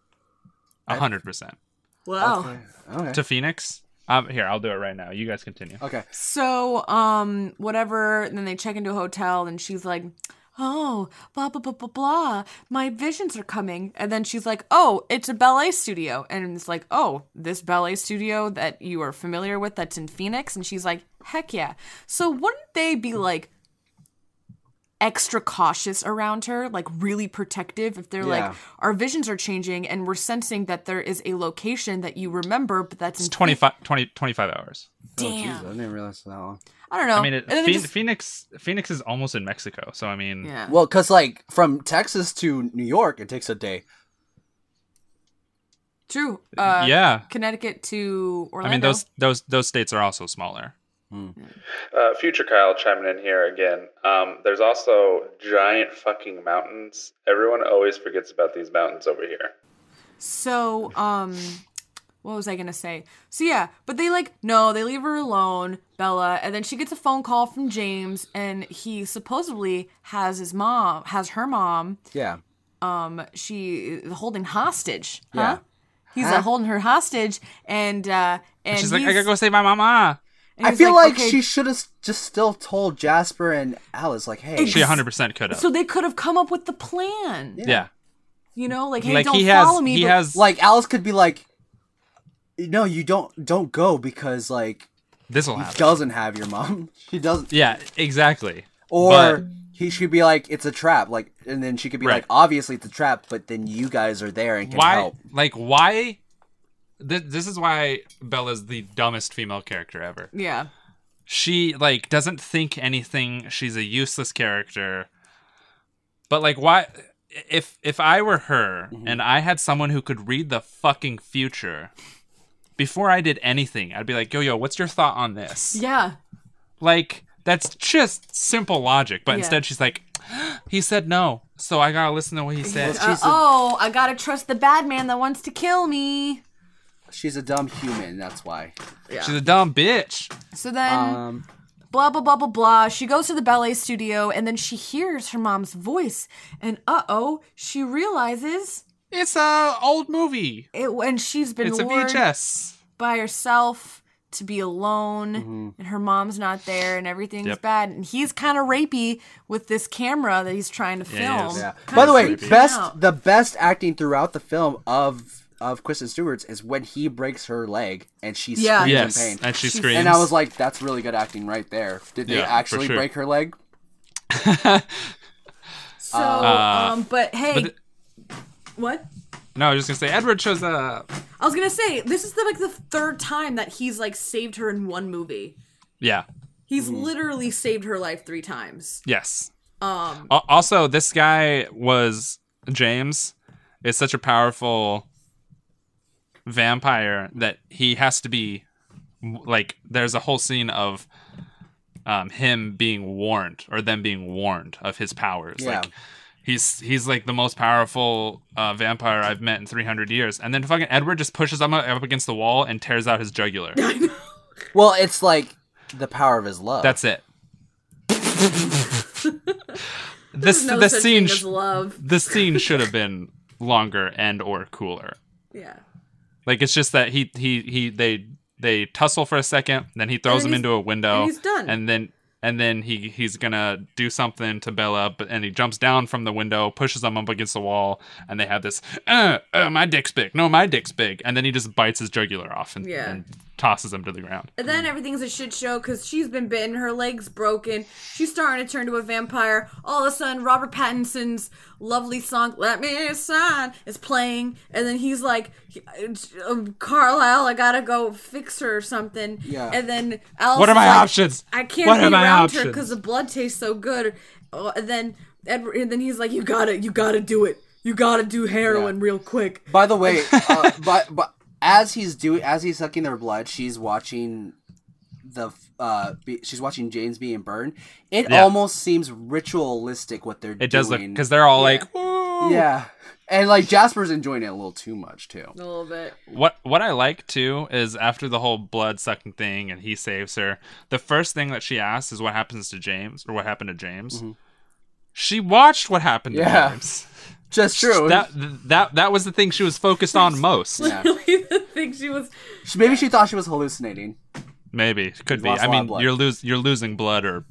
Speaker 4: a hundred percent
Speaker 3: Wow.
Speaker 2: Okay.
Speaker 4: to Phoenix. Um, here I'll do it right now. You guys continue.
Speaker 2: okay.
Speaker 3: So, um, whatever. And then they check into a hotel, and she's like, "Oh, blah blah blah blah blah. My visions are coming." And then she's like, "Oh, it's a ballet studio," and it's like, "Oh, this ballet studio that you are familiar with, that's in Phoenix." And she's like, "Heck yeah!" So wouldn't they be like? extra cautious around her, like really protective. If they're
Speaker 2: Yeah.
Speaker 3: like, our visions are changing and we're sensing that there is a location that you remember, but that's
Speaker 4: It's
Speaker 3: in
Speaker 4: 25, 20, 25 hours.
Speaker 2: Oh, Jeez, I didn't realize that long.
Speaker 3: I don't know.
Speaker 4: I mean, it,
Speaker 3: Oh, And then
Speaker 4: Phe-
Speaker 3: they just-
Speaker 4: Phoenix Phoenix is almost in Mexico, so I mean,
Speaker 3: yeah.
Speaker 2: Well, because, like, from Texas to New York, it takes a day.
Speaker 3: True. Uh,
Speaker 4: yeah.
Speaker 3: Connecticut to Orlando.
Speaker 4: I mean those those those states are also smaller.
Speaker 7: Uh, Future Kyle chiming in here again. Um, there's also giant fucking mountains. Everyone always forgets about these mountains over here.
Speaker 3: So, um, what was I gonna say? So yeah, but they like no, they leave her alone, Bella, and then she gets a phone call from James, and he supposedly has his mom, has her mom,
Speaker 2: Yeah.
Speaker 3: um she holding hostage. Huh?
Speaker 2: Yeah.
Speaker 3: He's
Speaker 2: Huh?
Speaker 3: uh, holding her hostage, and uh, and
Speaker 4: She's like, I
Speaker 3: he's-
Speaker 4: gotta go save my mama.
Speaker 3: and
Speaker 2: I
Speaker 3: he's
Speaker 2: feel like,
Speaker 3: "Okay."
Speaker 2: she should have just still told Jasper and Alice, like, hey,
Speaker 4: She 100% could have.
Speaker 3: So they could have come up with the plan.
Speaker 4: yeah.
Speaker 3: You know, like hey,
Speaker 4: like
Speaker 3: don't
Speaker 4: he
Speaker 3: follow
Speaker 4: has,
Speaker 3: me.
Speaker 4: he
Speaker 3: but-
Speaker 4: has.
Speaker 2: like Alice could be like, no, you don't, don't go because like
Speaker 4: this will
Speaker 2: he
Speaker 4: happen.
Speaker 2: doesn't have your mom. She doesn't,
Speaker 4: Yeah, exactly.
Speaker 2: or
Speaker 4: But-
Speaker 2: he should be like, it's a trap. Like, and then she could be
Speaker 4: Right.
Speaker 2: like, obviously it's a trap, but then you guys are there and can
Speaker 4: why?
Speaker 2: help.
Speaker 4: Like why? This, this is why Bella's the dumbest female character ever.
Speaker 3: yeah.
Speaker 4: she like doesn't think anything she's a useless character but like why if if i were her and i had someone who could read the fucking future before i did anything i'd be like yo yo what's your thought on this
Speaker 3: Yeah.
Speaker 4: like that's just simple logic but
Speaker 3: Yeah.
Speaker 4: instead she's like he said no so i gotta listen to what he said
Speaker 2: She's a-
Speaker 3: Oh, I gotta trust the bad man that wants to kill me.
Speaker 2: She's a dumb human, that's why.
Speaker 4: she's a dumb bitch
Speaker 3: So then,
Speaker 4: Uh.
Speaker 2: Um,
Speaker 3: blah blah blah blah blah. She goes to the ballet studio, and then she hears her mom's voice, and uh oh, she realizes
Speaker 4: it's a old movie
Speaker 3: it. And she's been
Speaker 4: it's a
Speaker 3: lured
Speaker 4: vhs
Speaker 3: by herself to be alone, and her mom's not there, and everything's
Speaker 4: Mm-hmm. Yep.
Speaker 3: bad. And he's kind of rapey with this camera that he's trying to
Speaker 4: Yeah, he is.
Speaker 3: film.
Speaker 2: yeah.
Speaker 3: Kinda
Speaker 2: By the way,
Speaker 3: creeps me
Speaker 2: best
Speaker 3: out.
Speaker 2: the best acting throughout the film of of Kristen Stewart's is when he breaks her leg and she
Speaker 3: Yeah.
Speaker 2: screams in
Speaker 4: yes
Speaker 2: pain.
Speaker 4: and she screams
Speaker 2: And I was like, that's really good acting right there. Did they
Speaker 4: Yeah, for
Speaker 2: actually
Speaker 4: sure.
Speaker 2: break her leg?
Speaker 3: So, um, but hey,
Speaker 4: Uh, but th-
Speaker 3: what?
Speaker 4: no i was just gonna say edward shows up
Speaker 3: I was gonna say this is the, like the third time that he's like saved her in one movie.
Speaker 4: yeah
Speaker 3: He's
Speaker 4: Mm.
Speaker 3: literally saved her life three times.
Speaker 4: Yes.
Speaker 3: Um,
Speaker 4: Al- Also, this guy was James. Is such a powerful vampire that he has to be like. There's a whole scene of um, him being warned or them being warned of his powers.
Speaker 2: Yeah.
Speaker 4: Like he's he's like the most powerful uh, vampire I've met in 300 years. And then fucking Edward just pushes him up up against the wall and tears out his jugular.
Speaker 2: Well, it's like the power of his love.
Speaker 4: That's it. this
Speaker 3: no
Speaker 4: the
Speaker 3: such
Speaker 4: scene
Speaker 3: thing
Speaker 4: sh-
Speaker 3: as love.
Speaker 4: the scene should have been longer and or cooler.
Speaker 3: Yeah.
Speaker 4: Like it's just that he he he they they tussle for a second, then he throws
Speaker 3: then he's-
Speaker 4: him into a window,
Speaker 3: and he's done.
Speaker 4: and then and then he he's gonna do something to Bella, but and he jumps down from the window, pushes him up against the wall, and they have this uh, uh my dick's big, no my dick's big, and then he just bites his jugular off and,
Speaker 3: Yeah.
Speaker 4: and tosses him to the ground.
Speaker 3: And then everything's a shit show because she's been bitten, her leg's broken, she's starting to turn to a vampire. All of a sudden, Robert Pattinson's lovely song "Let Me Sign" is playing, and then he's like, um, "Carlisle, I gotta go fix her or something."
Speaker 2: Yeah.
Speaker 3: And then Alice
Speaker 4: What are
Speaker 3: is
Speaker 4: my
Speaker 3: like,
Speaker 4: options?
Speaker 3: I can't
Speaker 4: What
Speaker 3: be
Speaker 4: are my
Speaker 3: around her
Speaker 4: options?
Speaker 3: because the blood tastes so good. Oh, and then Edward, and then he's like, "You gotta, you gotta do it. You gotta do heroin real quick."
Speaker 2: By the way, uh, but but as he's doing as he's sucking their blood, she's watching the f- uh be, she's watching James being burned. It
Speaker 4: Yeah.
Speaker 2: almost seems ritualistic what they're doing.
Speaker 4: It does look because they're all like,
Speaker 2: Yeah. And like Jasper's enjoying it a little too much too.
Speaker 3: A little bit.
Speaker 4: What what I like too is after the whole blood sucking thing and he saves her, the first thing that she asks is what happens to James or what happened to James. She watched what happened
Speaker 2: Mm-hmm. Yeah.
Speaker 4: to James.
Speaker 2: Just true.
Speaker 4: That that that was the thing she was focused on most.
Speaker 3: Really, the thing she was.
Speaker 2: She- Maybe she thought she was hallucinating.
Speaker 4: Maybe it could be.
Speaker 2: lost a
Speaker 4: I
Speaker 2: lot of
Speaker 4: mean,
Speaker 2: blood.
Speaker 4: you're lose you're losing blood or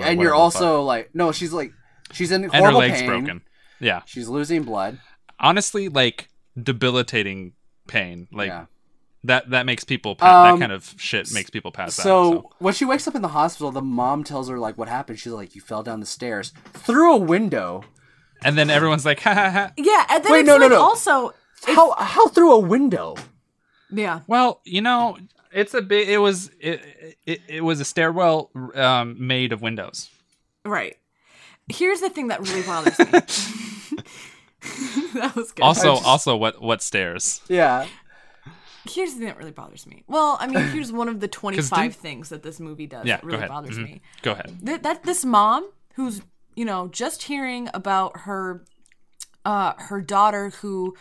Speaker 2: and
Speaker 4: or whatever
Speaker 2: you're
Speaker 4: the
Speaker 2: also
Speaker 4: fuck.
Speaker 2: like no, she's like she's in
Speaker 4: and her
Speaker 2: horrible
Speaker 4: legs
Speaker 2: pain.
Speaker 4: broken. Yeah,
Speaker 2: She's losing blood.
Speaker 4: honestly, like debilitating pain. Like
Speaker 2: Yeah.
Speaker 4: that that makes people pa-
Speaker 2: Um,
Speaker 4: that kind of shit makes people pass out.
Speaker 2: So when she wakes up in the hospital, the mom tells her like what happened. She's like, "You fell down the stairs through a window."
Speaker 4: and then everyone's like, ha ha ha.
Speaker 3: Yeah, and then
Speaker 2: Wait,
Speaker 3: it's
Speaker 2: no, no,
Speaker 3: like
Speaker 2: no.
Speaker 3: also
Speaker 2: How how through a window?
Speaker 3: yeah.
Speaker 4: Well, you know, it's a bit. It was it it, it was a stairwell um, made of windows.
Speaker 3: Right. Here's the thing that really bothers me. that was good.
Speaker 4: Also, also what what stairs?
Speaker 2: Yeah,
Speaker 3: here's the thing that really bothers me. Well, I mean, here's one of the 25 things that this movie does
Speaker 4: Yeah,
Speaker 3: that
Speaker 4: go
Speaker 3: really
Speaker 4: ahead.
Speaker 3: bothers
Speaker 4: Mhm.
Speaker 3: me.
Speaker 4: Go ahead.
Speaker 3: Th- that this mom who's, you know, just hearing about her uh her daughter who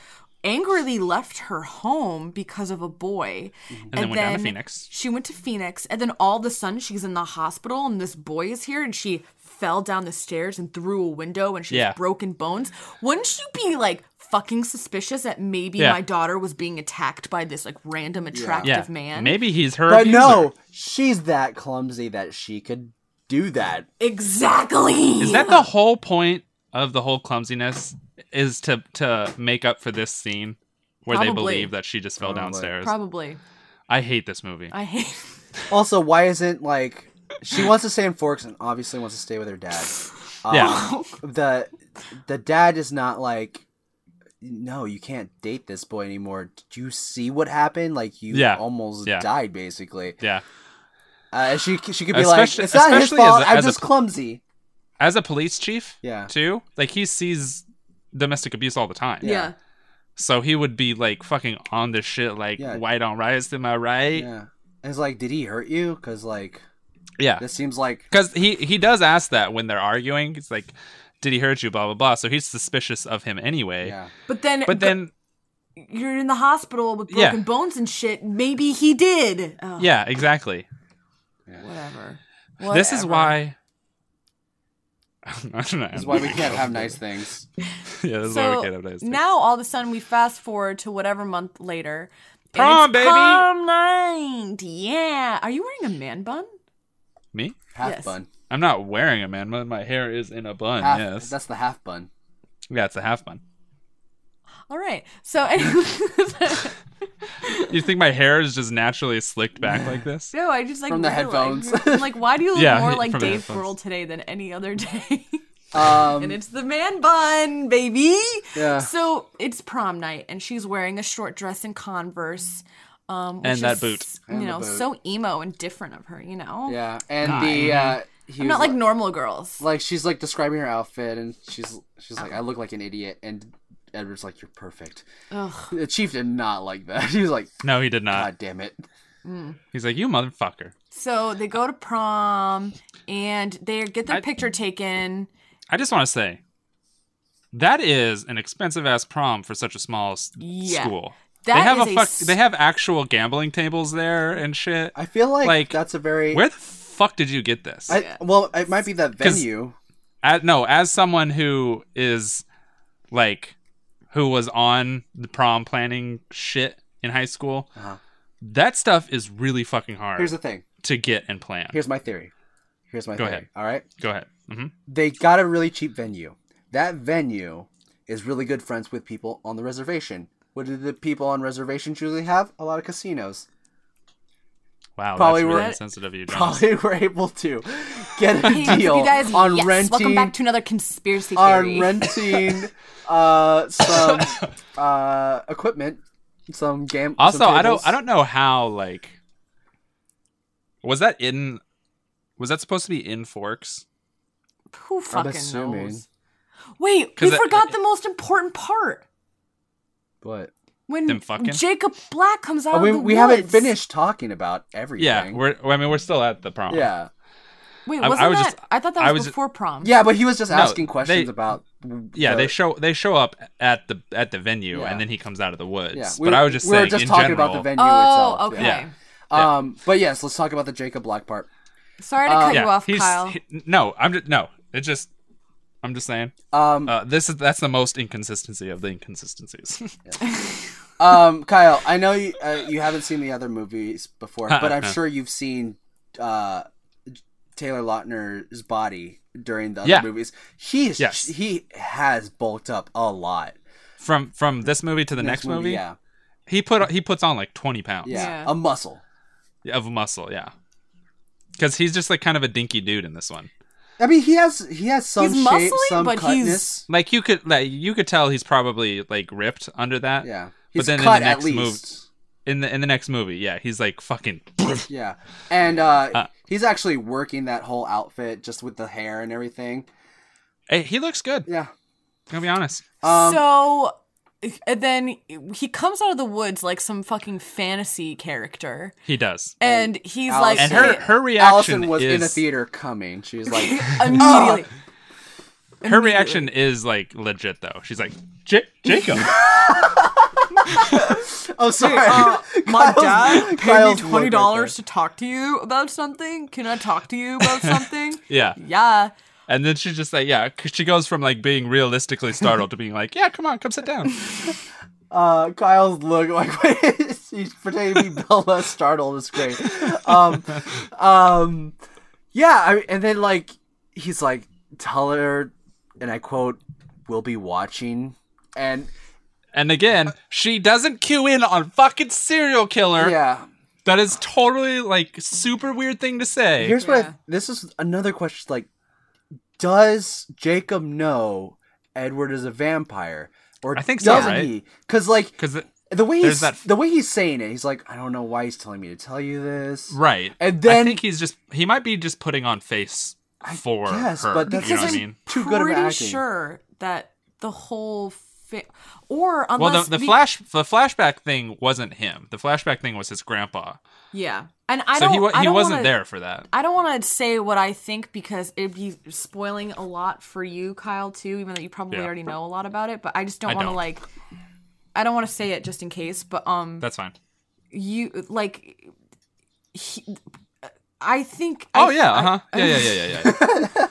Speaker 3: angrily left her home because of a boy. And,
Speaker 4: then went down to Phoenix.
Speaker 3: She went to Phoenix, and then all of a sudden she's in the hospital, and this boy is here, and she fell down the stairs and through a window, and she
Speaker 4: Yeah.
Speaker 3: has broken bones. Wouldn't you be like fucking suspicious that maybe
Speaker 4: Yeah.
Speaker 3: my daughter was being attacked by this like random attractive
Speaker 4: Yeah,
Speaker 3: man?
Speaker 4: maybe he's her.
Speaker 2: But no,
Speaker 4: abuser.
Speaker 2: she's that clumsy that she could do that.
Speaker 3: Exactly.
Speaker 4: is that the whole point of the whole clumsiness? Is to to make up for this scene where they
Speaker 3: Probably.
Speaker 4: believe that she just fell downstairs.
Speaker 3: Probably.
Speaker 4: I hate this movie.
Speaker 3: I hate.
Speaker 2: Also, why isn't like she wants to stay in Forks and obviously wants to stay with her dad. Um,
Speaker 4: Yeah.
Speaker 2: The the dad is not like no, you can't date this boy anymore. Do you see what happened? Like you
Speaker 4: Yeah.
Speaker 2: almost
Speaker 4: Yeah.
Speaker 2: died, basically.
Speaker 4: yeah.
Speaker 2: Uh, she she could be
Speaker 4: Especially-
Speaker 2: like, it's not his
Speaker 4: especially as
Speaker 2: fault.
Speaker 4: a-
Speaker 2: I'm
Speaker 4: as a
Speaker 2: just
Speaker 4: pl-
Speaker 2: clumsy.
Speaker 4: As a police chief,
Speaker 2: Yeah.
Speaker 4: too, like he sees domestic abuse all the time.
Speaker 3: Yeah.
Speaker 4: So he would be like fucking on this shit, like
Speaker 2: Yeah.
Speaker 4: white on rice. Am I right?
Speaker 2: Yeah, and it's like, did he hurt you? Because like
Speaker 4: Yeah.
Speaker 2: this seems like
Speaker 4: Because he he does ask that when they're arguing. It's like, did he hurt you? Blah blah blah. So he's suspicious of him anyway.
Speaker 2: yeah.
Speaker 3: But then.
Speaker 4: But then
Speaker 3: you're in the hospital with
Speaker 4: Yeah.
Speaker 3: broken bones and shit. Maybe he did. Ugh,
Speaker 4: Yeah, exactly.
Speaker 3: Whatever.
Speaker 4: This is
Speaker 3: Whatever.
Speaker 4: why. I don't know.
Speaker 2: This is why we can't have nice things.
Speaker 4: yeah, this is why we
Speaker 3: So
Speaker 4: can't have nice. things.
Speaker 3: now all of a sudden we fast forward to whatever month later. and
Speaker 4: Prom,
Speaker 3: it's
Speaker 4: baby!
Speaker 3: Prom night. Yeah. Are you wearing a man bun?
Speaker 4: Me?
Speaker 2: Half
Speaker 3: Yes.
Speaker 2: bun.
Speaker 4: I'm not wearing a man bun. My hair is in a bun.
Speaker 2: Half,
Speaker 4: yes.
Speaker 2: That's the half bun.
Speaker 4: Yeah, it's a half bun.
Speaker 3: All right. So anyway,
Speaker 4: You think my hair is just naturally slicked back like this?
Speaker 3: no, I just like
Speaker 2: From the
Speaker 3: realized-
Speaker 2: headphones.
Speaker 3: I'm like, why do you look
Speaker 4: Yeah,
Speaker 3: more
Speaker 4: he-
Speaker 3: like
Speaker 4: from the
Speaker 3: Dave
Speaker 4: headphones.
Speaker 3: Grohl today than any other day?
Speaker 2: Um,
Speaker 3: and it's the man bun, baby.
Speaker 2: Yeah.
Speaker 3: So it's prom night, and she's wearing a short dress and Converse. Um, which
Speaker 4: And that
Speaker 3: is,
Speaker 4: boot.
Speaker 2: And
Speaker 3: You
Speaker 2: the
Speaker 3: know,
Speaker 2: boot.
Speaker 3: so emo and different of her. You know,
Speaker 2: yeah, and the uh, he
Speaker 3: I'm
Speaker 2: was
Speaker 3: not like normal girls.
Speaker 2: like she's like describing her outfit, and she's she's
Speaker 3: Oh.
Speaker 2: like, I look like an idiot, and Edward's like, you're perfect.
Speaker 3: Ugh.
Speaker 2: The chief did not like that. He was like,
Speaker 4: No, he did not.
Speaker 2: God damn it.
Speaker 4: He's like, you motherfucker.
Speaker 3: So they go to prom, and they get their
Speaker 4: I-
Speaker 3: picture taken.
Speaker 4: I just want to say, that is an expensive ass prom for such a small s-
Speaker 3: Yeah.
Speaker 4: school. they
Speaker 3: That
Speaker 4: have
Speaker 3: is
Speaker 4: a
Speaker 3: a
Speaker 4: fuck.
Speaker 3: s-
Speaker 4: They have actual gambling tables there and shit.
Speaker 2: I feel like,
Speaker 4: Like,
Speaker 2: that's a very
Speaker 4: Where the fuck did you get this?
Speaker 2: I, well, it might be that
Speaker 4: 'Cause-
Speaker 2: venue.
Speaker 4: as, no, as someone who is like who was on the prom planning shit in high school,
Speaker 2: Uh-huh.
Speaker 4: that stuff is really fucking hard
Speaker 2: Here's the thing.
Speaker 4: to get and plan.
Speaker 2: Here's my theory. Here's my
Speaker 4: Go
Speaker 2: theory.
Speaker 4: ahead.
Speaker 2: All right.
Speaker 4: Go ahead. hmm
Speaker 2: they got a really cheap venue. That venue is really good friends with people on the reservation. What do the people on reservations usually have? A lot of casinos.
Speaker 4: Wow,
Speaker 2: Probably
Speaker 4: that's really
Speaker 2: were-
Speaker 4: insensitive of you, Jonas.
Speaker 2: Probably were able to get a
Speaker 3: Hey,
Speaker 2: deal
Speaker 3: you guys,
Speaker 2: on
Speaker 3: yes. Welcome
Speaker 2: renting
Speaker 3: back to another conspiracy
Speaker 2: on
Speaker 3: theory.
Speaker 2: renting uh, some uh, equipment, some game. some
Speaker 4: Also, I
Speaker 2: tables.
Speaker 4: don't I don't know how like was that in was that supposed to be in Forks?
Speaker 3: Who fucking
Speaker 2: assuming.
Speaker 3: knows? Wait, we
Speaker 4: 'Cause that-
Speaker 3: forgot the most important part.
Speaker 2: But
Speaker 3: When
Speaker 4: Them fucking?
Speaker 3: Jacob Black comes out
Speaker 2: I
Speaker 3: of the
Speaker 2: mean, Oh, we
Speaker 3: woods.
Speaker 2: haven't finished talking about everything.
Speaker 4: Yeah, we're I mean we're still at the prom.
Speaker 2: yeah,
Speaker 3: Wait,
Speaker 4: I- I
Speaker 3: wasn't
Speaker 4: was
Speaker 3: that?
Speaker 4: just-
Speaker 3: I thought that was,
Speaker 4: I was-
Speaker 3: before prom.
Speaker 2: yeah. But he was just
Speaker 4: No,
Speaker 2: asking
Speaker 4: they-
Speaker 2: questions about.
Speaker 4: Yeah,
Speaker 2: the-
Speaker 4: they show they show up at the at the venue
Speaker 2: Yeah.
Speaker 4: and then he comes out of the woods.
Speaker 2: Yeah,
Speaker 4: but I was just
Speaker 2: we were
Speaker 4: saying
Speaker 2: just
Speaker 4: in
Speaker 2: talking
Speaker 4: general,
Speaker 2: about the venue
Speaker 3: Oh,
Speaker 2: itself.
Speaker 3: okay.
Speaker 2: yeah.
Speaker 4: Yeah. Yeah.
Speaker 2: Um, but yes, let's talk about the Jacob Black part.
Speaker 3: Sorry
Speaker 2: Um,
Speaker 3: to cut you off,
Speaker 4: he's-
Speaker 3: Kyle.
Speaker 4: he- no, I'm just no. It just I'm just saying.
Speaker 2: Um,
Speaker 4: Uh, this is that's the most inconsistency of the inconsistencies.
Speaker 2: um, Kyle, I know you uh, you haven't seen the other movies before, but I'm sure you've seen uh, Taylor Lautner's body during the other
Speaker 4: Yeah.
Speaker 2: movies. He is
Speaker 4: Yes.
Speaker 2: he has bulked up a lot.
Speaker 4: from from this movie to the next, movie,
Speaker 2: yeah,
Speaker 4: he put he puts on like 20 pounds
Speaker 3: Yeah.
Speaker 2: yeah, a muscle.
Speaker 4: of muscle, yeah. Cuz he's just like kind of a dinky dude in this one.
Speaker 2: I mean, he has he has some
Speaker 3: He's
Speaker 2: shape,
Speaker 3: muscly,
Speaker 2: some
Speaker 3: but
Speaker 2: cutness.
Speaker 3: he's-
Speaker 4: Like you could like you could tell he's probably like ripped under that.
Speaker 2: yeah,
Speaker 4: But
Speaker 2: he's
Speaker 4: then in
Speaker 2: cut
Speaker 4: the next
Speaker 2: at least.
Speaker 4: move- In the in the next movie, yeah, he's like fucking
Speaker 2: Yeah, and uh, he's actually working that whole outfit just with the hair and everything.
Speaker 4: Hey, he looks good.
Speaker 2: Yeah.
Speaker 4: Gonna be honest.
Speaker 2: Um,
Speaker 3: so and then he comes out of the woods like some fucking fantasy character,
Speaker 4: He does.
Speaker 3: and he's
Speaker 2: Alice-
Speaker 3: like
Speaker 4: And her
Speaker 3: "Hey,"
Speaker 4: her reaction
Speaker 2: Allison was
Speaker 4: is
Speaker 2: in a theater coming. She was like,
Speaker 3: eh, immediately.
Speaker 4: her reaction is like legit though. She's like, J- Jacob.
Speaker 2: Oh, sorry.
Speaker 3: Uh, my
Speaker 2: Kyle's-
Speaker 3: dad paid me
Speaker 2: Kyle's
Speaker 3: twenty
Speaker 2: look
Speaker 3: dollars to talk to you about something. Can I talk to you about something?
Speaker 4: Yeah.
Speaker 3: yeah.
Speaker 4: And then she's just like, yeah, 'cause she goes from like being realistically startled to being like, yeah, come on, come sit down.
Speaker 2: uh, Kyle's look like wait, he's pretending to be Bella startled is great. Um, um, yeah, I, and then like he's like, tell her, and I quote, "We'll be watching," and
Speaker 4: And again, she doesn't cue in on fucking serial killer.
Speaker 2: yeah.
Speaker 4: That is totally like super weird thing to say.
Speaker 2: Here's what
Speaker 3: Yeah.
Speaker 2: I, this is another question. Like, does Jacob know Edward is a vampire, or
Speaker 4: I think so,
Speaker 2: doesn't
Speaker 4: right?
Speaker 2: he? Because like
Speaker 4: Cause it-
Speaker 2: the way
Speaker 4: there's
Speaker 2: he's
Speaker 4: that-
Speaker 2: the way he's saying it, he's like, I don't know why he's telling me to tell you this.
Speaker 4: right.
Speaker 2: And then-
Speaker 4: I think he's just he might be just putting on face for
Speaker 2: guess,
Speaker 4: her.
Speaker 2: but
Speaker 4: you
Speaker 2: that's-
Speaker 4: know what I
Speaker 3: I'm
Speaker 4: mean?
Speaker 2: Too good of
Speaker 3: pretty
Speaker 2: acting.
Speaker 3: sure that the whole fa- or unless
Speaker 4: Well, the, the flash the flashback thing wasn't him. The flashback thing was his grandpa.
Speaker 3: Yeah, and I
Speaker 4: so
Speaker 3: don't.
Speaker 4: he wa-
Speaker 3: I
Speaker 4: he
Speaker 3: don't
Speaker 4: wasn't
Speaker 3: wanna,
Speaker 4: there for that.
Speaker 3: I don't want to say what I think because it'd be spoiling a lot for you, Kyle, too, even though you probably
Speaker 4: Yeah.
Speaker 3: already know a lot about it, but I just don't
Speaker 4: I
Speaker 3: want to
Speaker 4: don't.
Speaker 3: like I don't want to say it just in case, but um
Speaker 4: That's fine.
Speaker 3: you like he, I think
Speaker 4: Oh
Speaker 3: I,
Speaker 4: yeah, uh huh. Yeah, yeah, yeah, yeah, yeah.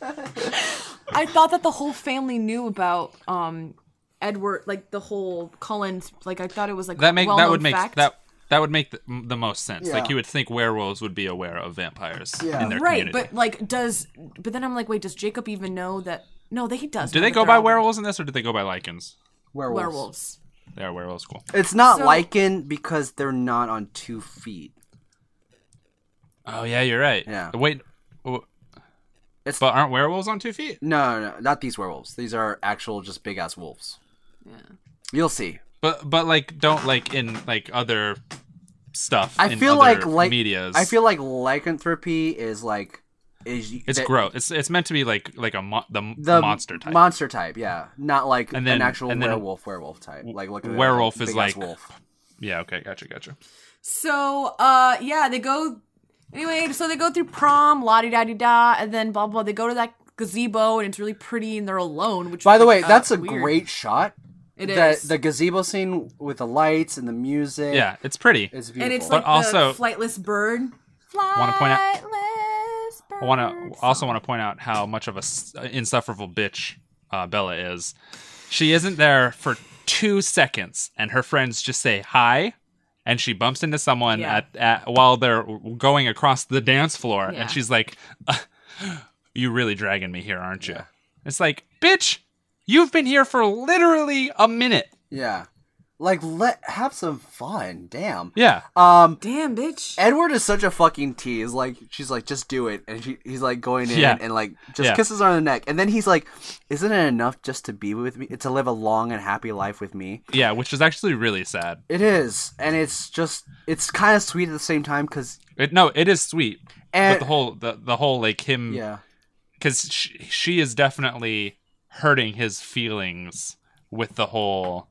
Speaker 3: I thought that the whole family knew about um Edward like the whole Collins like I thought it was like
Speaker 4: that make that
Speaker 3: well-known
Speaker 4: would make
Speaker 3: fact.
Speaker 4: that that would make the, the most sense. Like
Speaker 2: Yeah.
Speaker 4: you would think werewolves would be aware of vampires
Speaker 2: Yeah.
Speaker 4: in their
Speaker 3: right,
Speaker 4: community.
Speaker 3: but like does but then I'm like wait, does Jacob even know that no, that he does.
Speaker 4: do
Speaker 3: know
Speaker 4: they
Speaker 3: that
Speaker 4: go
Speaker 3: they're
Speaker 4: by
Speaker 3: all
Speaker 4: werewolves in this, or do they go by lichens?
Speaker 2: Werewolves.
Speaker 3: Werewolves.
Speaker 4: They are werewolves. Cool.
Speaker 2: It's not
Speaker 3: So-
Speaker 2: lichen because they're not on two feet.
Speaker 4: Oh yeah, you're right.
Speaker 2: Yeah.
Speaker 4: Wait. w-
Speaker 2: It's-
Speaker 4: But aren't werewolves on two feet?
Speaker 2: No, no, not these werewolves. These are actual just big ass wolves. Yeah. You'll see.
Speaker 4: But but like don't like in like other stuff.
Speaker 2: I
Speaker 4: in
Speaker 2: feel
Speaker 4: other
Speaker 2: like like
Speaker 4: media's.
Speaker 2: I feel like lycanthropy is like is
Speaker 4: it's
Speaker 2: the-
Speaker 4: gross. It's it's meant to be like like a mo- the,
Speaker 2: the
Speaker 4: monster type.
Speaker 2: Monster type, yeah. Not like
Speaker 4: And then-
Speaker 2: an actual
Speaker 4: and then-
Speaker 2: werewolf werewolf type. Like look at that,
Speaker 4: Werewolf
Speaker 2: big
Speaker 4: is
Speaker 2: ass
Speaker 4: like-
Speaker 2: wolf.
Speaker 4: yeah. Okay. Gotcha. Gotcha.
Speaker 3: So, uh, yeah, they go. Anyway, so they go through prom, la di da di da, and then blah blah. They go to that gazebo, and it's really pretty, and they're alone. Which,
Speaker 2: By
Speaker 3: is,
Speaker 2: the way,
Speaker 3: like, uh,
Speaker 2: that's a
Speaker 3: weird.
Speaker 2: great shot.
Speaker 3: It
Speaker 2: the,
Speaker 3: is.
Speaker 2: the gazebo scene with the lights and the music.
Speaker 4: Yeah. It's pretty.
Speaker 2: It's beautiful.
Speaker 3: and it's
Speaker 4: But
Speaker 3: like
Speaker 4: also-
Speaker 3: the flightless bird.
Speaker 4: Wanna point out-
Speaker 3: Flightless bird.
Speaker 4: I want to also want to point out how much of a s- insufferable bitch uh, Bella is. She isn't there for two seconds, and her friends just say hi, and she bumps into someone
Speaker 3: Yeah.
Speaker 4: at, at while they're going across the dance floor,
Speaker 3: Yeah.
Speaker 4: and she's like, "You really dragging me here, aren't you?" It's like, bitch, you've been here for literally a minute.
Speaker 2: yeah. Like let have some fun. Damn.
Speaker 4: Yeah,
Speaker 2: Um
Speaker 3: Damn, bitch.
Speaker 2: Edward is such a fucking tease. Like she's like, just do it, and she, he's like going in
Speaker 4: Yeah.
Speaker 2: and like just
Speaker 4: Yeah.
Speaker 2: kisses her on the neck, and then he's like, "Isn't it enough just to be with me, to live a long and happy life with me?"
Speaker 4: yeah, which is actually really sad.
Speaker 2: It is, and it's just it's kind of sweet at the same time because
Speaker 4: It, no, it is sweet, but
Speaker 2: and
Speaker 4: the whole the, the whole like him
Speaker 2: yeah,
Speaker 4: because she, she is definitely hurting his feelings with the whole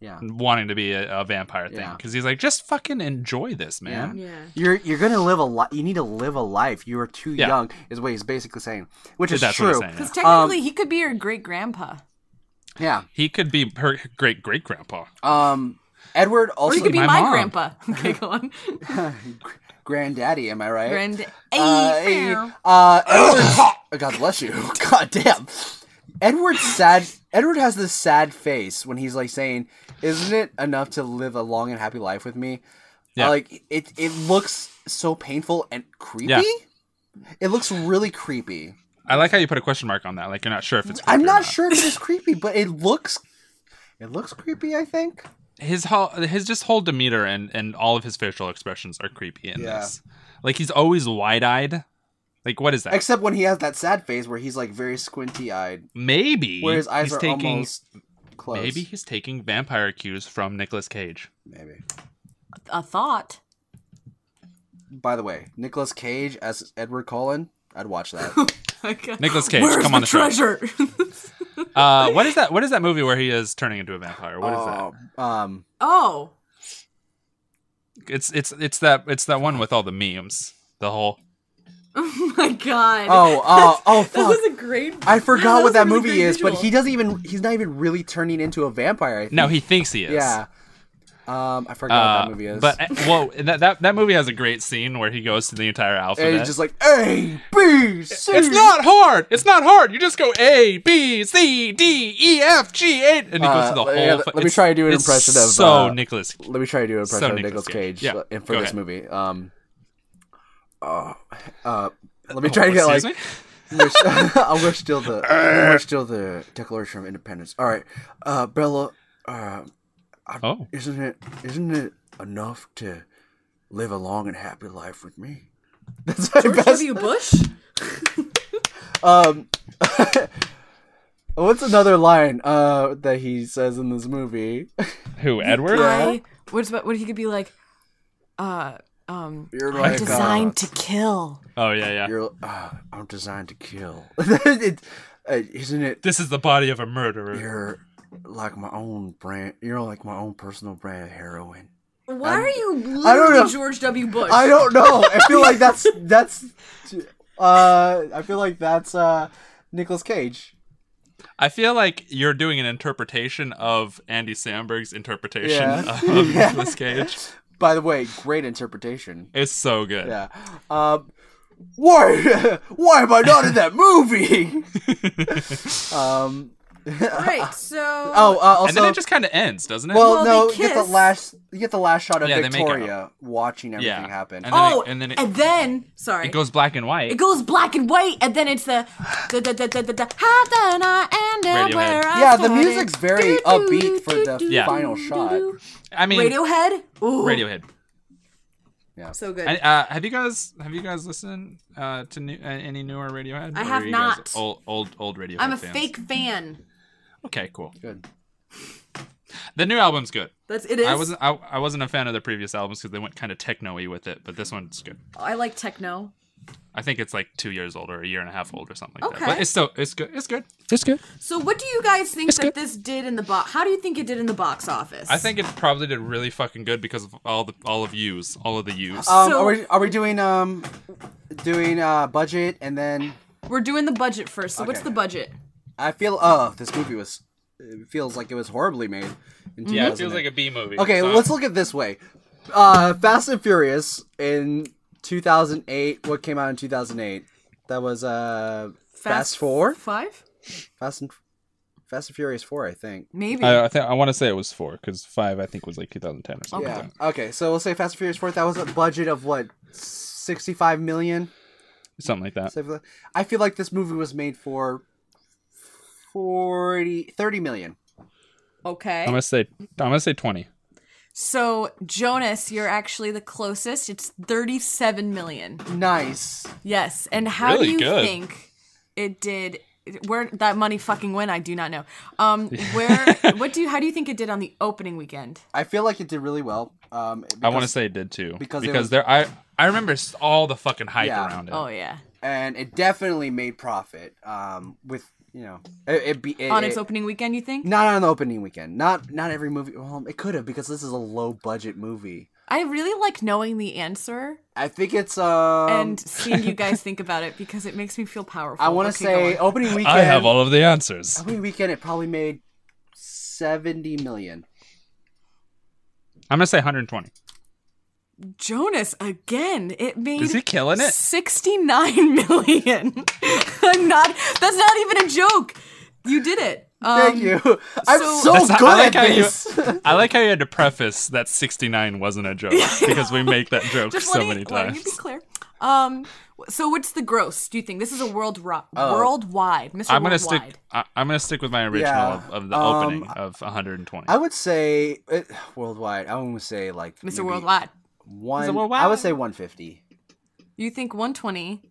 Speaker 2: yeah,
Speaker 4: wanting to be a, a vampire thing
Speaker 2: Yeah.
Speaker 4: because he's like just fucking enjoy this man
Speaker 3: Yeah.
Speaker 2: you're you're gonna live a lot. You need to live a life. You are too
Speaker 4: Yeah.
Speaker 2: young, is what he's basically saying, which is
Speaker 4: that's
Speaker 2: true.
Speaker 4: what he's saying
Speaker 3: Because
Speaker 4: yeah.
Speaker 2: Um,
Speaker 3: technically, he could be her great grandpa.
Speaker 2: yeah,
Speaker 4: he could be her great great grandpa
Speaker 2: um, Edward
Speaker 3: Or
Speaker 2: also
Speaker 3: he could be
Speaker 4: my
Speaker 3: my,
Speaker 4: mom.
Speaker 3: grandpa. Okay, go on.
Speaker 2: granddaddy. Am I right?
Speaker 3: Grand.
Speaker 2: Uh,
Speaker 3: Hey,
Speaker 2: hey, uh, Edward. oh, God bless you. God damn. Edward's sad. Edward has this sad face when he's like saying, "Isn't it enough to live a long and happy life with me?"
Speaker 4: Yeah.
Speaker 2: Like it. It looks so painful and creepy.
Speaker 4: Yeah.
Speaker 2: It looks really creepy.
Speaker 4: i like how you put a question mark on that like you're not sure if it's
Speaker 2: I'm
Speaker 4: creepy or
Speaker 2: not sure if it's creepy, but it looks. It looks creepy. I think.
Speaker 4: his whole his just whole demeanor and and all of his facial expressions are creepy in
Speaker 2: Yeah.
Speaker 4: this like he's always wide-eyed like what is that
Speaker 2: Except when he has that sad face where he's like very squinty eyed,
Speaker 4: maybe
Speaker 2: where his eyes
Speaker 4: he's
Speaker 2: are
Speaker 4: taking
Speaker 2: almost closed.
Speaker 4: maybe he's taking vampire cues from Nicolas cage
Speaker 2: Maybe.
Speaker 3: a thought.
Speaker 2: By the way, Nicolas Cage as Edward Cullen, I'd watch that.
Speaker 3: Okay.
Speaker 4: Nicolas Cage,
Speaker 3: Where's
Speaker 4: come
Speaker 3: the
Speaker 4: on the show.
Speaker 3: treasure.
Speaker 4: uh what is that what is that movie where he is turning into a vampire What is that
Speaker 2: that? Um,
Speaker 3: oh,
Speaker 4: it's it's it's that it's that one with all the memes. The whole
Speaker 3: Oh my god.
Speaker 2: Oh, oh, oh,
Speaker 3: That
Speaker 2: fuck.
Speaker 3: was a great.
Speaker 2: I forgot
Speaker 3: was
Speaker 2: what that
Speaker 3: really
Speaker 2: movie
Speaker 3: great
Speaker 2: is, but
Speaker 3: visual.
Speaker 2: he doesn't even. He's not even really turning into a vampire. I think.
Speaker 4: No, he thinks he is.
Speaker 2: Yeah. Um, I forgot
Speaker 4: Uh,
Speaker 2: what that movie is.
Speaker 4: But uh, well, that, that that movie has a great scene where he goes to the entire alphabet.
Speaker 2: and he's just like A B C.
Speaker 4: It's not hard. It's not hard. You just go A B C D E F G H, and he goes
Speaker 2: Uh,
Speaker 4: to the
Speaker 2: let-
Speaker 4: whole.
Speaker 2: yeah,
Speaker 4: fu-
Speaker 2: let me
Speaker 4: it's-
Speaker 2: try to do an
Speaker 4: it's
Speaker 2: impression of,
Speaker 4: So
Speaker 2: uh,
Speaker 4: Nicholas.
Speaker 2: Let me try to do an impression
Speaker 4: So
Speaker 2: of
Speaker 4: Nicolas
Speaker 2: Nicolas
Speaker 4: Cage.
Speaker 2: Cage
Speaker 4: Yeah,
Speaker 2: uh, in- for
Speaker 4: go
Speaker 2: this
Speaker 4: ahead.
Speaker 2: movie. Um. Oh, uh, let me try to get like.
Speaker 4: Oh, Excuse me?
Speaker 2: we're, st- uh, we're still the we're still the Declaration of Independence. All right, uh, Bella, uh, I-
Speaker 4: Oh.
Speaker 2: isn't it isn't it enough to live a long and happy life with me? That's my
Speaker 3: George
Speaker 2: best.
Speaker 3: W. Bush.
Speaker 2: Um, what's another line uh, that he says in this movie?
Speaker 4: Who Edward?
Speaker 3: I. What's about what he could be like? Uh, um.
Speaker 2: You're
Speaker 3: I'm
Speaker 2: like, uh,
Speaker 3: designed to kill.
Speaker 4: Oh yeah, yeah.
Speaker 2: You're uh, I'm designed to kill. it, uh, isn't it
Speaker 4: This is the body of a murderer.
Speaker 2: you're like my own brand you're like my own personal brand of heroin
Speaker 3: Why
Speaker 2: I'm-
Speaker 3: are you literally
Speaker 2: I don't know.
Speaker 3: George W. Bush?
Speaker 2: i don't know i feel like that's that's uh i feel like that's uh nicholas cage
Speaker 4: I feel like you're doing an interpretation of Andy Samberg's interpretation
Speaker 2: Yeah.
Speaker 4: of
Speaker 2: Yeah.
Speaker 4: Nicolas Cage.
Speaker 2: by the way great interpretation
Speaker 4: It's so good.
Speaker 2: yeah um why why am i not in that movie um
Speaker 3: Right. So.
Speaker 2: oh uh, also
Speaker 4: and then it just kind of ends, doesn't it?
Speaker 2: well,
Speaker 3: Well,
Speaker 2: no,
Speaker 3: they
Speaker 2: you get the
Speaker 3: kiss.
Speaker 2: last, you get the last shot of
Speaker 4: Yeah, they make out.
Speaker 2: Victoria watching everything
Speaker 4: Yeah.
Speaker 2: happen.
Speaker 4: And then
Speaker 3: Oh,
Speaker 4: it- and then it-
Speaker 3: sorry.
Speaker 4: it goes black and white.
Speaker 3: It goes black and white, and then it's the da da da da da da. How did I end up
Speaker 4: Radiohead.
Speaker 3: where I
Speaker 2: yeah, the
Speaker 3: started?
Speaker 2: music's very
Speaker 3: Do, do,
Speaker 2: upbeat for the
Speaker 3: do, do,
Speaker 4: Yeah.
Speaker 2: final
Speaker 3: do, do,
Speaker 2: shot.
Speaker 3: do.
Speaker 4: I mean,
Speaker 3: Radiohead. Ooh,
Speaker 4: Radiohead.
Speaker 3: So good.
Speaker 4: And, uh, have you guys have you guys listened uh, to new, uh, any newer Radiohead?
Speaker 3: I
Speaker 4: Or
Speaker 3: have
Speaker 4: are you guys
Speaker 3: not.
Speaker 4: Old old old Radiohead.
Speaker 3: I'm a
Speaker 4: fans?
Speaker 3: fake fan.
Speaker 4: Okay, cool.
Speaker 2: Good.
Speaker 4: The new album's good.
Speaker 3: That's it is.
Speaker 4: I wasn't I, I wasn't a fan of the previous albums because they went kind of techno-y with it, but this one's good.
Speaker 3: I like techno.
Speaker 4: I think it's like two years old or a year and a half old or something like that.
Speaker 3: Okay.
Speaker 4: But it's still it's good. It's good. It's good.
Speaker 3: So what do you guys think
Speaker 4: It's
Speaker 3: that
Speaker 4: good.
Speaker 3: this did in the box? How do you think it did in the box office?
Speaker 4: I think it probably did really fucking good because of all the all of yous, all of the yous.
Speaker 2: Um,
Speaker 3: So-
Speaker 2: are we are we doing um doing uh budget and then
Speaker 3: we're doing the budget first. So what's
Speaker 2: Okay.
Speaker 3: the budget?
Speaker 2: I feel oh this movie was it feels like it was horribly made. in
Speaker 4: yeah,
Speaker 2: 2008.
Speaker 4: it Mm-hmm. feels like a B movie.
Speaker 2: Mhm. okay.
Speaker 4: so-
Speaker 2: Let's look at this way. Uh, Fast and Furious in 2008. What came out in 2008? That was uh Fast Four,
Speaker 3: Five?
Speaker 2: Fast and Fast and Furious Four, I think.
Speaker 3: Maybe.
Speaker 4: I, uh, I think I want to say it was four because five I think was like 2010 or something.
Speaker 2: Yeah.
Speaker 4: like that.
Speaker 2: Okay, so we'll say Fast and Furious Four. That was a budget of what, sixty-five million.
Speaker 4: Something like that.
Speaker 2: So I feel- I feel like this movie was made for 40, 30 million.
Speaker 3: okay.
Speaker 4: I'm gonna say I'm gonna say 20.
Speaker 3: So Jonas, you're actually the closest. It's 37 million.
Speaker 2: Nice.
Speaker 3: Yes. And how
Speaker 4: Really
Speaker 3: do you
Speaker 4: good.
Speaker 3: think it did? Where that money fucking went, I do not know. Um, where? what do you? How do you think it did on the opening weekend?
Speaker 2: I feel like it did really well. Um,
Speaker 4: I want to
Speaker 2: because-
Speaker 4: say it did too
Speaker 2: because
Speaker 4: because,
Speaker 2: it was-
Speaker 4: there I I remember s- all the fucking hype
Speaker 2: Yeah.
Speaker 4: around it.
Speaker 3: Oh yeah,
Speaker 2: and it definitely made profit. Um, with you know, it, it be it,
Speaker 3: on its
Speaker 2: it-
Speaker 3: opening weekend, you think?
Speaker 2: Not on the opening weekend. Not not every movie. Well, it could have because this is a low budget movie.
Speaker 3: I really like knowing the answer
Speaker 2: I think it's um.
Speaker 3: and seeing you guys think about it because it makes me feel powerful.
Speaker 2: I want to
Speaker 3: Okay,
Speaker 2: say
Speaker 3: go on.
Speaker 2: opening weekend.
Speaker 4: I have all of the answers.
Speaker 2: opening weekend. It probably made seventy million.
Speaker 4: I'm gonna say 120.
Speaker 3: Jonas again. It made
Speaker 4: Is he killing it?
Speaker 3: 69 million. I'm not that's not even a joke. You did it. Um,
Speaker 2: Thank you. I'm
Speaker 3: so-
Speaker 2: so,
Speaker 4: That's
Speaker 2: Oh, good
Speaker 4: not- I like
Speaker 2: at
Speaker 4: how you-
Speaker 2: this.
Speaker 4: I like how you had to preface that 69 wasn't a joke because we make that joke
Speaker 3: Just
Speaker 4: so
Speaker 3: letting,
Speaker 4: many
Speaker 3: letting you be
Speaker 4: times.
Speaker 3: clear. Um so what's the gross? Do you think this is a world ro-
Speaker 2: Oh.
Speaker 3: worldwide? mister
Speaker 4: I'm gonna
Speaker 3: worldwide.
Speaker 4: stick. I, I'm gonna stick with my original
Speaker 2: Yeah,
Speaker 4: of, of the
Speaker 2: um,
Speaker 4: opening of 120.
Speaker 2: I would say it, worldwide. I would say like
Speaker 3: Mr.
Speaker 2: maybe
Speaker 3: Worldwide.
Speaker 2: One.
Speaker 4: worldwide?
Speaker 2: I would say 150.
Speaker 3: You think 120,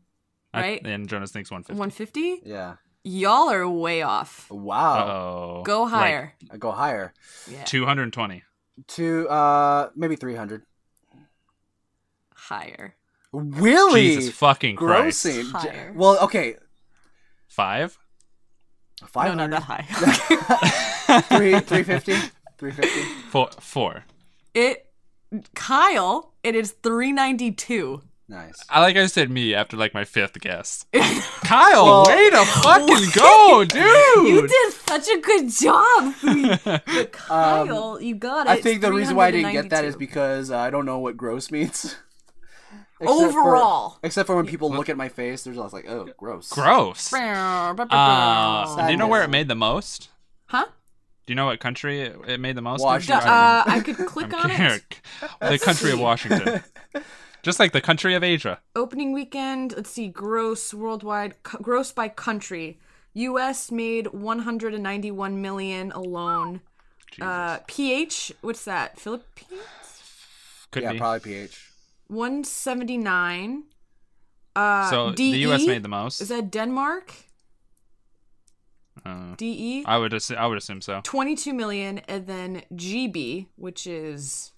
Speaker 4: I-
Speaker 3: right?
Speaker 4: and Jonas thinks 150.
Speaker 3: 150?
Speaker 2: Yeah.
Speaker 3: Y'all are way off.
Speaker 2: Wow.
Speaker 4: Oh,
Speaker 3: Go higher.
Speaker 2: I go higher.
Speaker 3: yeah.
Speaker 4: 220.
Speaker 2: To uh maybe 300.
Speaker 3: higher.
Speaker 2: Really?
Speaker 4: Jesus fucking Christ.
Speaker 2: Grossing. J-
Speaker 3: Higher.
Speaker 2: Well, okay.
Speaker 4: Five.
Speaker 3: No,
Speaker 2: 500.
Speaker 3: not that high.
Speaker 2: Three- 350. 350.
Speaker 4: Four. Four.
Speaker 3: it Kyle, it is 392.
Speaker 2: Nice.
Speaker 4: I like I said me after like my fifth guess. Kyle, way to fucking go, dude.
Speaker 1: You did such a good job, Sweet. Kyle. you got it.
Speaker 2: Um, I think the reason why I didn't get that is because uh, I don't know what gross means. Except for-
Speaker 3: Overall.
Speaker 2: except for when people look at my face, they're just like, "Oh, gross."
Speaker 4: Gross. Uh, do you know where it
Speaker 2: Sadness.
Speaker 4: made the most?
Speaker 3: Huh?
Speaker 4: Do you know what country it, it made the most? in?
Speaker 3: Duh,
Speaker 2: Washington.
Speaker 3: uh, I could click on it.
Speaker 4: the country of Washington. Just like the country of Asia.
Speaker 3: Opening weekend. Let's see. Gross worldwide. c- gross by country. U.S. made 191 million alone. Uh, PH. What's that? Philippines.
Speaker 4: Could
Speaker 2: yeah,
Speaker 4: be.
Speaker 2: probably pH.
Speaker 3: 179. Uh,
Speaker 4: So
Speaker 3: DE?
Speaker 4: the U.S. made the most.
Speaker 3: Is that Denmark?
Speaker 4: Uh,
Speaker 3: DE.
Speaker 4: I would assume. I would assume so.
Speaker 3: 22 million, and then GB, which is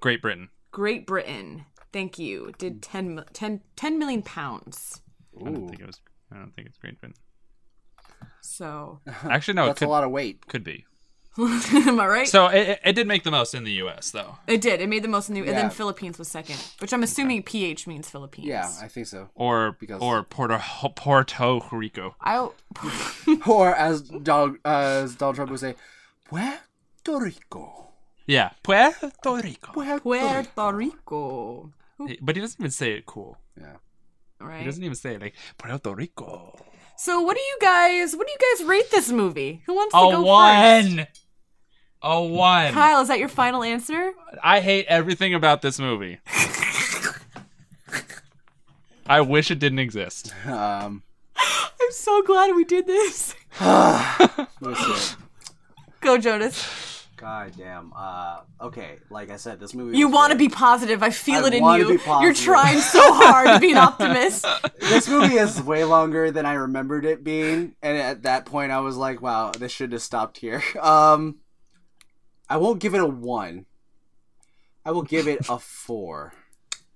Speaker 4: Great Britain.
Speaker 3: Great Britain. Thank you. Did 10, mil- 10, 10 million pounds.
Speaker 4: I don't
Speaker 2: Ooh,
Speaker 4: think it was. I don't think it's Great Britain.
Speaker 3: So,
Speaker 4: Actually, no. It
Speaker 2: that's
Speaker 4: could,
Speaker 2: a lot of weight.
Speaker 4: could be.
Speaker 3: am I right?
Speaker 4: So it, it- it did make the most in the U.S. though,
Speaker 3: it did. It made the most new. And
Speaker 2: Yeah.
Speaker 3: then Philippines was second, which I'm assuming PH means Philippines.
Speaker 2: Yeah, I think so.
Speaker 4: or
Speaker 2: Because-
Speaker 4: or Puerto Puerto Rico.
Speaker 3: I,
Speaker 2: Or as Donald, uh, as Donald Trump would say, Puerto Rico.
Speaker 4: Yeah, Puerto Rico.
Speaker 2: Puerto Rico.
Speaker 3: Puerto Rico.
Speaker 4: But he doesn't even say it cool. He
Speaker 3: Right.
Speaker 4: doesn't even say it like Puerto Rico.
Speaker 3: So, what do you guys? What do you guys rate this movie? Who wants to
Speaker 4: A
Speaker 3: go first?
Speaker 4: one. A one.
Speaker 3: Kyle, is that your final answer?
Speaker 4: I hate everything about this movie. I wish it didn't exist.
Speaker 2: Um,
Speaker 3: I'm so glad we did this.
Speaker 2: let's see.
Speaker 3: Go, Jonas.
Speaker 2: God damn. Uh, okay, like I said, this movie.
Speaker 3: You
Speaker 2: was
Speaker 3: want to
Speaker 2: weird.
Speaker 3: be positive. I feel
Speaker 2: I
Speaker 3: it in
Speaker 2: wanna
Speaker 3: you.
Speaker 2: be
Speaker 3: You're
Speaker 2: positive.
Speaker 3: trying so hard to be an optimist.
Speaker 2: this movie is way longer than I remembered it being, and at that point I was like, "Wow, this should have stopped here." Um, I won't give it a one. I will give it a four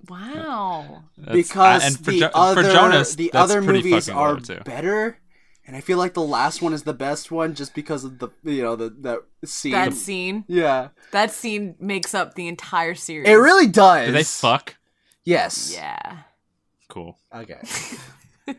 Speaker 3: Wow.
Speaker 4: That's-
Speaker 2: because
Speaker 4: uh, and for
Speaker 2: the
Speaker 4: Jo- for
Speaker 2: other
Speaker 4: Jonas,
Speaker 2: the
Speaker 4: that's
Speaker 2: other
Speaker 4: pretty
Speaker 2: movies
Speaker 4: fucking
Speaker 2: are
Speaker 4: low, too.
Speaker 2: better, and I feel like the last one is the best one just because of the you know the the scene.
Speaker 3: That scene.
Speaker 2: yeah,
Speaker 3: That scene makes up the entire series.
Speaker 2: it really does.
Speaker 4: Do they fuck?
Speaker 2: Yes.
Speaker 3: Yeah.
Speaker 4: Cool.
Speaker 2: Okay.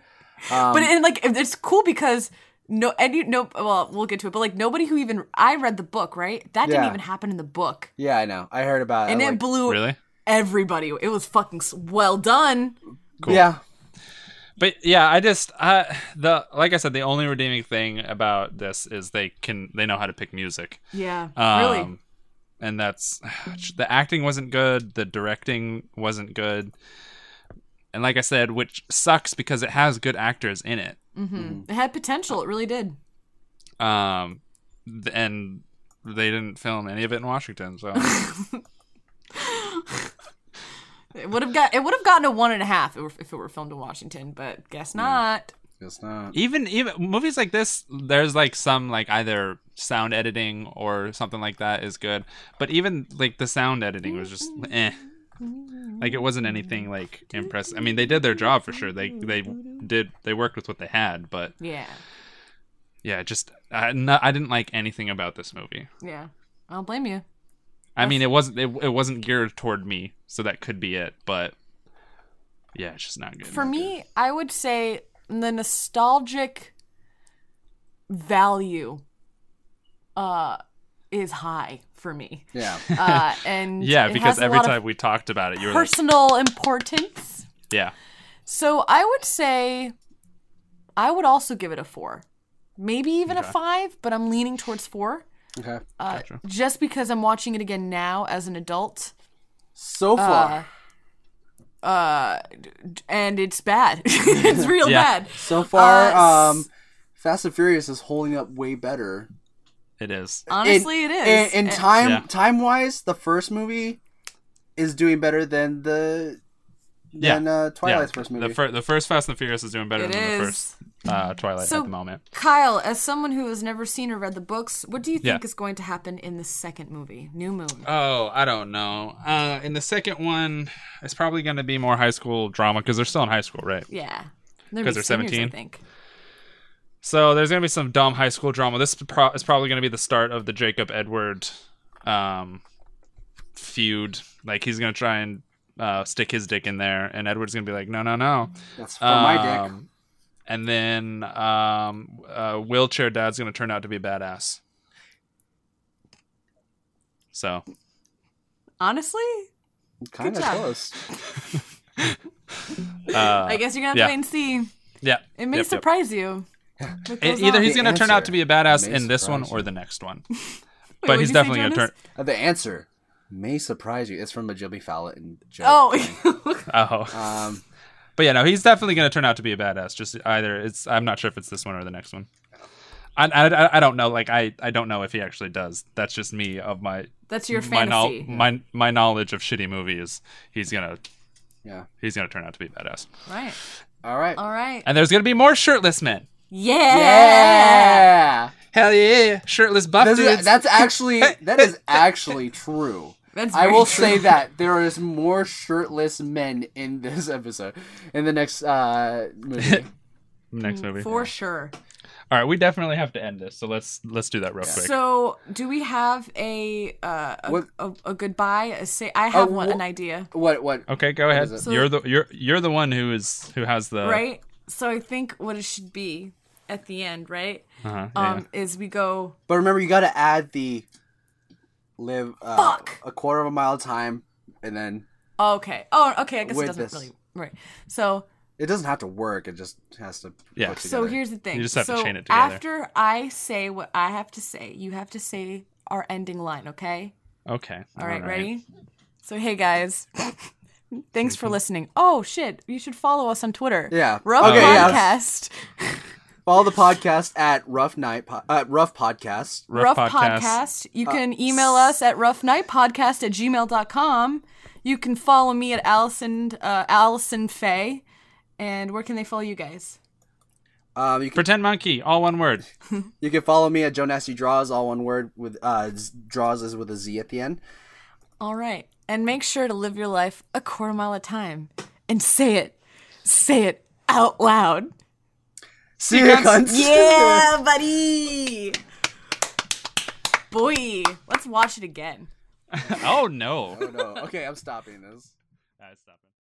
Speaker 2: Um,
Speaker 3: but and like it's cool because no any no well we'll get to it but like nobody who even I read the book right that didn't
Speaker 2: Yeah.
Speaker 3: even happen in the book
Speaker 2: Yeah, I know. I heard about it.
Speaker 3: and
Speaker 2: I
Speaker 3: it
Speaker 2: like-
Speaker 3: blew
Speaker 4: Really?
Speaker 3: everybody it was fucking s- well done
Speaker 4: Cool.
Speaker 2: Yeah.
Speaker 4: But yeah, I just uh the like I said, the only redeeming thing about this is they can they know how to pick music.
Speaker 3: yeah
Speaker 4: Um,
Speaker 3: really
Speaker 4: And that's the acting wasn't good, the directing wasn't good, and like I said, which sucks because it has good actors in it.
Speaker 3: Mm-hmm.
Speaker 2: mm.
Speaker 3: it had potential it really did
Speaker 4: Um, th- and they didn't film any of it in Washington, so
Speaker 3: it would have got it would have gotten a one and a half if it were- if it were filmed in Washington but guess not
Speaker 2: It's not.
Speaker 4: even even movies like this there's like some like either sound editing or something like that is good but even like the sound editing was just eh like it wasn't anything like impressive i mean they did their job for sure they they did they worked with what they had but
Speaker 3: yeah
Speaker 4: yeah just i, no, I didn't like anything about this movie
Speaker 3: yeah I don't blame you
Speaker 4: i mean it wasn't it, it wasn't geared toward me so that could be it but yeah it's just not good
Speaker 3: For me, I would say the nostalgic value uh is high for me.
Speaker 2: Yeah.
Speaker 3: Uh and
Speaker 4: yeah
Speaker 3: it
Speaker 4: because
Speaker 3: has a
Speaker 4: every
Speaker 3: lot of
Speaker 4: time we talked about it you were like
Speaker 3: personal importance.
Speaker 4: yeah
Speaker 3: So I would say I would also give it a 4. Maybe even a 5, but I'm leaning towards 4
Speaker 2: Okay.
Speaker 3: uh, just because I'm watching it again now as an adult.
Speaker 2: So far.
Speaker 3: Uh d- d- and it's bad. it's real
Speaker 4: Yeah.
Speaker 3: bad.
Speaker 2: so far,
Speaker 3: uh,
Speaker 2: um, Fast and Furious is holding up way better.
Speaker 4: it is
Speaker 3: Honestly,
Speaker 2: in,
Speaker 3: it is.
Speaker 2: In, in
Speaker 3: And-
Speaker 2: time,
Speaker 4: Yeah.
Speaker 2: time wise, the first movie is doing better than the than uh, Twilight's first movie.
Speaker 4: The, fir- the first Fast and the Furious is doing better
Speaker 3: It
Speaker 4: than
Speaker 3: is.
Speaker 4: the first uh, Twilight
Speaker 3: So-
Speaker 4: at the moment.
Speaker 3: Kyle, as someone who has never seen or read the books, what do you think
Speaker 4: Yeah.
Speaker 3: is going to happen in the second movie, New Moon?
Speaker 4: Oh, I don't know. Uh, in the second one, it's probably going to be more high school drama because they're still in high school, right?
Speaker 3: yeah, they're
Speaker 4: 'Cause they're
Speaker 3: seniors,
Speaker 4: 17?
Speaker 3: I think.
Speaker 4: So there's going to be some dumb high school drama. This pro- is probably going to be the start of the Jacob Edward um, feud. Like he's going to try and uh, stick his dick in there, and Edward's gonna be like, no, no, no.
Speaker 2: That's for my dick.
Speaker 4: Um, And then um, uh, wheelchair dad's gonna turn out to be a badass. So
Speaker 3: Honestly,
Speaker 2: Kind of
Speaker 3: job.
Speaker 2: close.
Speaker 3: I guess you're gonna have
Speaker 4: Uh, yeah.
Speaker 3: to wait and see.
Speaker 4: yeah,
Speaker 3: It may
Speaker 4: yep, yep.
Speaker 3: surprise you. What
Speaker 4: E-
Speaker 3: goes
Speaker 4: either
Speaker 3: on.
Speaker 4: he's
Speaker 2: The
Speaker 4: gonna turn out
Speaker 2: answer
Speaker 4: to be a badass
Speaker 2: may
Speaker 4: in this one
Speaker 2: surprise
Speaker 4: or
Speaker 2: you.
Speaker 4: the next one,
Speaker 3: what'd
Speaker 4: but he's
Speaker 3: you say,
Speaker 4: definitely gonna turn.
Speaker 3: Jonas?
Speaker 2: Uh, the answer may surprise you. It's from a Jimmy Fallon joke.
Speaker 3: Oh,
Speaker 4: Oh,
Speaker 2: Um,
Speaker 4: But yeah, no, he's definitely going to turn out to be a badass. Just either it's I'm not sure if it's this one or the next one. I I, I- I don't know. Like I, I don't know if he actually does. That's just me of my
Speaker 3: that's your
Speaker 4: my knowl-
Speaker 3: fantasy,
Speaker 4: my my knowledge of shitty movies. He's gonna
Speaker 2: yeah.
Speaker 4: he's gonna turn out to be a badass.
Speaker 3: right?
Speaker 2: All right.
Speaker 3: All right.
Speaker 4: And there's gonna be more shirtless men.
Speaker 3: Yeah.
Speaker 2: Yeah.
Speaker 4: Hell yeah, shirtless buff
Speaker 2: That's,
Speaker 4: dudes.
Speaker 2: that's actually that is actually true.
Speaker 3: That's
Speaker 2: I
Speaker 3: very
Speaker 2: will
Speaker 3: true.
Speaker 2: say that there is more shirtless men in this episode in the next uh movie.
Speaker 4: next movie.
Speaker 3: Mm, for sure.
Speaker 4: All right, we definitely have to end this. So let's let's do that real quick.
Speaker 3: So, do we have a uh, a,
Speaker 2: What-
Speaker 3: a, a goodbye? A say, I have
Speaker 2: A
Speaker 3: one,
Speaker 2: wha-
Speaker 3: an idea,
Speaker 2: what what
Speaker 4: okay, go ahead.
Speaker 2: is
Speaker 3: it?
Speaker 4: you're the you're you're the one who is who has the
Speaker 3: right? So, I think what it should be at the end, right?
Speaker 4: Uh-huh, yeah.
Speaker 3: Um, is we go
Speaker 2: But remember you got to add the live uh,
Speaker 3: Fuck.
Speaker 2: a quarter of a mile time and then
Speaker 3: oh, okay. Oh, okay. I guess
Speaker 2: With
Speaker 3: it doesn't
Speaker 2: this.
Speaker 3: really right. So,
Speaker 2: it doesn't have to work. It just has to
Speaker 4: Yeah.
Speaker 2: put
Speaker 3: so
Speaker 2: together.
Speaker 3: here's the thing.
Speaker 4: You just have to
Speaker 3: so
Speaker 4: chain it together.
Speaker 3: after I say what I have to say, you have to say our ending line, okay?
Speaker 4: Okay.
Speaker 3: All right, ready? So, hey guys, thanks for listening. Oh shit, you should follow us on Twitter.
Speaker 2: Yeah.
Speaker 3: Rough
Speaker 2: Okay, yeah.
Speaker 3: podcast.
Speaker 2: Follow the podcast at Rough Night po- uh, Rough Podcast.
Speaker 3: Rough, podcast. You can email us at roughnightpodcast at gmail.com. You can follow me at Allison uh, Allison Faye. And where can they follow you guys?
Speaker 2: Um, you can
Speaker 4: Pretend monkey, all one word.
Speaker 2: you can follow me at Joe Nasty Draws, all one word with uh z- draws is with a Z at the end.
Speaker 3: All right. And make sure to live your life a quarter mile at a time. And say it. Say it out loud.
Speaker 2: See you, cunts.
Speaker 3: Yeah, buddy. Boy, let's watch it again.
Speaker 4: Oh no.
Speaker 2: No, okay, I'm stopping this.
Speaker 4: All right, stop it.